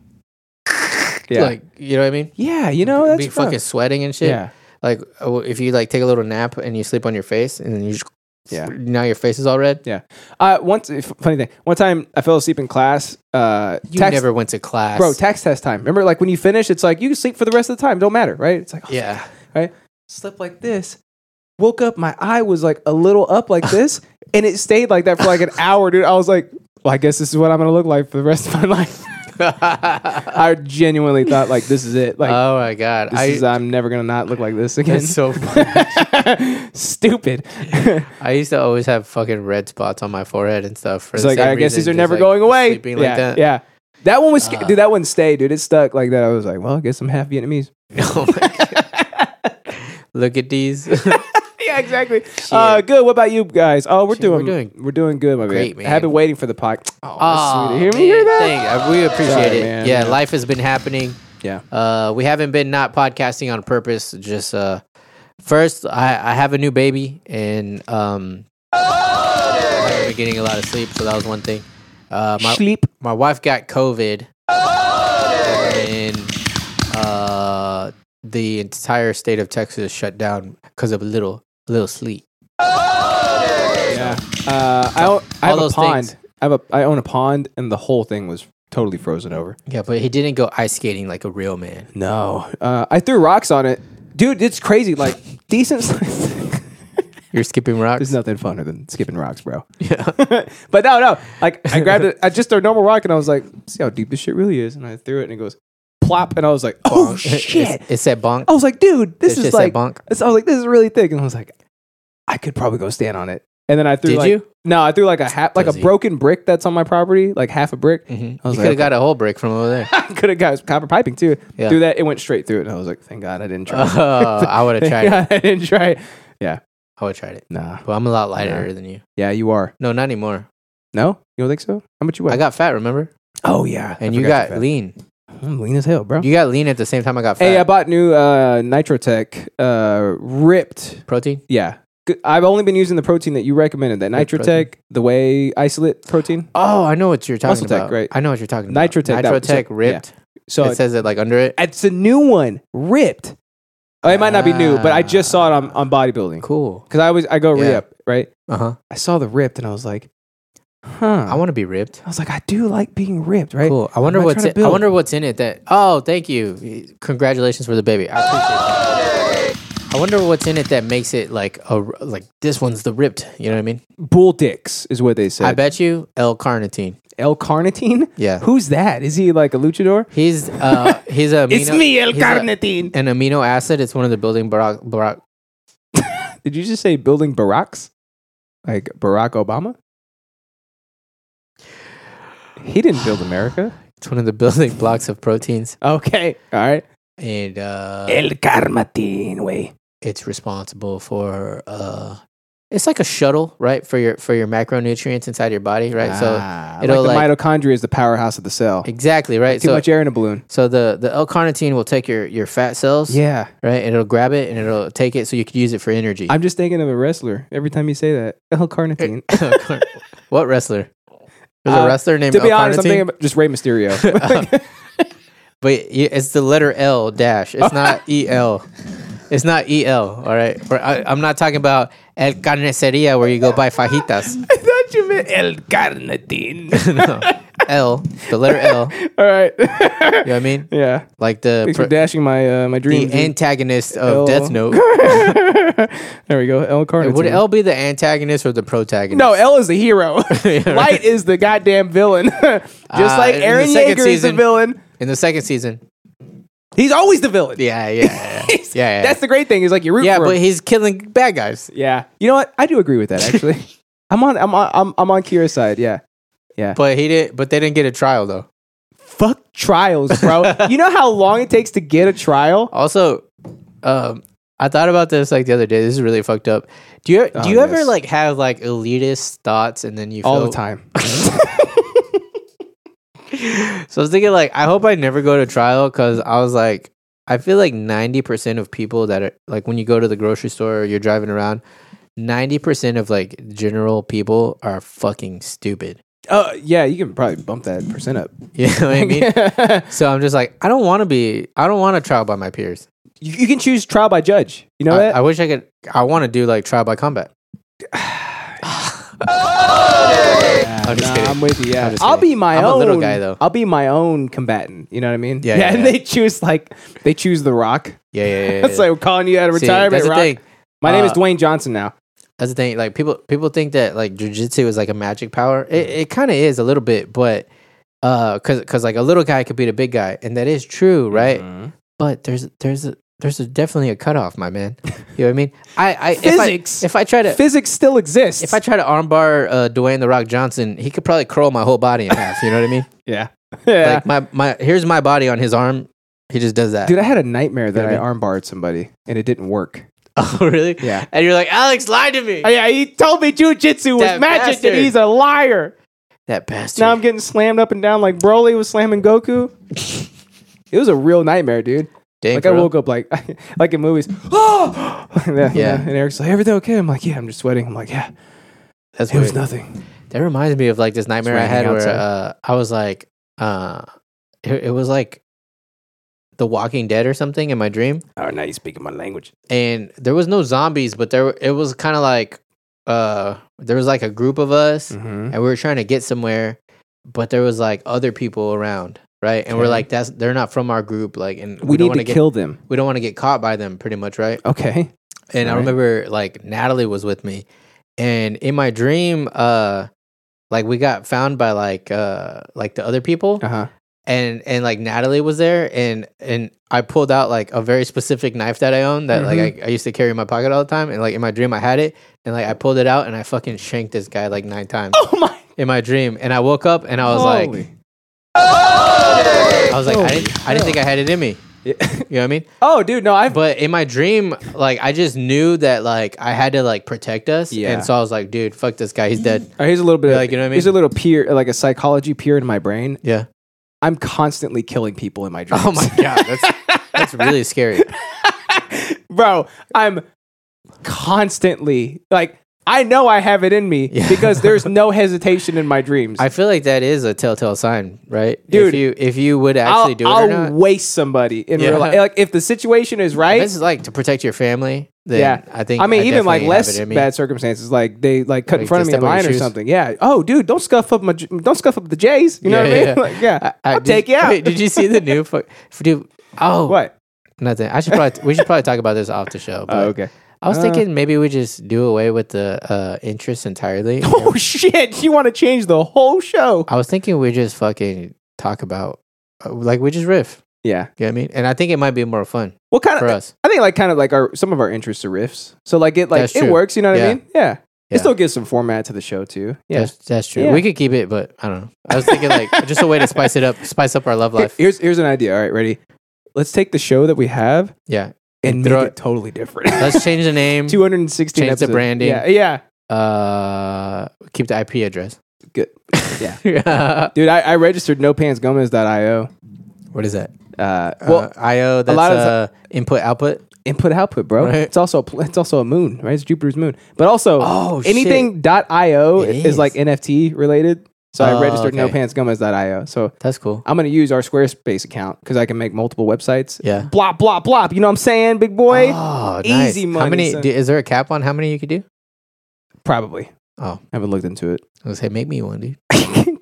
[SPEAKER 1] Yeah,
[SPEAKER 2] like you know what I mean?
[SPEAKER 1] yeah, you know that's
[SPEAKER 2] be
[SPEAKER 1] rough.
[SPEAKER 2] fucking sweating and shit.
[SPEAKER 1] yeah,
[SPEAKER 2] Like oh, if you like take a little nap and you sleep on your face and then you just
[SPEAKER 1] Yeah.
[SPEAKER 2] now your face is all red.
[SPEAKER 1] yeah. Uh, once f- funny thing, one time I fell asleep in class. Uh,
[SPEAKER 2] You
[SPEAKER 1] tax-
[SPEAKER 2] never went to class,
[SPEAKER 1] bro, tax test time. Remember, like when you finish, it's like you can sleep for the rest of the time. Don't matter, right? It's like oh,
[SPEAKER 2] yeah,
[SPEAKER 1] slept like this. Woke up, my eye was like a little up like this, and it stayed like that for like an hour, dude. I was like, well, I guess this is what I'm gonna look like for the rest of my life. I genuinely thought like this is it. Like
[SPEAKER 2] oh my god,
[SPEAKER 1] this
[SPEAKER 2] I.
[SPEAKER 1] is uh, I'm never gonna not look like this again.
[SPEAKER 2] that's so funny.
[SPEAKER 1] Stupid.
[SPEAKER 2] I used to always have fucking red spots on my forehead and stuff. For
[SPEAKER 1] it's
[SPEAKER 2] the
[SPEAKER 1] like
[SPEAKER 2] same
[SPEAKER 1] I guess these
[SPEAKER 2] reason,
[SPEAKER 1] are
[SPEAKER 2] just,
[SPEAKER 1] never
[SPEAKER 2] like,
[SPEAKER 1] going away.
[SPEAKER 2] Sleeping
[SPEAKER 1] Yeah,
[SPEAKER 2] like that.
[SPEAKER 1] yeah. That one was sca-
[SPEAKER 2] Ah.
[SPEAKER 1] dude. That one stayed, dude. It stuck like that. I was like, well, I guess I'm half Vietnamese.
[SPEAKER 2] Oh my God. Look at these.
[SPEAKER 1] yeah, exactly. Uh, good. What about you guys? Oh, we're
[SPEAKER 2] Shit,
[SPEAKER 1] doing
[SPEAKER 2] we're
[SPEAKER 1] we're doing
[SPEAKER 2] doing
[SPEAKER 1] good, my
[SPEAKER 2] great,
[SPEAKER 1] man.
[SPEAKER 2] man.
[SPEAKER 1] I have been waiting for the podcast. Oh,
[SPEAKER 2] Aw,
[SPEAKER 1] sweetie. hear me
[SPEAKER 2] man,
[SPEAKER 1] hear that?
[SPEAKER 2] thank- I- we appreciate
[SPEAKER 1] Sorry,
[SPEAKER 2] it.
[SPEAKER 1] man.
[SPEAKER 2] Yeah,
[SPEAKER 1] Yeah.
[SPEAKER 2] life has been happening.
[SPEAKER 1] Yeah,
[SPEAKER 2] Uh, we haven't been not podcasting on purpose. Just uh, first, I, I have a new baby and um, I've been getting a lot of sleep, so that was one thing. Uh, my,
[SPEAKER 1] sleep.
[SPEAKER 2] my wife got COVID, and uh, the entire state of Texas shut down because of a little little sleep.
[SPEAKER 1] Yeah. Uh, I own, I
[SPEAKER 2] all
[SPEAKER 1] have a
[SPEAKER 2] those
[SPEAKER 1] pond.
[SPEAKER 2] things.
[SPEAKER 1] I have a I own a pond, and the whole thing was totally frozen over.
[SPEAKER 2] Yeah, but he didn't go ice skating like a real man.
[SPEAKER 1] No, uh, I threw rocks on it, dude. It's crazy. Like decent.
[SPEAKER 2] You're skipping rocks.
[SPEAKER 1] There's nothing funner than skipping rocks, bro.
[SPEAKER 2] yeah.
[SPEAKER 1] but no, no. Like I grabbed it, I just a normal rock, and I was like, "See how deep this shit really is." And I threw it, and it goes plop, and I was like, "Oh
[SPEAKER 2] Bonk. It-
[SPEAKER 1] shit!" Oh.
[SPEAKER 2] It, it said bonk.
[SPEAKER 1] I was like, "Dude, this
[SPEAKER 2] It just
[SPEAKER 1] is
[SPEAKER 2] said
[SPEAKER 1] like,"
[SPEAKER 2] bonk.
[SPEAKER 1] this- I was like, "This is really thick," and I was like, "I could probably go stand on it." And then I threw
[SPEAKER 2] Did
[SPEAKER 1] like,
[SPEAKER 2] you?
[SPEAKER 1] no, I threw like a half, like a
[SPEAKER 2] Does he?
[SPEAKER 1] broken brick that's on my property, like half a brick.
[SPEAKER 2] Mhm.
[SPEAKER 1] I was
[SPEAKER 2] You could
[SPEAKER 1] like,
[SPEAKER 2] have got a whole break from over there.
[SPEAKER 1] I could have got copper piping too.
[SPEAKER 2] Yeah.
[SPEAKER 1] Through that, it went straight through it, and I was like, "Thank God I didn't try." it.
[SPEAKER 2] Oh, I would have
[SPEAKER 1] Thank
[SPEAKER 2] tried it.
[SPEAKER 1] God I didn't try it. Yeah,
[SPEAKER 2] I would have tried it.
[SPEAKER 1] nah.
[SPEAKER 2] Well, I'm a lot lighter than you.
[SPEAKER 1] Yeah, you are.
[SPEAKER 2] No, not anymore.
[SPEAKER 1] No, you don't think so? How much you weigh?
[SPEAKER 2] I got fat, remember?
[SPEAKER 1] oh yeah, I
[SPEAKER 2] And you
[SPEAKER 1] forgot
[SPEAKER 2] got
[SPEAKER 1] fat.
[SPEAKER 2] lean.
[SPEAKER 1] I'm lean as hell, bro.
[SPEAKER 2] You got lean at the same time I got fat.
[SPEAKER 1] Hey, I bought new uh, Nitrotech. Uh, ripped.
[SPEAKER 2] Protein?
[SPEAKER 1] Yeah. Good- I've only been using the protein that you recommended, that
[SPEAKER 2] Good
[SPEAKER 1] Nitrotech, the way isolate protein.
[SPEAKER 2] Oh, I know what you're talking
[SPEAKER 1] Muscle Tech,
[SPEAKER 2] about.
[SPEAKER 1] right.
[SPEAKER 2] I know what you're talking about.
[SPEAKER 1] Nitrotech, that
[SPEAKER 2] Nitrotech
[SPEAKER 1] was- so-
[SPEAKER 2] ripped.
[SPEAKER 1] So
[SPEAKER 2] it says it like under it.
[SPEAKER 1] it's a new one, ripped. Oh, it might not be new, but I just saw it on, on bodybuilding
[SPEAKER 2] Cool.
[SPEAKER 1] because I always I go
[SPEAKER 2] Yeah.
[SPEAKER 1] re up right.
[SPEAKER 2] Uh huh.
[SPEAKER 1] I saw the ripped and I was like, huh.
[SPEAKER 2] I want to be ripped.
[SPEAKER 1] I was like, I do like being ripped, right?
[SPEAKER 2] Cool. I wonder
[SPEAKER 1] not
[SPEAKER 2] what's
[SPEAKER 1] trying to
[SPEAKER 2] in, I
[SPEAKER 1] build.
[SPEAKER 2] wonder what's in it. That oh, thank you. Congratulations for the baby. I appreciate that. I wonder what's in it that makes it like a like this one's the ripped. You know what I mean?
[SPEAKER 1] Bull dicks is what they said.
[SPEAKER 2] I bet you L-carnitine.
[SPEAKER 1] L-carnitine.
[SPEAKER 2] Yeah.
[SPEAKER 1] Who's that? Is he like a luchador?
[SPEAKER 2] He's uh he's a amino,
[SPEAKER 1] it's me,
[SPEAKER 2] he's a-
[SPEAKER 1] L-carnitine.
[SPEAKER 2] an amino acid. It's one of the building block block.
[SPEAKER 1] Did you just say building barracks? Like Barack Obama? He didn't build America.
[SPEAKER 2] It's one of the building blocks of proteins,
[SPEAKER 1] Okay. All right.
[SPEAKER 2] and uh,
[SPEAKER 1] Carnitine way.
[SPEAKER 2] it's responsible for uh it's like a shuttle right for your for your macronutrients inside your body right
[SPEAKER 1] Ah,
[SPEAKER 2] so it'll
[SPEAKER 1] like
[SPEAKER 2] like,
[SPEAKER 1] the mitochondria is the powerhouse of the cell.
[SPEAKER 2] exactly right
[SPEAKER 1] Too
[SPEAKER 2] so
[SPEAKER 1] much air in a balloon.
[SPEAKER 2] so the the L-carnitine will take your your fat cells
[SPEAKER 1] Yeah.
[SPEAKER 2] right and it'll grab it and it'll take it so you could use it for energy
[SPEAKER 1] I'm just thinking of a wrestler every time you say that. L-carnitine.
[SPEAKER 2] what wrestler there's
[SPEAKER 1] Uh,
[SPEAKER 2] a wrestler named
[SPEAKER 1] to be honest, I'm
[SPEAKER 2] L-carnitine?
[SPEAKER 1] thinking about just Rey Mysterio.
[SPEAKER 2] but y- it's the letter L dash it's not E L it's not E L all right Or I, I'm not talking about El Carniceria where you go buy fajitas
[SPEAKER 1] I thought you meant El Carnitine.
[SPEAKER 2] no L the letter L you
[SPEAKER 1] All right.
[SPEAKER 2] know what I mean
[SPEAKER 1] yeah.
[SPEAKER 2] like the
[SPEAKER 1] Thanks
[SPEAKER 2] pr-
[SPEAKER 1] for dashing my uh, my dream.
[SPEAKER 2] the antagonist of
[SPEAKER 1] L-
[SPEAKER 2] Death Note.
[SPEAKER 1] there we go. L carnitine.
[SPEAKER 2] Would L be the antagonist or the protagonist?
[SPEAKER 1] no, L is the hero. Light is the goddamn villain. Just
[SPEAKER 2] Uh,
[SPEAKER 1] like
[SPEAKER 2] in the
[SPEAKER 1] Aaron
[SPEAKER 2] second
[SPEAKER 1] Yeager is the
[SPEAKER 2] season-
[SPEAKER 1] villain.
[SPEAKER 2] in the second season,
[SPEAKER 1] He's always the villain.
[SPEAKER 2] Yeah, yeah, yeah, yeah.
[SPEAKER 1] He's-
[SPEAKER 2] yeah,
[SPEAKER 1] That's the great thing is like you root
[SPEAKER 2] yeah,
[SPEAKER 1] for
[SPEAKER 2] but
[SPEAKER 1] him.
[SPEAKER 2] he's killing bad guys.
[SPEAKER 1] yeah. You know what? I do agree with that actually. I'm on I'm on I'm, I'm on Kira's side. Yeah.
[SPEAKER 2] But he did. But they didn't get a trial though.
[SPEAKER 1] Fuck trials, bro. you know how long it takes to get a
[SPEAKER 2] Oh,
[SPEAKER 1] trial?
[SPEAKER 2] Also, um, I thought about this like the other day. This is really fucked up. Do you
[SPEAKER 1] Oh,
[SPEAKER 2] do you ever
[SPEAKER 1] yes.
[SPEAKER 2] like have like elitist thoughts and then you
[SPEAKER 1] All
[SPEAKER 2] feel,
[SPEAKER 1] the time.
[SPEAKER 2] So I was thinking like I hope I never go to trial because I was like I feel like ninety percent of people that are like when you go to the grocery store or you're driving around, ninety percent of like general people are fucking stupid.
[SPEAKER 1] Uh, yeah, you can probably bump that percent up.
[SPEAKER 2] You know what I mean?
[SPEAKER 1] you,
[SPEAKER 2] so I'm just like I don't want to be I don't want to trial by my peers.
[SPEAKER 1] you can choose trial by judge. You know
[SPEAKER 2] I,
[SPEAKER 1] that?
[SPEAKER 2] I wish I could. I want to do like trial by combat.
[SPEAKER 1] Yeah,
[SPEAKER 2] I'm just
[SPEAKER 1] nah,
[SPEAKER 2] kidding.
[SPEAKER 1] I'm with you. Yeah,
[SPEAKER 2] I'm just
[SPEAKER 1] I'll
[SPEAKER 2] kidding.
[SPEAKER 1] be my
[SPEAKER 2] I'm
[SPEAKER 1] own.
[SPEAKER 2] a little guy, though.
[SPEAKER 1] I'll be my own combatant. You know what I mean?
[SPEAKER 2] Yeah, yeah,
[SPEAKER 1] and
[SPEAKER 2] yeah.
[SPEAKER 1] they choose like they choose the Rock.
[SPEAKER 2] Yeah, yeah, yeah. yeah.
[SPEAKER 1] That's like we're calling you out of
[SPEAKER 2] See,
[SPEAKER 1] retirement.
[SPEAKER 2] That's the
[SPEAKER 1] Rock.
[SPEAKER 2] thing.
[SPEAKER 1] My name is
[SPEAKER 2] Uh,
[SPEAKER 1] Dwayne Johnson now.
[SPEAKER 2] That's the thing. Like people, people think that like jujitsu is like a magic power. It,
[SPEAKER 1] Mm.
[SPEAKER 2] it kind of is a little bit, but uh, cause, cause like a little guy could beat a big guy, and that is true, right?
[SPEAKER 1] Mm-hmm.
[SPEAKER 2] But there's, there's, a, there's a, definitely a cutoff, my man. You know what I mean? I, I
[SPEAKER 1] Physics.
[SPEAKER 2] If I, if I try to,
[SPEAKER 1] Physics still exists.
[SPEAKER 2] uh, if I try to armbar uh, Dwayne the Rock Johnson, he could probably curl my whole body in half. You know what I mean?
[SPEAKER 1] yeah, yeah.
[SPEAKER 2] Like my, my here's my body on his arm. He just does that.
[SPEAKER 1] Dude, I had a nightmare that I
[SPEAKER 2] Yeah,
[SPEAKER 1] armbarred somebody and it didn't work.
[SPEAKER 2] oh really?
[SPEAKER 1] Yeah.
[SPEAKER 2] And you're like, Alex lied to me.
[SPEAKER 1] Yeah, he told me jujitsu was
[SPEAKER 2] That
[SPEAKER 1] magic
[SPEAKER 2] bastard.
[SPEAKER 1] and he's a liar.
[SPEAKER 2] that bastard.
[SPEAKER 1] Now I'm getting slammed up and down like Broly was slamming Goku. it was a real nightmare, dude.
[SPEAKER 2] Dang,
[SPEAKER 1] Like I
[SPEAKER 2] bro.
[SPEAKER 1] woke up like like in movies. Oh, yeah.
[SPEAKER 2] Yeah.
[SPEAKER 1] And Eric's like, everything okay? I'm like, yeah, I'm just sweating. I'm like, yeah,
[SPEAKER 2] That's
[SPEAKER 1] it was
[SPEAKER 2] weird.
[SPEAKER 1] nothing.
[SPEAKER 2] That reminds me of like this nightmare I had
[SPEAKER 1] raining
[SPEAKER 2] where
[SPEAKER 1] outside.
[SPEAKER 2] uh, I was like, uh, it, it was like The Walking Dead or something in my dream,
[SPEAKER 1] Oh, now you're speaking my language.
[SPEAKER 2] and there was no zombies, but there it was kind of like uh, there was like a group of us,
[SPEAKER 1] Mm-hmm.
[SPEAKER 2] and we were trying to get somewhere, but there was like other people around, right? And we're
[SPEAKER 1] Okay.
[SPEAKER 2] like, that's they're not from our group, like, and
[SPEAKER 1] We,
[SPEAKER 2] don't
[SPEAKER 1] need
[SPEAKER 2] want
[SPEAKER 1] to
[SPEAKER 2] to get
[SPEAKER 1] kill them.
[SPEAKER 2] we don't want to get caught by them, pretty much, right?
[SPEAKER 1] Okay.
[SPEAKER 2] And I
[SPEAKER 1] Right.
[SPEAKER 2] remember like Natalie was with me, and in my dream, uh, like we got found by like uh like the other people,
[SPEAKER 1] Uh huh.
[SPEAKER 2] and and like Natalie was there, and and I pulled out like a very specific knife that I own that like
[SPEAKER 1] Mm-hmm.
[SPEAKER 2] I, I used to carry in my pocket all the time, and like in my dream I had it, and like I pulled it out and I fucking shanked this guy like nine times
[SPEAKER 1] Oh my.
[SPEAKER 2] in my dream, and I woke up and I was like
[SPEAKER 1] Holy.
[SPEAKER 2] I was like I
[SPEAKER 1] Holy
[SPEAKER 2] didn't I didn't think I had it in me,
[SPEAKER 1] Yeah.
[SPEAKER 2] you know what I mean?
[SPEAKER 1] oh, dude, no, I've.
[SPEAKER 2] But in my dream, like I just knew that like I had to like protect us.
[SPEAKER 1] Yeah.
[SPEAKER 2] And so I was like, dude, fuck this guy, he's dead.
[SPEAKER 1] All right, here's a little bit of
[SPEAKER 2] Like, you know what I mean?
[SPEAKER 1] Here's a little peer, like a psychology peer in my brain.
[SPEAKER 2] Yeah.
[SPEAKER 1] I'm constantly killing people in my dreams.
[SPEAKER 2] Oh my god, that's that's really scary.
[SPEAKER 1] bro, I'm constantly like I know I have it in me
[SPEAKER 2] Yeah.
[SPEAKER 1] because there's no hesitation in my dreams.
[SPEAKER 2] I feel like that is a telltale sign, right?
[SPEAKER 1] Dude.
[SPEAKER 2] if you if you would
[SPEAKER 1] I'll,
[SPEAKER 2] actually do it
[SPEAKER 1] I'll
[SPEAKER 2] or not.
[SPEAKER 1] waste somebody in
[SPEAKER 2] Yeah.
[SPEAKER 1] real life. Like if the situation is
[SPEAKER 2] If
[SPEAKER 1] right.
[SPEAKER 2] This is like to protect your family. Then
[SPEAKER 1] Yeah,
[SPEAKER 2] I think
[SPEAKER 1] I mean, even like
[SPEAKER 2] definitely have
[SPEAKER 1] less
[SPEAKER 2] it in me.
[SPEAKER 1] bad circumstances, like they like cut in
[SPEAKER 2] Like,
[SPEAKER 1] front of
[SPEAKER 2] just
[SPEAKER 1] me in
[SPEAKER 2] step on your
[SPEAKER 1] line or
[SPEAKER 2] shoes.
[SPEAKER 1] something. Yeah. Oh, dude, don't scuff up my, j- don't scuff up the J's. You know
[SPEAKER 2] Yeah,
[SPEAKER 1] what I mean? Yeah.
[SPEAKER 2] yeah,
[SPEAKER 1] like,
[SPEAKER 2] yeah.
[SPEAKER 1] yeah.
[SPEAKER 2] I- I-
[SPEAKER 1] I'll
[SPEAKER 2] Uh, did-
[SPEAKER 1] take you out.
[SPEAKER 2] Wait, did you see the new? Fuck, dude, oh,
[SPEAKER 1] What?
[SPEAKER 2] Nothing. I should probably we should probably talk about this off the show. But
[SPEAKER 1] Oh, okay.
[SPEAKER 2] I was
[SPEAKER 1] Uh.
[SPEAKER 2] thinking maybe we just do away with the uh, interest entirely.
[SPEAKER 1] Oh shit! You want to change the whole show?
[SPEAKER 2] I was thinking we just fucking talk about, uh, like we just riff.
[SPEAKER 1] Yeah.
[SPEAKER 2] You know what I mean? And I think it might be more fun
[SPEAKER 1] What kind
[SPEAKER 2] for
[SPEAKER 1] of?
[SPEAKER 2] us.
[SPEAKER 1] I think like kind of like our some of our interests are riffs. So like it like
[SPEAKER 2] That's
[SPEAKER 1] it
[SPEAKER 2] true.
[SPEAKER 1] works. You know what
[SPEAKER 2] Yeah.
[SPEAKER 1] I mean? Yeah.
[SPEAKER 2] Yeah.
[SPEAKER 1] It still gives some format to the show too. Yeah.
[SPEAKER 2] That's, that's true.
[SPEAKER 1] Yeah.
[SPEAKER 2] We could keep it, but I don't know. I was thinking like just a way to spice it up, spice up our love
[SPEAKER 1] Here-
[SPEAKER 2] life.
[SPEAKER 1] Here's here's an idea. All right, ready? Let's take the show that we have
[SPEAKER 2] Yeah.
[SPEAKER 1] and
[SPEAKER 2] Throw
[SPEAKER 1] make
[SPEAKER 2] it-
[SPEAKER 1] it totally different.
[SPEAKER 2] Let's change the name.
[SPEAKER 1] 216
[SPEAKER 2] change the
[SPEAKER 1] episodes.
[SPEAKER 2] branding.
[SPEAKER 1] Yeah. Yeah.
[SPEAKER 2] Uh, keep the IP address.
[SPEAKER 1] Good.
[SPEAKER 2] Yeah.
[SPEAKER 1] Dude, I, I registered nopants.gomez.io.
[SPEAKER 2] what is that?
[SPEAKER 1] Uh, well,
[SPEAKER 2] Well, IO. That's a
[SPEAKER 1] lot of
[SPEAKER 2] uh, input output.
[SPEAKER 1] input output, bro.
[SPEAKER 2] Right.
[SPEAKER 1] It's also a pl- it's also a moon, right? It's Jupiter's moon. But also,
[SPEAKER 2] Oh, shit.
[SPEAKER 1] anything .io
[SPEAKER 2] It
[SPEAKER 1] is. like
[SPEAKER 2] is.
[SPEAKER 1] NFT related. So I
[SPEAKER 2] Oh,
[SPEAKER 1] registered
[SPEAKER 2] okay.
[SPEAKER 1] nopantsgomez.io. So
[SPEAKER 2] That's cool.
[SPEAKER 1] I'm going to use our Squarespace account because I can make multiple websites.
[SPEAKER 2] Yeah.
[SPEAKER 1] Blop, blop, blop. You know what I'm saying, big boy?
[SPEAKER 2] Oh,
[SPEAKER 1] Easy
[SPEAKER 2] How
[SPEAKER 1] money,
[SPEAKER 2] many?
[SPEAKER 1] son.
[SPEAKER 2] Do, is there a cap on how many you could do?
[SPEAKER 1] Probably.
[SPEAKER 2] Oh,
[SPEAKER 1] I haven't looked into it.
[SPEAKER 2] I was say make me one, dude.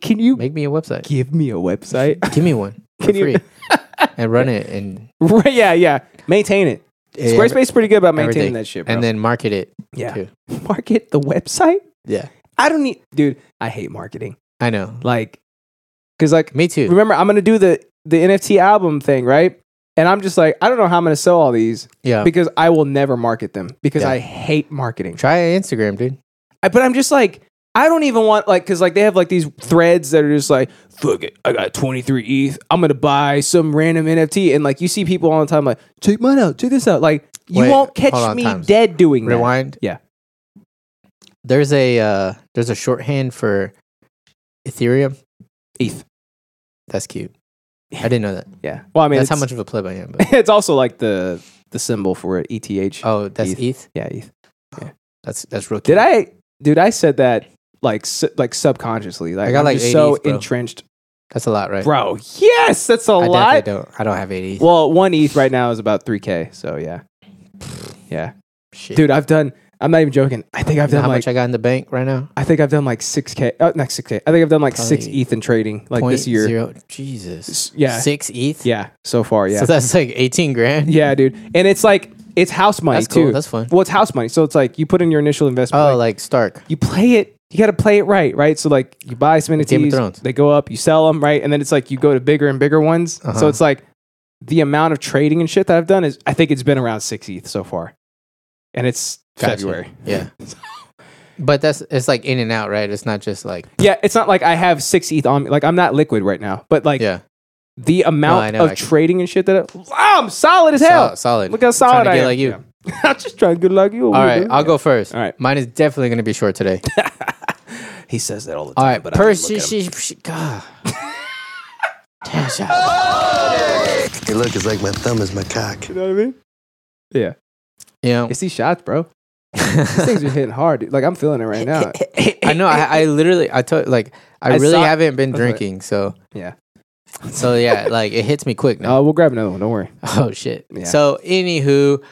[SPEAKER 1] can you
[SPEAKER 2] Make me a website.
[SPEAKER 1] give me a website?
[SPEAKER 2] Give me one for
[SPEAKER 1] Can you-
[SPEAKER 2] free and run it and
[SPEAKER 1] right, yeah, yeah. Maintain it.
[SPEAKER 2] Yeah,
[SPEAKER 1] Squarespace is pretty good about maintaining
[SPEAKER 2] everything.
[SPEAKER 1] that shit, bro.
[SPEAKER 2] and then market it.
[SPEAKER 1] yeah.
[SPEAKER 2] too.
[SPEAKER 1] Market the website?
[SPEAKER 2] Yeah,
[SPEAKER 1] I don't need dude, I hate marketing.
[SPEAKER 2] I know.
[SPEAKER 1] Like cuz like
[SPEAKER 2] Me too.
[SPEAKER 1] remember I'm going to do the the NFT album thing, right? And I'm just like, I don't know how I'm going to sell all these
[SPEAKER 2] Yeah.
[SPEAKER 1] because I will never market them because
[SPEAKER 2] Yeah.
[SPEAKER 1] I hate marketing.
[SPEAKER 2] Try Instagram, dude.
[SPEAKER 1] I, but I'm just like, I don't even want like because like they have like these threads that are just like, fuck it, I got 23 ETH, I'm gonna buy some random NFT, and like you see people all the time like, check mine out, check this out, like you
[SPEAKER 2] Wait,
[SPEAKER 1] won't catch
[SPEAKER 2] hold on,
[SPEAKER 1] me
[SPEAKER 2] times.
[SPEAKER 1] dead doing that.
[SPEAKER 2] Rewind.
[SPEAKER 1] Yeah.
[SPEAKER 2] There's a uh, there's a shorthand for Ethereum.
[SPEAKER 1] ETH.
[SPEAKER 2] That's cute. I didn't know that.
[SPEAKER 1] Yeah. Well, I mean,
[SPEAKER 2] that's how
[SPEAKER 1] it's-
[SPEAKER 2] much of a pleb I am. But,
[SPEAKER 1] it's also like the the symbol for it, ETH.
[SPEAKER 2] oh, that's
[SPEAKER 1] ETH.
[SPEAKER 2] ETH.
[SPEAKER 1] Yeah, ETH.
[SPEAKER 2] That's that's real. Cute.
[SPEAKER 1] Did I, dude? I said that like su- like subconsciously. Like I
[SPEAKER 2] I got,
[SPEAKER 1] am
[SPEAKER 2] like,
[SPEAKER 1] just
[SPEAKER 2] 8
[SPEAKER 1] so
[SPEAKER 2] ETH, bro.
[SPEAKER 1] entrenched,
[SPEAKER 2] That's a lot, right?
[SPEAKER 1] bro. Yes, that's a
[SPEAKER 2] I
[SPEAKER 1] lot.
[SPEAKER 2] definitely don't. E I don't have eighty.
[SPEAKER 1] Well, one ETH right now is about three k. So yeah, yeah,
[SPEAKER 2] Shit.
[SPEAKER 1] dude. I've done. I'm not even joking. I think I've
[SPEAKER 2] You know
[SPEAKER 1] done
[SPEAKER 2] how
[SPEAKER 1] like
[SPEAKER 2] much I got in the bank right now?
[SPEAKER 1] I think I've done like six k. Oh, not six k. I think I've done like six
[SPEAKER 2] Probably
[SPEAKER 1] ETH in trading like this
[SPEAKER 2] Point
[SPEAKER 1] year.
[SPEAKER 2] Zero. Jesus.
[SPEAKER 1] S- Yeah,
[SPEAKER 2] Six ETH.
[SPEAKER 1] yeah. So far, yeah,
[SPEAKER 2] So that's like eighteen grand.
[SPEAKER 1] yeah, dude. And it's like it's house money
[SPEAKER 2] That's cool.
[SPEAKER 1] too.
[SPEAKER 2] That's fun.
[SPEAKER 1] well, it's house money. So it's like you put in your initial investment.
[SPEAKER 2] Oh,
[SPEAKER 1] like,
[SPEAKER 2] like Stark.
[SPEAKER 1] you play it. You got to play it right, right? So like you buy some NFTs,
[SPEAKER 2] Game of Thrones.
[SPEAKER 1] they go up, you sell them, right? And then it's like you go to bigger and bigger ones. So
[SPEAKER 2] Uh-huh.
[SPEAKER 1] it's like the amount of trading and shit that I've done is I think it's been around six ETH so far, and it's
[SPEAKER 2] Gotcha.
[SPEAKER 1] February.
[SPEAKER 2] Yeah. But that's it's like in and out, right? It's not just like
[SPEAKER 1] Yeah, it's not like I have six ETH on me. Like I'm not liquid right now, but like
[SPEAKER 2] yeah.
[SPEAKER 1] the amount
[SPEAKER 2] No, I know,
[SPEAKER 1] of
[SPEAKER 2] I can-
[SPEAKER 1] trading and shit that I, am solid as hell.
[SPEAKER 2] Sol- solid.
[SPEAKER 1] Look how solid
[SPEAKER 2] Trying to
[SPEAKER 1] I
[SPEAKER 2] get
[SPEAKER 1] am.
[SPEAKER 2] like you.
[SPEAKER 1] Yeah. I'm just trying to get like you.
[SPEAKER 2] All right, I'll go first.
[SPEAKER 1] All right.
[SPEAKER 2] Mine is definitely going to be short today.
[SPEAKER 1] He says that all the time.
[SPEAKER 2] All right,
[SPEAKER 1] but I didn't
[SPEAKER 2] Percy.
[SPEAKER 1] look at him.
[SPEAKER 2] She, she, God. Tasha.
[SPEAKER 4] Hey, look, it's like my thumb is my cock.
[SPEAKER 1] You know what I mean? Yeah,
[SPEAKER 2] You know,
[SPEAKER 1] it's these shots, bro. These things are hitting hard. Dude. Like I'm feeling it right now. Uh,
[SPEAKER 2] I know. I, I literally, I told like, I,
[SPEAKER 1] I
[SPEAKER 2] really
[SPEAKER 1] saw-
[SPEAKER 2] haven't been
[SPEAKER 1] I was like-
[SPEAKER 2] drinking, so
[SPEAKER 1] Yeah.
[SPEAKER 2] so yeah, like it hits me quick now.
[SPEAKER 1] Uh, we'll grab another one. Don't worry.
[SPEAKER 2] Oh shit.
[SPEAKER 1] Yeah.
[SPEAKER 2] So anywho,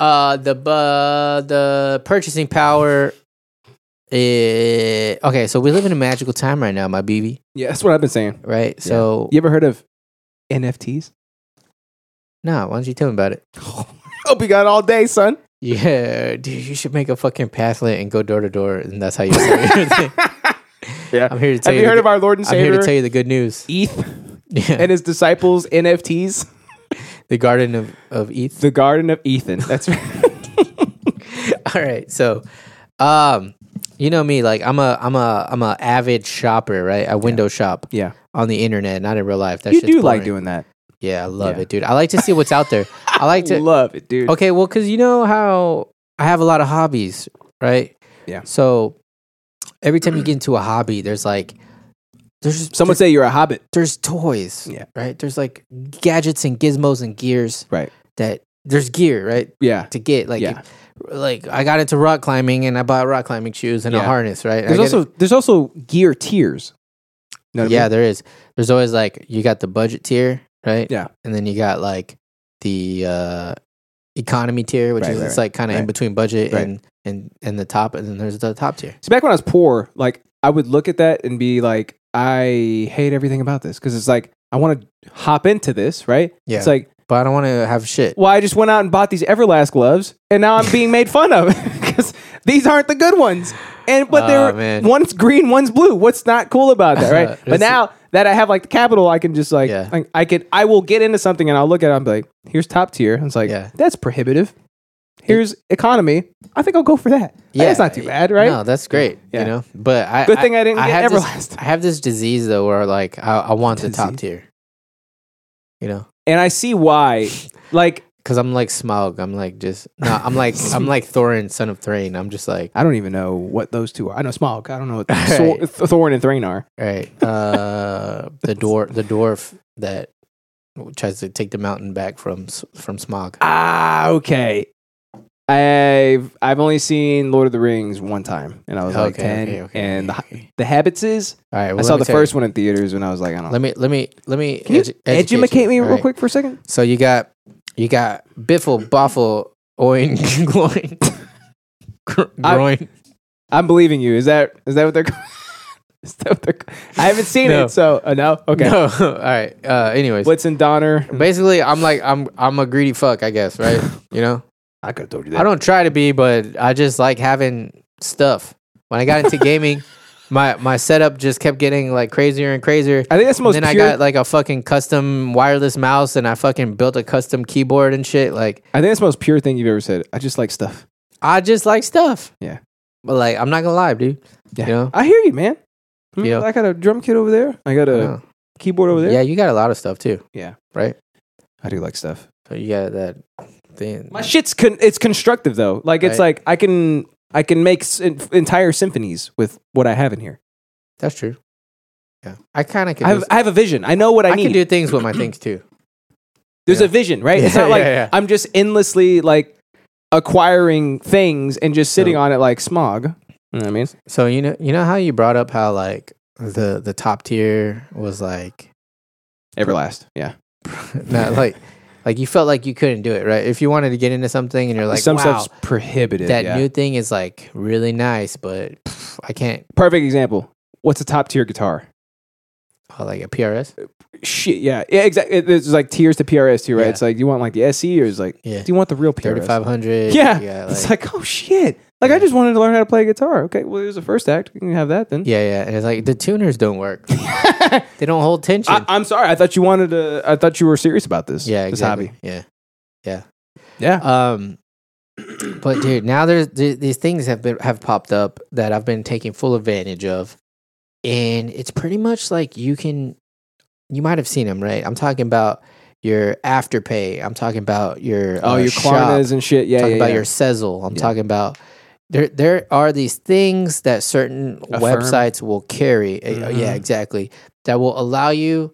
[SPEAKER 2] uh, the bu- the purchasing power. eh, okay, so we live in a magical time right now, my BB.
[SPEAKER 1] Yeah, that's what I've been saying.
[SPEAKER 2] Right. So
[SPEAKER 1] You ever heard of NFTs?
[SPEAKER 2] nah, why don't you tell me about it?
[SPEAKER 1] Hope you Oh, got all day, son.
[SPEAKER 2] Yeah, dude, you should make a fucking pamphlet and go door to door, and that's how you. sell everything.
[SPEAKER 1] Yeah.
[SPEAKER 2] I'm here to tell
[SPEAKER 1] Have you
[SPEAKER 2] the
[SPEAKER 1] heard
[SPEAKER 2] good-
[SPEAKER 1] of our Lord and
[SPEAKER 2] I'm here to tell
[SPEAKER 1] Savior
[SPEAKER 2] you the good news.
[SPEAKER 1] ETH
[SPEAKER 2] Yeah,
[SPEAKER 1] E- and his disciples NFTs?
[SPEAKER 2] the Garden of of ETH.
[SPEAKER 1] The Garden of Ethan. That's right.
[SPEAKER 2] All right, so, um, you know me, like I'm a I'm a I'm a avid shopper, right? I window shop
[SPEAKER 1] yeah,
[SPEAKER 2] on the internet, not in real life. That
[SPEAKER 1] you
[SPEAKER 2] shit's
[SPEAKER 1] do like
[SPEAKER 2] boring.
[SPEAKER 1] doing that.
[SPEAKER 2] Yeah, I love
[SPEAKER 1] Yeah.
[SPEAKER 2] it, dude. I like to see what's out there. I like to.
[SPEAKER 1] love it, dude.
[SPEAKER 2] Okay, well, because you know how I have a lot of hobbies, right?
[SPEAKER 1] Yeah.
[SPEAKER 2] So every time you get into a hobby, there's like there's
[SPEAKER 1] Someone say you're a hobbit.
[SPEAKER 2] there's toys,
[SPEAKER 1] Yeah.
[SPEAKER 2] right? There's like gadgets and gizmos and gears,
[SPEAKER 1] Right.
[SPEAKER 2] That there's gear, right?
[SPEAKER 1] Yeah.
[SPEAKER 2] To get like,
[SPEAKER 1] Yeah.
[SPEAKER 2] if- like I got into rock climbing and I bought rock climbing shoes and
[SPEAKER 1] Yeah.
[SPEAKER 2] a harness, right?
[SPEAKER 1] There's
[SPEAKER 2] I get
[SPEAKER 1] also there's also gear tiers. Know what I
[SPEAKER 2] yeah,
[SPEAKER 1] mean?
[SPEAKER 2] there is. There's always like you got the budget tier, right?
[SPEAKER 1] Yeah.
[SPEAKER 2] and then you got like the uh, economy tier, which
[SPEAKER 1] Right,
[SPEAKER 2] is
[SPEAKER 1] right,
[SPEAKER 2] it's
[SPEAKER 1] right,
[SPEAKER 2] like kind of
[SPEAKER 1] right.
[SPEAKER 2] in between budget
[SPEAKER 1] Right.
[SPEAKER 2] and and and the top, and then there's the top tier.
[SPEAKER 1] See, back when I was poor, like I would look at that and be like, I hate everything about this because it's like I want to hop into this, right?
[SPEAKER 2] Yeah.
[SPEAKER 1] It's like,
[SPEAKER 2] But I don't want to have shit.
[SPEAKER 1] well, I just went out and bought these Everlast gloves, and now I'm being made fun of because these aren't the good ones. And but
[SPEAKER 2] Oh,
[SPEAKER 1] they're
[SPEAKER 2] man.
[SPEAKER 1] one's green, one's blue. What's not cool about that, right? but
[SPEAKER 2] It's-
[SPEAKER 1] now that I have like the capital, I can just like
[SPEAKER 2] Yeah.
[SPEAKER 1] I, I can I will get into something and I'll look at it. I'm like, here's top tier. And it's like
[SPEAKER 2] Yeah.
[SPEAKER 1] that's prohibitive. Here's economy. I think I'll go for that. Yeah, that's not too bad, right?
[SPEAKER 2] No, that's great.
[SPEAKER 1] Yeah.
[SPEAKER 2] You know, but I
[SPEAKER 1] Good thing I didn't get
[SPEAKER 2] have
[SPEAKER 1] Everlast.
[SPEAKER 2] This, I have this disease though, where like I, I want the top
[SPEAKER 1] Disease.
[SPEAKER 2] tier. You know,
[SPEAKER 1] and I see why. Like
[SPEAKER 2] because I'm like Smaug. I'm like just no. I'm like I'm like Thorin, son of Thrain. I'm just like
[SPEAKER 1] I don't even know what those two are. I know Smog. I don't know what
[SPEAKER 2] Right.
[SPEAKER 1] Sor- Th- Thorin and Thrain are.
[SPEAKER 2] all right. Uh, the dwarf, the dwarf that tries to take the mountain back from S- from Smaug.
[SPEAKER 1] Ah, okay. I've I've only seen Lord of the Rings one time, and I was like
[SPEAKER 2] Okay,
[SPEAKER 1] ten.
[SPEAKER 2] okay, okay.
[SPEAKER 1] And the, the Habits is
[SPEAKER 2] All right. well,
[SPEAKER 1] I
[SPEAKER 2] let
[SPEAKER 1] saw
[SPEAKER 2] me
[SPEAKER 1] the
[SPEAKER 2] tell you.
[SPEAKER 1] first one in theaters when I was like, I don't. know.
[SPEAKER 2] Let me let me let me
[SPEAKER 1] Can you
[SPEAKER 2] edu-
[SPEAKER 1] edumacate
[SPEAKER 2] you,
[SPEAKER 1] me real
[SPEAKER 2] right?
[SPEAKER 1] quick for a second?
[SPEAKER 2] So you got you got Biffle Boffle Oin Groin Gr-
[SPEAKER 1] I-
[SPEAKER 2] Groin.
[SPEAKER 1] I'm believing you. Is that is that what they're? called? is that what they're? called? I haven't seen
[SPEAKER 2] No.
[SPEAKER 1] it, so uh, no. Okay,
[SPEAKER 2] No. All right. Uh, anyways,
[SPEAKER 1] Blitz and Donner.
[SPEAKER 2] basically, I'm like I'm I'm a greedy fuck, I guess. Right? You know,
[SPEAKER 1] I could have told you
[SPEAKER 2] I don't try to be, but I just like having stuff. When I got into gaming, my my setup just kept getting like crazier and crazier.
[SPEAKER 1] I think that's the most
[SPEAKER 2] And then
[SPEAKER 1] pure-
[SPEAKER 2] I got like a fucking custom wireless mouse, and I fucking built a custom keyboard and shit. Like
[SPEAKER 1] I think that's the most pure thing you've ever said. I just like stuff.
[SPEAKER 2] I just like stuff.
[SPEAKER 1] Yeah.
[SPEAKER 2] But like I'm not gonna lie, dude.
[SPEAKER 1] Yeah.
[SPEAKER 2] You know?
[SPEAKER 1] I hear you, man. Hmm,
[SPEAKER 2] Yeah.
[SPEAKER 1] I got a drum kit over there. I got a
[SPEAKER 2] Yeah.
[SPEAKER 1] keyboard over there.
[SPEAKER 2] Yeah, you got a lot of stuff too.
[SPEAKER 1] Yeah.
[SPEAKER 2] Right.
[SPEAKER 1] I do like stuff.
[SPEAKER 2] So you got that thing.
[SPEAKER 1] My shit's con- it's constructive though. Like it's
[SPEAKER 2] Right.
[SPEAKER 1] like I can I can make s- en- entire symphonies with what I have in here.
[SPEAKER 2] That's true. Yeah. I kind of can.
[SPEAKER 1] I have,
[SPEAKER 2] do,
[SPEAKER 1] I have a vision. I know what I,
[SPEAKER 2] I
[SPEAKER 1] need.
[SPEAKER 2] can do things with my things too.
[SPEAKER 1] There's
[SPEAKER 2] yeah.
[SPEAKER 1] a vision, right? it's
[SPEAKER 2] Yeah,
[SPEAKER 1] not like
[SPEAKER 2] yeah, yeah.
[SPEAKER 1] I'm just endlessly like acquiring things and just sitting
[SPEAKER 2] No.
[SPEAKER 1] on it like smog. You know what I mean?
[SPEAKER 2] So you know, you know how you brought up how like the the top tier was like
[SPEAKER 1] Everlast. Yeah.
[SPEAKER 2] not like like you felt like you couldn't do it right. If you wanted to get into something and you're like,
[SPEAKER 1] Some
[SPEAKER 2] wow,
[SPEAKER 1] stuff's prohibitive.
[SPEAKER 2] that
[SPEAKER 1] yeah.
[SPEAKER 2] new thing is like really nice, but pff, I can't.
[SPEAKER 1] Perfect example. What's a top tier guitar?
[SPEAKER 2] Oh, like a PRS.
[SPEAKER 1] Shit, yeah, yeah, exactly. There's like tiers to PRS too, right?
[SPEAKER 2] Yeah.
[SPEAKER 1] It's like you want like the SE or it's like
[SPEAKER 2] Yeah.
[SPEAKER 1] do you want the real PRS?
[SPEAKER 2] Thirty five hundred.
[SPEAKER 1] Yeah, it's like oh shit. Like I just wanted to learn how to play guitar. Okay, well there's a first act. You can have that then.
[SPEAKER 2] yeah, yeah, and it's like the tuners don't work. they don't hold tension.
[SPEAKER 1] I, I'm sorry. I thought you wanted to. I thought you were serious about this.
[SPEAKER 2] yeah,
[SPEAKER 1] this
[SPEAKER 2] exactly.
[SPEAKER 1] ah, hobby.
[SPEAKER 2] Yeah.
[SPEAKER 1] Yeah,
[SPEAKER 2] Um, but dude, now there's th- these things have been have popped up that I've been taking full advantage of, and it's pretty much like you can, you might have seen them, right? I'm talking about your afterpay. I'm talking about your
[SPEAKER 1] oh,
[SPEAKER 2] uh,
[SPEAKER 1] your
[SPEAKER 2] shop.
[SPEAKER 1] Klarna's and shit. Yeah,
[SPEAKER 2] talking
[SPEAKER 1] yeah,
[SPEAKER 2] about
[SPEAKER 1] yeah.
[SPEAKER 2] your Sezzle. I'm
[SPEAKER 1] Yeah.
[SPEAKER 2] talking about there. There are these things that certain
[SPEAKER 1] Affirm.
[SPEAKER 2] websites will carry. Uh,
[SPEAKER 1] Mhm.
[SPEAKER 2] Yeah, exactly. That will allow you,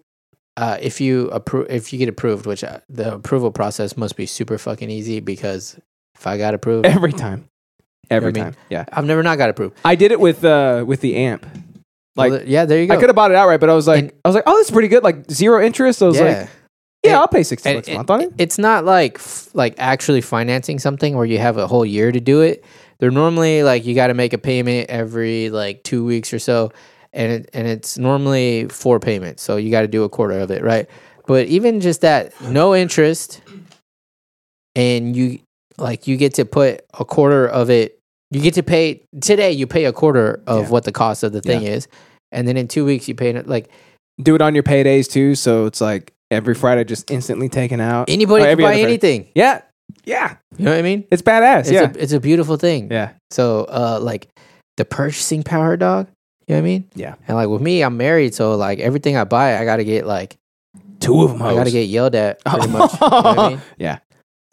[SPEAKER 2] uh, if you approve, if you get approved, which uh, the approval process must be super fucking easy because if I got approved,
[SPEAKER 1] every time, every
[SPEAKER 2] what I
[SPEAKER 1] time.
[SPEAKER 2] mean?
[SPEAKER 1] Yeah,
[SPEAKER 2] I've never not got approved.
[SPEAKER 1] I did it with uh with the amp. Like
[SPEAKER 2] Well, yeah, there you go.
[SPEAKER 1] I could have bought it outright, but I was like,
[SPEAKER 2] And-
[SPEAKER 1] I was like, oh, that's pretty good. Like zero interest. I was
[SPEAKER 2] yeah.
[SPEAKER 1] like, yeah,
[SPEAKER 2] And-
[SPEAKER 1] I'll pay sixty
[SPEAKER 2] And
[SPEAKER 1] bucks a month on it.
[SPEAKER 2] It's not like f- like actually financing something where you have a whole year to do it. They're normally like you got to make a payment every like two weeks or so, and it, and it's normally four payments, so you got to do a quarter of it, right? But even just that, no interest, and you like you get to put a quarter of it. You get to pay today. You pay a quarter of
[SPEAKER 1] Yeah.
[SPEAKER 2] what the cost of the thing is, and then in two weeks you pay it, like
[SPEAKER 1] Do it on your paydays too. So it's like every Friday, just instantly taken out.
[SPEAKER 2] anybody
[SPEAKER 1] Or
[SPEAKER 2] can
[SPEAKER 1] every
[SPEAKER 2] buy
[SPEAKER 1] other Friday.
[SPEAKER 2] anything.
[SPEAKER 1] Yeah, yeah,
[SPEAKER 2] You know what I mean?
[SPEAKER 1] it's badass.
[SPEAKER 2] It's
[SPEAKER 1] yeah,
[SPEAKER 2] a it's a beautiful thing.
[SPEAKER 1] yeah.
[SPEAKER 2] So, uh, like the purchasing power, dog. You know what I mean?
[SPEAKER 1] Yeah.
[SPEAKER 2] And like with me, I'm married, so like everything I buy, I gotta get like
[SPEAKER 1] Two of them.
[SPEAKER 2] I gotta get yelled at pretty much. You know what I mean?
[SPEAKER 1] Yeah.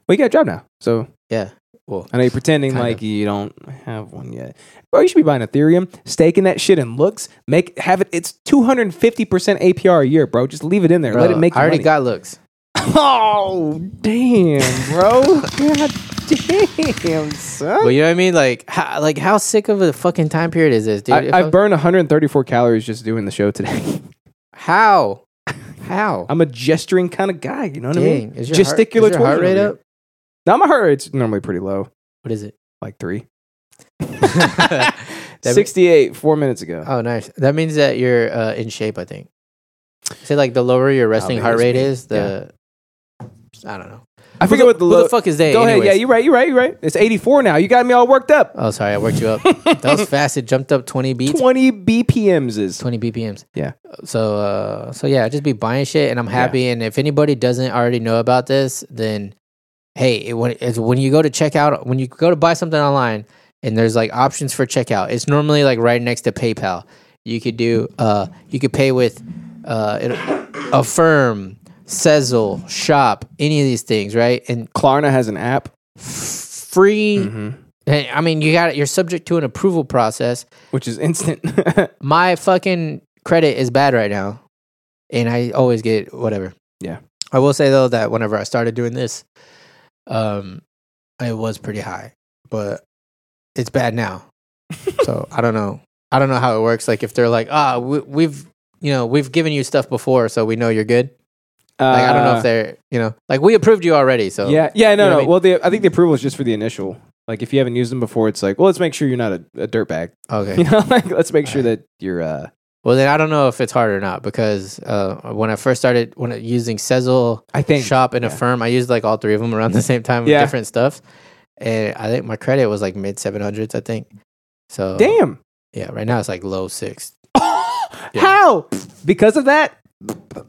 [SPEAKER 1] Well, you got a job now, so
[SPEAKER 2] Yeah. Well,
[SPEAKER 1] I know you're pretending
[SPEAKER 2] Kind
[SPEAKER 1] like
[SPEAKER 2] of.
[SPEAKER 1] you don't have one yet. Bro, you should be buying Ethereum, staking that shit in looks, make have it. It's 250 percent APR a year, bro. Just leave it in there.
[SPEAKER 2] bro,
[SPEAKER 1] Let it make.
[SPEAKER 2] I
[SPEAKER 1] you
[SPEAKER 2] already
[SPEAKER 1] money.
[SPEAKER 2] got looks.
[SPEAKER 1] Oh damn, bro. God damn, son.
[SPEAKER 2] Well, you know what I mean? Like, how, like how sick of a fucking time period is this, dude? If
[SPEAKER 1] I,
[SPEAKER 2] I-
[SPEAKER 1] I've burned 134 calories just doing the show today.
[SPEAKER 2] how? How?
[SPEAKER 1] I'm a gesturing kind of guy. You know what
[SPEAKER 2] Dang,
[SPEAKER 1] I mean?
[SPEAKER 2] is your heart, is your
[SPEAKER 1] Gesticulatory
[SPEAKER 2] heart rate
[SPEAKER 1] over here.
[SPEAKER 2] up?
[SPEAKER 1] Now my heart rate's normally pretty low,
[SPEAKER 2] What is it?
[SPEAKER 1] like three.
[SPEAKER 2] That mean-
[SPEAKER 1] 68 four minutes ago.
[SPEAKER 2] Oh, nice. That means that you're uh, in shape, I think. Say like the lower your resting
[SPEAKER 1] maybe
[SPEAKER 2] heart
[SPEAKER 1] it's
[SPEAKER 2] rate
[SPEAKER 1] Oh, me.
[SPEAKER 2] is, the I don't know.
[SPEAKER 1] I forget what the
[SPEAKER 2] Who
[SPEAKER 1] low.
[SPEAKER 2] the fuck is they?
[SPEAKER 1] Go ahead. Yeah,
[SPEAKER 2] anyways?
[SPEAKER 1] you're right. You're right. You're right. It's 84 now. You got me all worked up.
[SPEAKER 2] Oh, sorry, I worked you up. that was fast. It jumped up twenty beats,
[SPEAKER 1] 20 BPMs is.
[SPEAKER 2] twenty BPMs.
[SPEAKER 1] Yeah.
[SPEAKER 2] So, uh, so yeah, I just be buying shit, and I'm happy. And if anybody doesn't already know about this, then hey, it, when it's, when you go to check out, when you go to buy something online, and there's like options for checkout, it's normally like right next to PayPal. You could do, uh, you could pay with, uh, it, Affirm, Sezzle, Shop, any of these things, right? And
[SPEAKER 1] Klarna has an app. mm-hmm,
[SPEAKER 2] free. Hey, I mean, you got you're subject to an approval process.
[SPEAKER 1] Which is instant.
[SPEAKER 2] my fucking credit is bad right now, and I always get whatever.
[SPEAKER 1] Yeah.
[SPEAKER 2] I will say though that whenever I started doing this, um, it was pretty high, but it's bad now. so I don't know. I don't know how it works. Like if they're like, ah, we, we've you know we've given you stuff before, so we know you're good. Like I don't know if they're you know like we approved you already, so
[SPEAKER 1] Uh. Yeah, yeah, no,
[SPEAKER 2] You know what
[SPEAKER 1] no.
[SPEAKER 2] I mean?
[SPEAKER 1] Well, the, I think the approval is just for the initial. Like, if you haven't used them before, it's like, well, let's make sure you're not a, a dirtbag.
[SPEAKER 2] okay.
[SPEAKER 1] You know, like, let's make sure that you're. uh
[SPEAKER 2] Well, then I don't know if it's hard or not because uh, when I first started when I- using Sezzle,
[SPEAKER 1] I think.
[SPEAKER 2] Shop and
[SPEAKER 1] yeah.
[SPEAKER 2] Affirm, I used like all three of them around the same time with
[SPEAKER 1] Yeah.
[SPEAKER 2] different stuff, and I think my credit was like mid seven hundreds, I think. So
[SPEAKER 1] Damn.
[SPEAKER 2] Yeah, right now it's like low six.
[SPEAKER 1] How? Because of that?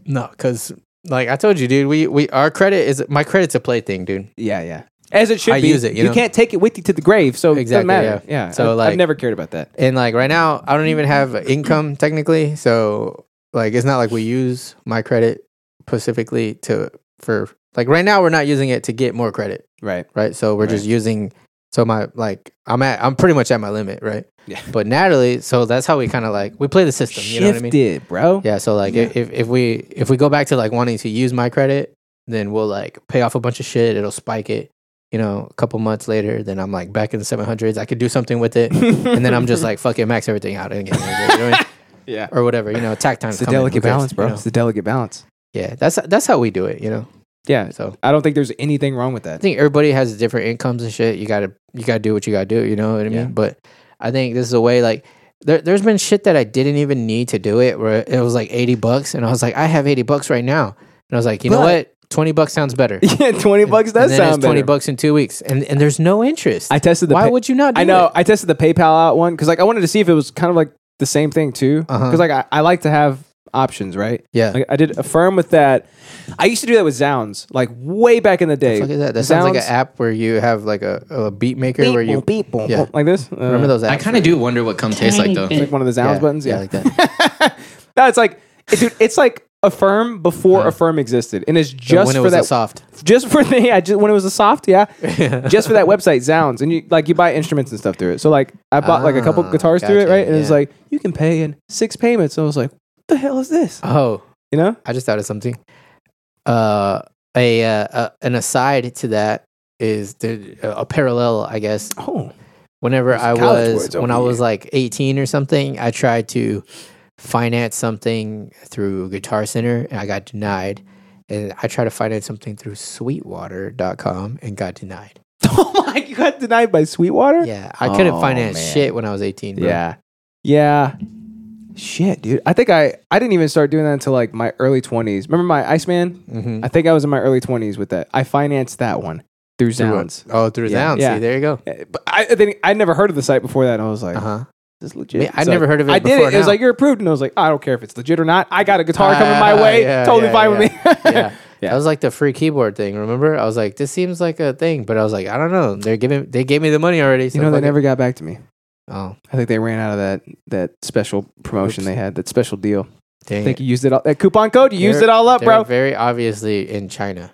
[SPEAKER 2] No, because like I told you, dude, we we our credit is my credit's a plaything, dude.
[SPEAKER 1] Yeah, yeah. As it should
[SPEAKER 2] I
[SPEAKER 1] be.
[SPEAKER 2] use it, you know?
[SPEAKER 1] can't take it with you to the grave, so
[SPEAKER 2] Exactly,
[SPEAKER 1] it doesn't matter.
[SPEAKER 2] yeah.
[SPEAKER 1] Yeah.
[SPEAKER 2] So,
[SPEAKER 1] I-
[SPEAKER 2] like-
[SPEAKER 1] I've never cared about that.
[SPEAKER 2] And like right now, I don't even have income technically, so like it's not like we use my credit specifically to for like right now we're not using it to get more credit,
[SPEAKER 1] Right.
[SPEAKER 2] right? So we're just
[SPEAKER 1] Right.
[SPEAKER 2] using so my like I'm at I'm pretty much at my limit, right?
[SPEAKER 1] Yeah.
[SPEAKER 2] But Natalie, so that's how we kind of like we play the system, you know what I mean?
[SPEAKER 1] Shifted, bro.
[SPEAKER 2] Yeah, so like i- if if we if we go back to like wanting to use my credit, then we'll like pay off a bunch of shit. It'll spike it, you know, a couple months later. Then I'm like back in the seven hundreds. I could do something with it, and then I'm just like fuck it, max everything out and get you know what I mean?
[SPEAKER 1] Yeah.
[SPEAKER 2] or whatever. You know, attack time.
[SPEAKER 1] It's the delicate balance, bro. It's the delicate balance.
[SPEAKER 2] Yeah, that's that's how we do it. You know,
[SPEAKER 1] Yeah.
[SPEAKER 2] so
[SPEAKER 1] I don't think there's anything wrong with
[SPEAKER 2] I
[SPEAKER 1] that.
[SPEAKER 2] think everybody has different incomes and shit. You gotta you gotta do what you gotta do. You know what I mean?
[SPEAKER 1] Yeah.
[SPEAKER 2] But I think this is a way like. There, there's been shit that I didn't even need to do it where it was like 80 bucks and I was like I have 80 bucks right now and I was like you know
[SPEAKER 1] But-
[SPEAKER 2] what 20 bucks sounds better
[SPEAKER 1] yeah, 20 bucks
[SPEAKER 2] and
[SPEAKER 1] does
[SPEAKER 2] then
[SPEAKER 1] sound
[SPEAKER 2] it's 20
[SPEAKER 1] better.
[SPEAKER 2] bucks in 2 weeks and and there's no interest
[SPEAKER 1] I tested the
[SPEAKER 2] why
[SPEAKER 1] pay-
[SPEAKER 2] would you not do
[SPEAKER 1] I know.
[SPEAKER 2] it?
[SPEAKER 1] I tested the PayPal out one because like I wanted to see if it was kind of like the same thing too.
[SPEAKER 2] Uh-huh.
[SPEAKER 1] Because like I, I like to have options, right?
[SPEAKER 2] Yeah.
[SPEAKER 1] Like, I did affirm with that. I used to do that with Zounds, like way back in the day.
[SPEAKER 2] Look at that. That sounds like
[SPEAKER 1] Zounds-
[SPEAKER 2] an app where you have like a, a beat maker where you yeah.
[SPEAKER 1] like this. Uh,
[SPEAKER 2] Remember those apps?
[SPEAKER 5] I kind of do wonder what cum tastes like though.
[SPEAKER 1] like one of the
[SPEAKER 2] Yeah,
[SPEAKER 1] Zounds buttons.
[SPEAKER 2] yeah,
[SPEAKER 1] Yeah,
[SPEAKER 2] like that.
[SPEAKER 1] no, it's like, it- dude, it's like affirm before affirm existed, and it's just
[SPEAKER 2] Uh-huh. when it
[SPEAKER 1] for
[SPEAKER 2] was a
[SPEAKER 1] that
[SPEAKER 2] soft.
[SPEAKER 1] just for the yeah, just when it was a soft, yeah, just for that website Zounds, and you like you buy instruments and stuff through it. So like I bought like a couple
[SPEAKER 2] Ah,
[SPEAKER 1] guitars through it,
[SPEAKER 2] gotcha,
[SPEAKER 1] right? And it's
[SPEAKER 2] yeah.
[SPEAKER 1] like you can pay in six payments. I was like, what the hell is this?
[SPEAKER 2] Oh,
[SPEAKER 1] You know?
[SPEAKER 2] I just thought of something. Uh, a, uh, uh an aside to that is the, uh, a parallel, I guess.
[SPEAKER 1] Oh,
[SPEAKER 2] Whenever I
[SPEAKER 1] college
[SPEAKER 2] was
[SPEAKER 1] words
[SPEAKER 2] when I
[SPEAKER 1] over
[SPEAKER 2] was
[SPEAKER 1] here.
[SPEAKER 2] like eighteen or something, I tried to finance something through Guitar Center and I got denied. And I tried to finance something through Sweetwater.com and got denied.
[SPEAKER 1] oh my! You got denied by Sweetwater?
[SPEAKER 2] Yeah, I couldn't
[SPEAKER 1] Oh,
[SPEAKER 2] finance
[SPEAKER 1] man.
[SPEAKER 2] shit when I was eighteen. Bro.
[SPEAKER 1] yeah, yeah. Shit, dude. I think I I didn't even start doing that until like my early twenties. Remember my Iceman?
[SPEAKER 2] Mhm.
[SPEAKER 1] I think I was in my early twenties with that. I financed that one through Zounds.
[SPEAKER 2] Oh, through
[SPEAKER 1] Yeah,
[SPEAKER 2] Zounds.
[SPEAKER 1] yeah.
[SPEAKER 2] See, there you go.
[SPEAKER 1] Uh, But I I think I never heard of the site before that. And I was like,
[SPEAKER 2] Uh huh.
[SPEAKER 1] this is
[SPEAKER 2] Man,
[SPEAKER 1] legit.
[SPEAKER 2] I'd
[SPEAKER 1] So
[SPEAKER 2] never heard of it
[SPEAKER 1] I did
[SPEAKER 2] before
[SPEAKER 1] it. It was
[SPEAKER 2] now.
[SPEAKER 1] like you're approved, and I was like, I don't care if it's legit or not. I got a guitar coming
[SPEAKER 2] Ah,
[SPEAKER 1] my way.
[SPEAKER 2] yeah,
[SPEAKER 1] totally
[SPEAKER 2] yeah,
[SPEAKER 1] fine with me.
[SPEAKER 2] yeah.
[SPEAKER 1] Yeah.
[SPEAKER 2] That was like the free keyboard thing. Remember, I was like, "This seems like a thing," but I was like, "I don't know." They're giving, they gave me the money already. So
[SPEAKER 1] you know, they
[SPEAKER 2] fuck it.
[SPEAKER 1] never got back to me.
[SPEAKER 2] Oh,
[SPEAKER 1] I think they ran out of that that special promotion
[SPEAKER 2] Oops.
[SPEAKER 1] they had, that special deal. I
[SPEAKER 2] dang!
[SPEAKER 1] think
[SPEAKER 2] Thank you,
[SPEAKER 1] you used it all. That coupon code, you used
[SPEAKER 2] They're-
[SPEAKER 1] it all up,
[SPEAKER 2] They're
[SPEAKER 1] bro.
[SPEAKER 2] Very obviously in China.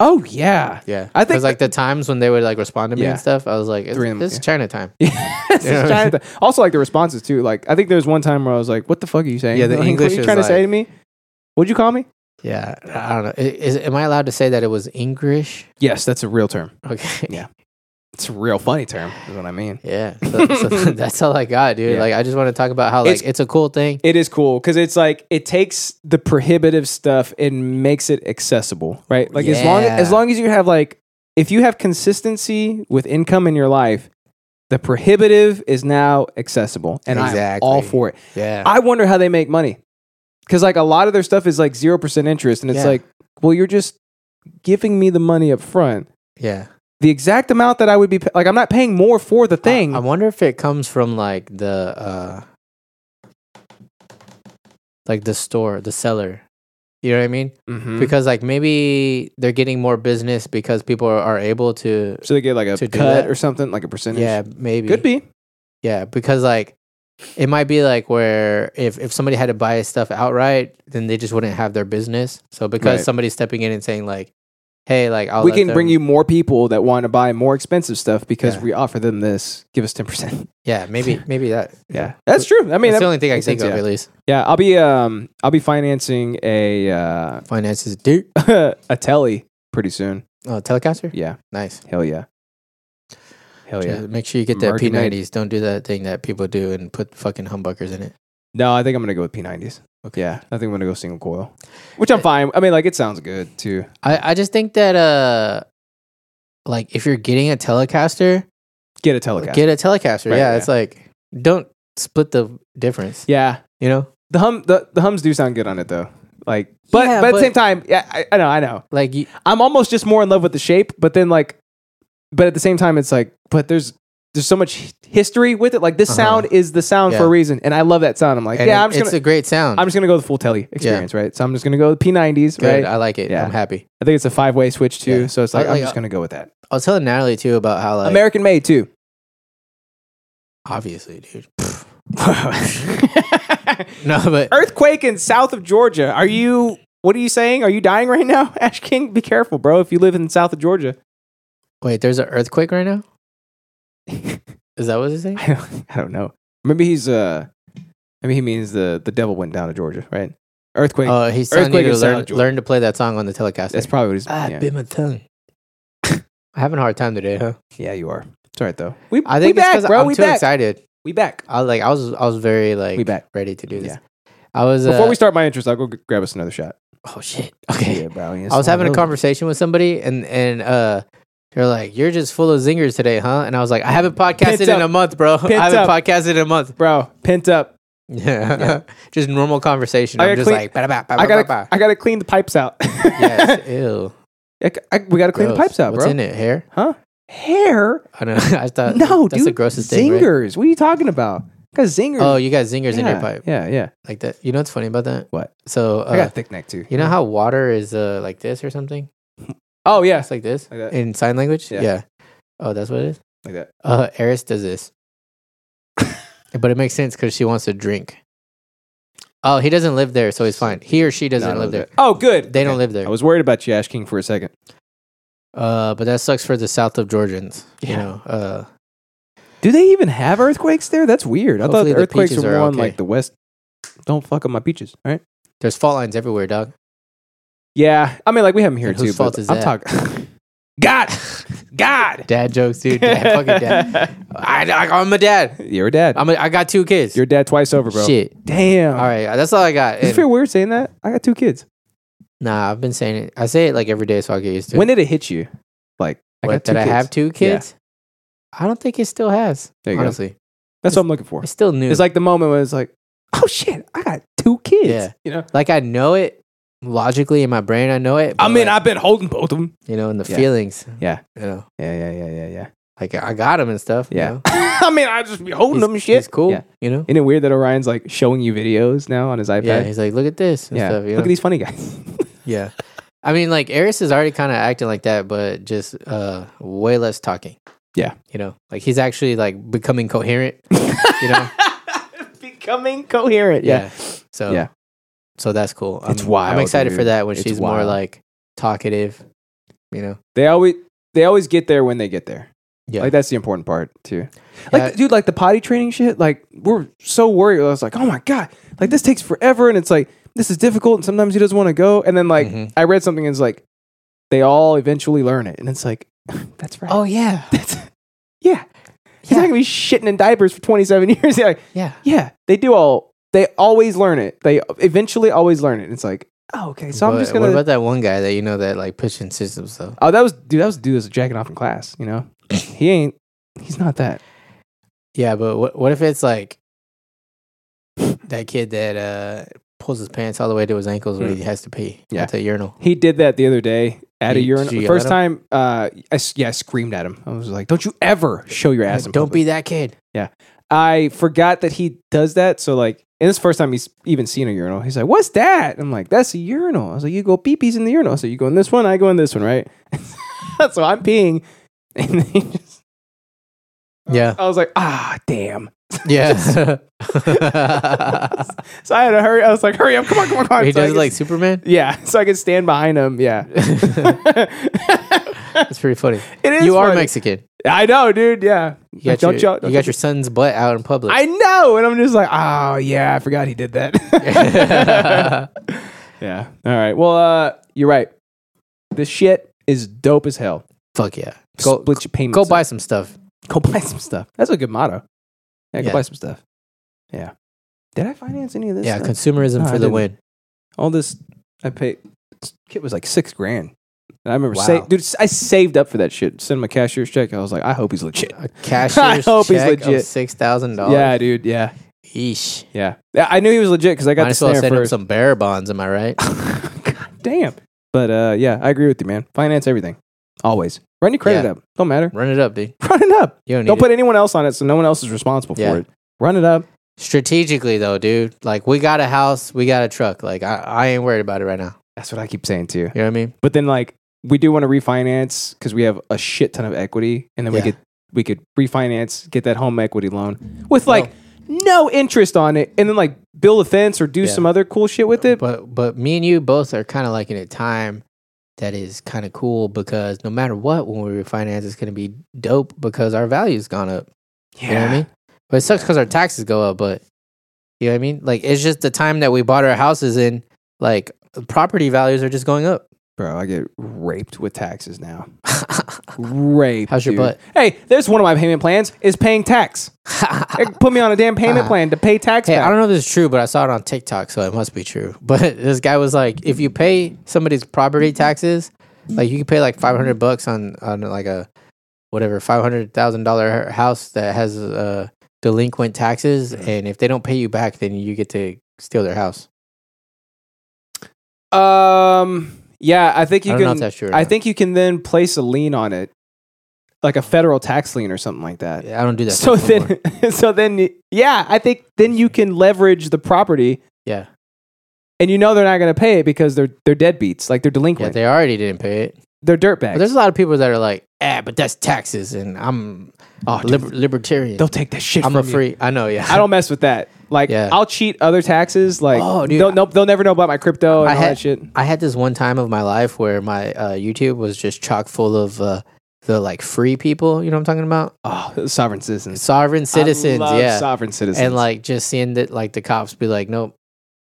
[SPEAKER 1] Oh yeah,
[SPEAKER 2] Yeah,
[SPEAKER 1] I
[SPEAKER 2] I
[SPEAKER 1] think
[SPEAKER 2] think like the times when they would like respond to me
[SPEAKER 1] Yeah.
[SPEAKER 2] and stuff. I was like, it's,
[SPEAKER 1] Three in the-
[SPEAKER 2] "This is China time."
[SPEAKER 1] This is China. Also, like the responses too. Like I think there was one time where I was like, "What the fuck are you saying?
[SPEAKER 2] Yeah, the
[SPEAKER 1] Like,
[SPEAKER 2] English
[SPEAKER 1] What are you
[SPEAKER 2] is
[SPEAKER 1] trying
[SPEAKER 2] like-
[SPEAKER 1] to say to me? What'd you call me?
[SPEAKER 2] Yeah, I don't know. I- Is, am I allowed to say that it was English?
[SPEAKER 1] Yes, that's a real term.
[SPEAKER 2] Okay.
[SPEAKER 1] Yeah. It's a real funny term. Is what I mean.
[SPEAKER 2] Yeah. So, so that's all I got, dude.
[SPEAKER 1] Yeah.
[SPEAKER 2] Like, I just want to talk about how like
[SPEAKER 1] It's-
[SPEAKER 2] it's, a cool thing.
[SPEAKER 1] It is cool because it's like it takes the prohibitive stuff and makes it accessible, right? Like as long
[SPEAKER 2] Yeah.
[SPEAKER 1] as long as you have like if you have consistency with income in your life, the prohibitive is now accessible, and I'm all
[SPEAKER 2] Exactly.
[SPEAKER 1] for it.
[SPEAKER 2] Yeah.
[SPEAKER 1] I wonder how they make money because like a lot of their stuff is like zero percent interest, and it's
[SPEAKER 2] Yeah.
[SPEAKER 1] like, well, you're just giving me the money up front,
[SPEAKER 2] yeah.
[SPEAKER 1] the exact amount that I would be pa- like, I'm not paying more for the thing.
[SPEAKER 2] I, I wonder if it comes from like the uh like the store, the seller. You know what I mean?
[SPEAKER 1] Mhm.
[SPEAKER 2] Because like maybe they're getting more business because people are, are able to
[SPEAKER 1] so they get like a
[SPEAKER 2] To do
[SPEAKER 1] cut
[SPEAKER 2] that?
[SPEAKER 1] or something, like a percentage.
[SPEAKER 2] Yeah, maybe.
[SPEAKER 1] could be.
[SPEAKER 2] Yeah, because like it might be like where if if somebody had to buy stuff outright, then they just wouldn't have their business. So because
[SPEAKER 1] Right.
[SPEAKER 2] somebody's stepping in and saying like, "Hey, like I'll
[SPEAKER 1] we
[SPEAKER 2] let
[SPEAKER 1] can
[SPEAKER 2] them-
[SPEAKER 1] bring you more people that want to buy more expensive stuff because
[SPEAKER 2] Yeah.
[SPEAKER 1] we offer them this. Give us ten percent.
[SPEAKER 2] Yeah, maybe maybe that.
[SPEAKER 1] Yeah, that's true. I
[SPEAKER 2] I mean,
[SPEAKER 1] mean,
[SPEAKER 2] that's
[SPEAKER 1] that-
[SPEAKER 2] the only thing I can
[SPEAKER 1] makes
[SPEAKER 2] think
[SPEAKER 1] sense,
[SPEAKER 2] of
[SPEAKER 1] yeah.
[SPEAKER 2] at least.
[SPEAKER 1] yeah, I'll be um, I'll be financing a uh,
[SPEAKER 2] Finances, dude.
[SPEAKER 1] a telly pretty soon.
[SPEAKER 2] Oh, Telecaster.
[SPEAKER 1] Yeah,
[SPEAKER 2] Nice.
[SPEAKER 1] hell yeah, hell yeah.
[SPEAKER 2] Just Make sure you get that
[SPEAKER 1] Market night.
[SPEAKER 2] P90s. Don't do that thing that people do and put fucking humbuckers in it.
[SPEAKER 1] No, I think I'm gonna go with P90s. Okay. Yeah, I think I'm gonna go single coil, which I'm fine. I mean, like it sounds good too.
[SPEAKER 2] I, I just think that uh, like if you're getting a Telecaster,
[SPEAKER 1] Get a Telecaster.
[SPEAKER 2] get a Telecaster.
[SPEAKER 1] Right,
[SPEAKER 2] yeah,
[SPEAKER 1] yeah.
[SPEAKER 2] it's like don't split the difference.
[SPEAKER 1] yeah,
[SPEAKER 2] You know,
[SPEAKER 1] the hum the, the hums do sound good on it though. Like, but
[SPEAKER 2] Yeah,
[SPEAKER 1] but at
[SPEAKER 2] but-
[SPEAKER 1] the same time, yeah, I, I know, I know.
[SPEAKER 2] like you,
[SPEAKER 1] I'm almost just more in love with the shape, but then like, but at the same time, it's like, but there's there's so much h- history with it. Like this
[SPEAKER 2] Uh-huh.
[SPEAKER 1] sound is the sound
[SPEAKER 2] Yeah.
[SPEAKER 1] for a reason, and I love that sound. I'm like,
[SPEAKER 2] And
[SPEAKER 1] yeah,
[SPEAKER 2] it-
[SPEAKER 1] I'm just
[SPEAKER 2] it's
[SPEAKER 1] gonna,
[SPEAKER 2] a great sound.
[SPEAKER 1] I'm just gonna go with the full telly experience, right? So I'm just gonna go with P90s,
[SPEAKER 2] Good.
[SPEAKER 1] right?
[SPEAKER 2] I like it.
[SPEAKER 1] Yeah.
[SPEAKER 2] I'm happy.
[SPEAKER 1] I think it's a five way switch too,
[SPEAKER 2] Yeah.
[SPEAKER 1] so it's like,
[SPEAKER 2] I-
[SPEAKER 1] I'm
[SPEAKER 2] like,
[SPEAKER 1] just
[SPEAKER 2] uh,
[SPEAKER 1] gonna go with that.
[SPEAKER 2] I was telling Natalie too about how like
[SPEAKER 1] American made too.
[SPEAKER 2] obviously, dude. No, but
[SPEAKER 1] Earthquake in south of Georgia. Are you? What are you saying? Are you dying right now, Ash King? Be careful, bro. If you live in south of Georgia,
[SPEAKER 2] wait, there's an earthquake right now. Is that what it's saying?
[SPEAKER 1] I don't, I don't know. Maybe he's uh, maybe he means the the devil went down to Georgia, right? Earthquake.
[SPEAKER 2] Oh, he's telling you
[SPEAKER 1] Earthquake
[SPEAKER 2] to
[SPEAKER 1] is
[SPEAKER 2] learn,
[SPEAKER 1] sound, Jordan.
[SPEAKER 2] learn to play that song on the telecaster.
[SPEAKER 1] That's probably what he's.
[SPEAKER 2] ah,
[SPEAKER 1] yeah.
[SPEAKER 2] bit my tongue. I'm having a hard time today, huh?
[SPEAKER 1] yeah, you are. It's all right though. We,
[SPEAKER 2] I
[SPEAKER 1] we
[SPEAKER 2] think it's
[SPEAKER 1] back,
[SPEAKER 2] 'cause
[SPEAKER 1] bro.
[SPEAKER 2] I'm
[SPEAKER 1] we
[SPEAKER 2] too
[SPEAKER 1] back.
[SPEAKER 2] excited.
[SPEAKER 1] We back.
[SPEAKER 2] I like I was I was very like
[SPEAKER 1] We back.
[SPEAKER 2] ready to do this.
[SPEAKER 1] Yeah.
[SPEAKER 2] I was
[SPEAKER 1] Before
[SPEAKER 2] uh,
[SPEAKER 1] we start my interest, I'll go g- grab us another shot.
[SPEAKER 2] Oh shit. Okay.
[SPEAKER 1] bro.
[SPEAKER 2] I was having a conversation with somebody and and uh they're like, You're just full of zingers today, huh? And I was like, I haven't podcasted
[SPEAKER 1] Pent
[SPEAKER 2] in
[SPEAKER 1] up.
[SPEAKER 2] a month, bro.
[SPEAKER 1] Pent
[SPEAKER 2] I haven't
[SPEAKER 1] up.
[SPEAKER 2] podcasted in a month.
[SPEAKER 1] bro. Pent up.
[SPEAKER 2] Yeah. just normal conversation.
[SPEAKER 1] I
[SPEAKER 2] I'm
[SPEAKER 1] gotta
[SPEAKER 2] just
[SPEAKER 1] clean-
[SPEAKER 2] like ba ba ba
[SPEAKER 1] I
[SPEAKER 2] ba
[SPEAKER 1] gotta.
[SPEAKER 2] ba.
[SPEAKER 1] I gotta clean the pipes out.
[SPEAKER 2] Yes. Ew.
[SPEAKER 1] I c- I- we gotta clean the
[SPEAKER 2] Gross.
[SPEAKER 1] pipes out,
[SPEAKER 2] What's
[SPEAKER 1] bro.
[SPEAKER 2] in it? Hair?
[SPEAKER 1] Huh? Hair.
[SPEAKER 2] I don't know. I thought
[SPEAKER 1] No,
[SPEAKER 2] Uh, that's
[SPEAKER 1] dude.
[SPEAKER 2] the grossest thing. right?
[SPEAKER 1] zingers. What are you talking about? I got zingers.
[SPEAKER 2] Oh, you got zingers
[SPEAKER 1] yeah,
[SPEAKER 2] in your pipe.
[SPEAKER 1] Yeah, yeah.
[SPEAKER 2] Like that. You know what's funny about that?
[SPEAKER 1] What?
[SPEAKER 2] So uh,
[SPEAKER 1] I got thick neck too.
[SPEAKER 2] you know how water is uh, like this or something?
[SPEAKER 1] Oh yeah,
[SPEAKER 2] It's like this
[SPEAKER 1] Like that.
[SPEAKER 2] in sign language.
[SPEAKER 1] Yeah.
[SPEAKER 2] Oh, that's what it is.
[SPEAKER 1] like that.
[SPEAKER 2] Uh, Eris does this, but it makes sense because she wants to drink. Oh, he doesn't live there, so he's fine. He or she doesn't
[SPEAKER 1] No, I
[SPEAKER 2] live
[SPEAKER 1] don't
[SPEAKER 2] there.
[SPEAKER 1] do that. Oh, good.
[SPEAKER 2] They don't live there.
[SPEAKER 1] I was worried about you, Ash King, for a second.
[SPEAKER 2] Uh, but that sucks for the south of Georgians. You
[SPEAKER 1] Yeah.
[SPEAKER 2] know, uh,
[SPEAKER 1] Do they even have earthquakes there? That's weird. I
[SPEAKER 2] Hopefully
[SPEAKER 1] thought
[SPEAKER 2] the
[SPEAKER 1] the earthquakes were
[SPEAKER 2] peaches are
[SPEAKER 1] more on
[SPEAKER 2] okay.
[SPEAKER 1] like the west. Don't fuck up my peaches, all right?
[SPEAKER 2] there's fault lines everywhere, dog.
[SPEAKER 1] Yeah, I mean, like we have them here
[SPEAKER 2] And
[SPEAKER 1] too.
[SPEAKER 2] whose fault
[SPEAKER 1] but
[SPEAKER 2] is
[SPEAKER 1] I'm
[SPEAKER 2] that?
[SPEAKER 1] talking. God, God,
[SPEAKER 2] Dad jokes, dude. Dad, fucking dad. I, I, am a dad.
[SPEAKER 1] You're a dad.
[SPEAKER 2] I'm a, I got two kids.
[SPEAKER 1] You're a dad twice over, bro.
[SPEAKER 2] Shit.
[SPEAKER 1] Damn.
[SPEAKER 2] All right, that's all I got.
[SPEAKER 1] Does it
[SPEAKER 2] And-
[SPEAKER 1] feel weird saying that? I got two kids.
[SPEAKER 2] Nah, I've been saying it. I say it like every day, so I get used to
[SPEAKER 1] When
[SPEAKER 2] it.
[SPEAKER 1] did it hit you? Like I
[SPEAKER 2] What,
[SPEAKER 1] got two
[SPEAKER 2] that I
[SPEAKER 1] kids.
[SPEAKER 2] have two kids. I don't think it still has.
[SPEAKER 1] There you go.
[SPEAKER 2] honestly,
[SPEAKER 1] That's what I'm looking for.
[SPEAKER 2] it's still new.
[SPEAKER 1] It's like the moment when it's like, oh shit, I got two kids.
[SPEAKER 2] Yeah.
[SPEAKER 1] You know,
[SPEAKER 2] like I know it logically in my brain. I know it.
[SPEAKER 1] I
[SPEAKER 2] but,
[SPEAKER 1] mean,
[SPEAKER 2] like,
[SPEAKER 1] I've been holding both of them.
[SPEAKER 2] you know, in the
[SPEAKER 1] Yeah.
[SPEAKER 2] feelings.
[SPEAKER 1] Yeah.
[SPEAKER 2] you know,
[SPEAKER 1] Yeah, yeah, yeah, yeah, yeah.
[SPEAKER 2] like I got him and stuff. you
[SPEAKER 1] Yeah.
[SPEAKER 2] know?
[SPEAKER 1] I mean, I just be holding
[SPEAKER 2] He's-
[SPEAKER 1] them and shit.
[SPEAKER 2] He's cool.
[SPEAKER 1] Yeah.
[SPEAKER 2] You know.
[SPEAKER 1] Isn't it weird that Orion's like showing you videos now on his iPad?
[SPEAKER 2] Yeah, he's like, look at this and
[SPEAKER 1] Yeah.
[SPEAKER 2] stuff. You know?
[SPEAKER 1] Look at these funny guys.
[SPEAKER 2] Yeah, I mean, like Eris is already kind of acting like that, but just uh way less talking.
[SPEAKER 1] Yeah.
[SPEAKER 2] you know, like he's actually like becoming coherent. you know,
[SPEAKER 1] Becoming coherent. Yeah.
[SPEAKER 2] yeah. So
[SPEAKER 1] Yeah.
[SPEAKER 2] so that's cool. I'm,
[SPEAKER 1] It's wild,
[SPEAKER 2] I'm excited for
[SPEAKER 1] dude.
[SPEAKER 2] that when
[SPEAKER 1] It's
[SPEAKER 2] she's more
[SPEAKER 1] wild.
[SPEAKER 2] like talkative. You know,
[SPEAKER 1] They always they always get there when they get there.
[SPEAKER 2] yeah.
[SPEAKER 1] Like that's the important part too. Like
[SPEAKER 2] Yeah.
[SPEAKER 1] dude, like the potty training shit, like we're so worried. I was like, oh my God, like this takes forever and it's like this is difficult and sometimes he doesn't want to go. And then like
[SPEAKER 2] Mhm.
[SPEAKER 1] I read something and it's like they all eventually learn it. And it's like, that's right.
[SPEAKER 2] oh yeah,
[SPEAKER 1] That's yeah. He's not
[SPEAKER 2] Yeah.
[SPEAKER 1] gonna be shitting in diapers for twenty seven years. Yeah, like,
[SPEAKER 2] yeah.
[SPEAKER 1] yeah, they do all. They always learn it. They eventually always learn it. It's like, oh, okay. So I'm
[SPEAKER 2] But
[SPEAKER 1] just
[SPEAKER 2] What
[SPEAKER 1] gonna.
[SPEAKER 2] about that one guy that you know that like pushing systems though?
[SPEAKER 1] oh, that was dude. That was dude that's jacking off in class. You know, he ain't. He's not that.
[SPEAKER 2] Yeah, but what what if it's like that kid that uh pulls his pants all the way to his ankles when he has to pee
[SPEAKER 1] Hmm. Yeah.
[SPEAKER 2] at the urinal?
[SPEAKER 1] He did that the other day at a
[SPEAKER 2] Did
[SPEAKER 1] urinal.
[SPEAKER 2] you
[SPEAKER 1] The
[SPEAKER 2] yell at
[SPEAKER 1] first time, uh, I, s- yeah, I screamed at him. I was like, "Don't you ever show your ass!" in
[SPEAKER 2] Like, don't
[SPEAKER 1] public."
[SPEAKER 2] be that kid.
[SPEAKER 1] I forgot that he does that. So like, and this is the first time he's even seen a urinal. He's like, "What's that?" I'm like, "That's a urinal." I was like, "You go pee pees in the urinal." So you go in this one, I go in this one, right? so I'm peeing, and then he just,
[SPEAKER 2] Yeah,
[SPEAKER 1] I was like, "Ah, damn."
[SPEAKER 2] yeah.
[SPEAKER 1] So I had to hurry. I was like, "Hurry up! Come on, come on, come on!"
[SPEAKER 2] he
[SPEAKER 1] So I
[SPEAKER 2] does it
[SPEAKER 1] could-
[SPEAKER 2] like Superman.
[SPEAKER 1] yeah, so I could stand behind him. Yeah,
[SPEAKER 2] That's pretty funny.
[SPEAKER 1] it is.
[SPEAKER 2] you are
[SPEAKER 1] funny.
[SPEAKER 2] Mexican.
[SPEAKER 1] I know, dude. Yeah,
[SPEAKER 2] You got,
[SPEAKER 1] Don't
[SPEAKER 2] your,
[SPEAKER 1] y'all- don't
[SPEAKER 2] you got your son's butt out in public.
[SPEAKER 1] I know, and I'm just like, "Oh yeah, I forgot he did that." Yeah. All right. Well, uh, you're right. This shit is dope as hell.
[SPEAKER 2] Fuck yeah.
[SPEAKER 1] Go,
[SPEAKER 2] Go
[SPEAKER 1] Split your payments.
[SPEAKER 2] go
[SPEAKER 1] up.
[SPEAKER 2] buy some stuff.
[SPEAKER 1] Go buy some stuff. That's a good motto. Yeah. Go
[SPEAKER 2] Yeah.
[SPEAKER 1] buy some stuff. Yeah. Did I finance any of this?
[SPEAKER 2] Yeah,
[SPEAKER 1] stuff?
[SPEAKER 2] consumerism
[SPEAKER 1] No, I
[SPEAKER 2] for the
[SPEAKER 1] didn't.
[SPEAKER 2] win.
[SPEAKER 1] All this I paid. this Kit was like six grand. And I remember,
[SPEAKER 2] Wow.
[SPEAKER 1] sa- dude, I saved up for that shit. Sent him a cashier's check. I was like, I hope he's legit.
[SPEAKER 2] A cashier's
[SPEAKER 1] hope he's
[SPEAKER 2] check
[SPEAKER 1] legit.
[SPEAKER 2] of six thousand dollars.
[SPEAKER 1] Yeah, dude. Yeah,
[SPEAKER 2] Yeesh.
[SPEAKER 1] yeah, yeah. I knew he was legit because I got
[SPEAKER 2] Might
[SPEAKER 1] the
[SPEAKER 2] as well
[SPEAKER 1] snare
[SPEAKER 2] send him
[SPEAKER 1] first.
[SPEAKER 2] some bearer bonds, am I right?
[SPEAKER 1] God damn. But uh, yeah, I agree with you, man. Finance everything, always. Run your credit
[SPEAKER 2] Yeah.
[SPEAKER 1] up. Don't matter.
[SPEAKER 2] Run it up, dude.
[SPEAKER 1] Run it up.
[SPEAKER 2] You don't need
[SPEAKER 1] Don't
[SPEAKER 2] it.
[SPEAKER 1] put anyone else on it, so no one else is responsible
[SPEAKER 2] Yeah.
[SPEAKER 1] for it. Run it up.
[SPEAKER 2] strategically though, dude. Like we got a house, we got a truck. Like I, I ain't worried about it right now.
[SPEAKER 1] That's what I keep saying too.
[SPEAKER 2] You know what I mean?
[SPEAKER 1] But then like we do want to refinance because we have a shit ton of equity, and then
[SPEAKER 2] Yeah.
[SPEAKER 1] we could we could refinance, get that home equity loan with like no interest on it, and then like build a fence or do
[SPEAKER 2] Yeah.
[SPEAKER 1] some other cool shit with it.
[SPEAKER 2] But but me and you both are kind of like in a time that is kind of cool because no matter what, when we refinance, it's going to be dope because our value's gone up.
[SPEAKER 1] yeah,
[SPEAKER 2] You know what I mean? But it sucks because our taxes go up. But you know what I mean? Like it's just the time that we bought our houses in. Like property values are just going up.
[SPEAKER 1] bro, I get raped with taxes now. Raped.
[SPEAKER 2] How's your
[SPEAKER 1] dude.
[SPEAKER 2] butt?
[SPEAKER 1] Hey, there's one of my payment plans is paying tax. Hey, Put me on a damn payment plan to pay tax.
[SPEAKER 2] Uh-huh. Hey,
[SPEAKER 1] back.
[SPEAKER 2] I don't know if this is true, but I saw it on TikTok, so it must be true. But this guy was like, if you pay somebody's property taxes, like you can pay like five hundred bucks on on like a whatever five hundred thousand dollar house that has uh, delinquent taxes, and if they don't pay you back, then you get to steal their house.
[SPEAKER 1] Um. Yeah, I think you
[SPEAKER 2] I don't
[SPEAKER 1] can.
[SPEAKER 2] know if that's true or
[SPEAKER 1] I
[SPEAKER 2] not.
[SPEAKER 1] think you can then place a lien on it, like a federal tax lien or something like that.
[SPEAKER 2] I don't do that.
[SPEAKER 1] so
[SPEAKER 2] stuff no more.
[SPEAKER 1] then, so then, y- yeah, I think then you can leverage the property,
[SPEAKER 2] yeah,
[SPEAKER 1] and you know they're not going to pay it because they're they're deadbeats, like they're
[SPEAKER 2] yeah,
[SPEAKER 1] delinquent,
[SPEAKER 2] they already didn't pay it.
[SPEAKER 1] they're,
[SPEAKER 2] But
[SPEAKER 1] dirtbags.
[SPEAKER 2] there's a lot of people that are like, ah, but that's taxes, and I'm
[SPEAKER 1] Oh, dude,
[SPEAKER 2] liber- libertarian.
[SPEAKER 1] they'll take that shit.
[SPEAKER 2] I'm a
[SPEAKER 1] from you.
[SPEAKER 2] free. I know. Yeah,
[SPEAKER 1] I don't mess with that. Like,
[SPEAKER 2] Yeah.
[SPEAKER 1] I'll cheat other taxes. Like,
[SPEAKER 2] Oh,
[SPEAKER 1] oh,
[SPEAKER 2] dude.
[SPEAKER 1] they'll, they'll, they'll never know about my crypto and
[SPEAKER 2] I
[SPEAKER 1] all
[SPEAKER 2] had-
[SPEAKER 1] that shit.
[SPEAKER 2] I had this one time of my life where my uh, YouTube was just chock full of uh, the like free people. You know what I'm talking about?
[SPEAKER 1] Oh, sovereign citizens,
[SPEAKER 2] Sovereign citizens,
[SPEAKER 1] I love
[SPEAKER 2] yeah.
[SPEAKER 1] sovereign citizens,
[SPEAKER 2] and like just seeing that, like the cops be like, nope.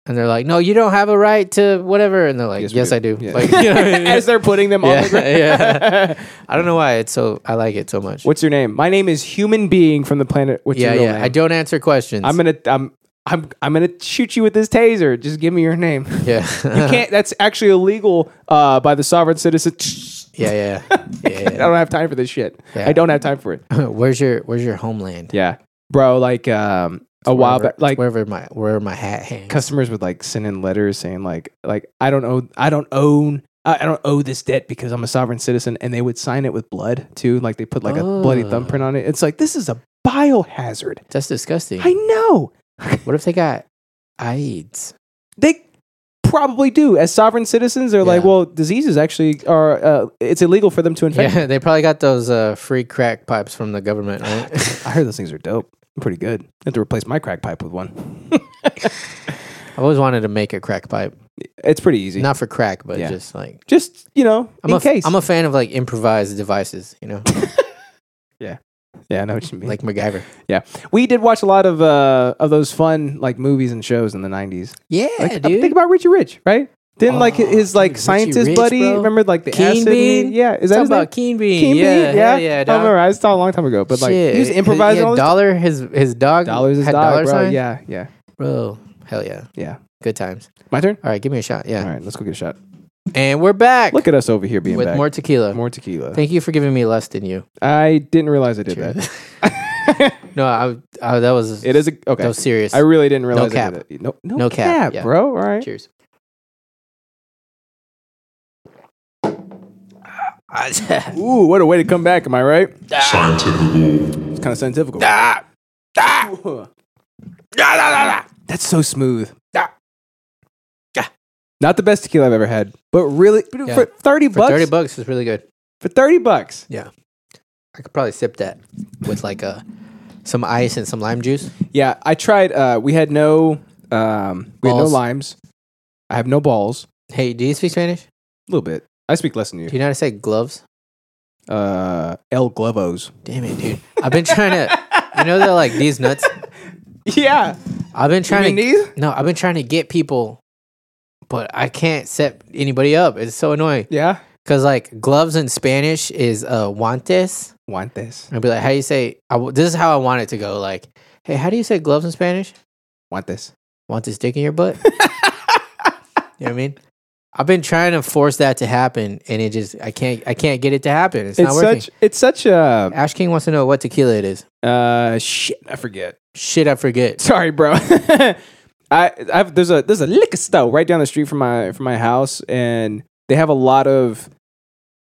[SPEAKER 2] And they're like, no, you don't have a right to whatever. And they're like, yes,
[SPEAKER 1] we
[SPEAKER 2] I do.
[SPEAKER 1] Yeah.
[SPEAKER 2] Like, you know what I mean?
[SPEAKER 1] As they're putting them on the ground.
[SPEAKER 2] Yeah, I don't know why it's so. I like it so much.
[SPEAKER 1] What's your name? My name is human being from the planet. What's
[SPEAKER 2] yeah,
[SPEAKER 1] your real
[SPEAKER 2] yeah.
[SPEAKER 1] name?
[SPEAKER 2] I don't answer questions.
[SPEAKER 1] I'm gonna I'm I'm I'm gonna shoot you with this taser. Just give me your name. You
[SPEAKER 2] yeah.
[SPEAKER 1] can't. That's actually illegal uh, by the sovereign citizen.
[SPEAKER 2] yeah, yeah, yeah.
[SPEAKER 1] I don't have time for this shit.
[SPEAKER 2] Yeah.
[SPEAKER 1] I don't have time for it.
[SPEAKER 2] yeah. where's your Where's your homeland?
[SPEAKER 1] Yeah, bro. Like um, a while
[SPEAKER 2] Wherever-
[SPEAKER 1] back, like
[SPEAKER 2] wherever my wherever my hat hangs.
[SPEAKER 1] customers would like send in letters saying like like I don't owe I don't own I I don't owe this debt because I'm a sovereign citizen, and they would sign it with blood too. Like they put like a bloody
[SPEAKER 2] Oh.
[SPEAKER 1] thumbprint on it. It's like this is a biohazard.
[SPEAKER 2] That's disgusting.
[SPEAKER 1] I know.
[SPEAKER 2] What if they got AIDS?
[SPEAKER 1] they probably do as sovereign citizens they're like
[SPEAKER 2] Yeah.
[SPEAKER 1] well diseases actually are uh, it's illegal for them to infect
[SPEAKER 2] Yeah, they probably got those uh, free crack pipes from the government, right?
[SPEAKER 1] i heard those things are dope pretty good i have to replace my crack pipe with one
[SPEAKER 2] I've always wanted to make a crack pipe,
[SPEAKER 1] it's pretty easy
[SPEAKER 2] not for crack, but
[SPEAKER 1] Yeah.
[SPEAKER 2] just like
[SPEAKER 1] just you know
[SPEAKER 2] I'm
[SPEAKER 1] in
[SPEAKER 2] a,
[SPEAKER 1] case
[SPEAKER 2] am a fan of like improvised devices, you know,
[SPEAKER 1] yeah i know what you mean
[SPEAKER 2] like MacGyver.
[SPEAKER 1] yeah we did watch a lot of uh of those fun like movies and shows in the 90s
[SPEAKER 2] Yeah,
[SPEAKER 1] like, I
[SPEAKER 2] dude.
[SPEAKER 1] think about richie rich right then like
[SPEAKER 2] Oh,
[SPEAKER 1] his like
[SPEAKER 2] dude, Richie
[SPEAKER 1] scientist
[SPEAKER 2] Rich,
[SPEAKER 1] buddy
[SPEAKER 2] bro.
[SPEAKER 1] remember like the
[SPEAKER 2] Keen
[SPEAKER 1] acid
[SPEAKER 2] Bean?
[SPEAKER 1] yeah is that
[SPEAKER 2] Talk
[SPEAKER 1] his name?
[SPEAKER 2] about Keen Bean.
[SPEAKER 1] Keen
[SPEAKER 2] yeah,
[SPEAKER 1] Bean? yeah
[SPEAKER 2] yeah, yeah.
[SPEAKER 1] I
[SPEAKER 2] dog.
[SPEAKER 1] don't remember. I saw a long time ago, but like he was
[SPEAKER 2] Shit.
[SPEAKER 1] improvising
[SPEAKER 2] Yeah,
[SPEAKER 1] all this
[SPEAKER 2] dollar his his dog
[SPEAKER 1] dollars is
[SPEAKER 2] had
[SPEAKER 1] dollar, bro.
[SPEAKER 2] sign?
[SPEAKER 1] Yeah, yeah,
[SPEAKER 2] bro. Hell yeah,
[SPEAKER 1] yeah.
[SPEAKER 2] good times.
[SPEAKER 1] My turn.
[SPEAKER 2] All right, give me a shot. Yeah,
[SPEAKER 1] All right, let's go get a shot.
[SPEAKER 2] and we're back
[SPEAKER 1] Look at us over here being
[SPEAKER 2] with
[SPEAKER 1] back.
[SPEAKER 2] more tequila.
[SPEAKER 1] More tequila.
[SPEAKER 2] Thank you for giving me less than you.
[SPEAKER 1] I didn't realize I did
[SPEAKER 2] Cheers.
[SPEAKER 1] that.
[SPEAKER 2] No, I, I that was
[SPEAKER 1] It is a okay.
[SPEAKER 2] that was serious.
[SPEAKER 1] I really didn't realize
[SPEAKER 2] cap.
[SPEAKER 1] I did it. No, no,
[SPEAKER 2] No cap,
[SPEAKER 1] cap,
[SPEAKER 2] yeah.
[SPEAKER 1] bro. All right.
[SPEAKER 2] Cheers.
[SPEAKER 1] Ooh, what a way to come back. Am I right? It's kind of scientific. Ooh. That's so smooth. Not the best tequila I've ever had, but really
[SPEAKER 2] Yeah.
[SPEAKER 1] for thirty
[SPEAKER 2] For
[SPEAKER 1] bucks.
[SPEAKER 2] thirty bucks is really good.
[SPEAKER 1] for 30 bucks.
[SPEAKER 2] I could probably sip that with like a some ice and some lime juice.
[SPEAKER 1] Yeah, I tried. Uh, we had no, um, we had no
[SPEAKER 2] Balls.
[SPEAKER 1] limes. I have no balls.
[SPEAKER 2] Hey, do you speak Spanish?
[SPEAKER 1] A little bit. I speak less than you.
[SPEAKER 2] Do you know how to say gloves?
[SPEAKER 1] uh El Globos.
[SPEAKER 2] Damn it, dude! I've been trying to. You know they're like these nuts.
[SPEAKER 1] Yeah.
[SPEAKER 2] I've been trying to.
[SPEAKER 1] these?
[SPEAKER 2] No, I've been trying to get people, but I can't set anybody up. It's so annoying
[SPEAKER 1] Yeah.
[SPEAKER 2] because like gloves in Spanish is uh, guantes.
[SPEAKER 1] Want this.
[SPEAKER 2] I'd be like, how do you say? I w- this is how I want it to go. Like, hey, how do you say gloves in Spanish?
[SPEAKER 1] Want this.
[SPEAKER 2] want this dick in your butt? you know what I mean? I've been trying to force that to happen, and it just I can't I can't get it to happen. It's,
[SPEAKER 1] It's,
[SPEAKER 2] not working.
[SPEAKER 1] such it's such a
[SPEAKER 2] Ash King wants to know what tequila it is.
[SPEAKER 1] uh shit, I forget.
[SPEAKER 2] Shit, I forget.
[SPEAKER 1] Sorry, bro. I I've there's a there's a liquor store right down the street from my from my house and they have a lot of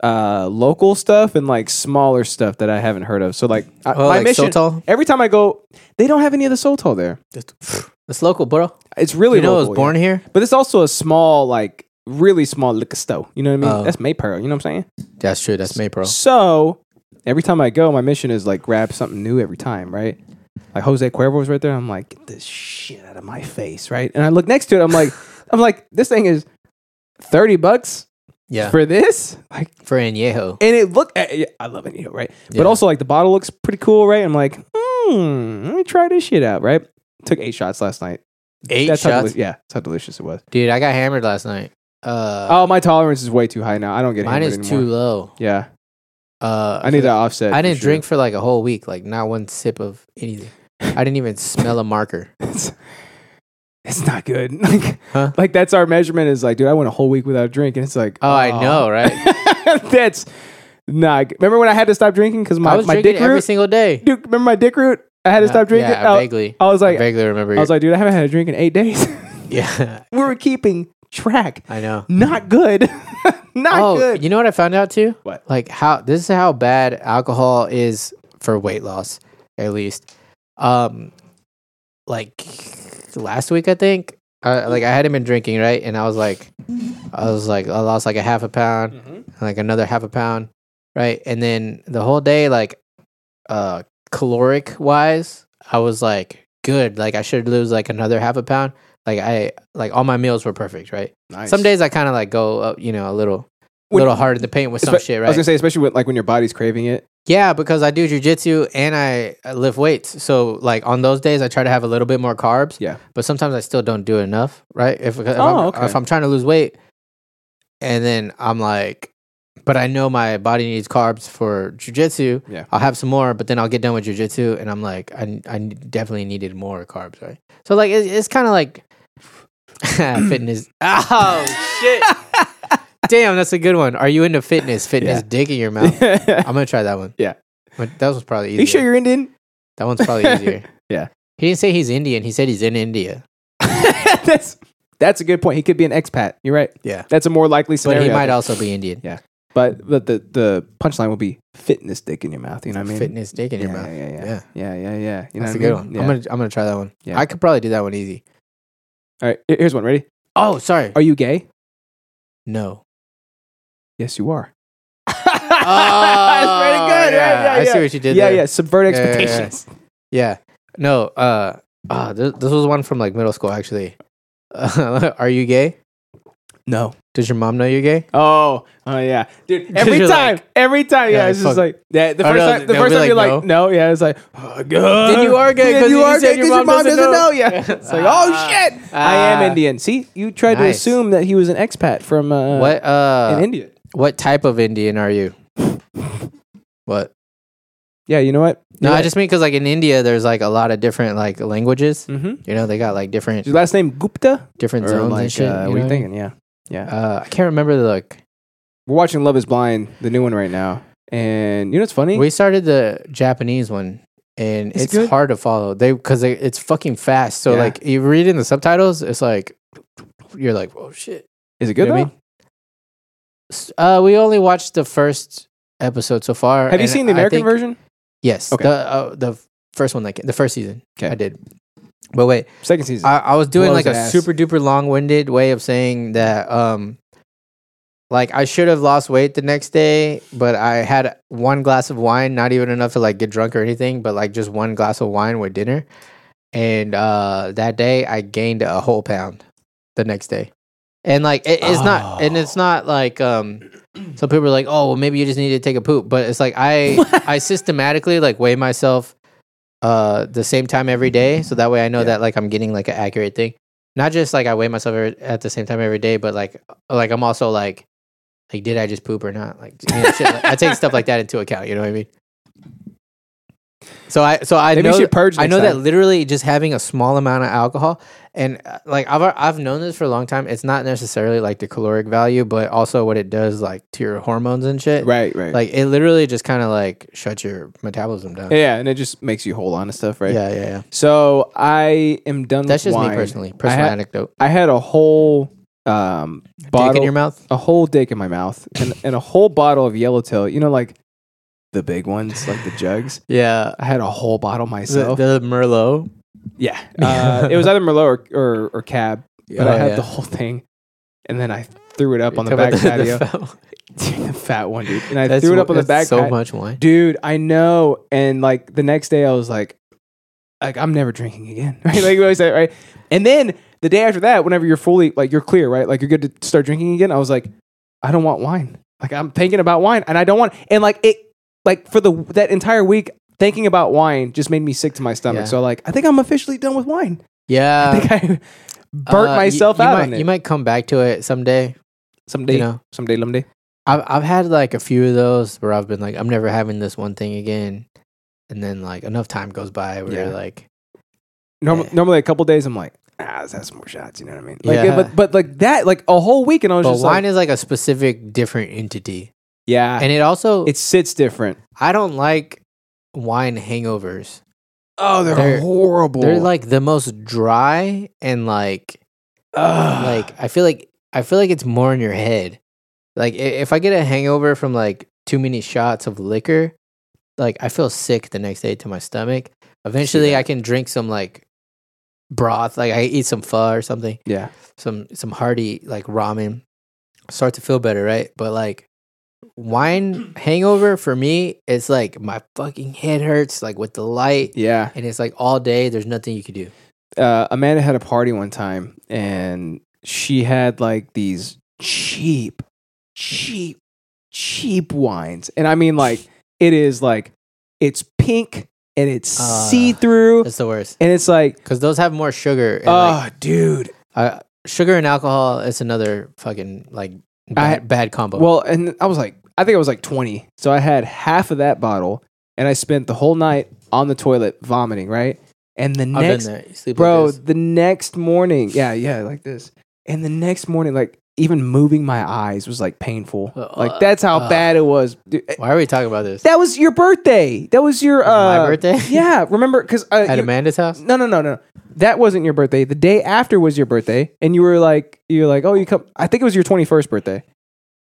[SPEAKER 1] uh, local stuff and like smaller stuff that I haven't heard of. So like I,
[SPEAKER 2] Oh,
[SPEAKER 1] my
[SPEAKER 2] like
[SPEAKER 1] mission.
[SPEAKER 2] Sotol?
[SPEAKER 1] Every time I go, they don't have any of the Sotol there.
[SPEAKER 2] It's local, bro.
[SPEAKER 1] It's really
[SPEAKER 2] You know, I was
[SPEAKER 1] local, yeah.
[SPEAKER 2] born here.
[SPEAKER 1] but it's also a small like really small liquor store. You know what I mean?
[SPEAKER 2] Oh.
[SPEAKER 1] That's Maypearl. You know what I'm saying?
[SPEAKER 2] That's true. That's Maypro.
[SPEAKER 1] So every time I go, my mission is like grab something new every time, right? Like Jose Cuervo's right there. I'm like, get this shit out of my face, right? And I look next to it. I'm like, I'm like, this thing is thirty bucks
[SPEAKER 2] Yeah, for,
[SPEAKER 1] for this. Like,
[SPEAKER 2] añejo.
[SPEAKER 1] and it look, I I love it, you know, right?
[SPEAKER 2] Yeah.
[SPEAKER 1] But also like the bottle looks pretty cool, right? I'm like, hmm, let me try this shit out, right? Took eight shots last night.
[SPEAKER 2] Eight
[SPEAKER 1] That's how
[SPEAKER 2] shots,
[SPEAKER 1] deli- yeah, that's how delicious it was.
[SPEAKER 2] dude. I got hammered last night. Uh,
[SPEAKER 1] Oh, my tolerance is way too high now. I don't get
[SPEAKER 2] mine
[SPEAKER 1] hammered
[SPEAKER 2] is too
[SPEAKER 1] anymore.
[SPEAKER 2] low.
[SPEAKER 1] Yeah,
[SPEAKER 2] Uh,
[SPEAKER 1] I need to offset.
[SPEAKER 2] I
[SPEAKER 1] for
[SPEAKER 2] didn't
[SPEAKER 1] sure.
[SPEAKER 2] drink for like a whole week, like not one sip of anything. I didn't even smell a marker.
[SPEAKER 1] it's, it's not good. Like,
[SPEAKER 2] Huh?
[SPEAKER 1] like that's our measurement is like, dude, I went a whole week without a drink, and it's like,
[SPEAKER 2] Oh, I know, right?
[SPEAKER 1] that's not. Good. Remember when I had to stop drinking because
[SPEAKER 2] I
[SPEAKER 1] my,
[SPEAKER 2] was
[SPEAKER 1] my
[SPEAKER 2] drinking
[SPEAKER 1] dick
[SPEAKER 2] every
[SPEAKER 1] root?
[SPEAKER 2] single day.
[SPEAKER 1] Dude, remember my dick root? I had to
[SPEAKER 2] Uh,
[SPEAKER 1] stop drinking.
[SPEAKER 2] Yeah,
[SPEAKER 1] I,
[SPEAKER 2] vaguely.
[SPEAKER 1] I was
[SPEAKER 2] I
[SPEAKER 1] like, I
[SPEAKER 2] vaguely remember.
[SPEAKER 1] was like, dude, I haven't had a drink in eight days.
[SPEAKER 2] yeah,
[SPEAKER 1] we were keeping track.
[SPEAKER 2] I know.
[SPEAKER 1] Not good. not
[SPEAKER 2] oh,
[SPEAKER 1] good.
[SPEAKER 2] you know what I found out too?
[SPEAKER 1] What?
[SPEAKER 2] Like how this is how bad alcohol is for weight loss, at least. Um, like last week, I think. I, like I hadn't been drinking, right? And I was like, I was like, I lost like a half a pound,
[SPEAKER 1] Mm.
[SPEAKER 2] like another half a pound, right? And then the whole day, like, uh, caloric wise, I was like good. Like I should lose like another half a pound. Like I, like all my meals were perfect, right?
[SPEAKER 1] Nice.
[SPEAKER 2] Some days I kind of like go up, you know, a little,
[SPEAKER 1] When-
[SPEAKER 2] little hard in the paint with some
[SPEAKER 1] Espe-
[SPEAKER 2] shit,
[SPEAKER 1] I was
[SPEAKER 2] right?
[SPEAKER 1] gonna say, especially with like when your body's craving it.
[SPEAKER 2] yeah, because I do jujitsu and I I lift weights, so like on those days I try to have a little bit more carbs.
[SPEAKER 1] Yeah.
[SPEAKER 2] but sometimes I still don't do enough, right? If, if, I'm,
[SPEAKER 1] Oh, okay.
[SPEAKER 2] if I'm trying to lose weight, and then I'm like, but I know my body needs carbs for jujitsu.
[SPEAKER 1] Yeah.
[SPEAKER 2] I'll have some more, but then I'll get done with jujitsu, and I'm like, I I definitely needed more carbs, right? So like it, it's kind of like fitness. Oh shit. Damn, that's a good one. Are you into fitness? Fitness
[SPEAKER 1] Yeah.
[SPEAKER 2] dick in your mouth. I'm gonna try that one.
[SPEAKER 1] Yeah.
[SPEAKER 2] But that one's probably easier.
[SPEAKER 1] you sure you're Indian?
[SPEAKER 2] that one's probably easier.
[SPEAKER 1] Yeah.
[SPEAKER 2] He didn't say he's Indian. He said he's in India.
[SPEAKER 1] that's that's a good point. He could be an expat. You're right.
[SPEAKER 2] Yeah.
[SPEAKER 1] That's a more likely scenario.
[SPEAKER 2] But he might also be Indian.
[SPEAKER 1] But but the the punchline will be fitness dick in your mouth. You know what I mean?
[SPEAKER 2] Fitness dick in
[SPEAKER 1] yeah,
[SPEAKER 2] your mouth.
[SPEAKER 1] Yeah, yeah, yeah, yeah, yeah,
[SPEAKER 2] Yeah.
[SPEAKER 1] yeah. You know
[SPEAKER 2] that's
[SPEAKER 1] what
[SPEAKER 2] a
[SPEAKER 1] I mean?
[SPEAKER 2] good one.
[SPEAKER 1] Yeah.
[SPEAKER 2] I'm gonna I'm gonna try that one.
[SPEAKER 1] Yeah.
[SPEAKER 2] I could probably do that one easy.
[SPEAKER 1] All right, here- here's one. Ready?
[SPEAKER 2] Oh, sorry.
[SPEAKER 1] Are you gay?
[SPEAKER 2] no.
[SPEAKER 1] Yes, you are.
[SPEAKER 2] Oh, yeah. I see what you did
[SPEAKER 1] Yeah,
[SPEAKER 2] there.
[SPEAKER 1] yeah. Subvert
[SPEAKER 2] Yeah, yeah, yeah.
[SPEAKER 1] expectations.
[SPEAKER 2] Yeah. No. Uh. Ah. this, this was one from like middle school actually. are you gay?
[SPEAKER 1] No.
[SPEAKER 2] Does your mom know you're gay?
[SPEAKER 1] Oh, oh yeah, dude. Every
[SPEAKER 2] You're
[SPEAKER 1] time, every time, yeah.
[SPEAKER 2] Yeah,
[SPEAKER 1] it's just
[SPEAKER 2] fuck.
[SPEAKER 1] like yeah. The
[SPEAKER 2] Oh,
[SPEAKER 1] first
[SPEAKER 2] no,
[SPEAKER 1] time, the
[SPEAKER 2] they'll
[SPEAKER 1] first
[SPEAKER 2] be
[SPEAKER 1] time
[SPEAKER 2] like,
[SPEAKER 1] you're like, no, yeah. It's like, oh, God.
[SPEAKER 2] Then you are gay
[SPEAKER 1] Then
[SPEAKER 2] 'cause
[SPEAKER 1] you
[SPEAKER 2] you
[SPEAKER 1] are
[SPEAKER 2] said
[SPEAKER 1] gay
[SPEAKER 2] your
[SPEAKER 1] because your
[SPEAKER 2] mom
[SPEAKER 1] mom doesn't
[SPEAKER 2] doesn't
[SPEAKER 1] know.
[SPEAKER 2] know.
[SPEAKER 1] Yeah, it's like, oh shit, I am
[SPEAKER 2] Ah.
[SPEAKER 1] Indian. See, you tried to
[SPEAKER 2] Nice.
[SPEAKER 1] assume that he was an expat from uh,
[SPEAKER 2] what? Uh.
[SPEAKER 1] in India.
[SPEAKER 2] What type of Indian are you? what?
[SPEAKER 1] Yeah, you know what?
[SPEAKER 2] No, I just mean because like in India, there's like a lot of different like languages.
[SPEAKER 1] Mm-hmm.
[SPEAKER 2] You know, they got like different
[SPEAKER 1] His last name Gupta.
[SPEAKER 2] different zones and shit.
[SPEAKER 1] uh, what are
[SPEAKER 2] you know
[SPEAKER 1] you
[SPEAKER 2] I mean?
[SPEAKER 1] thinking? Yeah, yeah.
[SPEAKER 2] Uh, I can't remember the like.
[SPEAKER 1] We're watching Love Is Blind, the new one right now, and you know what's funny?
[SPEAKER 2] We started the Japanese one, and
[SPEAKER 1] It's
[SPEAKER 2] it's,
[SPEAKER 1] good.
[SPEAKER 2] hard to follow. They because they, it's fucking fast. So
[SPEAKER 1] Yeah.
[SPEAKER 2] like you read in the subtitles, it's like you're like, oh shit.
[SPEAKER 1] Is it good
[SPEAKER 2] You know what I
[SPEAKER 1] though?
[SPEAKER 2] S- Uh, we only watched the first episode so far.
[SPEAKER 1] Have you
[SPEAKER 2] and
[SPEAKER 1] seen the
[SPEAKER 2] I
[SPEAKER 1] American
[SPEAKER 2] think-
[SPEAKER 1] version?
[SPEAKER 2] Yes.
[SPEAKER 1] Okay.
[SPEAKER 2] The uh, the first one that came, the first season.
[SPEAKER 1] 'Kay.
[SPEAKER 2] I did. But wait,
[SPEAKER 1] Second season.
[SPEAKER 2] I, I was doing
[SPEAKER 1] Blows
[SPEAKER 2] like a
[SPEAKER 1] ass.
[SPEAKER 2] super duper long winded way of saying that um like I should have lost weight the next day, but I had one glass of wine, not even enough to like get drunk or anything, but like just one glass of wine with dinner. And uh that day I gained a whole pound the next day. And like it, it's not and
[SPEAKER 1] Oh.
[SPEAKER 2] it's not like um some people are like, "Oh, well maybe you just need to take a poop." But it's like I I systematically like weigh myself uh the same time every day so that way i know that like i'm getting like an accurate thing not just like i weigh myself every, at the same time every day but like like i'm also like like did i just poop or not like, you know, shit, like, i take stuff like that into account you know what i mean so i so i
[SPEAKER 1] Maybe you
[SPEAKER 2] know
[SPEAKER 1] should purge
[SPEAKER 2] i
[SPEAKER 1] next
[SPEAKER 2] know that
[SPEAKER 1] time.
[SPEAKER 2] literally just having a small amount of alcohol and uh, like i've i've known this for a long time it's not necessarily like the caloric value but also what it does like to your hormones and shit
[SPEAKER 1] right, right.
[SPEAKER 2] like it literally just kind of like shuts your metabolism down
[SPEAKER 1] yeah, and it just makes you hold on to stuff, right?
[SPEAKER 2] yeah yeah yeah
[SPEAKER 1] So I am done.
[SPEAKER 2] That's
[SPEAKER 1] with
[SPEAKER 2] just me
[SPEAKER 1] wine.
[SPEAKER 2] personally. Personal
[SPEAKER 1] I had,
[SPEAKER 2] anecdote.
[SPEAKER 1] I had a whole um,
[SPEAKER 2] Dick in
[SPEAKER 1] bottle,
[SPEAKER 2] your mouth.
[SPEAKER 1] a whole dick in my mouth, and, and a whole bottle of Yellowtail. You know, like the big ones, like the jugs.
[SPEAKER 2] Yeah.
[SPEAKER 1] I had a whole bottle
[SPEAKER 2] The,
[SPEAKER 1] myself.
[SPEAKER 2] the Merlot.
[SPEAKER 1] yeah, uh, it was either Merlot or or, or Cab, but
[SPEAKER 2] Oh,
[SPEAKER 1] I had
[SPEAKER 2] yeah.
[SPEAKER 1] the whole thing, and then I threw it up on the
[SPEAKER 2] Talk about
[SPEAKER 1] back patio.
[SPEAKER 2] the foul-
[SPEAKER 1] Dude, the fat one, dude. And I
[SPEAKER 2] That's
[SPEAKER 1] threw it
[SPEAKER 2] wh-
[SPEAKER 1] up on the
[SPEAKER 2] that's
[SPEAKER 1] back
[SPEAKER 2] So
[SPEAKER 1] patio.
[SPEAKER 2] much wine.
[SPEAKER 1] dude i know and like the next day i was like like i'm never drinking again right like you always say right and then the day after that whenever you're fully like you're clear right like you're good to start drinking again i was like i don't want wine like i'm thinking about wine and i don't want and like it like for the that entire week thinking about wine just made me sick to my stomach
[SPEAKER 2] Yeah.
[SPEAKER 1] so like i think i'm officially done with wine
[SPEAKER 2] Yeah.
[SPEAKER 1] i think i burnt
[SPEAKER 2] Uh, you-
[SPEAKER 1] myself
[SPEAKER 2] you
[SPEAKER 1] out
[SPEAKER 2] might-
[SPEAKER 1] on it
[SPEAKER 2] You might come back to it someday.
[SPEAKER 1] someday
[SPEAKER 2] you know.
[SPEAKER 1] someday someday
[SPEAKER 2] I've I've had like a few of those where I've been like, I'm never having this one thing again, and then like enough time goes by where
[SPEAKER 1] Yeah.
[SPEAKER 2] you're like,
[SPEAKER 1] Norm-
[SPEAKER 2] Yeah.
[SPEAKER 1] normally a couple days i'm like ah let's have some more shots you know what i mean like
[SPEAKER 2] Yeah.
[SPEAKER 1] but but like that like a whole week and i was
[SPEAKER 2] but
[SPEAKER 1] just like
[SPEAKER 2] wine is like a specific different entity,
[SPEAKER 1] Yeah.
[SPEAKER 2] and it also
[SPEAKER 1] it sits different.
[SPEAKER 2] I don't like wine hangovers.
[SPEAKER 1] Oh, they're,
[SPEAKER 2] They're-
[SPEAKER 1] horrible.
[SPEAKER 2] They're like the most dry and like
[SPEAKER 1] Ugh.
[SPEAKER 2] like I feel like I feel like it's more in your head. Like i- if I get a hangover from like too many shots of liquor, like I feel sick the next day to my stomach. Eventually, I can drink some like broth, like I eat some pho or something,
[SPEAKER 1] yeah.
[SPEAKER 2] some some hearty like ramen. Start to feel better, right? But like wine hangover for me, it's like my fucking head hurts like with the light,
[SPEAKER 1] Yeah.
[SPEAKER 2] and it's like all day. There's nothing you could do.
[SPEAKER 1] Uh, Amanda had a party one time and she had like these cheap, cheap, cheap wines. And I mean, like, it is like, it's pink and it's
[SPEAKER 2] Uh,
[SPEAKER 1] see through.
[SPEAKER 2] That's the worst
[SPEAKER 1] And it's like,
[SPEAKER 2] because those have more sugar. And,
[SPEAKER 1] oh,
[SPEAKER 2] like,
[SPEAKER 1] dude.
[SPEAKER 2] Uh, sugar and alcohol is another fucking like bad, bad combo.
[SPEAKER 1] Well, and I was like, I think it was like 20. So I had half of that bottle and I spent the whole night on the toilet vomiting, right? And the
[SPEAKER 2] I've
[SPEAKER 1] next
[SPEAKER 2] been there. You sleep
[SPEAKER 1] bro
[SPEAKER 2] like this.
[SPEAKER 1] the next morning yeah yeah like this and the next morning like even moving my eyes was like painful
[SPEAKER 2] Uh,
[SPEAKER 1] like that's how
[SPEAKER 2] uh.
[SPEAKER 1] bad it was Dude, eh,
[SPEAKER 2] why are we talking about this?
[SPEAKER 1] that was your birthday that was your
[SPEAKER 2] was
[SPEAKER 1] uh
[SPEAKER 2] my birthday?
[SPEAKER 1] yeah remember because uh,
[SPEAKER 2] At
[SPEAKER 1] you-
[SPEAKER 2] Amanda's house?
[SPEAKER 1] no no no no that wasn't your birthday the day after was your birthday and you were like you're like oh you come i think it was your 21st birthday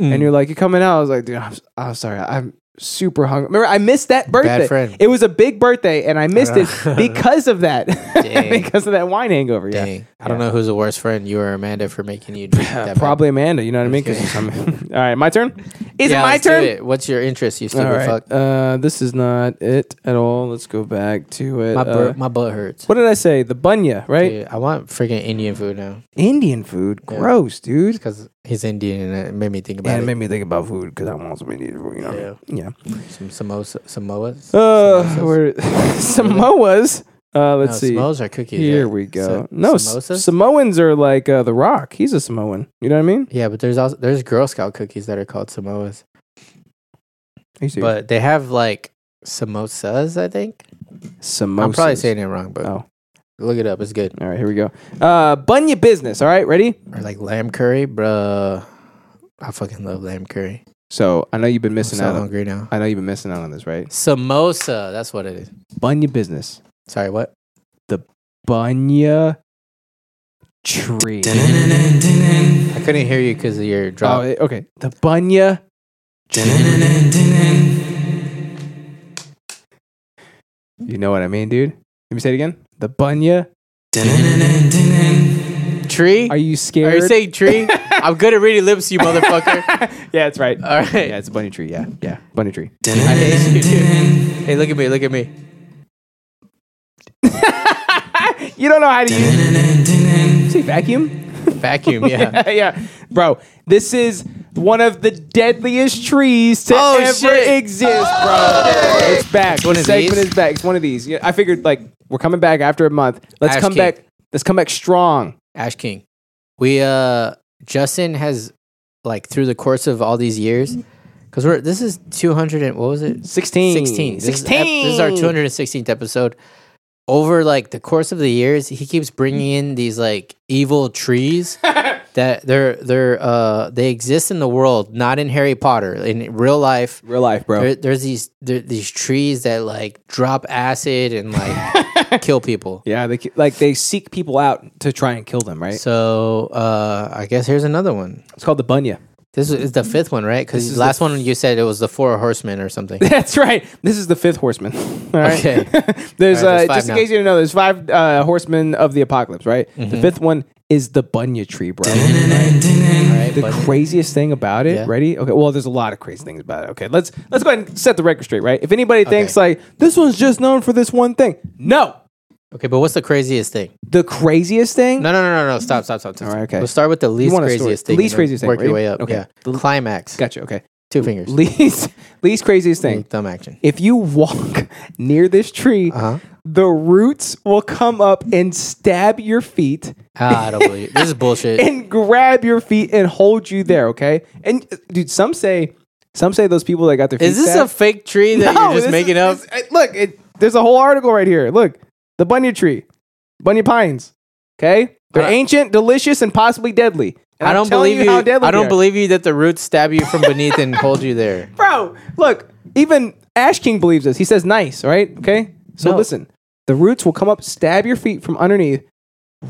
[SPEAKER 1] Mm.
[SPEAKER 2] Hmm.
[SPEAKER 1] and you're like you're coming out i was like dude i'm, I'm sorry i'm super hungry remember i missed that birthday
[SPEAKER 2] friend.
[SPEAKER 1] it was a big birthday and i missed it because of that
[SPEAKER 2] Dang.
[SPEAKER 1] because of that wine hangover yeah
[SPEAKER 2] Dang. I don't know who's the worst friend, you or Amanda, for making you drink that bad.
[SPEAKER 1] Probably Amanda. You know what I mean? 'Cause
[SPEAKER 2] Okay.
[SPEAKER 1] I'm- all right, my turn. Is
[SPEAKER 2] Yeah,
[SPEAKER 1] it my
[SPEAKER 2] let's do
[SPEAKER 1] turn?
[SPEAKER 2] it. What's your interest, you
[SPEAKER 1] All
[SPEAKER 2] stupid
[SPEAKER 1] right.
[SPEAKER 2] fuck?
[SPEAKER 1] Uh, this is not it at all. Let's go back to it.
[SPEAKER 2] My,
[SPEAKER 1] Uh,
[SPEAKER 2] bur- my butt hurts.
[SPEAKER 1] what did I say? The bunya, right?
[SPEAKER 2] Dude, I want freaking Indian food now
[SPEAKER 1] Indian food.
[SPEAKER 2] Yeah.
[SPEAKER 1] Gross, dude.
[SPEAKER 2] because he's Indian and it made me think about
[SPEAKER 1] And it
[SPEAKER 2] it.
[SPEAKER 1] made me think about food because I want some Indian food. You know? what I mean? Yeah.
[SPEAKER 2] Some samosa, Samoas.
[SPEAKER 1] Uh,
[SPEAKER 2] Samosas?
[SPEAKER 1] where, Samoas. Uh, let's
[SPEAKER 2] no,
[SPEAKER 1] see.
[SPEAKER 2] Samoas are cookies.
[SPEAKER 1] Here
[SPEAKER 2] right?
[SPEAKER 1] we go.
[SPEAKER 2] Sa-
[SPEAKER 1] no, s-
[SPEAKER 2] samosas.
[SPEAKER 1] Samoans are like uh, the Rock. He's a Samoan. You know what I mean?
[SPEAKER 2] yeah, but there's also there's Girl Scout cookies that are called Samoas.
[SPEAKER 1] Are you serious?
[SPEAKER 2] but they have like samosas. I think
[SPEAKER 1] Samosas.
[SPEAKER 2] I'm probably saying it wrong, but
[SPEAKER 1] Oh.
[SPEAKER 2] look it up. It's good.
[SPEAKER 1] All right, here we go. Uh, bunya business. All right, ready?
[SPEAKER 2] Or like lamb curry, bruh. I fucking love lamb curry.
[SPEAKER 1] So I know you've been
[SPEAKER 2] I'm
[SPEAKER 1] missing
[SPEAKER 2] so
[SPEAKER 1] out. On,
[SPEAKER 2] hungry now.
[SPEAKER 1] I know you've been missing out on this, right?
[SPEAKER 2] Samosa. That's what it is.
[SPEAKER 1] Bunya business.
[SPEAKER 2] Sorry, what?
[SPEAKER 1] Bunya tree.
[SPEAKER 2] I couldn't hear you because of your
[SPEAKER 1] Oh,
[SPEAKER 2] drop.
[SPEAKER 1] eh, okay. The bunya. You know what I mean, dude? Let me say it again. The bunya.
[SPEAKER 2] tree?
[SPEAKER 1] Are
[SPEAKER 2] Are you,
[SPEAKER 1] you scared?
[SPEAKER 2] saying tree? I'm good at reading lips, you motherfucker.
[SPEAKER 1] yeah, that's right.
[SPEAKER 2] All right.
[SPEAKER 1] Yeah, it's a bunny tree. Yeah, yeah, bunny tree.
[SPEAKER 2] I hate you, dude. Hey, look at me. Look at me.
[SPEAKER 1] You don't know how to use. Say vacuum.
[SPEAKER 2] Vacuum. Yeah.
[SPEAKER 1] yeah, bro. This is one of the deadliest trees to
[SPEAKER 2] Oh,
[SPEAKER 1] ever
[SPEAKER 2] shit. Oh.
[SPEAKER 1] exist, bro. It's back.
[SPEAKER 2] one
[SPEAKER 1] the
[SPEAKER 2] of
[SPEAKER 1] segment
[SPEAKER 2] these?
[SPEAKER 1] is back. It's one of these. Yeah, I figured like we're coming back after a month. Let's
[SPEAKER 2] Ash
[SPEAKER 1] come
[SPEAKER 2] King.
[SPEAKER 1] back. Let's come back strong.
[SPEAKER 2] Ash King. We uh Justin has like through the course of all these years cuz we're this is 200 and what was it?
[SPEAKER 1] 16.
[SPEAKER 2] 16. This is, ep- this is our
[SPEAKER 1] 16.
[SPEAKER 2] 216th episode. Over like the course of the years, he keeps bringing in these like evil trees that they're they're uh they exist in the world, not in Harry Potter. In real life,
[SPEAKER 1] Real life, bro.
[SPEAKER 2] there, there's these there, these trees that like drop acid and like kill people.
[SPEAKER 1] yeah, they like they seek people out to try and kill them, right?
[SPEAKER 2] So uh I guess here's another one.
[SPEAKER 1] It's called the bunya.
[SPEAKER 2] This is the fifth one, right?
[SPEAKER 1] This
[SPEAKER 2] Because
[SPEAKER 1] is the
[SPEAKER 2] last one you said it was the four horsemen or something.
[SPEAKER 1] That's right. This is the fifth horseman. All right.
[SPEAKER 2] Okay.
[SPEAKER 1] there's,
[SPEAKER 2] All right, there's
[SPEAKER 1] uh,
[SPEAKER 2] five
[SPEAKER 1] just in
[SPEAKER 2] now. Mm-hmm.
[SPEAKER 1] case you didn't know, there's five uh, horsemen of the apocalypse, right? The fifth one is the bunya tree, bro.
[SPEAKER 2] Right?
[SPEAKER 1] the
[SPEAKER 2] But-
[SPEAKER 1] craziest thing about it,
[SPEAKER 2] Yeah.
[SPEAKER 1] ready? Okay, well, there's a lot of crazy things about it. Okay, let's let's go ahead and set the record straight, right? If anybody thinks like this one's just known for this one thing, no.
[SPEAKER 2] okay, but what's the craziest thing?
[SPEAKER 1] The craziest thing,
[SPEAKER 2] No, no, no, no, no. Stop, stop, stop. stop.
[SPEAKER 1] All right, okay.
[SPEAKER 2] We'll start with the least
[SPEAKER 1] want a story.
[SPEAKER 2] craziest
[SPEAKER 1] The
[SPEAKER 2] thing.
[SPEAKER 1] least
[SPEAKER 2] and then
[SPEAKER 1] craziest thing,
[SPEAKER 2] Work your
[SPEAKER 1] right?
[SPEAKER 2] way up.
[SPEAKER 1] Okay.
[SPEAKER 2] Okay. Climax.
[SPEAKER 1] gotcha. Okay,
[SPEAKER 2] Two fingers.
[SPEAKER 1] least least craziest thing.
[SPEAKER 2] Thumb action.
[SPEAKER 1] If you walk near this tree,
[SPEAKER 2] Uh-huh.
[SPEAKER 1] the roots will come up and stab your feet
[SPEAKER 2] Ah, I don't believe this is bullshit.
[SPEAKER 1] and grab your feet and hold you there. Okay, and uh, dude, some say some say those people that got their feet
[SPEAKER 2] is this
[SPEAKER 1] stabbed,
[SPEAKER 2] a fake tree that
[SPEAKER 1] No,
[SPEAKER 2] you're just
[SPEAKER 1] this
[SPEAKER 2] making
[SPEAKER 1] is-
[SPEAKER 2] up?
[SPEAKER 1] this- I- look, it, there's a whole article right here. Look, the bunya tree, bunya pines. Okay, they're
[SPEAKER 2] I-
[SPEAKER 1] ancient, delicious, and possibly deadly. And
[SPEAKER 2] I
[SPEAKER 1] I'm
[SPEAKER 2] don't
[SPEAKER 1] telling
[SPEAKER 2] believe you.
[SPEAKER 1] how deadly
[SPEAKER 2] I
[SPEAKER 1] they
[SPEAKER 2] don't
[SPEAKER 1] are.
[SPEAKER 2] believe you that the roots stab you from beneath and hold you there.
[SPEAKER 1] bro. Look, even Ash King believes this. He says, "Nice, right? Okay." So
[SPEAKER 2] No.
[SPEAKER 1] listen, the roots will come up, stab your feet from underneath,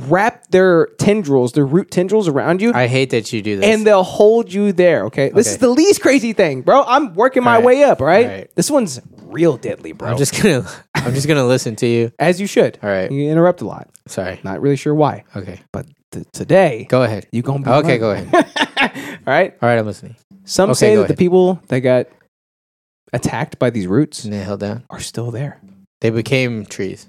[SPEAKER 1] wrap their tendrils, their root tendrils around you,
[SPEAKER 2] I hate that you do this.
[SPEAKER 1] and they'll hold you there. Okay, this
[SPEAKER 2] Okay.
[SPEAKER 1] is the least crazy thing, bro. I'm working my
[SPEAKER 2] All right.
[SPEAKER 1] way up. All right?
[SPEAKER 2] All right.
[SPEAKER 1] this one's real deadly, bro.
[SPEAKER 2] I'm just gonna. I'm just gonna listen to you.
[SPEAKER 1] as you should.
[SPEAKER 2] All right.
[SPEAKER 1] you interrupt a lot.
[SPEAKER 2] Sorry.
[SPEAKER 1] Not really sure why,
[SPEAKER 2] Okay.
[SPEAKER 1] but th- today
[SPEAKER 2] Go ahead.
[SPEAKER 1] you gonna be
[SPEAKER 2] Okay.
[SPEAKER 1] learning.
[SPEAKER 2] Go ahead. All
[SPEAKER 1] All right.
[SPEAKER 2] right. I'm listening.
[SPEAKER 1] Some
[SPEAKER 2] Okay,
[SPEAKER 1] say
[SPEAKER 2] go
[SPEAKER 1] that the
[SPEAKER 2] ahead.
[SPEAKER 1] people that got attacked by these roots
[SPEAKER 2] And they held down.
[SPEAKER 1] are still there.
[SPEAKER 2] They became trees.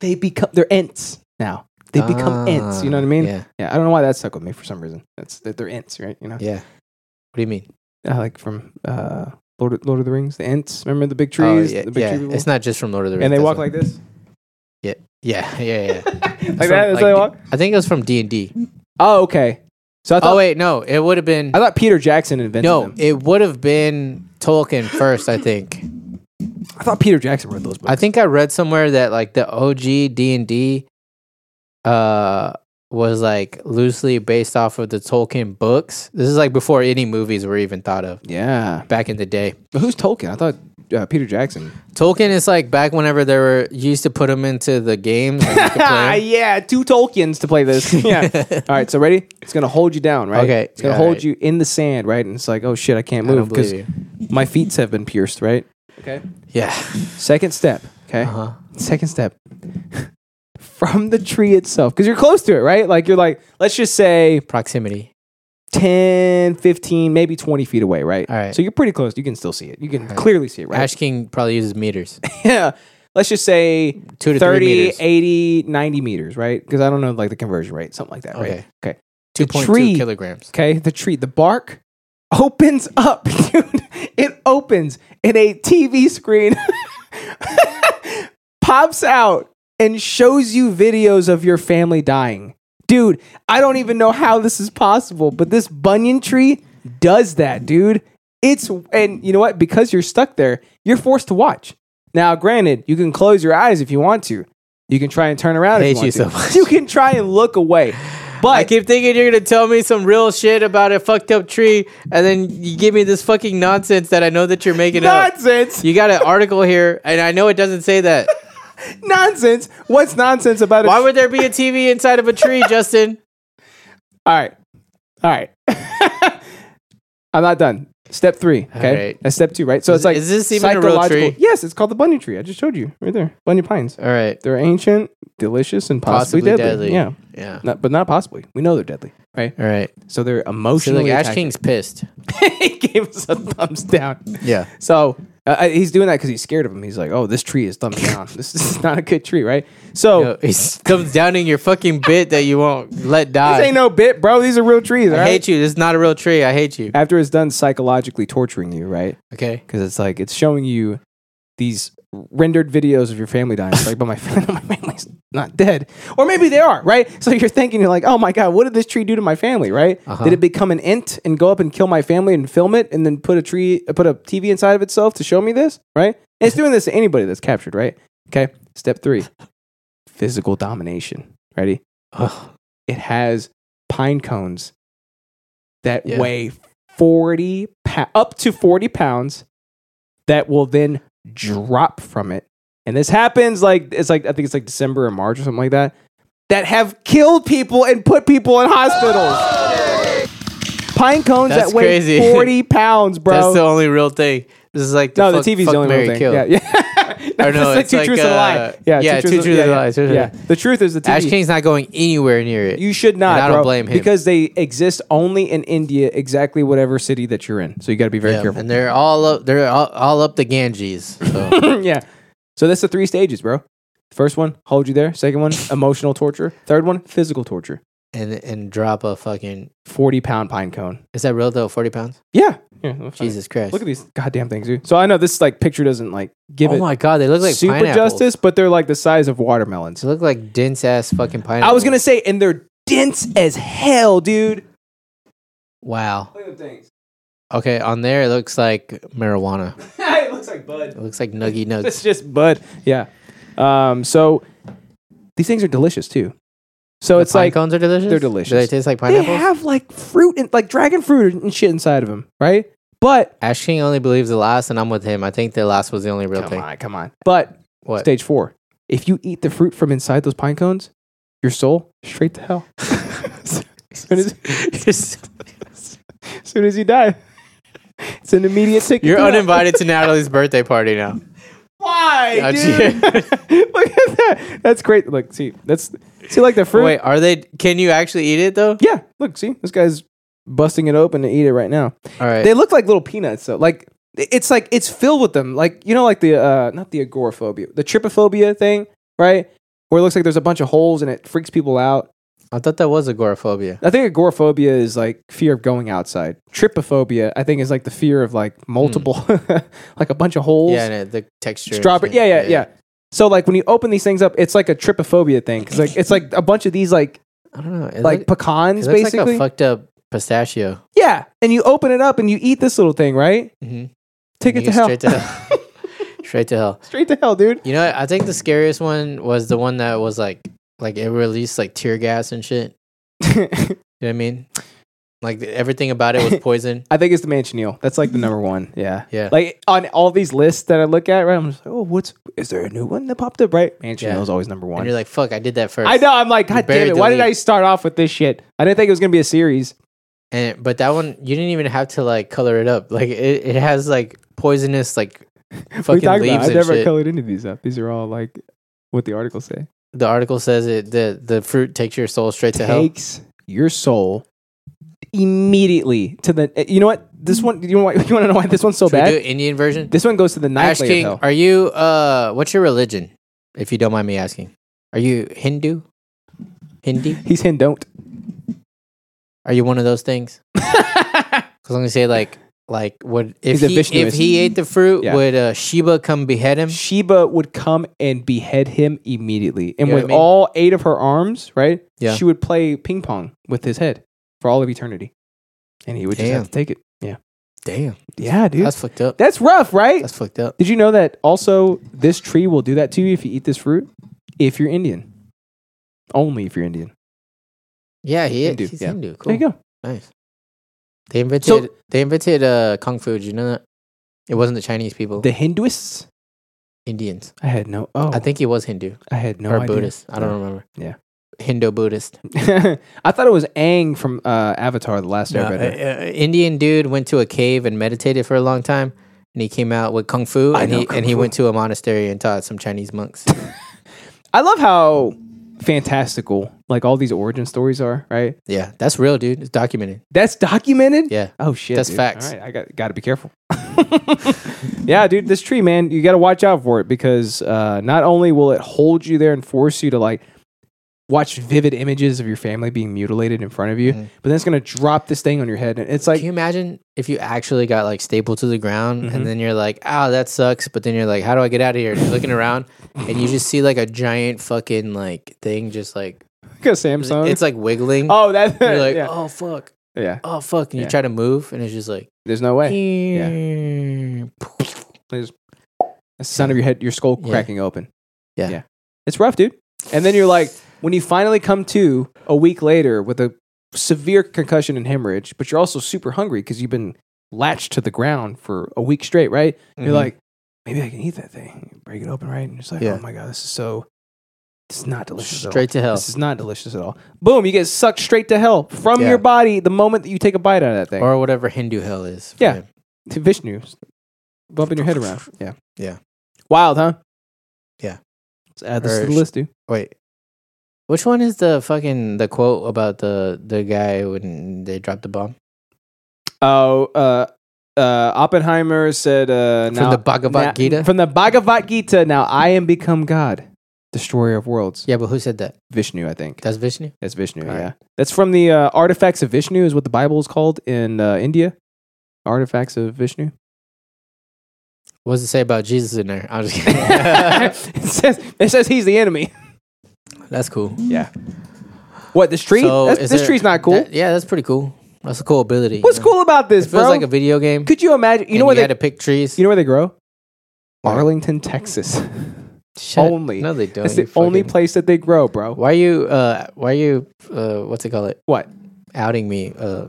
[SPEAKER 1] they become they're ants now. They become ants. You know what I mean?
[SPEAKER 2] Ah, Yeah.
[SPEAKER 1] Yeah, I don't know why that stuck with me for some reason. That's that they're ants, right? You know,
[SPEAKER 2] Yeah. What do you mean? Oh,
[SPEAKER 1] Uh, like from uh, Lord of, Lord of the Rings, the ants. Remember the big trees,
[SPEAKER 2] oh, yeah.
[SPEAKER 1] the big
[SPEAKER 2] yeah.
[SPEAKER 1] tree people,
[SPEAKER 2] It's not just from Lord of the Rings.
[SPEAKER 1] and they
[SPEAKER 2] that's
[SPEAKER 1] walk
[SPEAKER 2] what-
[SPEAKER 1] like this,
[SPEAKER 2] Yeah. Yeah. Yeah. Yeah.
[SPEAKER 1] like that.
[SPEAKER 2] From,
[SPEAKER 1] That's how they
[SPEAKER 2] like,
[SPEAKER 1] walk.
[SPEAKER 2] I think it was from D and D.
[SPEAKER 1] Oh, okay. So I thought
[SPEAKER 2] Oh wait, no, it would have been
[SPEAKER 1] I thought Peter Jackson invented
[SPEAKER 2] no,
[SPEAKER 1] them.
[SPEAKER 2] it would have been Tolkien first. I think.
[SPEAKER 1] I thought Peter Jackson wrote those books.
[SPEAKER 2] I think I read somewhere that like the OG D and D, uh, was like loosely based off of the Tolkien books. This is like before any movies were even thought of
[SPEAKER 1] yeah,
[SPEAKER 2] back in the day.
[SPEAKER 1] but who's Tolkien? I thought uh, Peter Jackson.
[SPEAKER 2] Tolkien is like back whenever they were you used to put them into the games. and you could play
[SPEAKER 1] Ah,
[SPEAKER 2] 'em.
[SPEAKER 1] yeah, two Tolkien's to play this. Yeah. All right, so ready? It's gonna hold you down, right?
[SPEAKER 2] Okay,
[SPEAKER 1] It's gonna
[SPEAKER 2] all
[SPEAKER 1] hold
[SPEAKER 2] right.
[SPEAKER 1] you in the sand, right? And it's like, oh shit, I can't
[SPEAKER 2] I don't
[SPEAKER 1] move because
[SPEAKER 2] believe
[SPEAKER 1] my feet have been pierced, right? Okay.
[SPEAKER 2] Yeah.
[SPEAKER 1] Second step. Okay.
[SPEAKER 2] Uh-huh.
[SPEAKER 1] Second step. From the tree itself, because you're close to it, right? Like you're like, let's just say
[SPEAKER 2] Proximity.
[SPEAKER 1] 10, 15, maybe 20 feet away, right?
[SPEAKER 2] All right.
[SPEAKER 1] So you're pretty close. You can still see it. You can clearly see it, right?
[SPEAKER 2] Ash King probably uses meters.
[SPEAKER 1] yeah. Let's just say
[SPEAKER 2] Two to three
[SPEAKER 1] 30,
[SPEAKER 2] meters.
[SPEAKER 1] 80, 90 meters, right? Because I don't know like the conversion rate, something like that, right?
[SPEAKER 2] Okay.
[SPEAKER 1] Okay.
[SPEAKER 2] Two point
[SPEAKER 1] tree.
[SPEAKER 2] two kilograms.
[SPEAKER 1] Okay, the tree, the bark opens up, dude. It opens, and a TV screen pops out and shows you videos of your family dying. Dude, I don't even know how this is possible, but this bunyan tree does that, dude. It's and you know what? Because you're stuck there, you're forced to watch. Now, granted, you can close your eyes if you want to. You can try and turn around
[SPEAKER 2] I
[SPEAKER 1] if you
[SPEAKER 2] hate
[SPEAKER 1] want
[SPEAKER 2] you
[SPEAKER 1] to.
[SPEAKER 2] so much.
[SPEAKER 1] You can try and look away. But
[SPEAKER 2] I keep thinking you're gonna tell me some real shit about a fucked up tree, and then you give me this fucking nonsense that I know that you're making up.
[SPEAKER 1] nonsense.
[SPEAKER 2] You got an article here, and I know it doesn't say that.
[SPEAKER 1] nonsense. What's nonsense about it?
[SPEAKER 2] Why would there be a TV inside of a tree, Justin?
[SPEAKER 1] All right. All right. I'm not done. Step three. Okay.
[SPEAKER 2] right.
[SPEAKER 1] That's step two, right? So
[SPEAKER 2] Is-
[SPEAKER 1] it's like
[SPEAKER 2] is this even a real tree?
[SPEAKER 1] Yes, it's called the bunny tree. I just showed you right there. Bunny pines.
[SPEAKER 2] All right,
[SPEAKER 1] They're ancient, delicious, and possibly, deadly. Yeah.
[SPEAKER 2] yeah.
[SPEAKER 1] Not, but not possibly. We know they're deadly, right?
[SPEAKER 2] All right.
[SPEAKER 1] So they're
[SPEAKER 2] So
[SPEAKER 1] emotionally.
[SPEAKER 2] like Ash
[SPEAKER 1] attacking.
[SPEAKER 2] King's pissed.
[SPEAKER 1] he gave us a thumbs down.
[SPEAKER 2] Yeah.
[SPEAKER 1] So uh, I- he's doing that because he's scared of him. He's like, "Oh, this tree is thumbs down. this is not a good tree, right?" So
[SPEAKER 2] He's thumbs downing your fucking bit that you won't let die.
[SPEAKER 1] this ain't no bit, bro. These are real trees. all
[SPEAKER 2] I
[SPEAKER 1] right?
[SPEAKER 2] hate you. This is not a real tree. I hate you.
[SPEAKER 1] after it's done psychologically torturing you, right?
[SPEAKER 2] Okay.
[SPEAKER 1] Because it's like it's showing you these rendered videos of your family dying. It's like, but my family, my family's not dead, or maybe they are, right? So you're thinking, you're like, oh my god, what did this tree do to my family, right? Did it become an int and go up and kill my family and film it and then put a tree, uh, put a TV inside of itself to show me this, right? And it's doing this to anybody that's captured, right? Okay. Step three, physical domination. Ready?
[SPEAKER 2] Ugh.
[SPEAKER 1] It has pine cones that
[SPEAKER 2] Yeah.
[SPEAKER 1] weigh 40 pa- up to 40 pounds that will then drop from it. And this happens like it's like I think it's like December or March or something like that that have killed people and put people in hospitals. Pine cones
[SPEAKER 2] That's
[SPEAKER 1] that weigh
[SPEAKER 2] crazy.
[SPEAKER 1] 40 pounds, bro.
[SPEAKER 2] That's the only real thing. This is like
[SPEAKER 1] no,
[SPEAKER 2] the fuck-
[SPEAKER 1] the TV's
[SPEAKER 2] fuck,
[SPEAKER 1] the only
[SPEAKER 2] Mary
[SPEAKER 1] real thing.
[SPEAKER 2] kill.
[SPEAKER 1] Yeah, yeah. no,
[SPEAKER 2] Or no,
[SPEAKER 1] it's, like
[SPEAKER 2] it's
[SPEAKER 1] two
[SPEAKER 2] like,
[SPEAKER 1] truths and a
[SPEAKER 2] uh,
[SPEAKER 1] lie. Yeah,
[SPEAKER 2] yeah, two
[SPEAKER 1] truths and-
[SPEAKER 2] truths
[SPEAKER 1] yeah,
[SPEAKER 2] and a
[SPEAKER 1] yeah.
[SPEAKER 2] lie. Truth-
[SPEAKER 1] Yeah, the truth is the TV.
[SPEAKER 2] Ash King's not going anywhere near it.
[SPEAKER 1] You should not.
[SPEAKER 2] And I don't
[SPEAKER 1] bro,
[SPEAKER 2] blame him.
[SPEAKER 1] because they exist only in India, exactly whatever city that you're in. So you got to be very
[SPEAKER 2] Yeah,
[SPEAKER 1] careful.
[SPEAKER 2] And they're all up. They're all, all up the Ganges. So.
[SPEAKER 1] yeah. So that's the three stages, bro. First one, hold you there. Second one, emotional torture. Third one, physical torture.
[SPEAKER 2] and and drop a fucking.
[SPEAKER 1] Forty pound pine cone.
[SPEAKER 2] Is that real though? Forty pounds.
[SPEAKER 1] Yeah. yeah that's fine.
[SPEAKER 2] Jesus Christ.
[SPEAKER 1] Look at these goddamn things, dude. So I know this like picture doesn't like give
[SPEAKER 2] oh
[SPEAKER 1] it
[SPEAKER 2] my god, they look like
[SPEAKER 1] super
[SPEAKER 2] pineapples.
[SPEAKER 1] justice, but they're like the size of watermelons.
[SPEAKER 2] They look like dense ass fucking pineapples.
[SPEAKER 1] I was gonna say, and they're dense as hell, dude.
[SPEAKER 2] Wow.
[SPEAKER 1] Look at the things.
[SPEAKER 2] Okay, on there it looks like marijuana.
[SPEAKER 1] it looks like bud.
[SPEAKER 2] It looks like nuggy nugs.
[SPEAKER 1] it's just bud. Yeah. Um, so these things are delicious too. So
[SPEAKER 2] The
[SPEAKER 1] it's
[SPEAKER 2] pine
[SPEAKER 1] like
[SPEAKER 2] cones are delicious.
[SPEAKER 1] they're delicious.
[SPEAKER 2] Do they taste like
[SPEAKER 1] they
[SPEAKER 2] pineapples?
[SPEAKER 1] have like fruit and like dragon fruit and shit inside of them, right? But
[SPEAKER 2] Ash King only believes the last, and I'm with him. I think the last was the only real
[SPEAKER 1] come
[SPEAKER 2] thing.
[SPEAKER 1] on, come on. But
[SPEAKER 2] What?
[SPEAKER 1] stage four, if you eat the fruit from inside those pine cones, your soul straight to hell. as, soon as, as soon as you die, it's an immediate ticket.
[SPEAKER 2] You're
[SPEAKER 1] to hell.
[SPEAKER 2] uninvited to Natalie's birthday party now.
[SPEAKER 1] Why,
[SPEAKER 2] Oh,
[SPEAKER 1] dude? Look at that. That's great. Look, see, that's see, like the fruit.
[SPEAKER 2] Wait, are they? Can you actually eat it though?
[SPEAKER 1] Yeah, look, see, this guy's busting it open to eat it right now.
[SPEAKER 2] All right.
[SPEAKER 1] They look like little peanuts, though. Like it's like it's filled with them. Like you know, like the uh, not the agoraphobia, the trypophobia thing, right? Where it looks like there's a bunch of holes and it freaks people out.
[SPEAKER 2] I thought that was agoraphobia.
[SPEAKER 1] I think agoraphobia is like fear of going outside. Trypophobia, I think, is like the fear of like multiple, like a bunch of holes.
[SPEAKER 2] Hmm. Yeah, and it, the texture. and
[SPEAKER 1] strawberry.
[SPEAKER 2] shit.
[SPEAKER 1] Yeah, yeah, yeah, So like when you open these things up, it's like a trypophobia thing. 'Cause, like it's like a bunch of these like
[SPEAKER 2] I don't know. It
[SPEAKER 1] like
[SPEAKER 2] look- it
[SPEAKER 1] pecans
[SPEAKER 2] looks
[SPEAKER 1] basically.
[SPEAKER 2] like a fucked up pistachio.
[SPEAKER 1] Yeah, and you open it up and you eat this little thing, right?
[SPEAKER 2] Mhm.
[SPEAKER 1] Take it to
[SPEAKER 2] You go
[SPEAKER 1] hell.
[SPEAKER 2] Straight to hell. straight to hell.
[SPEAKER 1] Straight to hell, dude.
[SPEAKER 2] You know, what? I think the scariest one was the one that was like, like it released like tear gas and shit. You know what I mean? Like the- everything about it was poison.
[SPEAKER 1] I think it's the Manchineel. That's like the number one. Yeah,
[SPEAKER 2] Yeah.
[SPEAKER 1] Like on all these lists that I look at, right? I'm just like, oh, what's is there a new one that popped up? Right, Manchineel's always number
[SPEAKER 2] and
[SPEAKER 1] one.
[SPEAKER 2] you're like, fuck, I did that first.
[SPEAKER 1] I know. I'm like, god damn
[SPEAKER 2] buried
[SPEAKER 1] it!
[SPEAKER 2] the
[SPEAKER 1] Why did
[SPEAKER 2] lead.
[SPEAKER 1] I start off with this shit? I didn't think it was gonna be a series.
[SPEAKER 2] And but that one, you didn't even have to like color it up. Like it, it has like poisonous like
[SPEAKER 1] What are you
[SPEAKER 2] fucking
[SPEAKER 1] talking about?
[SPEAKER 2] leaves
[SPEAKER 1] I
[SPEAKER 2] and
[SPEAKER 1] never
[SPEAKER 2] shit.
[SPEAKER 1] colored any of these up. These are all like what the articles say.
[SPEAKER 2] the article says it. The the fruit takes your soul straight to hell.
[SPEAKER 1] takes your soul immediately to the. eh, You know what? This one. You want? You want to know why this one's so
[SPEAKER 2] Mm. Should we do
[SPEAKER 1] bad?
[SPEAKER 2] Indian version?
[SPEAKER 1] This one goes to the ninth
[SPEAKER 2] Ash
[SPEAKER 1] layer of
[SPEAKER 2] King,
[SPEAKER 1] hell.
[SPEAKER 2] are you uh what's your religion? If you don't mind me asking. Are you Hindu? Hindi?
[SPEAKER 1] He's in don't.
[SPEAKER 2] Are you one of those things? Cuz I'm going to say like like would if
[SPEAKER 1] He's a
[SPEAKER 2] he, if
[SPEAKER 1] Vishnuist.
[SPEAKER 2] he ate the fruit
[SPEAKER 1] Yeah.
[SPEAKER 2] would uh, Sheba come behead him?
[SPEAKER 1] Sheba would come and behead him immediately, and
[SPEAKER 2] You know
[SPEAKER 1] with
[SPEAKER 2] what I mean?
[SPEAKER 1] all eight of her arms, right?
[SPEAKER 2] Yeah.
[SPEAKER 1] She would play ping pong with his head for all of eternity, and he would just
[SPEAKER 2] Damn.
[SPEAKER 1] have to take it. Yeah.
[SPEAKER 2] Damn.
[SPEAKER 1] Yeah, dude.
[SPEAKER 2] That's
[SPEAKER 1] That's,
[SPEAKER 2] fucked up.
[SPEAKER 1] rough, right?
[SPEAKER 2] That's fucked up.
[SPEAKER 1] Did you know that also this tree will do that to you if you eat this fruit? If you're Indian. Only if you're Indian.
[SPEAKER 2] Yeah, he
[SPEAKER 1] Hindu,
[SPEAKER 2] is. He's
[SPEAKER 1] yeah.
[SPEAKER 2] Hindu. Cool.
[SPEAKER 1] There you go.
[SPEAKER 2] Nice. They invented they invented uh kung fu, Did you know that? It wasn't the Chinese people,
[SPEAKER 1] The Hinduists?
[SPEAKER 2] Indians.
[SPEAKER 1] I had no. Oh,
[SPEAKER 2] I think he was Hindu
[SPEAKER 1] I had no
[SPEAKER 2] or
[SPEAKER 1] idea.
[SPEAKER 2] Buddhist. I don't remember.
[SPEAKER 1] Yeah.
[SPEAKER 2] Hindu Buddhist.
[SPEAKER 1] I thought it was Aang from uh, Avatar: The Last
[SPEAKER 2] No, uh,
[SPEAKER 1] Airbender.
[SPEAKER 2] a- a- Indian dude went to a cave and meditated for a long time, and he came out with kung fu,
[SPEAKER 1] I
[SPEAKER 2] and
[SPEAKER 1] know
[SPEAKER 2] he
[SPEAKER 1] kung
[SPEAKER 2] and he
[SPEAKER 1] fu.
[SPEAKER 2] went to a monastery and taught some Chinese monks.
[SPEAKER 1] I love how fantastical like all these origin stories are. Right?
[SPEAKER 2] yeah, that's real, dude. It's documented.
[SPEAKER 1] That's documented.
[SPEAKER 2] Yeah,
[SPEAKER 1] Oh shit.
[SPEAKER 2] That's
[SPEAKER 1] dude.
[SPEAKER 2] facts.
[SPEAKER 1] All right, I got got to be careful. yeah, dude, this tree, man, you got to watch out for it because uh, not only will it hold you there and force you to like watch vivid images of your family being mutilated in front of you,
[SPEAKER 2] Mm-hmm.
[SPEAKER 1] but then it's gonna drop this thing on your head, and it's like
[SPEAKER 2] Can you imagine if you actually got like stapled to the ground,
[SPEAKER 1] Mhm.
[SPEAKER 2] and then you're like, "Oh, that sucks," but then you're like, "How do I get out of here?" And you're looking around, and you just see like a giant fucking like thing, just like
[SPEAKER 1] a Samsung.
[SPEAKER 2] it's like wiggling.
[SPEAKER 1] oh, that
[SPEAKER 2] You're like,
[SPEAKER 1] yeah.
[SPEAKER 2] "Oh fuck,
[SPEAKER 1] yeah,
[SPEAKER 2] oh fuck," and
[SPEAKER 1] Yeah.
[SPEAKER 2] you try to move, and it's just like,
[SPEAKER 1] there's no way. the sound of your head, your skull
[SPEAKER 2] Yeah.
[SPEAKER 1] cracking open.
[SPEAKER 2] Yeah.
[SPEAKER 1] yeah, it's rough, dude. And then you're like, when you finally come to a week later with a severe concussion and hemorrhage, but you're also super hungry because you've been latched to the ground for a week straight, right? You're
[SPEAKER 2] Mhm.
[SPEAKER 1] like, maybe I can eat that thing, You break it open, right? And it's like,
[SPEAKER 2] Yeah.
[SPEAKER 1] oh my god, this is so. This is not delicious. at all.
[SPEAKER 2] Straight to hell.
[SPEAKER 1] This is not delicious at all. Boom! You get sucked straight to hell from
[SPEAKER 2] Yeah.
[SPEAKER 1] your body the moment that you take a bite out of that thing. Or
[SPEAKER 2] or whatever Hindu hell is. for
[SPEAKER 1] Yeah.
[SPEAKER 2] them.
[SPEAKER 1] to Vishnu, bumping your head around. Yeah.
[SPEAKER 2] Yeah.
[SPEAKER 1] Wild, huh?
[SPEAKER 2] Yeah.
[SPEAKER 1] Let's add this to the
[SPEAKER 2] Urge.
[SPEAKER 1] list, dude.
[SPEAKER 2] Wait. Which one is the fucking the quote about the the guy when they dropped the bomb?
[SPEAKER 1] Oh, uh, uh, Oppenheimer said, uh,
[SPEAKER 2] From
[SPEAKER 1] now,
[SPEAKER 2] the Bhagavad
[SPEAKER 1] now-
[SPEAKER 2] Gita?
[SPEAKER 1] From the Bhagavad Gita, now I am become God, destroyer of worlds.
[SPEAKER 2] Yeah, but who said that?
[SPEAKER 1] Vishnu, I think.
[SPEAKER 2] That's Vishnu?
[SPEAKER 1] That's Vishnu,
[SPEAKER 2] All right.
[SPEAKER 1] yeah. That's from the uh, Artifacts of Vishnu, is what the Bible is called in uh, India. Artifacts of Vishnu.
[SPEAKER 2] What does it say about Jesus in there? I'm just kidding.
[SPEAKER 1] it, says, it says he's the enemy.
[SPEAKER 2] That's cool.
[SPEAKER 1] Yeah. What, this tree?
[SPEAKER 2] So
[SPEAKER 1] That's-
[SPEAKER 2] is
[SPEAKER 1] this
[SPEAKER 2] there-
[SPEAKER 1] tree's not cool.
[SPEAKER 2] that- yeah, that's pretty cool. That's a cool ability. you
[SPEAKER 1] What's
[SPEAKER 2] know?
[SPEAKER 1] cool about
[SPEAKER 2] It
[SPEAKER 1] this,
[SPEAKER 2] feels
[SPEAKER 1] bro?
[SPEAKER 2] like a video game.
[SPEAKER 1] Could you imagine? You know where
[SPEAKER 2] you
[SPEAKER 1] they
[SPEAKER 2] had to pick trees.
[SPEAKER 1] you know where they grow?
[SPEAKER 2] Where?
[SPEAKER 1] Arlington, Texas.
[SPEAKER 2] Shut-
[SPEAKER 1] only-
[SPEAKER 2] No, they don't.
[SPEAKER 1] That's the
[SPEAKER 2] you
[SPEAKER 1] only
[SPEAKER 2] fucking-
[SPEAKER 1] place that they grow, bro.
[SPEAKER 2] Why you? Uh, why you? Uh, what's it called? It
[SPEAKER 1] What?
[SPEAKER 2] outing me. Uh,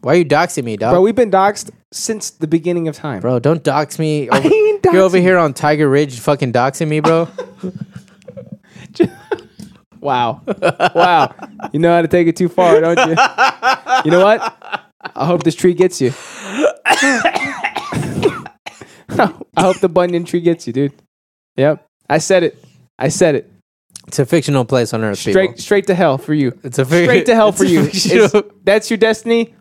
[SPEAKER 2] why you doxing me, dog?
[SPEAKER 1] Bro, we've been doxxed since the beginning of time.
[SPEAKER 2] Oh. Bro, don't dox me.
[SPEAKER 1] I
[SPEAKER 2] Over,
[SPEAKER 1] ain't
[SPEAKER 2] you're over
[SPEAKER 1] doxing
[SPEAKER 2] here on Tiger Ridge fucking doxing me, bro.
[SPEAKER 1] Wow. Wow. You know how to take it too far, don't you? You know what? I hope this tree gets you. I hope the bunion tree gets you, dude. Yep. I said it. I said it.
[SPEAKER 2] it's a fictional place on earth,
[SPEAKER 1] Straight
[SPEAKER 2] people.
[SPEAKER 1] straight to hell for you.
[SPEAKER 2] It's a very,
[SPEAKER 1] straight to hell for
[SPEAKER 2] it's a
[SPEAKER 1] you.
[SPEAKER 2] fictional-
[SPEAKER 1] It's- that's your destiny.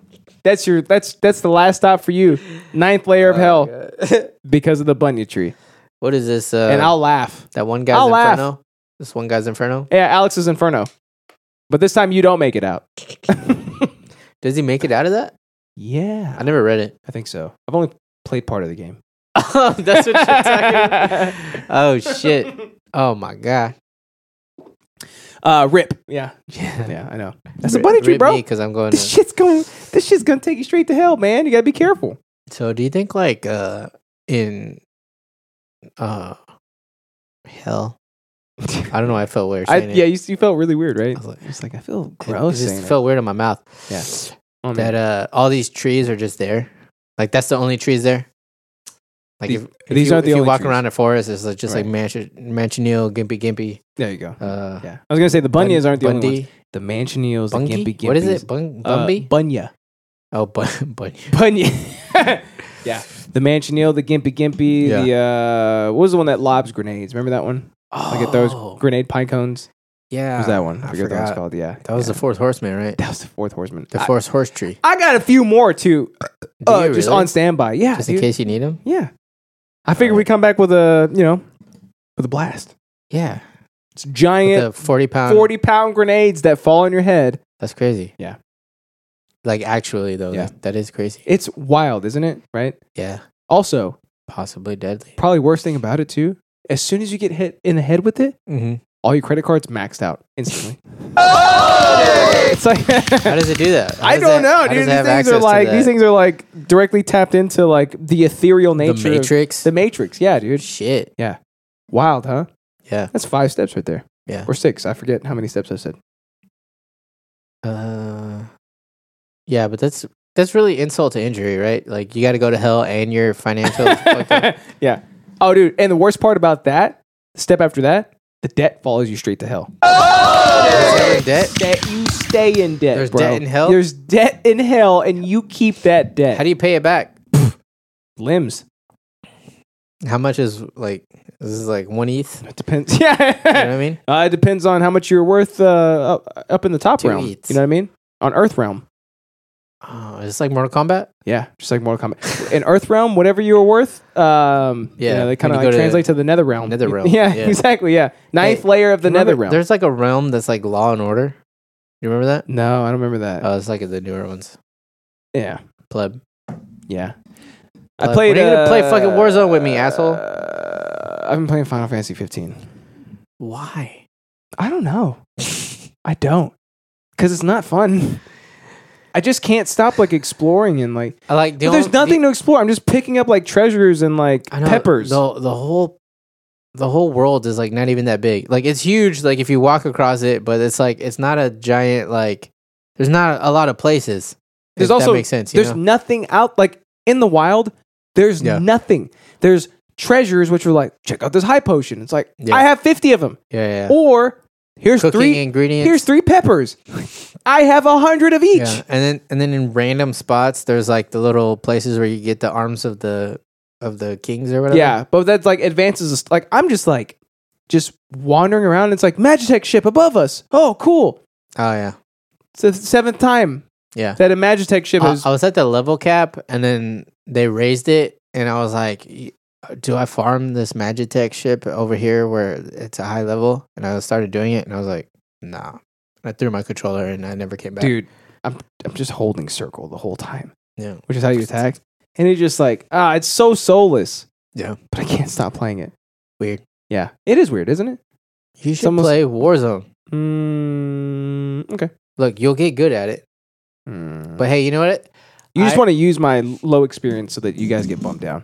[SPEAKER 1] That's your that's that's the last stop for you. Ninth layer of hell because of the bunya tree.
[SPEAKER 2] what is this? Uh,
[SPEAKER 1] and I'll laugh.
[SPEAKER 2] that one guy's
[SPEAKER 1] I'll laugh.
[SPEAKER 2] inferno. This one guy's inferno.
[SPEAKER 1] Yeah, Alex's Inferno. But this time you don't make it out.
[SPEAKER 2] Does he make it out of that?
[SPEAKER 1] Yeah.
[SPEAKER 2] I never read it.
[SPEAKER 1] I think so. I've only played part of the game.
[SPEAKER 2] Oh, that's what you're talking about. Oh shit. Oh my god.
[SPEAKER 1] Uh rip. Yeah.
[SPEAKER 2] Yeah.
[SPEAKER 1] Yeah, I know. That's a bunny tree, bro.
[SPEAKER 2] Because I'm going.
[SPEAKER 1] This
[SPEAKER 2] To,
[SPEAKER 1] shit's going this shit's gonna take you straight to hell, man. You gotta be careful.
[SPEAKER 2] so, do you think like uh in uh hell? I don't know. why I felt weird.
[SPEAKER 1] I,
[SPEAKER 2] Saying it.
[SPEAKER 1] yeah, you, you felt really weird, right?
[SPEAKER 2] I was like,
[SPEAKER 1] It's like I feel
[SPEAKER 2] it
[SPEAKER 1] gross. saying
[SPEAKER 2] just
[SPEAKER 1] it.
[SPEAKER 2] felt weird in my mouth.
[SPEAKER 1] Yeah. Oh, man.
[SPEAKER 2] That uh, all these trees are just there. Like that's the only trees there. Like
[SPEAKER 1] These-
[SPEAKER 2] if, if
[SPEAKER 1] these
[SPEAKER 2] you,
[SPEAKER 1] aren't the
[SPEAKER 2] if you
[SPEAKER 1] only
[SPEAKER 2] walk
[SPEAKER 1] trees.
[SPEAKER 2] around a forest, it's like just
[SPEAKER 1] Right.
[SPEAKER 2] like mansion, manchineal, gimpy, gimpy.
[SPEAKER 1] there you go.
[SPEAKER 2] Uh,
[SPEAKER 1] Yeah, I was gonna say the bunyas aren't the only ones.
[SPEAKER 2] Bundy,
[SPEAKER 1] The manchineels, the
[SPEAKER 2] Bungie?
[SPEAKER 1] gimpy gimpies. Uh,
[SPEAKER 2] What is it? Bung, Bumby?
[SPEAKER 1] bunya.
[SPEAKER 2] oh, bun, bun.
[SPEAKER 1] Bunya. yeah. The manchineal, the gimpy gimpy. The uh, what was the one that lobs grenades? Remember that one?
[SPEAKER 2] Oh,
[SPEAKER 1] Like it throws grenade pine cones.
[SPEAKER 2] Yeah,
[SPEAKER 1] What was that one?
[SPEAKER 2] I
[SPEAKER 1] I, forget what that was
[SPEAKER 2] forgot.
[SPEAKER 1] called. Yeah,
[SPEAKER 2] That was
[SPEAKER 1] yeah.
[SPEAKER 2] the fourth horseman, right?
[SPEAKER 1] that was the fourth horseman.
[SPEAKER 2] The
[SPEAKER 1] I-
[SPEAKER 2] fourth horse tree.
[SPEAKER 1] I, got a few more too,
[SPEAKER 2] Do
[SPEAKER 1] uh,
[SPEAKER 2] you
[SPEAKER 1] just
[SPEAKER 2] really?
[SPEAKER 1] on standby. Yeah,
[SPEAKER 2] just in
[SPEAKER 1] dude.
[SPEAKER 2] case you need them.
[SPEAKER 1] Yeah, I figured we come back with a you know with a blast.
[SPEAKER 2] Yeah,
[SPEAKER 1] It's giant
[SPEAKER 2] the forty pound.
[SPEAKER 1] forty pound grenades that fall on your head.
[SPEAKER 2] That's crazy.
[SPEAKER 1] Yeah.
[SPEAKER 2] Like actually though,
[SPEAKER 1] Yeah.
[SPEAKER 2] that, that is crazy.
[SPEAKER 1] It's wild, isn't it? Right.
[SPEAKER 2] Yeah,
[SPEAKER 1] Also,
[SPEAKER 2] possibly deadly.
[SPEAKER 1] probably worst thing about it too. As soon as you get hit in the head with it,
[SPEAKER 2] Mm-hmm.
[SPEAKER 1] all your credit cards maxed out instantly. it's like
[SPEAKER 2] How does it do that? How
[SPEAKER 1] I
[SPEAKER 2] does
[SPEAKER 1] don't
[SPEAKER 2] that- how
[SPEAKER 1] know,
[SPEAKER 2] does
[SPEAKER 1] dude.
[SPEAKER 2] it
[SPEAKER 1] These
[SPEAKER 2] have
[SPEAKER 1] things
[SPEAKER 2] access
[SPEAKER 1] are
[SPEAKER 2] to
[SPEAKER 1] like
[SPEAKER 2] that?
[SPEAKER 1] these things are like directly tapped into like the ethereal nature.
[SPEAKER 2] The
[SPEAKER 1] of-
[SPEAKER 2] Matrix.
[SPEAKER 1] the Matrix. Yeah, dude.
[SPEAKER 2] Shit.
[SPEAKER 1] Wild, huh?
[SPEAKER 2] Yeah.
[SPEAKER 1] That's five steps right there.
[SPEAKER 2] Yeah.
[SPEAKER 1] Or six. I forget how many steps I said.
[SPEAKER 2] Uh, yeah, but that's that's really insult to injury, right? Like you got to go to hell and your financial. fucked up.
[SPEAKER 1] yeah. Oh, dude. And the worst part about that, step after that, the debt follows you straight to hell.
[SPEAKER 2] Hell and debt.
[SPEAKER 1] That you stay in debt.
[SPEAKER 2] There's
[SPEAKER 1] bro.
[SPEAKER 2] debt in hell?
[SPEAKER 1] There's debt in hell, and you keep that debt.
[SPEAKER 2] How do you pay it back?
[SPEAKER 1] limbs?
[SPEAKER 2] How much is like this is like one E ETH? You
[SPEAKER 1] It depends. Yeah.
[SPEAKER 2] know what I mean?
[SPEAKER 1] Uh, it depends on how much you're worth uh, up, up in the top
[SPEAKER 2] Two
[SPEAKER 1] realm.
[SPEAKER 2] eats.
[SPEAKER 1] You know what I mean? On Earth realm.
[SPEAKER 2] Oh, is this like Mortal Kombat?
[SPEAKER 1] Yeah, just like Mortal Kombat. In Earth realm, whatever you're worth, um, yeah,
[SPEAKER 2] Yeah,
[SPEAKER 1] they
[SPEAKER 2] when
[SPEAKER 1] kind of like
[SPEAKER 2] you go to
[SPEAKER 1] translate to the Nether realm.
[SPEAKER 2] Nether realm,
[SPEAKER 1] Yeah,
[SPEAKER 2] yeah.
[SPEAKER 1] exactly. Yeah, ninth
[SPEAKER 2] Hey,
[SPEAKER 1] layer of the
[SPEAKER 2] Remember-
[SPEAKER 1] Nether realm.
[SPEAKER 2] There's like a realm that's like Law and Order. You remember that?
[SPEAKER 1] No, I don't remember that.
[SPEAKER 2] Oh, it's like the newer ones.
[SPEAKER 1] yeah,
[SPEAKER 2] Pleb.
[SPEAKER 1] yeah.
[SPEAKER 2] Pleb. When are Uh, you gonna play fucking Warzone with me, asshole?
[SPEAKER 1] Uh, I've been playing Final Fantasy 15.
[SPEAKER 2] Why?
[SPEAKER 1] I don't know. I don't, because it's not fun. I just can't stop like exploring and like.
[SPEAKER 2] I like the
[SPEAKER 1] But there's
[SPEAKER 2] only- the-
[SPEAKER 1] nothing to explore. I'm just picking up like treasures and like
[SPEAKER 2] I know,
[SPEAKER 1] peppers.
[SPEAKER 2] The the whole the whole world is like not even that big. Like it's huge. Like if you walk across it, but it's like it's not a giant like. There's not a lot of places.
[SPEAKER 1] There's
[SPEAKER 2] if
[SPEAKER 1] also
[SPEAKER 2] that makes sense. You
[SPEAKER 1] There's
[SPEAKER 2] know?
[SPEAKER 1] nothing out like in the wild. There's
[SPEAKER 2] Yeah.
[SPEAKER 1] nothing. There's treasures which are like check out this high potion. It's like
[SPEAKER 2] Yeah.
[SPEAKER 1] I have fifty of them.
[SPEAKER 2] yeah, yeah, yeah.
[SPEAKER 1] Or here's
[SPEAKER 2] Cooking
[SPEAKER 1] Oh, three.
[SPEAKER 2] ingredients.
[SPEAKER 1] Here's three peppers. I have a hundred of each.
[SPEAKER 2] Yeah, and then and then in random spots, there's like the little places where you get the arms of the of the kings or whatever.
[SPEAKER 1] Yeah, but that's like advances. us- Like I'm just like just wandering around. And it's like Magitech ship above us. Oh, cool!
[SPEAKER 2] Oh yeah.
[SPEAKER 1] It's the seventh time
[SPEAKER 2] Yeah.
[SPEAKER 1] that a Magitech ship
[SPEAKER 2] I,
[SPEAKER 1] has.
[SPEAKER 2] I was at the level cap, and then they raised it, and I was like, "Y- uh, "Do I farm this Magitech ship over here where it's a high level?" And I started doing it, and I was like, "Nah." And I threw my controller, and I never came back.
[SPEAKER 1] Dude, I'm I'm just holding circle the whole time,
[SPEAKER 2] Yeah.
[SPEAKER 1] which is how you attack. And it's just like ah, it's so soulless.
[SPEAKER 2] Yeah.
[SPEAKER 1] but I can't stop playing it.
[SPEAKER 2] Weird.
[SPEAKER 1] Yeah, it is weird, isn't it?
[SPEAKER 2] You
[SPEAKER 1] It's
[SPEAKER 2] should
[SPEAKER 1] almost-
[SPEAKER 2] play Warzone.
[SPEAKER 1] Mm, okay.
[SPEAKER 2] Look, you'll get good at it.
[SPEAKER 1] Mm.
[SPEAKER 2] But hey, you know what?
[SPEAKER 1] you just
[SPEAKER 2] Hmm. I-
[SPEAKER 1] want to use my low experience so that you guys get bumped down,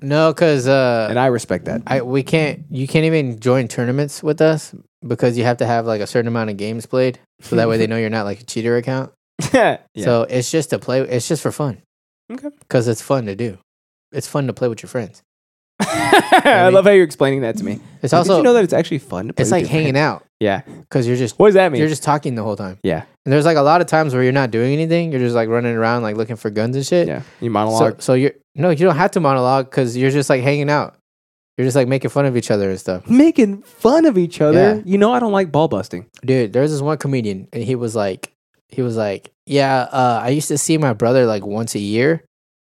[SPEAKER 2] No, because
[SPEAKER 1] and
[SPEAKER 2] uh,
[SPEAKER 1] I respect that.
[SPEAKER 2] I we can't. You can't even join tournaments with us because you have to have like a certain amount of games played, so that way they know you're not like a cheater account.
[SPEAKER 1] yeah.
[SPEAKER 2] So it's just to play. It's just for fun.
[SPEAKER 1] Okay.
[SPEAKER 2] Because it's fun to do. It's fun to play with your friends.
[SPEAKER 1] I love how you're explaining that to me.
[SPEAKER 2] It's
[SPEAKER 1] Did
[SPEAKER 2] also
[SPEAKER 1] you know that it's actually fun? To play
[SPEAKER 2] it's like hanging out
[SPEAKER 1] Yeah.
[SPEAKER 2] because you're just
[SPEAKER 1] What does that mean?
[SPEAKER 2] you're just talking the whole time.
[SPEAKER 1] yeah.
[SPEAKER 2] And there's like a lot of times where you're not doing anything. You're just like running around like looking for guns and shit.
[SPEAKER 1] Yeah. You
[SPEAKER 2] So,
[SPEAKER 1] monologue.
[SPEAKER 2] so you're no, you don't have to monologue because you're just like hanging out. You're just like making fun of each other and stuff.
[SPEAKER 1] Making fun of each other.
[SPEAKER 2] Yeah.
[SPEAKER 1] You know I don't like ball busting.
[SPEAKER 2] Dude, there's this one comedian and he was like, he was like, yeah, uh, I used to see my brother like once a year.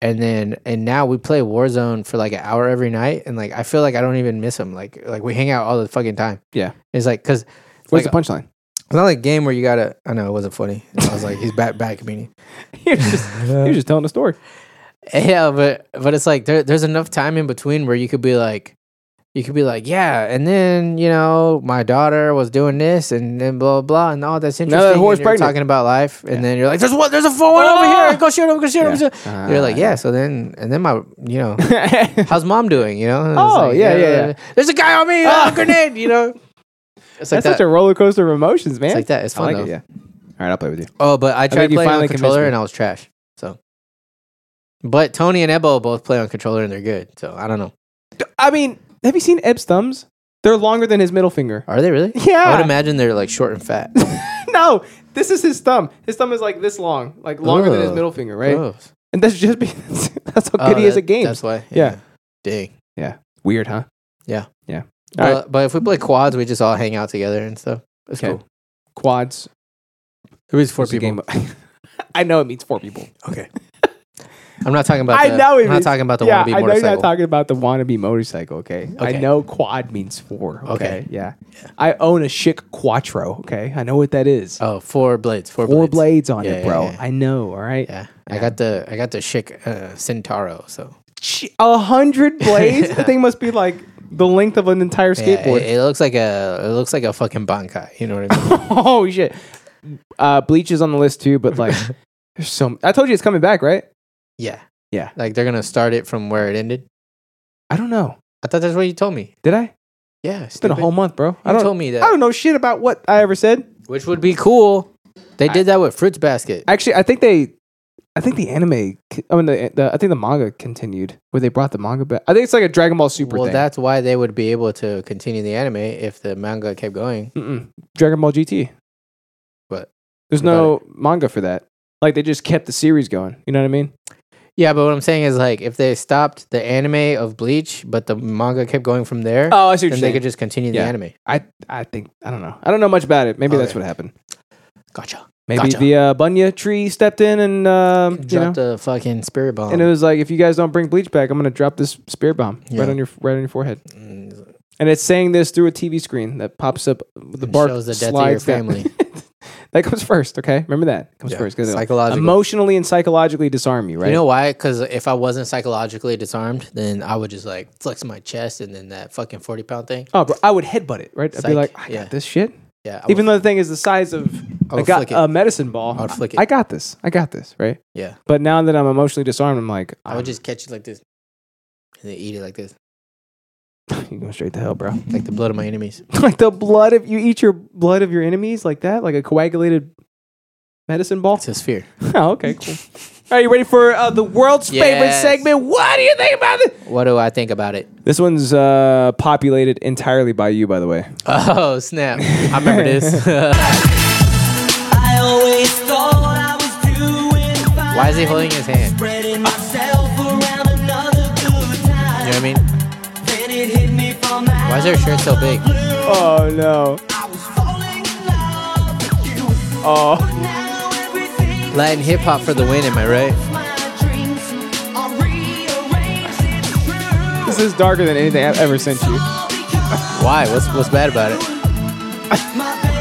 [SPEAKER 2] And then, and now we play Warzone for like an hour every night. And like, I feel like I don't even miss him. Like, like we hang out all the fucking time.
[SPEAKER 1] Yeah.
[SPEAKER 2] It's like, cause
[SPEAKER 1] Where's
[SPEAKER 2] Like-
[SPEAKER 1] the punchline?
[SPEAKER 2] it's not like a game where you gotta, I know it wasn't funny. I was like, he's bad, bad comedian.
[SPEAKER 1] you're, just, you're just telling a story.
[SPEAKER 2] Yeah, but but it's like there, there's enough time in between where you could be like, you could be like, yeah, and then you know my daughter was doing this, and then blah blah, and all that's interesting. and
[SPEAKER 1] whore's
[SPEAKER 2] you're
[SPEAKER 1] pregnant. Ah!
[SPEAKER 2] talking about life, and then you're like, there's what, there's a phone over here, go shoot him, go shoot him.
[SPEAKER 1] Yeah. Ah.
[SPEAKER 2] go shoot him." You're like, yeah. So then, and then my, you know, how's mom doing? You know? And it's
[SPEAKER 1] Oh,
[SPEAKER 2] like,
[SPEAKER 1] yeah, yeah, yeah.
[SPEAKER 2] There's a guy on me, uh, grenade. You know? It's
[SPEAKER 1] That's
[SPEAKER 2] like
[SPEAKER 1] such
[SPEAKER 2] that.
[SPEAKER 1] a roller coaster of emotions, man.
[SPEAKER 2] It's like that. It's
[SPEAKER 1] I
[SPEAKER 2] fun
[SPEAKER 1] like it,
[SPEAKER 2] though.
[SPEAKER 1] yeah. All right, I'll play with you.
[SPEAKER 2] Oh, but I tried
[SPEAKER 1] you
[SPEAKER 2] playing
[SPEAKER 1] finally
[SPEAKER 2] on
[SPEAKER 1] convinced
[SPEAKER 2] controller
[SPEAKER 1] me.
[SPEAKER 2] and I was trash. So, but Tony and Ebo both play on controller and they're good. So I don't know.
[SPEAKER 1] I mean, have you seen Ebb's thumbs? They're longer than his middle finger.
[SPEAKER 2] Are they really? I
[SPEAKER 1] Yeah.
[SPEAKER 2] would imagine they're like short and fat.
[SPEAKER 1] No, this is his thumb. His thumb is like this long, like longer than his
[SPEAKER 2] Ugh.
[SPEAKER 1] middle finger, right?
[SPEAKER 2] Gross.
[SPEAKER 1] And that's just because that's how
[SPEAKER 2] Oh,
[SPEAKER 1] good he is
[SPEAKER 2] that-
[SPEAKER 1] at games.
[SPEAKER 2] That's why.
[SPEAKER 1] Yeah.
[SPEAKER 2] Dang.
[SPEAKER 1] Weird, huh?
[SPEAKER 2] Yeah.
[SPEAKER 1] Yeah. All
[SPEAKER 2] But,
[SPEAKER 1] right.
[SPEAKER 2] but if we play quads, we just all hang out together and stuff. It's
[SPEAKER 1] Okay.
[SPEAKER 2] cool.
[SPEAKER 1] Quads.
[SPEAKER 2] It was four
[SPEAKER 1] It's a
[SPEAKER 2] people.
[SPEAKER 1] game of- I know it means four people.
[SPEAKER 2] Okay. I'm not talking about.
[SPEAKER 1] I
[SPEAKER 2] The,
[SPEAKER 1] know it
[SPEAKER 2] I'm not
[SPEAKER 1] means-
[SPEAKER 2] talking about the
[SPEAKER 1] yeah,
[SPEAKER 2] wannabe
[SPEAKER 1] I know you're
[SPEAKER 2] motorcycle.
[SPEAKER 1] not talking about the wannabe motorcycle, okay? I
[SPEAKER 2] Okay.
[SPEAKER 1] know quad means four. Okay.
[SPEAKER 2] Okay.
[SPEAKER 1] Yeah. I own a chic quattro, okay? I know what that is.
[SPEAKER 2] oh, four blades. Four,
[SPEAKER 1] four blades,
[SPEAKER 2] blades.
[SPEAKER 1] on
[SPEAKER 2] Yeah,
[SPEAKER 1] it,
[SPEAKER 2] yeah,
[SPEAKER 1] bro.
[SPEAKER 2] yeah.
[SPEAKER 1] I know, all right?
[SPEAKER 2] Yeah. I got the I got the chic uh, Centauro. So
[SPEAKER 1] Ch- A hundred blades? The thing must be like the length of an entire
[SPEAKER 2] yeah,
[SPEAKER 1] skateboard.
[SPEAKER 2] it, it looks like a it looks like a fucking bankai. You know what I mean?
[SPEAKER 1] oh, shit. Uh, Bleach is on the list too, but like, there's so. I told you it's coming back, right?
[SPEAKER 2] yeah.
[SPEAKER 1] Yeah.
[SPEAKER 2] Like they're gonna start it from where it ended.
[SPEAKER 1] I don't know.
[SPEAKER 2] I thought that's what you told me.
[SPEAKER 1] Did I?
[SPEAKER 2] Yeah.
[SPEAKER 1] It's been a whole month, bro. I
[SPEAKER 2] You
[SPEAKER 1] don't,
[SPEAKER 2] told me that.
[SPEAKER 1] I don't know shit about what I ever said.
[SPEAKER 2] which would be cool. They did that with Fruits Basket.
[SPEAKER 1] Actually, I think they, I think the anime, I mean, the, the I think the manga continued where they brought the manga back. I think it's like a Dragon Ball Super
[SPEAKER 2] well,
[SPEAKER 1] thing.
[SPEAKER 2] that's why they would be able to continue the anime if the manga kept going.
[SPEAKER 1] Mm-mm. Dragon Ball GT.
[SPEAKER 2] But
[SPEAKER 1] There's no manga for that. Like they just kept the series going. You know what I mean?
[SPEAKER 2] Yeah, but what I'm saying is like if they stopped the anime of Bleach, but the manga kept going from there,
[SPEAKER 1] Oh, I see
[SPEAKER 2] then they could just continue
[SPEAKER 1] Yeah.
[SPEAKER 2] the anime.
[SPEAKER 1] I I think I don't know. I don't know much about it. Maybe that's
[SPEAKER 2] Okay.
[SPEAKER 1] what happened.
[SPEAKER 2] Gotcha.
[SPEAKER 1] Maybe
[SPEAKER 2] Gotcha.
[SPEAKER 1] the uh, Bunya tree stepped in and um, you know,
[SPEAKER 2] Drop the fucking spirit bomb.
[SPEAKER 1] and it was like, if you guys don't bring Bleach back, I'm gonna drop this spear bomb
[SPEAKER 2] Yeah.
[SPEAKER 1] right on your right on your forehead.
[SPEAKER 2] Mm,
[SPEAKER 1] And it's saying this through a TV screen that pops up. The
[SPEAKER 2] And
[SPEAKER 1] bark
[SPEAKER 2] shows the death of
[SPEAKER 1] slides
[SPEAKER 2] your
[SPEAKER 1] down.
[SPEAKER 2] family.
[SPEAKER 1] that comes first, okay? Remember that comes
[SPEAKER 2] yeah,
[SPEAKER 1] first. 'cause it'll
[SPEAKER 2] Psychological.
[SPEAKER 1] Emotionally and psychologically disarm you, right?
[SPEAKER 2] You know why? Because if I wasn't psychologically disarmed, then I would just like flex my chest and then that fucking 40 pound thing.
[SPEAKER 1] oh, bro, I would headbutt it, right? I'd be
[SPEAKER 2] Psych,
[SPEAKER 1] like, I
[SPEAKER 2] yeah.
[SPEAKER 1] got this shit.
[SPEAKER 2] Yeah. I
[SPEAKER 1] Even
[SPEAKER 2] would,
[SPEAKER 1] though the thing is the size of a,
[SPEAKER 2] I would
[SPEAKER 1] go-
[SPEAKER 2] flick it.
[SPEAKER 1] a medicine ball,
[SPEAKER 2] I would flick it.
[SPEAKER 1] I got this. I got this, right?
[SPEAKER 2] yeah.
[SPEAKER 1] But now that I'm emotionally disarmed, I'm like, "Ah,
[SPEAKER 2] I would just catch it like this and then eat it like this,
[SPEAKER 1] you going straight to hell, bro.
[SPEAKER 2] like the blood of my enemies.
[SPEAKER 1] like the blood of you eat your blood of your enemies like that, like a coagulated medicine ball?
[SPEAKER 2] It's a sphere.
[SPEAKER 1] Oh, okay, cool. Are you ready for uh, the world's
[SPEAKER 2] Yes.
[SPEAKER 1] favorite segment? What do you think about it?
[SPEAKER 2] What do I think about it?
[SPEAKER 1] This one's uh, populated entirely by you, by the way.
[SPEAKER 2] Oh snap! I remember this.
[SPEAKER 6] I always thought I was doing fine.
[SPEAKER 2] Why is he holding his hand? You
[SPEAKER 6] Spreading myself around another good time.
[SPEAKER 2] know what I mean?
[SPEAKER 6] Then it hit me from out
[SPEAKER 2] Why is her shirt so big?
[SPEAKER 1] Oh no!
[SPEAKER 6] I was falling in love with you.
[SPEAKER 1] Oh,
[SPEAKER 6] But now everything
[SPEAKER 2] Latin hip hop for the win. Am I right?
[SPEAKER 6] my dreams are rearranged. It's true.
[SPEAKER 1] this is darker than anything I've ever sent you.
[SPEAKER 6] All because
[SPEAKER 2] Why? What's what's bad about it?
[SPEAKER 6] my baby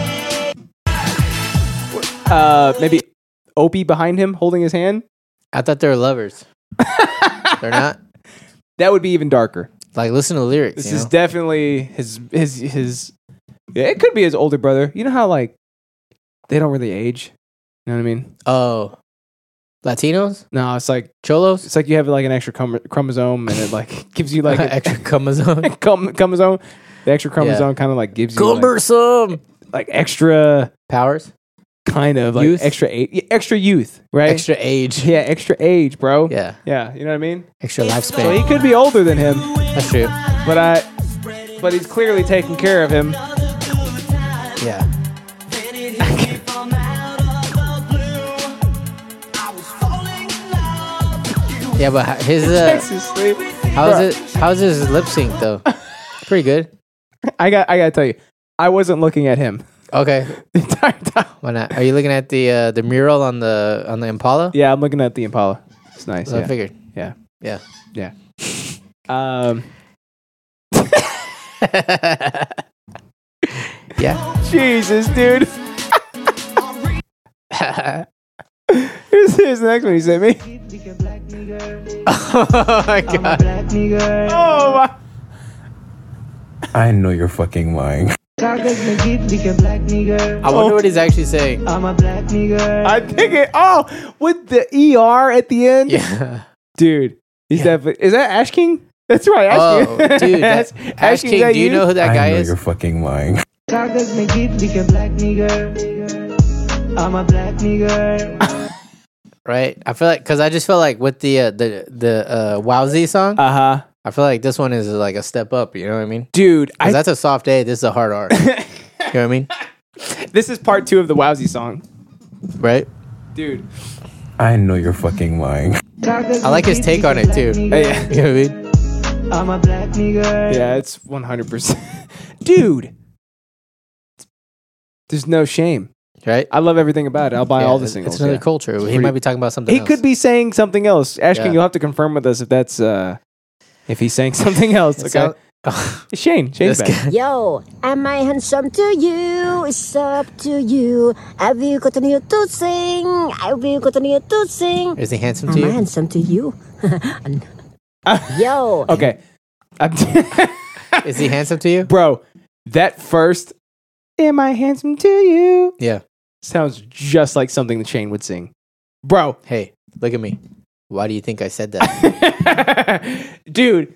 [SPEAKER 1] Uh, maybe Opie behind him holding his hand.
[SPEAKER 2] I thought they were lovers. They're not.
[SPEAKER 1] That would be even darker.
[SPEAKER 2] Like listen to the lyrics.
[SPEAKER 1] This
[SPEAKER 2] you
[SPEAKER 1] is
[SPEAKER 2] know?
[SPEAKER 1] definitely his his his. Yeah, it could be his older brother. You know how like they don't really age. You know what I mean?
[SPEAKER 2] oh, Latinos,
[SPEAKER 1] No, it's like
[SPEAKER 2] cholos,
[SPEAKER 1] it's like you have like an extra chrom- chromosome, and it like gives you like an
[SPEAKER 2] extra chromosome,
[SPEAKER 1] chrom- chromosome. The extra chromosome kind of like gives you like,
[SPEAKER 2] cumbersome
[SPEAKER 1] like extra
[SPEAKER 2] powers,
[SPEAKER 1] kind of like
[SPEAKER 2] Youth?
[SPEAKER 1] extra age, yeah, extra youth, right?
[SPEAKER 2] extra age.
[SPEAKER 1] yeah, extra age, bro.
[SPEAKER 2] Yeah,
[SPEAKER 1] yeah, you know what I mean.
[SPEAKER 2] extra
[SPEAKER 1] So he
[SPEAKER 2] lifespan.
[SPEAKER 1] could be older than him,
[SPEAKER 2] That's true.
[SPEAKER 1] but I, but he's clearly taking care of him.
[SPEAKER 2] Yeah. Yeah, but ho- his uh,
[SPEAKER 1] Takes his sleep.
[SPEAKER 2] how's it? How's his lip sync though? Pretty good.
[SPEAKER 1] I got, I gotta tell you, I wasn't looking at him
[SPEAKER 2] Okay,
[SPEAKER 1] the entire time.
[SPEAKER 2] why not? Are you looking at the uh, the mural on the on the Impala?
[SPEAKER 1] Yeah, I'm looking at the Impala. It's nice.
[SPEAKER 2] So I
[SPEAKER 1] Yeah.
[SPEAKER 2] figured.
[SPEAKER 1] yeah,
[SPEAKER 2] Yeah.
[SPEAKER 1] yeah. Um,
[SPEAKER 2] yeah.
[SPEAKER 1] Jesus, dude. here's, here's the next one he sent me.
[SPEAKER 2] oh my god.
[SPEAKER 1] Oh my.
[SPEAKER 7] I know you're fucking lying.
[SPEAKER 2] I wonder what he's actually saying.
[SPEAKER 1] I think it. Oh, with the er at the end,
[SPEAKER 2] Yeah.
[SPEAKER 1] dude. He's definitely. Is that Ash King? That's right, Ash
[SPEAKER 2] Oh,
[SPEAKER 1] King.
[SPEAKER 2] dude. That, Ash
[SPEAKER 1] King's
[SPEAKER 2] King,
[SPEAKER 1] that
[SPEAKER 2] do you know who that
[SPEAKER 7] I
[SPEAKER 2] guy
[SPEAKER 7] know
[SPEAKER 2] is?
[SPEAKER 7] you're fucking lying.
[SPEAKER 2] Right. I feel like because I just feel like with the uh, the the uh, Wowzy song,
[SPEAKER 1] Uh huh.
[SPEAKER 2] I feel like this one is like a step up. You know what I mean?
[SPEAKER 1] Dude,
[SPEAKER 2] Because
[SPEAKER 1] I,
[SPEAKER 2] that's a soft A. This is a hard R. you know what I mean?
[SPEAKER 1] this is part two of the Wowsy song.
[SPEAKER 2] Right.
[SPEAKER 1] Dude.
[SPEAKER 7] I know you're fucking lying.
[SPEAKER 2] I like his take on it too.
[SPEAKER 1] Yeah,
[SPEAKER 2] You know what I mean?
[SPEAKER 1] yeah it's 100%. Dude. There's no shame.
[SPEAKER 2] Right.
[SPEAKER 1] I love everything about it. I'll buy
[SPEAKER 2] Yeah,
[SPEAKER 1] all the
[SPEAKER 2] it's-
[SPEAKER 1] singles.
[SPEAKER 2] It's another
[SPEAKER 1] yeah.
[SPEAKER 2] culture. he
[SPEAKER 1] pretty-
[SPEAKER 2] might be talking about something.
[SPEAKER 1] He
[SPEAKER 2] else.
[SPEAKER 1] could be saying something else. Ash King,
[SPEAKER 2] Yeah.
[SPEAKER 1] you'll have to confirm with us if that's uh if he's saying something else. Okay.
[SPEAKER 2] It sound-
[SPEAKER 1] Shane. Shane's
[SPEAKER 2] This
[SPEAKER 1] back.
[SPEAKER 2] guy-
[SPEAKER 8] Yo, am I handsome to you? It's up to you. I will continue to sing. I will continue to sing.
[SPEAKER 2] Is he handsome to
[SPEAKER 8] Am I
[SPEAKER 2] you?
[SPEAKER 8] handsome to you? Yo,
[SPEAKER 1] Okay. I'm-
[SPEAKER 2] Is he handsome to you?
[SPEAKER 1] Bro, that first Am I handsome to you?
[SPEAKER 2] Yeah.
[SPEAKER 1] Sounds just like something that Shane would sing. Bro,
[SPEAKER 2] Hey, look at me. Why do you think I said that?
[SPEAKER 1] dude.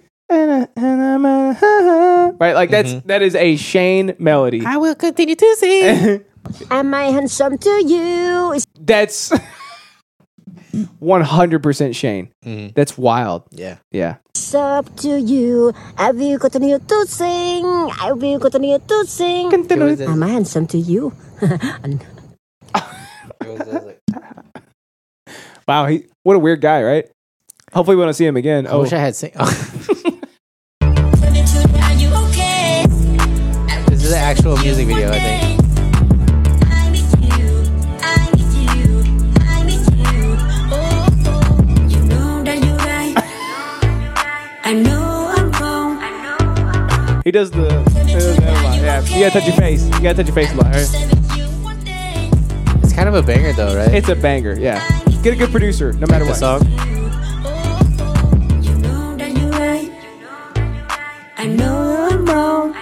[SPEAKER 1] Right, like that's
[SPEAKER 2] Mm-hmm.
[SPEAKER 1] that is a Shane melody.
[SPEAKER 2] I will continue to sing.
[SPEAKER 8] am I handsome to you? It's
[SPEAKER 1] That's one hundred percent Shane.
[SPEAKER 2] Mhm.
[SPEAKER 1] That's wild.
[SPEAKER 2] Yeah.
[SPEAKER 1] Yeah,
[SPEAKER 8] up to you. I will continue to sing. I will continue to sing.
[SPEAKER 2] It was this-
[SPEAKER 8] Am I handsome to you?
[SPEAKER 2] it was this, like-
[SPEAKER 1] wow. He what a weird guy, right? Hopefully, we don't see him again.
[SPEAKER 2] I
[SPEAKER 1] Oh,
[SPEAKER 2] wish I had sing.
[SPEAKER 9] Are you okay?
[SPEAKER 2] this is an actual music video, I think.
[SPEAKER 9] I need you, I need you, I need you. Oh, oh. You know that you're right. I know I'm wrong.
[SPEAKER 1] he does the. Yeah, you gotta touch your face. You gotta touch your face a lot. all right?
[SPEAKER 9] Said with you one day.
[SPEAKER 2] It's kind of a banger though, right?
[SPEAKER 1] It's a banger. Yeah, get a good producer, no matter
[SPEAKER 2] the
[SPEAKER 1] what.
[SPEAKER 2] song.
[SPEAKER 9] Oh, oh. You know that you're right. I know I'm wrong.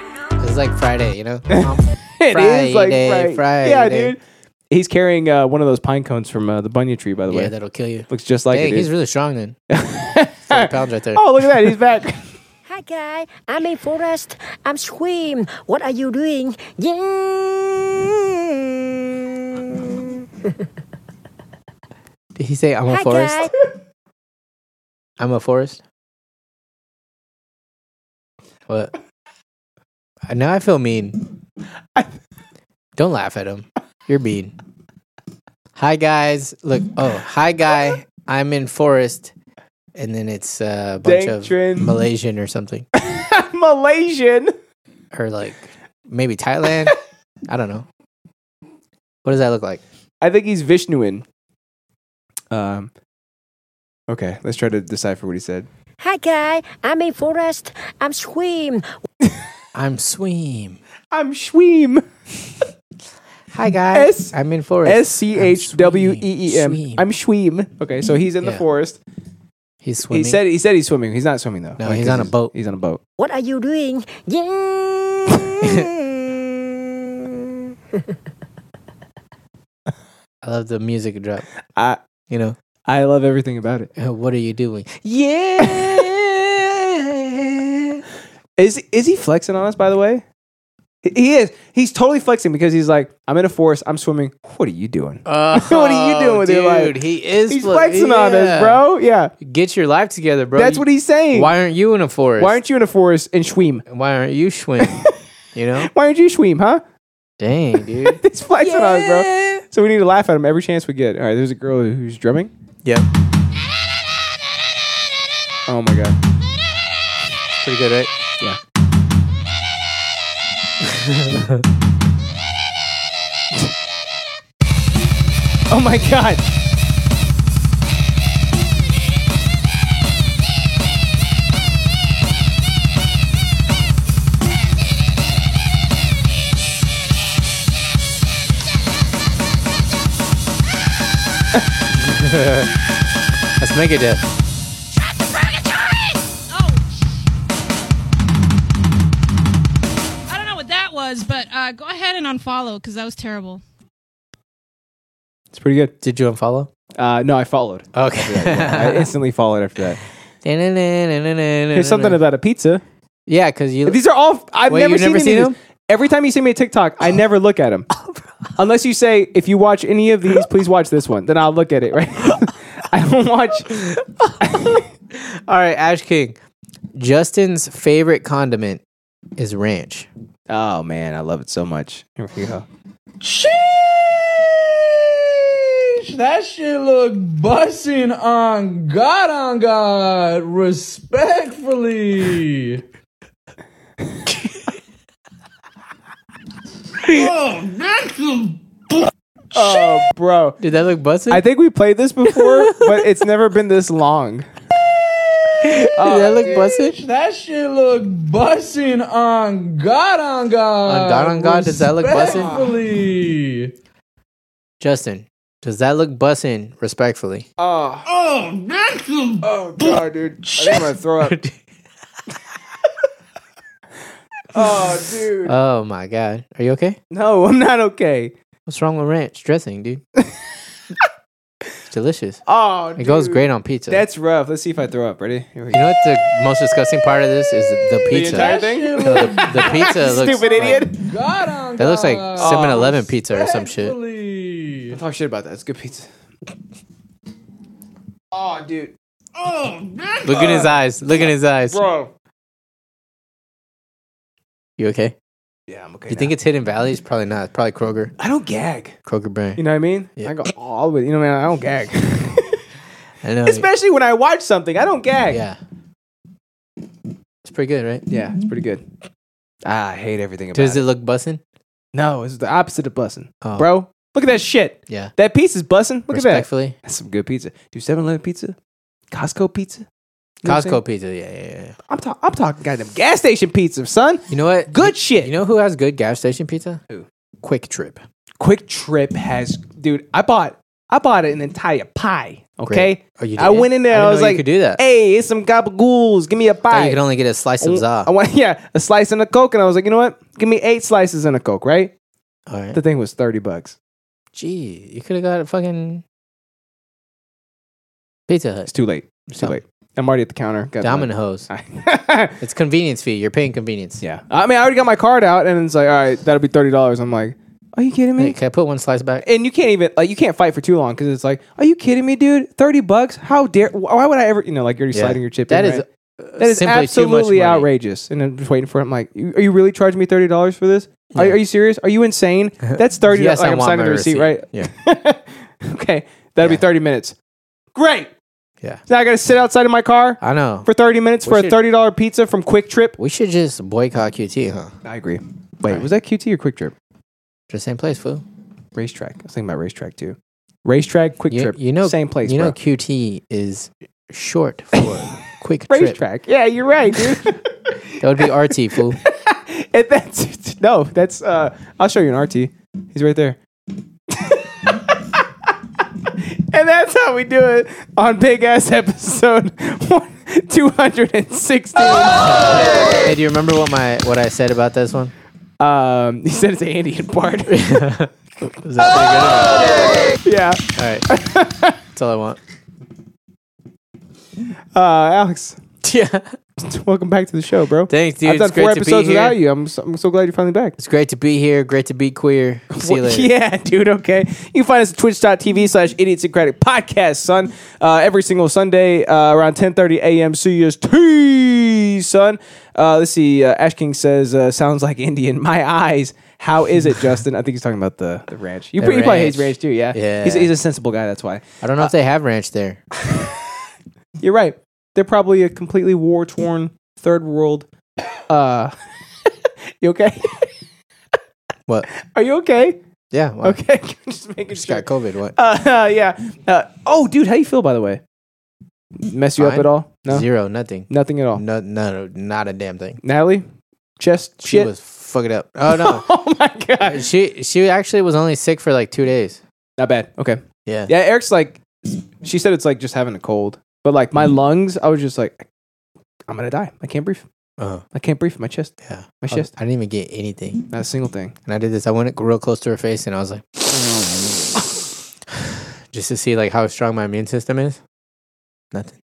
[SPEAKER 2] It's like Friday, you know.
[SPEAKER 1] It is like
[SPEAKER 2] Friday,
[SPEAKER 1] Friday. Yeah,
[SPEAKER 2] Friday.
[SPEAKER 1] dude. He's carrying uh, one of those pine cones from uh, the bunya tree, by the
[SPEAKER 2] yeah,
[SPEAKER 1] way.
[SPEAKER 2] that'll kill you.
[SPEAKER 1] Looks just like
[SPEAKER 2] Dang,
[SPEAKER 1] it.
[SPEAKER 2] he's
[SPEAKER 1] Dude.
[SPEAKER 2] really strong then. Forty pounds right there.
[SPEAKER 1] oh, look at that. He's back.
[SPEAKER 8] Hi, guy. I'm in forest. I'm swim. What are you doing? Yeah.
[SPEAKER 2] Did he say I'm a
[SPEAKER 8] Hi,
[SPEAKER 2] forest?
[SPEAKER 8] guys.
[SPEAKER 2] I'm a forest. What? Uh, Now I feel mean. Don't laugh at him. You're mean. Hi guys. Look. Oh, hi guy. I'm in forest, and then it's uh, a bunch of
[SPEAKER 1] Dankdrin.
[SPEAKER 2] Malaysian or something,
[SPEAKER 1] Malaysian.
[SPEAKER 2] or like maybe Thailand. I don't know. What does that look like?
[SPEAKER 1] I think he's Vishnuin. Um. Okay, let's try to decipher what he said.
[SPEAKER 8] Hi, guy. I'm in forest. I'm swim.
[SPEAKER 2] I'm swim.
[SPEAKER 1] I'm Schweem.
[SPEAKER 2] Hi guys.
[SPEAKER 1] S-
[SPEAKER 2] i I'm in forest.
[SPEAKER 1] S C H W E E M.
[SPEAKER 2] I'm
[SPEAKER 1] I'm Schweem. Okay, so he's in the
[SPEAKER 2] Yeah.
[SPEAKER 1] forest.
[SPEAKER 2] he's swimming.
[SPEAKER 1] He said he said he's swimming. He's not swimming though.
[SPEAKER 2] No,
[SPEAKER 1] Like,
[SPEAKER 2] he's
[SPEAKER 1] 'cause
[SPEAKER 2] on a boat.
[SPEAKER 1] He's on a boat.
[SPEAKER 8] What are you doing? Yeah.
[SPEAKER 2] I love the music drop.
[SPEAKER 1] I
[SPEAKER 2] You know,
[SPEAKER 1] I love everything about it.
[SPEAKER 2] Uh, what are you doing?
[SPEAKER 1] Yeah. is is he flexing on us? By the way, He- he is. He's totally flexing because he's like, I'm in a forest. I'm swimming. What are you doing?
[SPEAKER 2] Uh,
[SPEAKER 1] What are you doing with
[SPEAKER 2] Oh, dude,
[SPEAKER 1] your life?
[SPEAKER 2] He is
[SPEAKER 1] He's
[SPEAKER 2] fle-
[SPEAKER 1] flexing on
[SPEAKER 2] yeah.
[SPEAKER 1] us, bro. Yeah,
[SPEAKER 2] Get your life together, bro.
[SPEAKER 1] that's what he's saying.
[SPEAKER 2] Why aren't you in a forest?
[SPEAKER 1] Why aren't you in a forest and schweem?
[SPEAKER 2] you? Why aren't you swim? you know,
[SPEAKER 1] Why aren't you schweem, huh?
[SPEAKER 2] dang, dude.
[SPEAKER 1] He's flexing on us, bro. So we need to laugh at him every chance we get. All right, there's a girl who's drumming.
[SPEAKER 2] yep,
[SPEAKER 1] Oh my god.
[SPEAKER 2] pretty good, right?
[SPEAKER 1] Yeah. oh my god.
[SPEAKER 2] Let's make it up.
[SPEAKER 10] I don't know what that was, but uh, go ahead and unfollow because that was terrible.
[SPEAKER 1] It's pretty good.
[SPEAKER 2] Did you unfollow?
[SPEAKER 1] Uh, no, I followed. I
[SPEAKER 2] Okay.
[SPEAKER 1] instantly followed after that.
[SPEAKER 2] There's
[SPEAKER 1] There's something about a pizza.
[SPEAKER 2] Yeah, because you.
[SPEAKER 1] These are all I've
[SPEAKER 2] Wait,
[SPEAKER 1] never,
[SPEAKER 2] you've
[SPEAKER 1] seen,
[SPEAKER 2] never
[SPEAKER 1] any
[SPEAKER 2] seen Oh.
[SPEAKER 1] of these. Every time you see me at TikTok, I never look at them. Unless you say, if you watch any of these, please watch this one. Then I'll look at it, right? I don't watch.
[SPEAKER 2] All right, Ash King. Justin's favorite condiment is ranch.
[SPEAKER 1] Oh, man. I love it so much. Here we go.
[SPEAKER 5] Sheesh, that shit look bussin' on God on God, respectfully.
[SPEAKER 1] Oh, bro.
[SPEAKER 2] Did that look busted?
[SPEAKER 1] I think we played this before, but it's never been this long.
[SPEAKER 2] Did that
[SPEAKER 1] Oh,
[SPEAKER 2] look busted?
[SPEAKER 5] That shit look bussin' on God on God.
[SPEAKER 1] Oh,
[SPEAKER 2] On God on God, does that look bussin'?
[SPEAKER 5] Respectfully.
[SPEAKER 2] Justin, does that look bussin' respectfully?
[SPEAKER 1] Oh. Oh, Oh, God, dude. I think I'm going to throw up. oh, dude.
[SPEAKER 2] Oh my god. Are you okay?
[SPEAKER 1] No, I'm not okay.
[SPEAKER 2] What's wrong with ranch dressing, dude? it's delicious.
[SPEAKER 1] Oh,
[SPEAKER 2] It goes great on pizza.
[SPEAKER 1] That's rough. Let's see if I throw up. Ready? Here we
[SPEAKER 2] you know what the most disgusting part of this is the
[SPEAKER 1] The
[SPEAKER 2] pizza.
[SPEAKER 1] entire thing?
[SPEAKER 2] No, the, the pizza looks
[SPEAKER 1] Stupid
[SPEAKER 2] like-
[SPEAKER 1] idiot.
[SPEAKER 5] God on God.
[SPEAKER 2] that looks like 7-Eleven pizza or some shit.
[SPEAKER 5] respectfully.
[SPEAKER 1] Don't talk shit about that. It's good pizza. Oh, dude.
[SPEAKER 2] Look in his eyes. Look in his eyes.
[SPEAKER 1] Bro.
[SPEAKER 2] You okay?
[SPEAKER 1] Yeah, I'm okay.
[SPEAKER 2] You think it's Hidden Valley? It's probably not. It's probably Kroger.
[SPEAKER 1] I don't gag.
[SPEAKER 2] Kroger brand.
[SPEAKER 1] You know what I mean?
[SPEAKER 2] Yeah.
[SPEAKER 1] I go all the way. You know what I mean? I don't gag.
[SPEAKER 2] I know.
[SPEAKER 1] Especially when I watch something. I don't gag.
[SPEAKER 2] yeah. It's pretty good, right?
[SPEAKER 1] Yeah, it's pretty good. Ah, I hate everything about
[SPEAKER 2] Does
[SPEAKER 1] it.
[SPEAKER 2] it look bussin'?
[SPEAKER 1] No, it's the opposite of bussing.
[SPEAKER 2] Oh.
[SPEAKER 1] Bro, look at that shit.
[SPEAKER 2] Yeah.
[SPEAKER 1] That pizza's bussing. Look at that.
[SPEAKER 2] Respectfully.
[SPEAKER 1] That's some good pizza. Do 7 Eleven pizza? Costco pizza? You know what I'm saying?
[SPEAKER 2] Costco pizza, yeah, yeah, yeah.
[SPEAKER 1] I'm, ta- I'm talking goddamn gas station pizza, son.
[SPEAKER 2] You know what?
[SPEAKER 1] Good shit.
[SPEAKER 2] You know who has good gas station pizza?
[SPEAKER 1] Who?
[SPEAKER 2] Quick Trip.
[SPEAKER 1] Quick Trip has, dude. I bought, I bought an entire pie. Okay,
[SPEAKER 2] Great. Oh, you
[SPEAKER 1] I
[SPEAKER 2] did?
[SPEAKER 1] went in there.
[SPEAKER 2] I
[SPEAKER 1] I,
[SPEAKER 2] didn't
[SPEAKER 1] was
[SPEAKER 2] know you
[SPEAKER 1] like,
[SPEAKER 2] could do that.
[SPEAKER 1] Hey, it's some gabagools. Give me a
[SPEAKER 2] Thought
[SPEAKER 1] pie.
[SPEAKER 2] you could only get a slice
[SPEAKER 1] I
[SPEAKER 2] of
[SPEAKER 1] wa-
[SPEAKER 2] za.
[SPEAKER 1] I want, yeah, a slice and a coke, and I was like, you know what? Give me eight slices and a coke, right?
[SPEAKER 2] All right.
[SPEAKER 1] The thing was thirty bucks.
[SPEAKER 2] Gee, you could have got a fucking Pizza
[SPEAKER 1] It's
[SPEAKER 2] Hut,
[SPEAKER 1] too late. It's too
[SPEAKER 2] Some-
[SPEAKER 1] late. I'm already at the counter. Got the money.
[SPEAKER 2] Domino's. It's convenience fee. You're paying convenience.
[SPEAKER 1] yeah, I mean, I already got my card out, and it's like, all right, that'll be thirty dollars. I'm like, Are you kidding me?
[SPEAKER 2] Hey, can I put one slice back?
[SPEAKER 1] and you can't even like you can't fight for too long because it's like, are you kidding me, dude? Thirty bucks? How dare? Why would I ever? You know, like you're
[SPEAKER 2] Yeah.
[SPEAKER 1] sliding your chip.
[SPEAKER 2] That
[SPEAKER 1] in,
[SPEAKER 2] is,
[SPEAKER 1] right?
[SPEAKER 2] uh,
[SPEAKER 1] that is
[SPEAKER 2] simply too much
[SPEAKER 1] absolutely
[SPEAKER 2] money.
[SPEAKER 1] outrageous. And I'm just waiting for it. I'm like, you- are you really charging me thirty dollars for this? Are, are you serious? Are you insane? That's thirty.
[SPEAKER 2] Yes,
[SPEAKER 1] like,
[SPEAKER 2] I
[SPEAKER 1] I'm
[SPEAKER 2] want
[SPEAKER 1] signing
[SPEAKER 2] my
[SPEAKER 1] the receipt,
[SPEAKER 2] receipt.
[SPEAKER 1] right?
[SPEAKER 2] Yeah.
[SPEAKER 1] okay, that'll
[SPEAKER 2] Yeah.
[SPEAKER 1] be thirty minutes. Great.
[SPEAKER 2] Yeah.
[SPEAKER 1] Now I got to sit outside of my car
[SPEAKER 2] I know.
[SPEAKER 1] for thirty minutes
[SPEAKER 2] We
[SPEAKER 1] for a
[SPEAKER 2] should-
[SPEAKER 1] thirty dollar pizza from Quick Trip.
[SPEAKER 2] we should just boycott QT, huh?
[SPEAKER 1] I agree. Wait, was that QT or Quick Trip?
[SPEAKER 2] Just same place, fool.
[SPEAKER 1] Racetrack. I was thinking about racetrack too. Racetrack, Quick
[SPEAKER 2] You,
[SPEAKER 1] Trip.
[SPEAKER 2] you know,
[SPEAKER 1] same place.
[SPEAKER 2] You know,
[SPEAKER 1] bro.
[SPEAKER 2] QT is short for quick trip.
[SPEAKER 1] racetrack. Yeah, you're right, dude.
[SPEAKER 2] That would be RT, fool.
[SPEAKER 1] and that's no, that's uh I'll show you an RT. He's right there. and that's how we do it on big ass episode 216.
[SPEAKER 2] Hey, do you remember what my what I said about this one?
[SPEAKER 1] Um he said it's Andy and Bart.
[SPEAKER 2] Is that
[SPEAKER 1] yeah.
[SPEAKER 2] pretty good? All right, that's all I want.
[SPEAKER 1] Uh Alex,
[SPEAKER 2] Yeah,
[SPEAKER 1] welcome back to the show, bro.
[SPEAKER 2] Thanks, dude.
[SPEAKER 1] I've done
[SPEAKER 2] It's great
[SPEAKER 1] four
[SPEAKER 2] to be
[SPEAKER 1] episodes
[SPEAKER 2] here.
[SPEAKER 1] without you. I'm so, I'm so glad you're finally back.
[SPEAKER 2] it's great to be here. Great to be queer. See you
[SPEAKER 1] Well,
[SPEAKER 2] later.
[SPEAKER 1] Yeah, dude. Okay. You can find us at twitch.tv slash idiosyncratic podcast, son. Uh, every single Sunday uh, around 10.30 a.m. CST, son. Uh, let's see. Uh, Ash King says, uh, sounds like Indian. My eyes. How is it, Justin? I think he's talking about the, the ranch. You,
[SPEAKER 2] The
[SPEAKER 1] pre- you probably
[SPEAKER 2] ranch.
[SPEAKER 1] hates ranch too, yeah?
[SPEAKER 2] Yeah.
[SPEAKER 1] He's, he's a sensible guy, that's why.
[SPEAKER 2] I don't know if they have ranch there.
[SPEAKER 1] You're right. They're probably a completely war torn third world. Uh, you okay?
[SPEAKER 2] What?
[SPEAKER 1] Are you okay?
[SPEAKER 2] Yeah. Well, okay.
[SPEAKER 1] Okay. Just making
[SPEAKER 2] Just
[SPEAKER 1] sure.
[SPEAKER 2] got COVID. What?
[SPEAKER 1] Uh, yeah. Uh, oh, dude, how you feel by the way? Mess you up
[SPEAKER 2] Fine.
[SPEAKER 1] at all? No,
[SPEAKER 2] Zero. Nothing.
[SPEAKER 1] nothing at all.
[SPEAKER 2] No. No. Not a damn thing.
[SPEAKER 1] Natalie, chest
[SPEAKER 2] She
[SPEAKER 1] shit.
[SPEAKER 2] was fucking up. Oh no.
[SPEAKER 1] oh my god,
[SPEAKER 2] she she actually was only sick for like two days.
[SPEAKER 1] not bad. Okay,
[SPEAKER 2] Yeah.
[SPEAKER 1] yeah. Eric's like, she said it's like just having a cold, but like
[SPEAKER 2] Mm-hmm.
[SPEAKER 1] my lungs, I was just like, I'm gonna die. I can't breathe.
[SPEAKER 2] Uh,
[SPEAKER 1] I can't breathe. My chest,
[SPEAKER 2] yeah.
[SPEAKER 1] my chest,
[SPEAKER 2] I didn't even get anything.
[SPEAKER 1] not a single thing.
[SPEAKER 2] And I did this. I went real close to her face and I was like, just to see like how strong my immune system is. Nothing.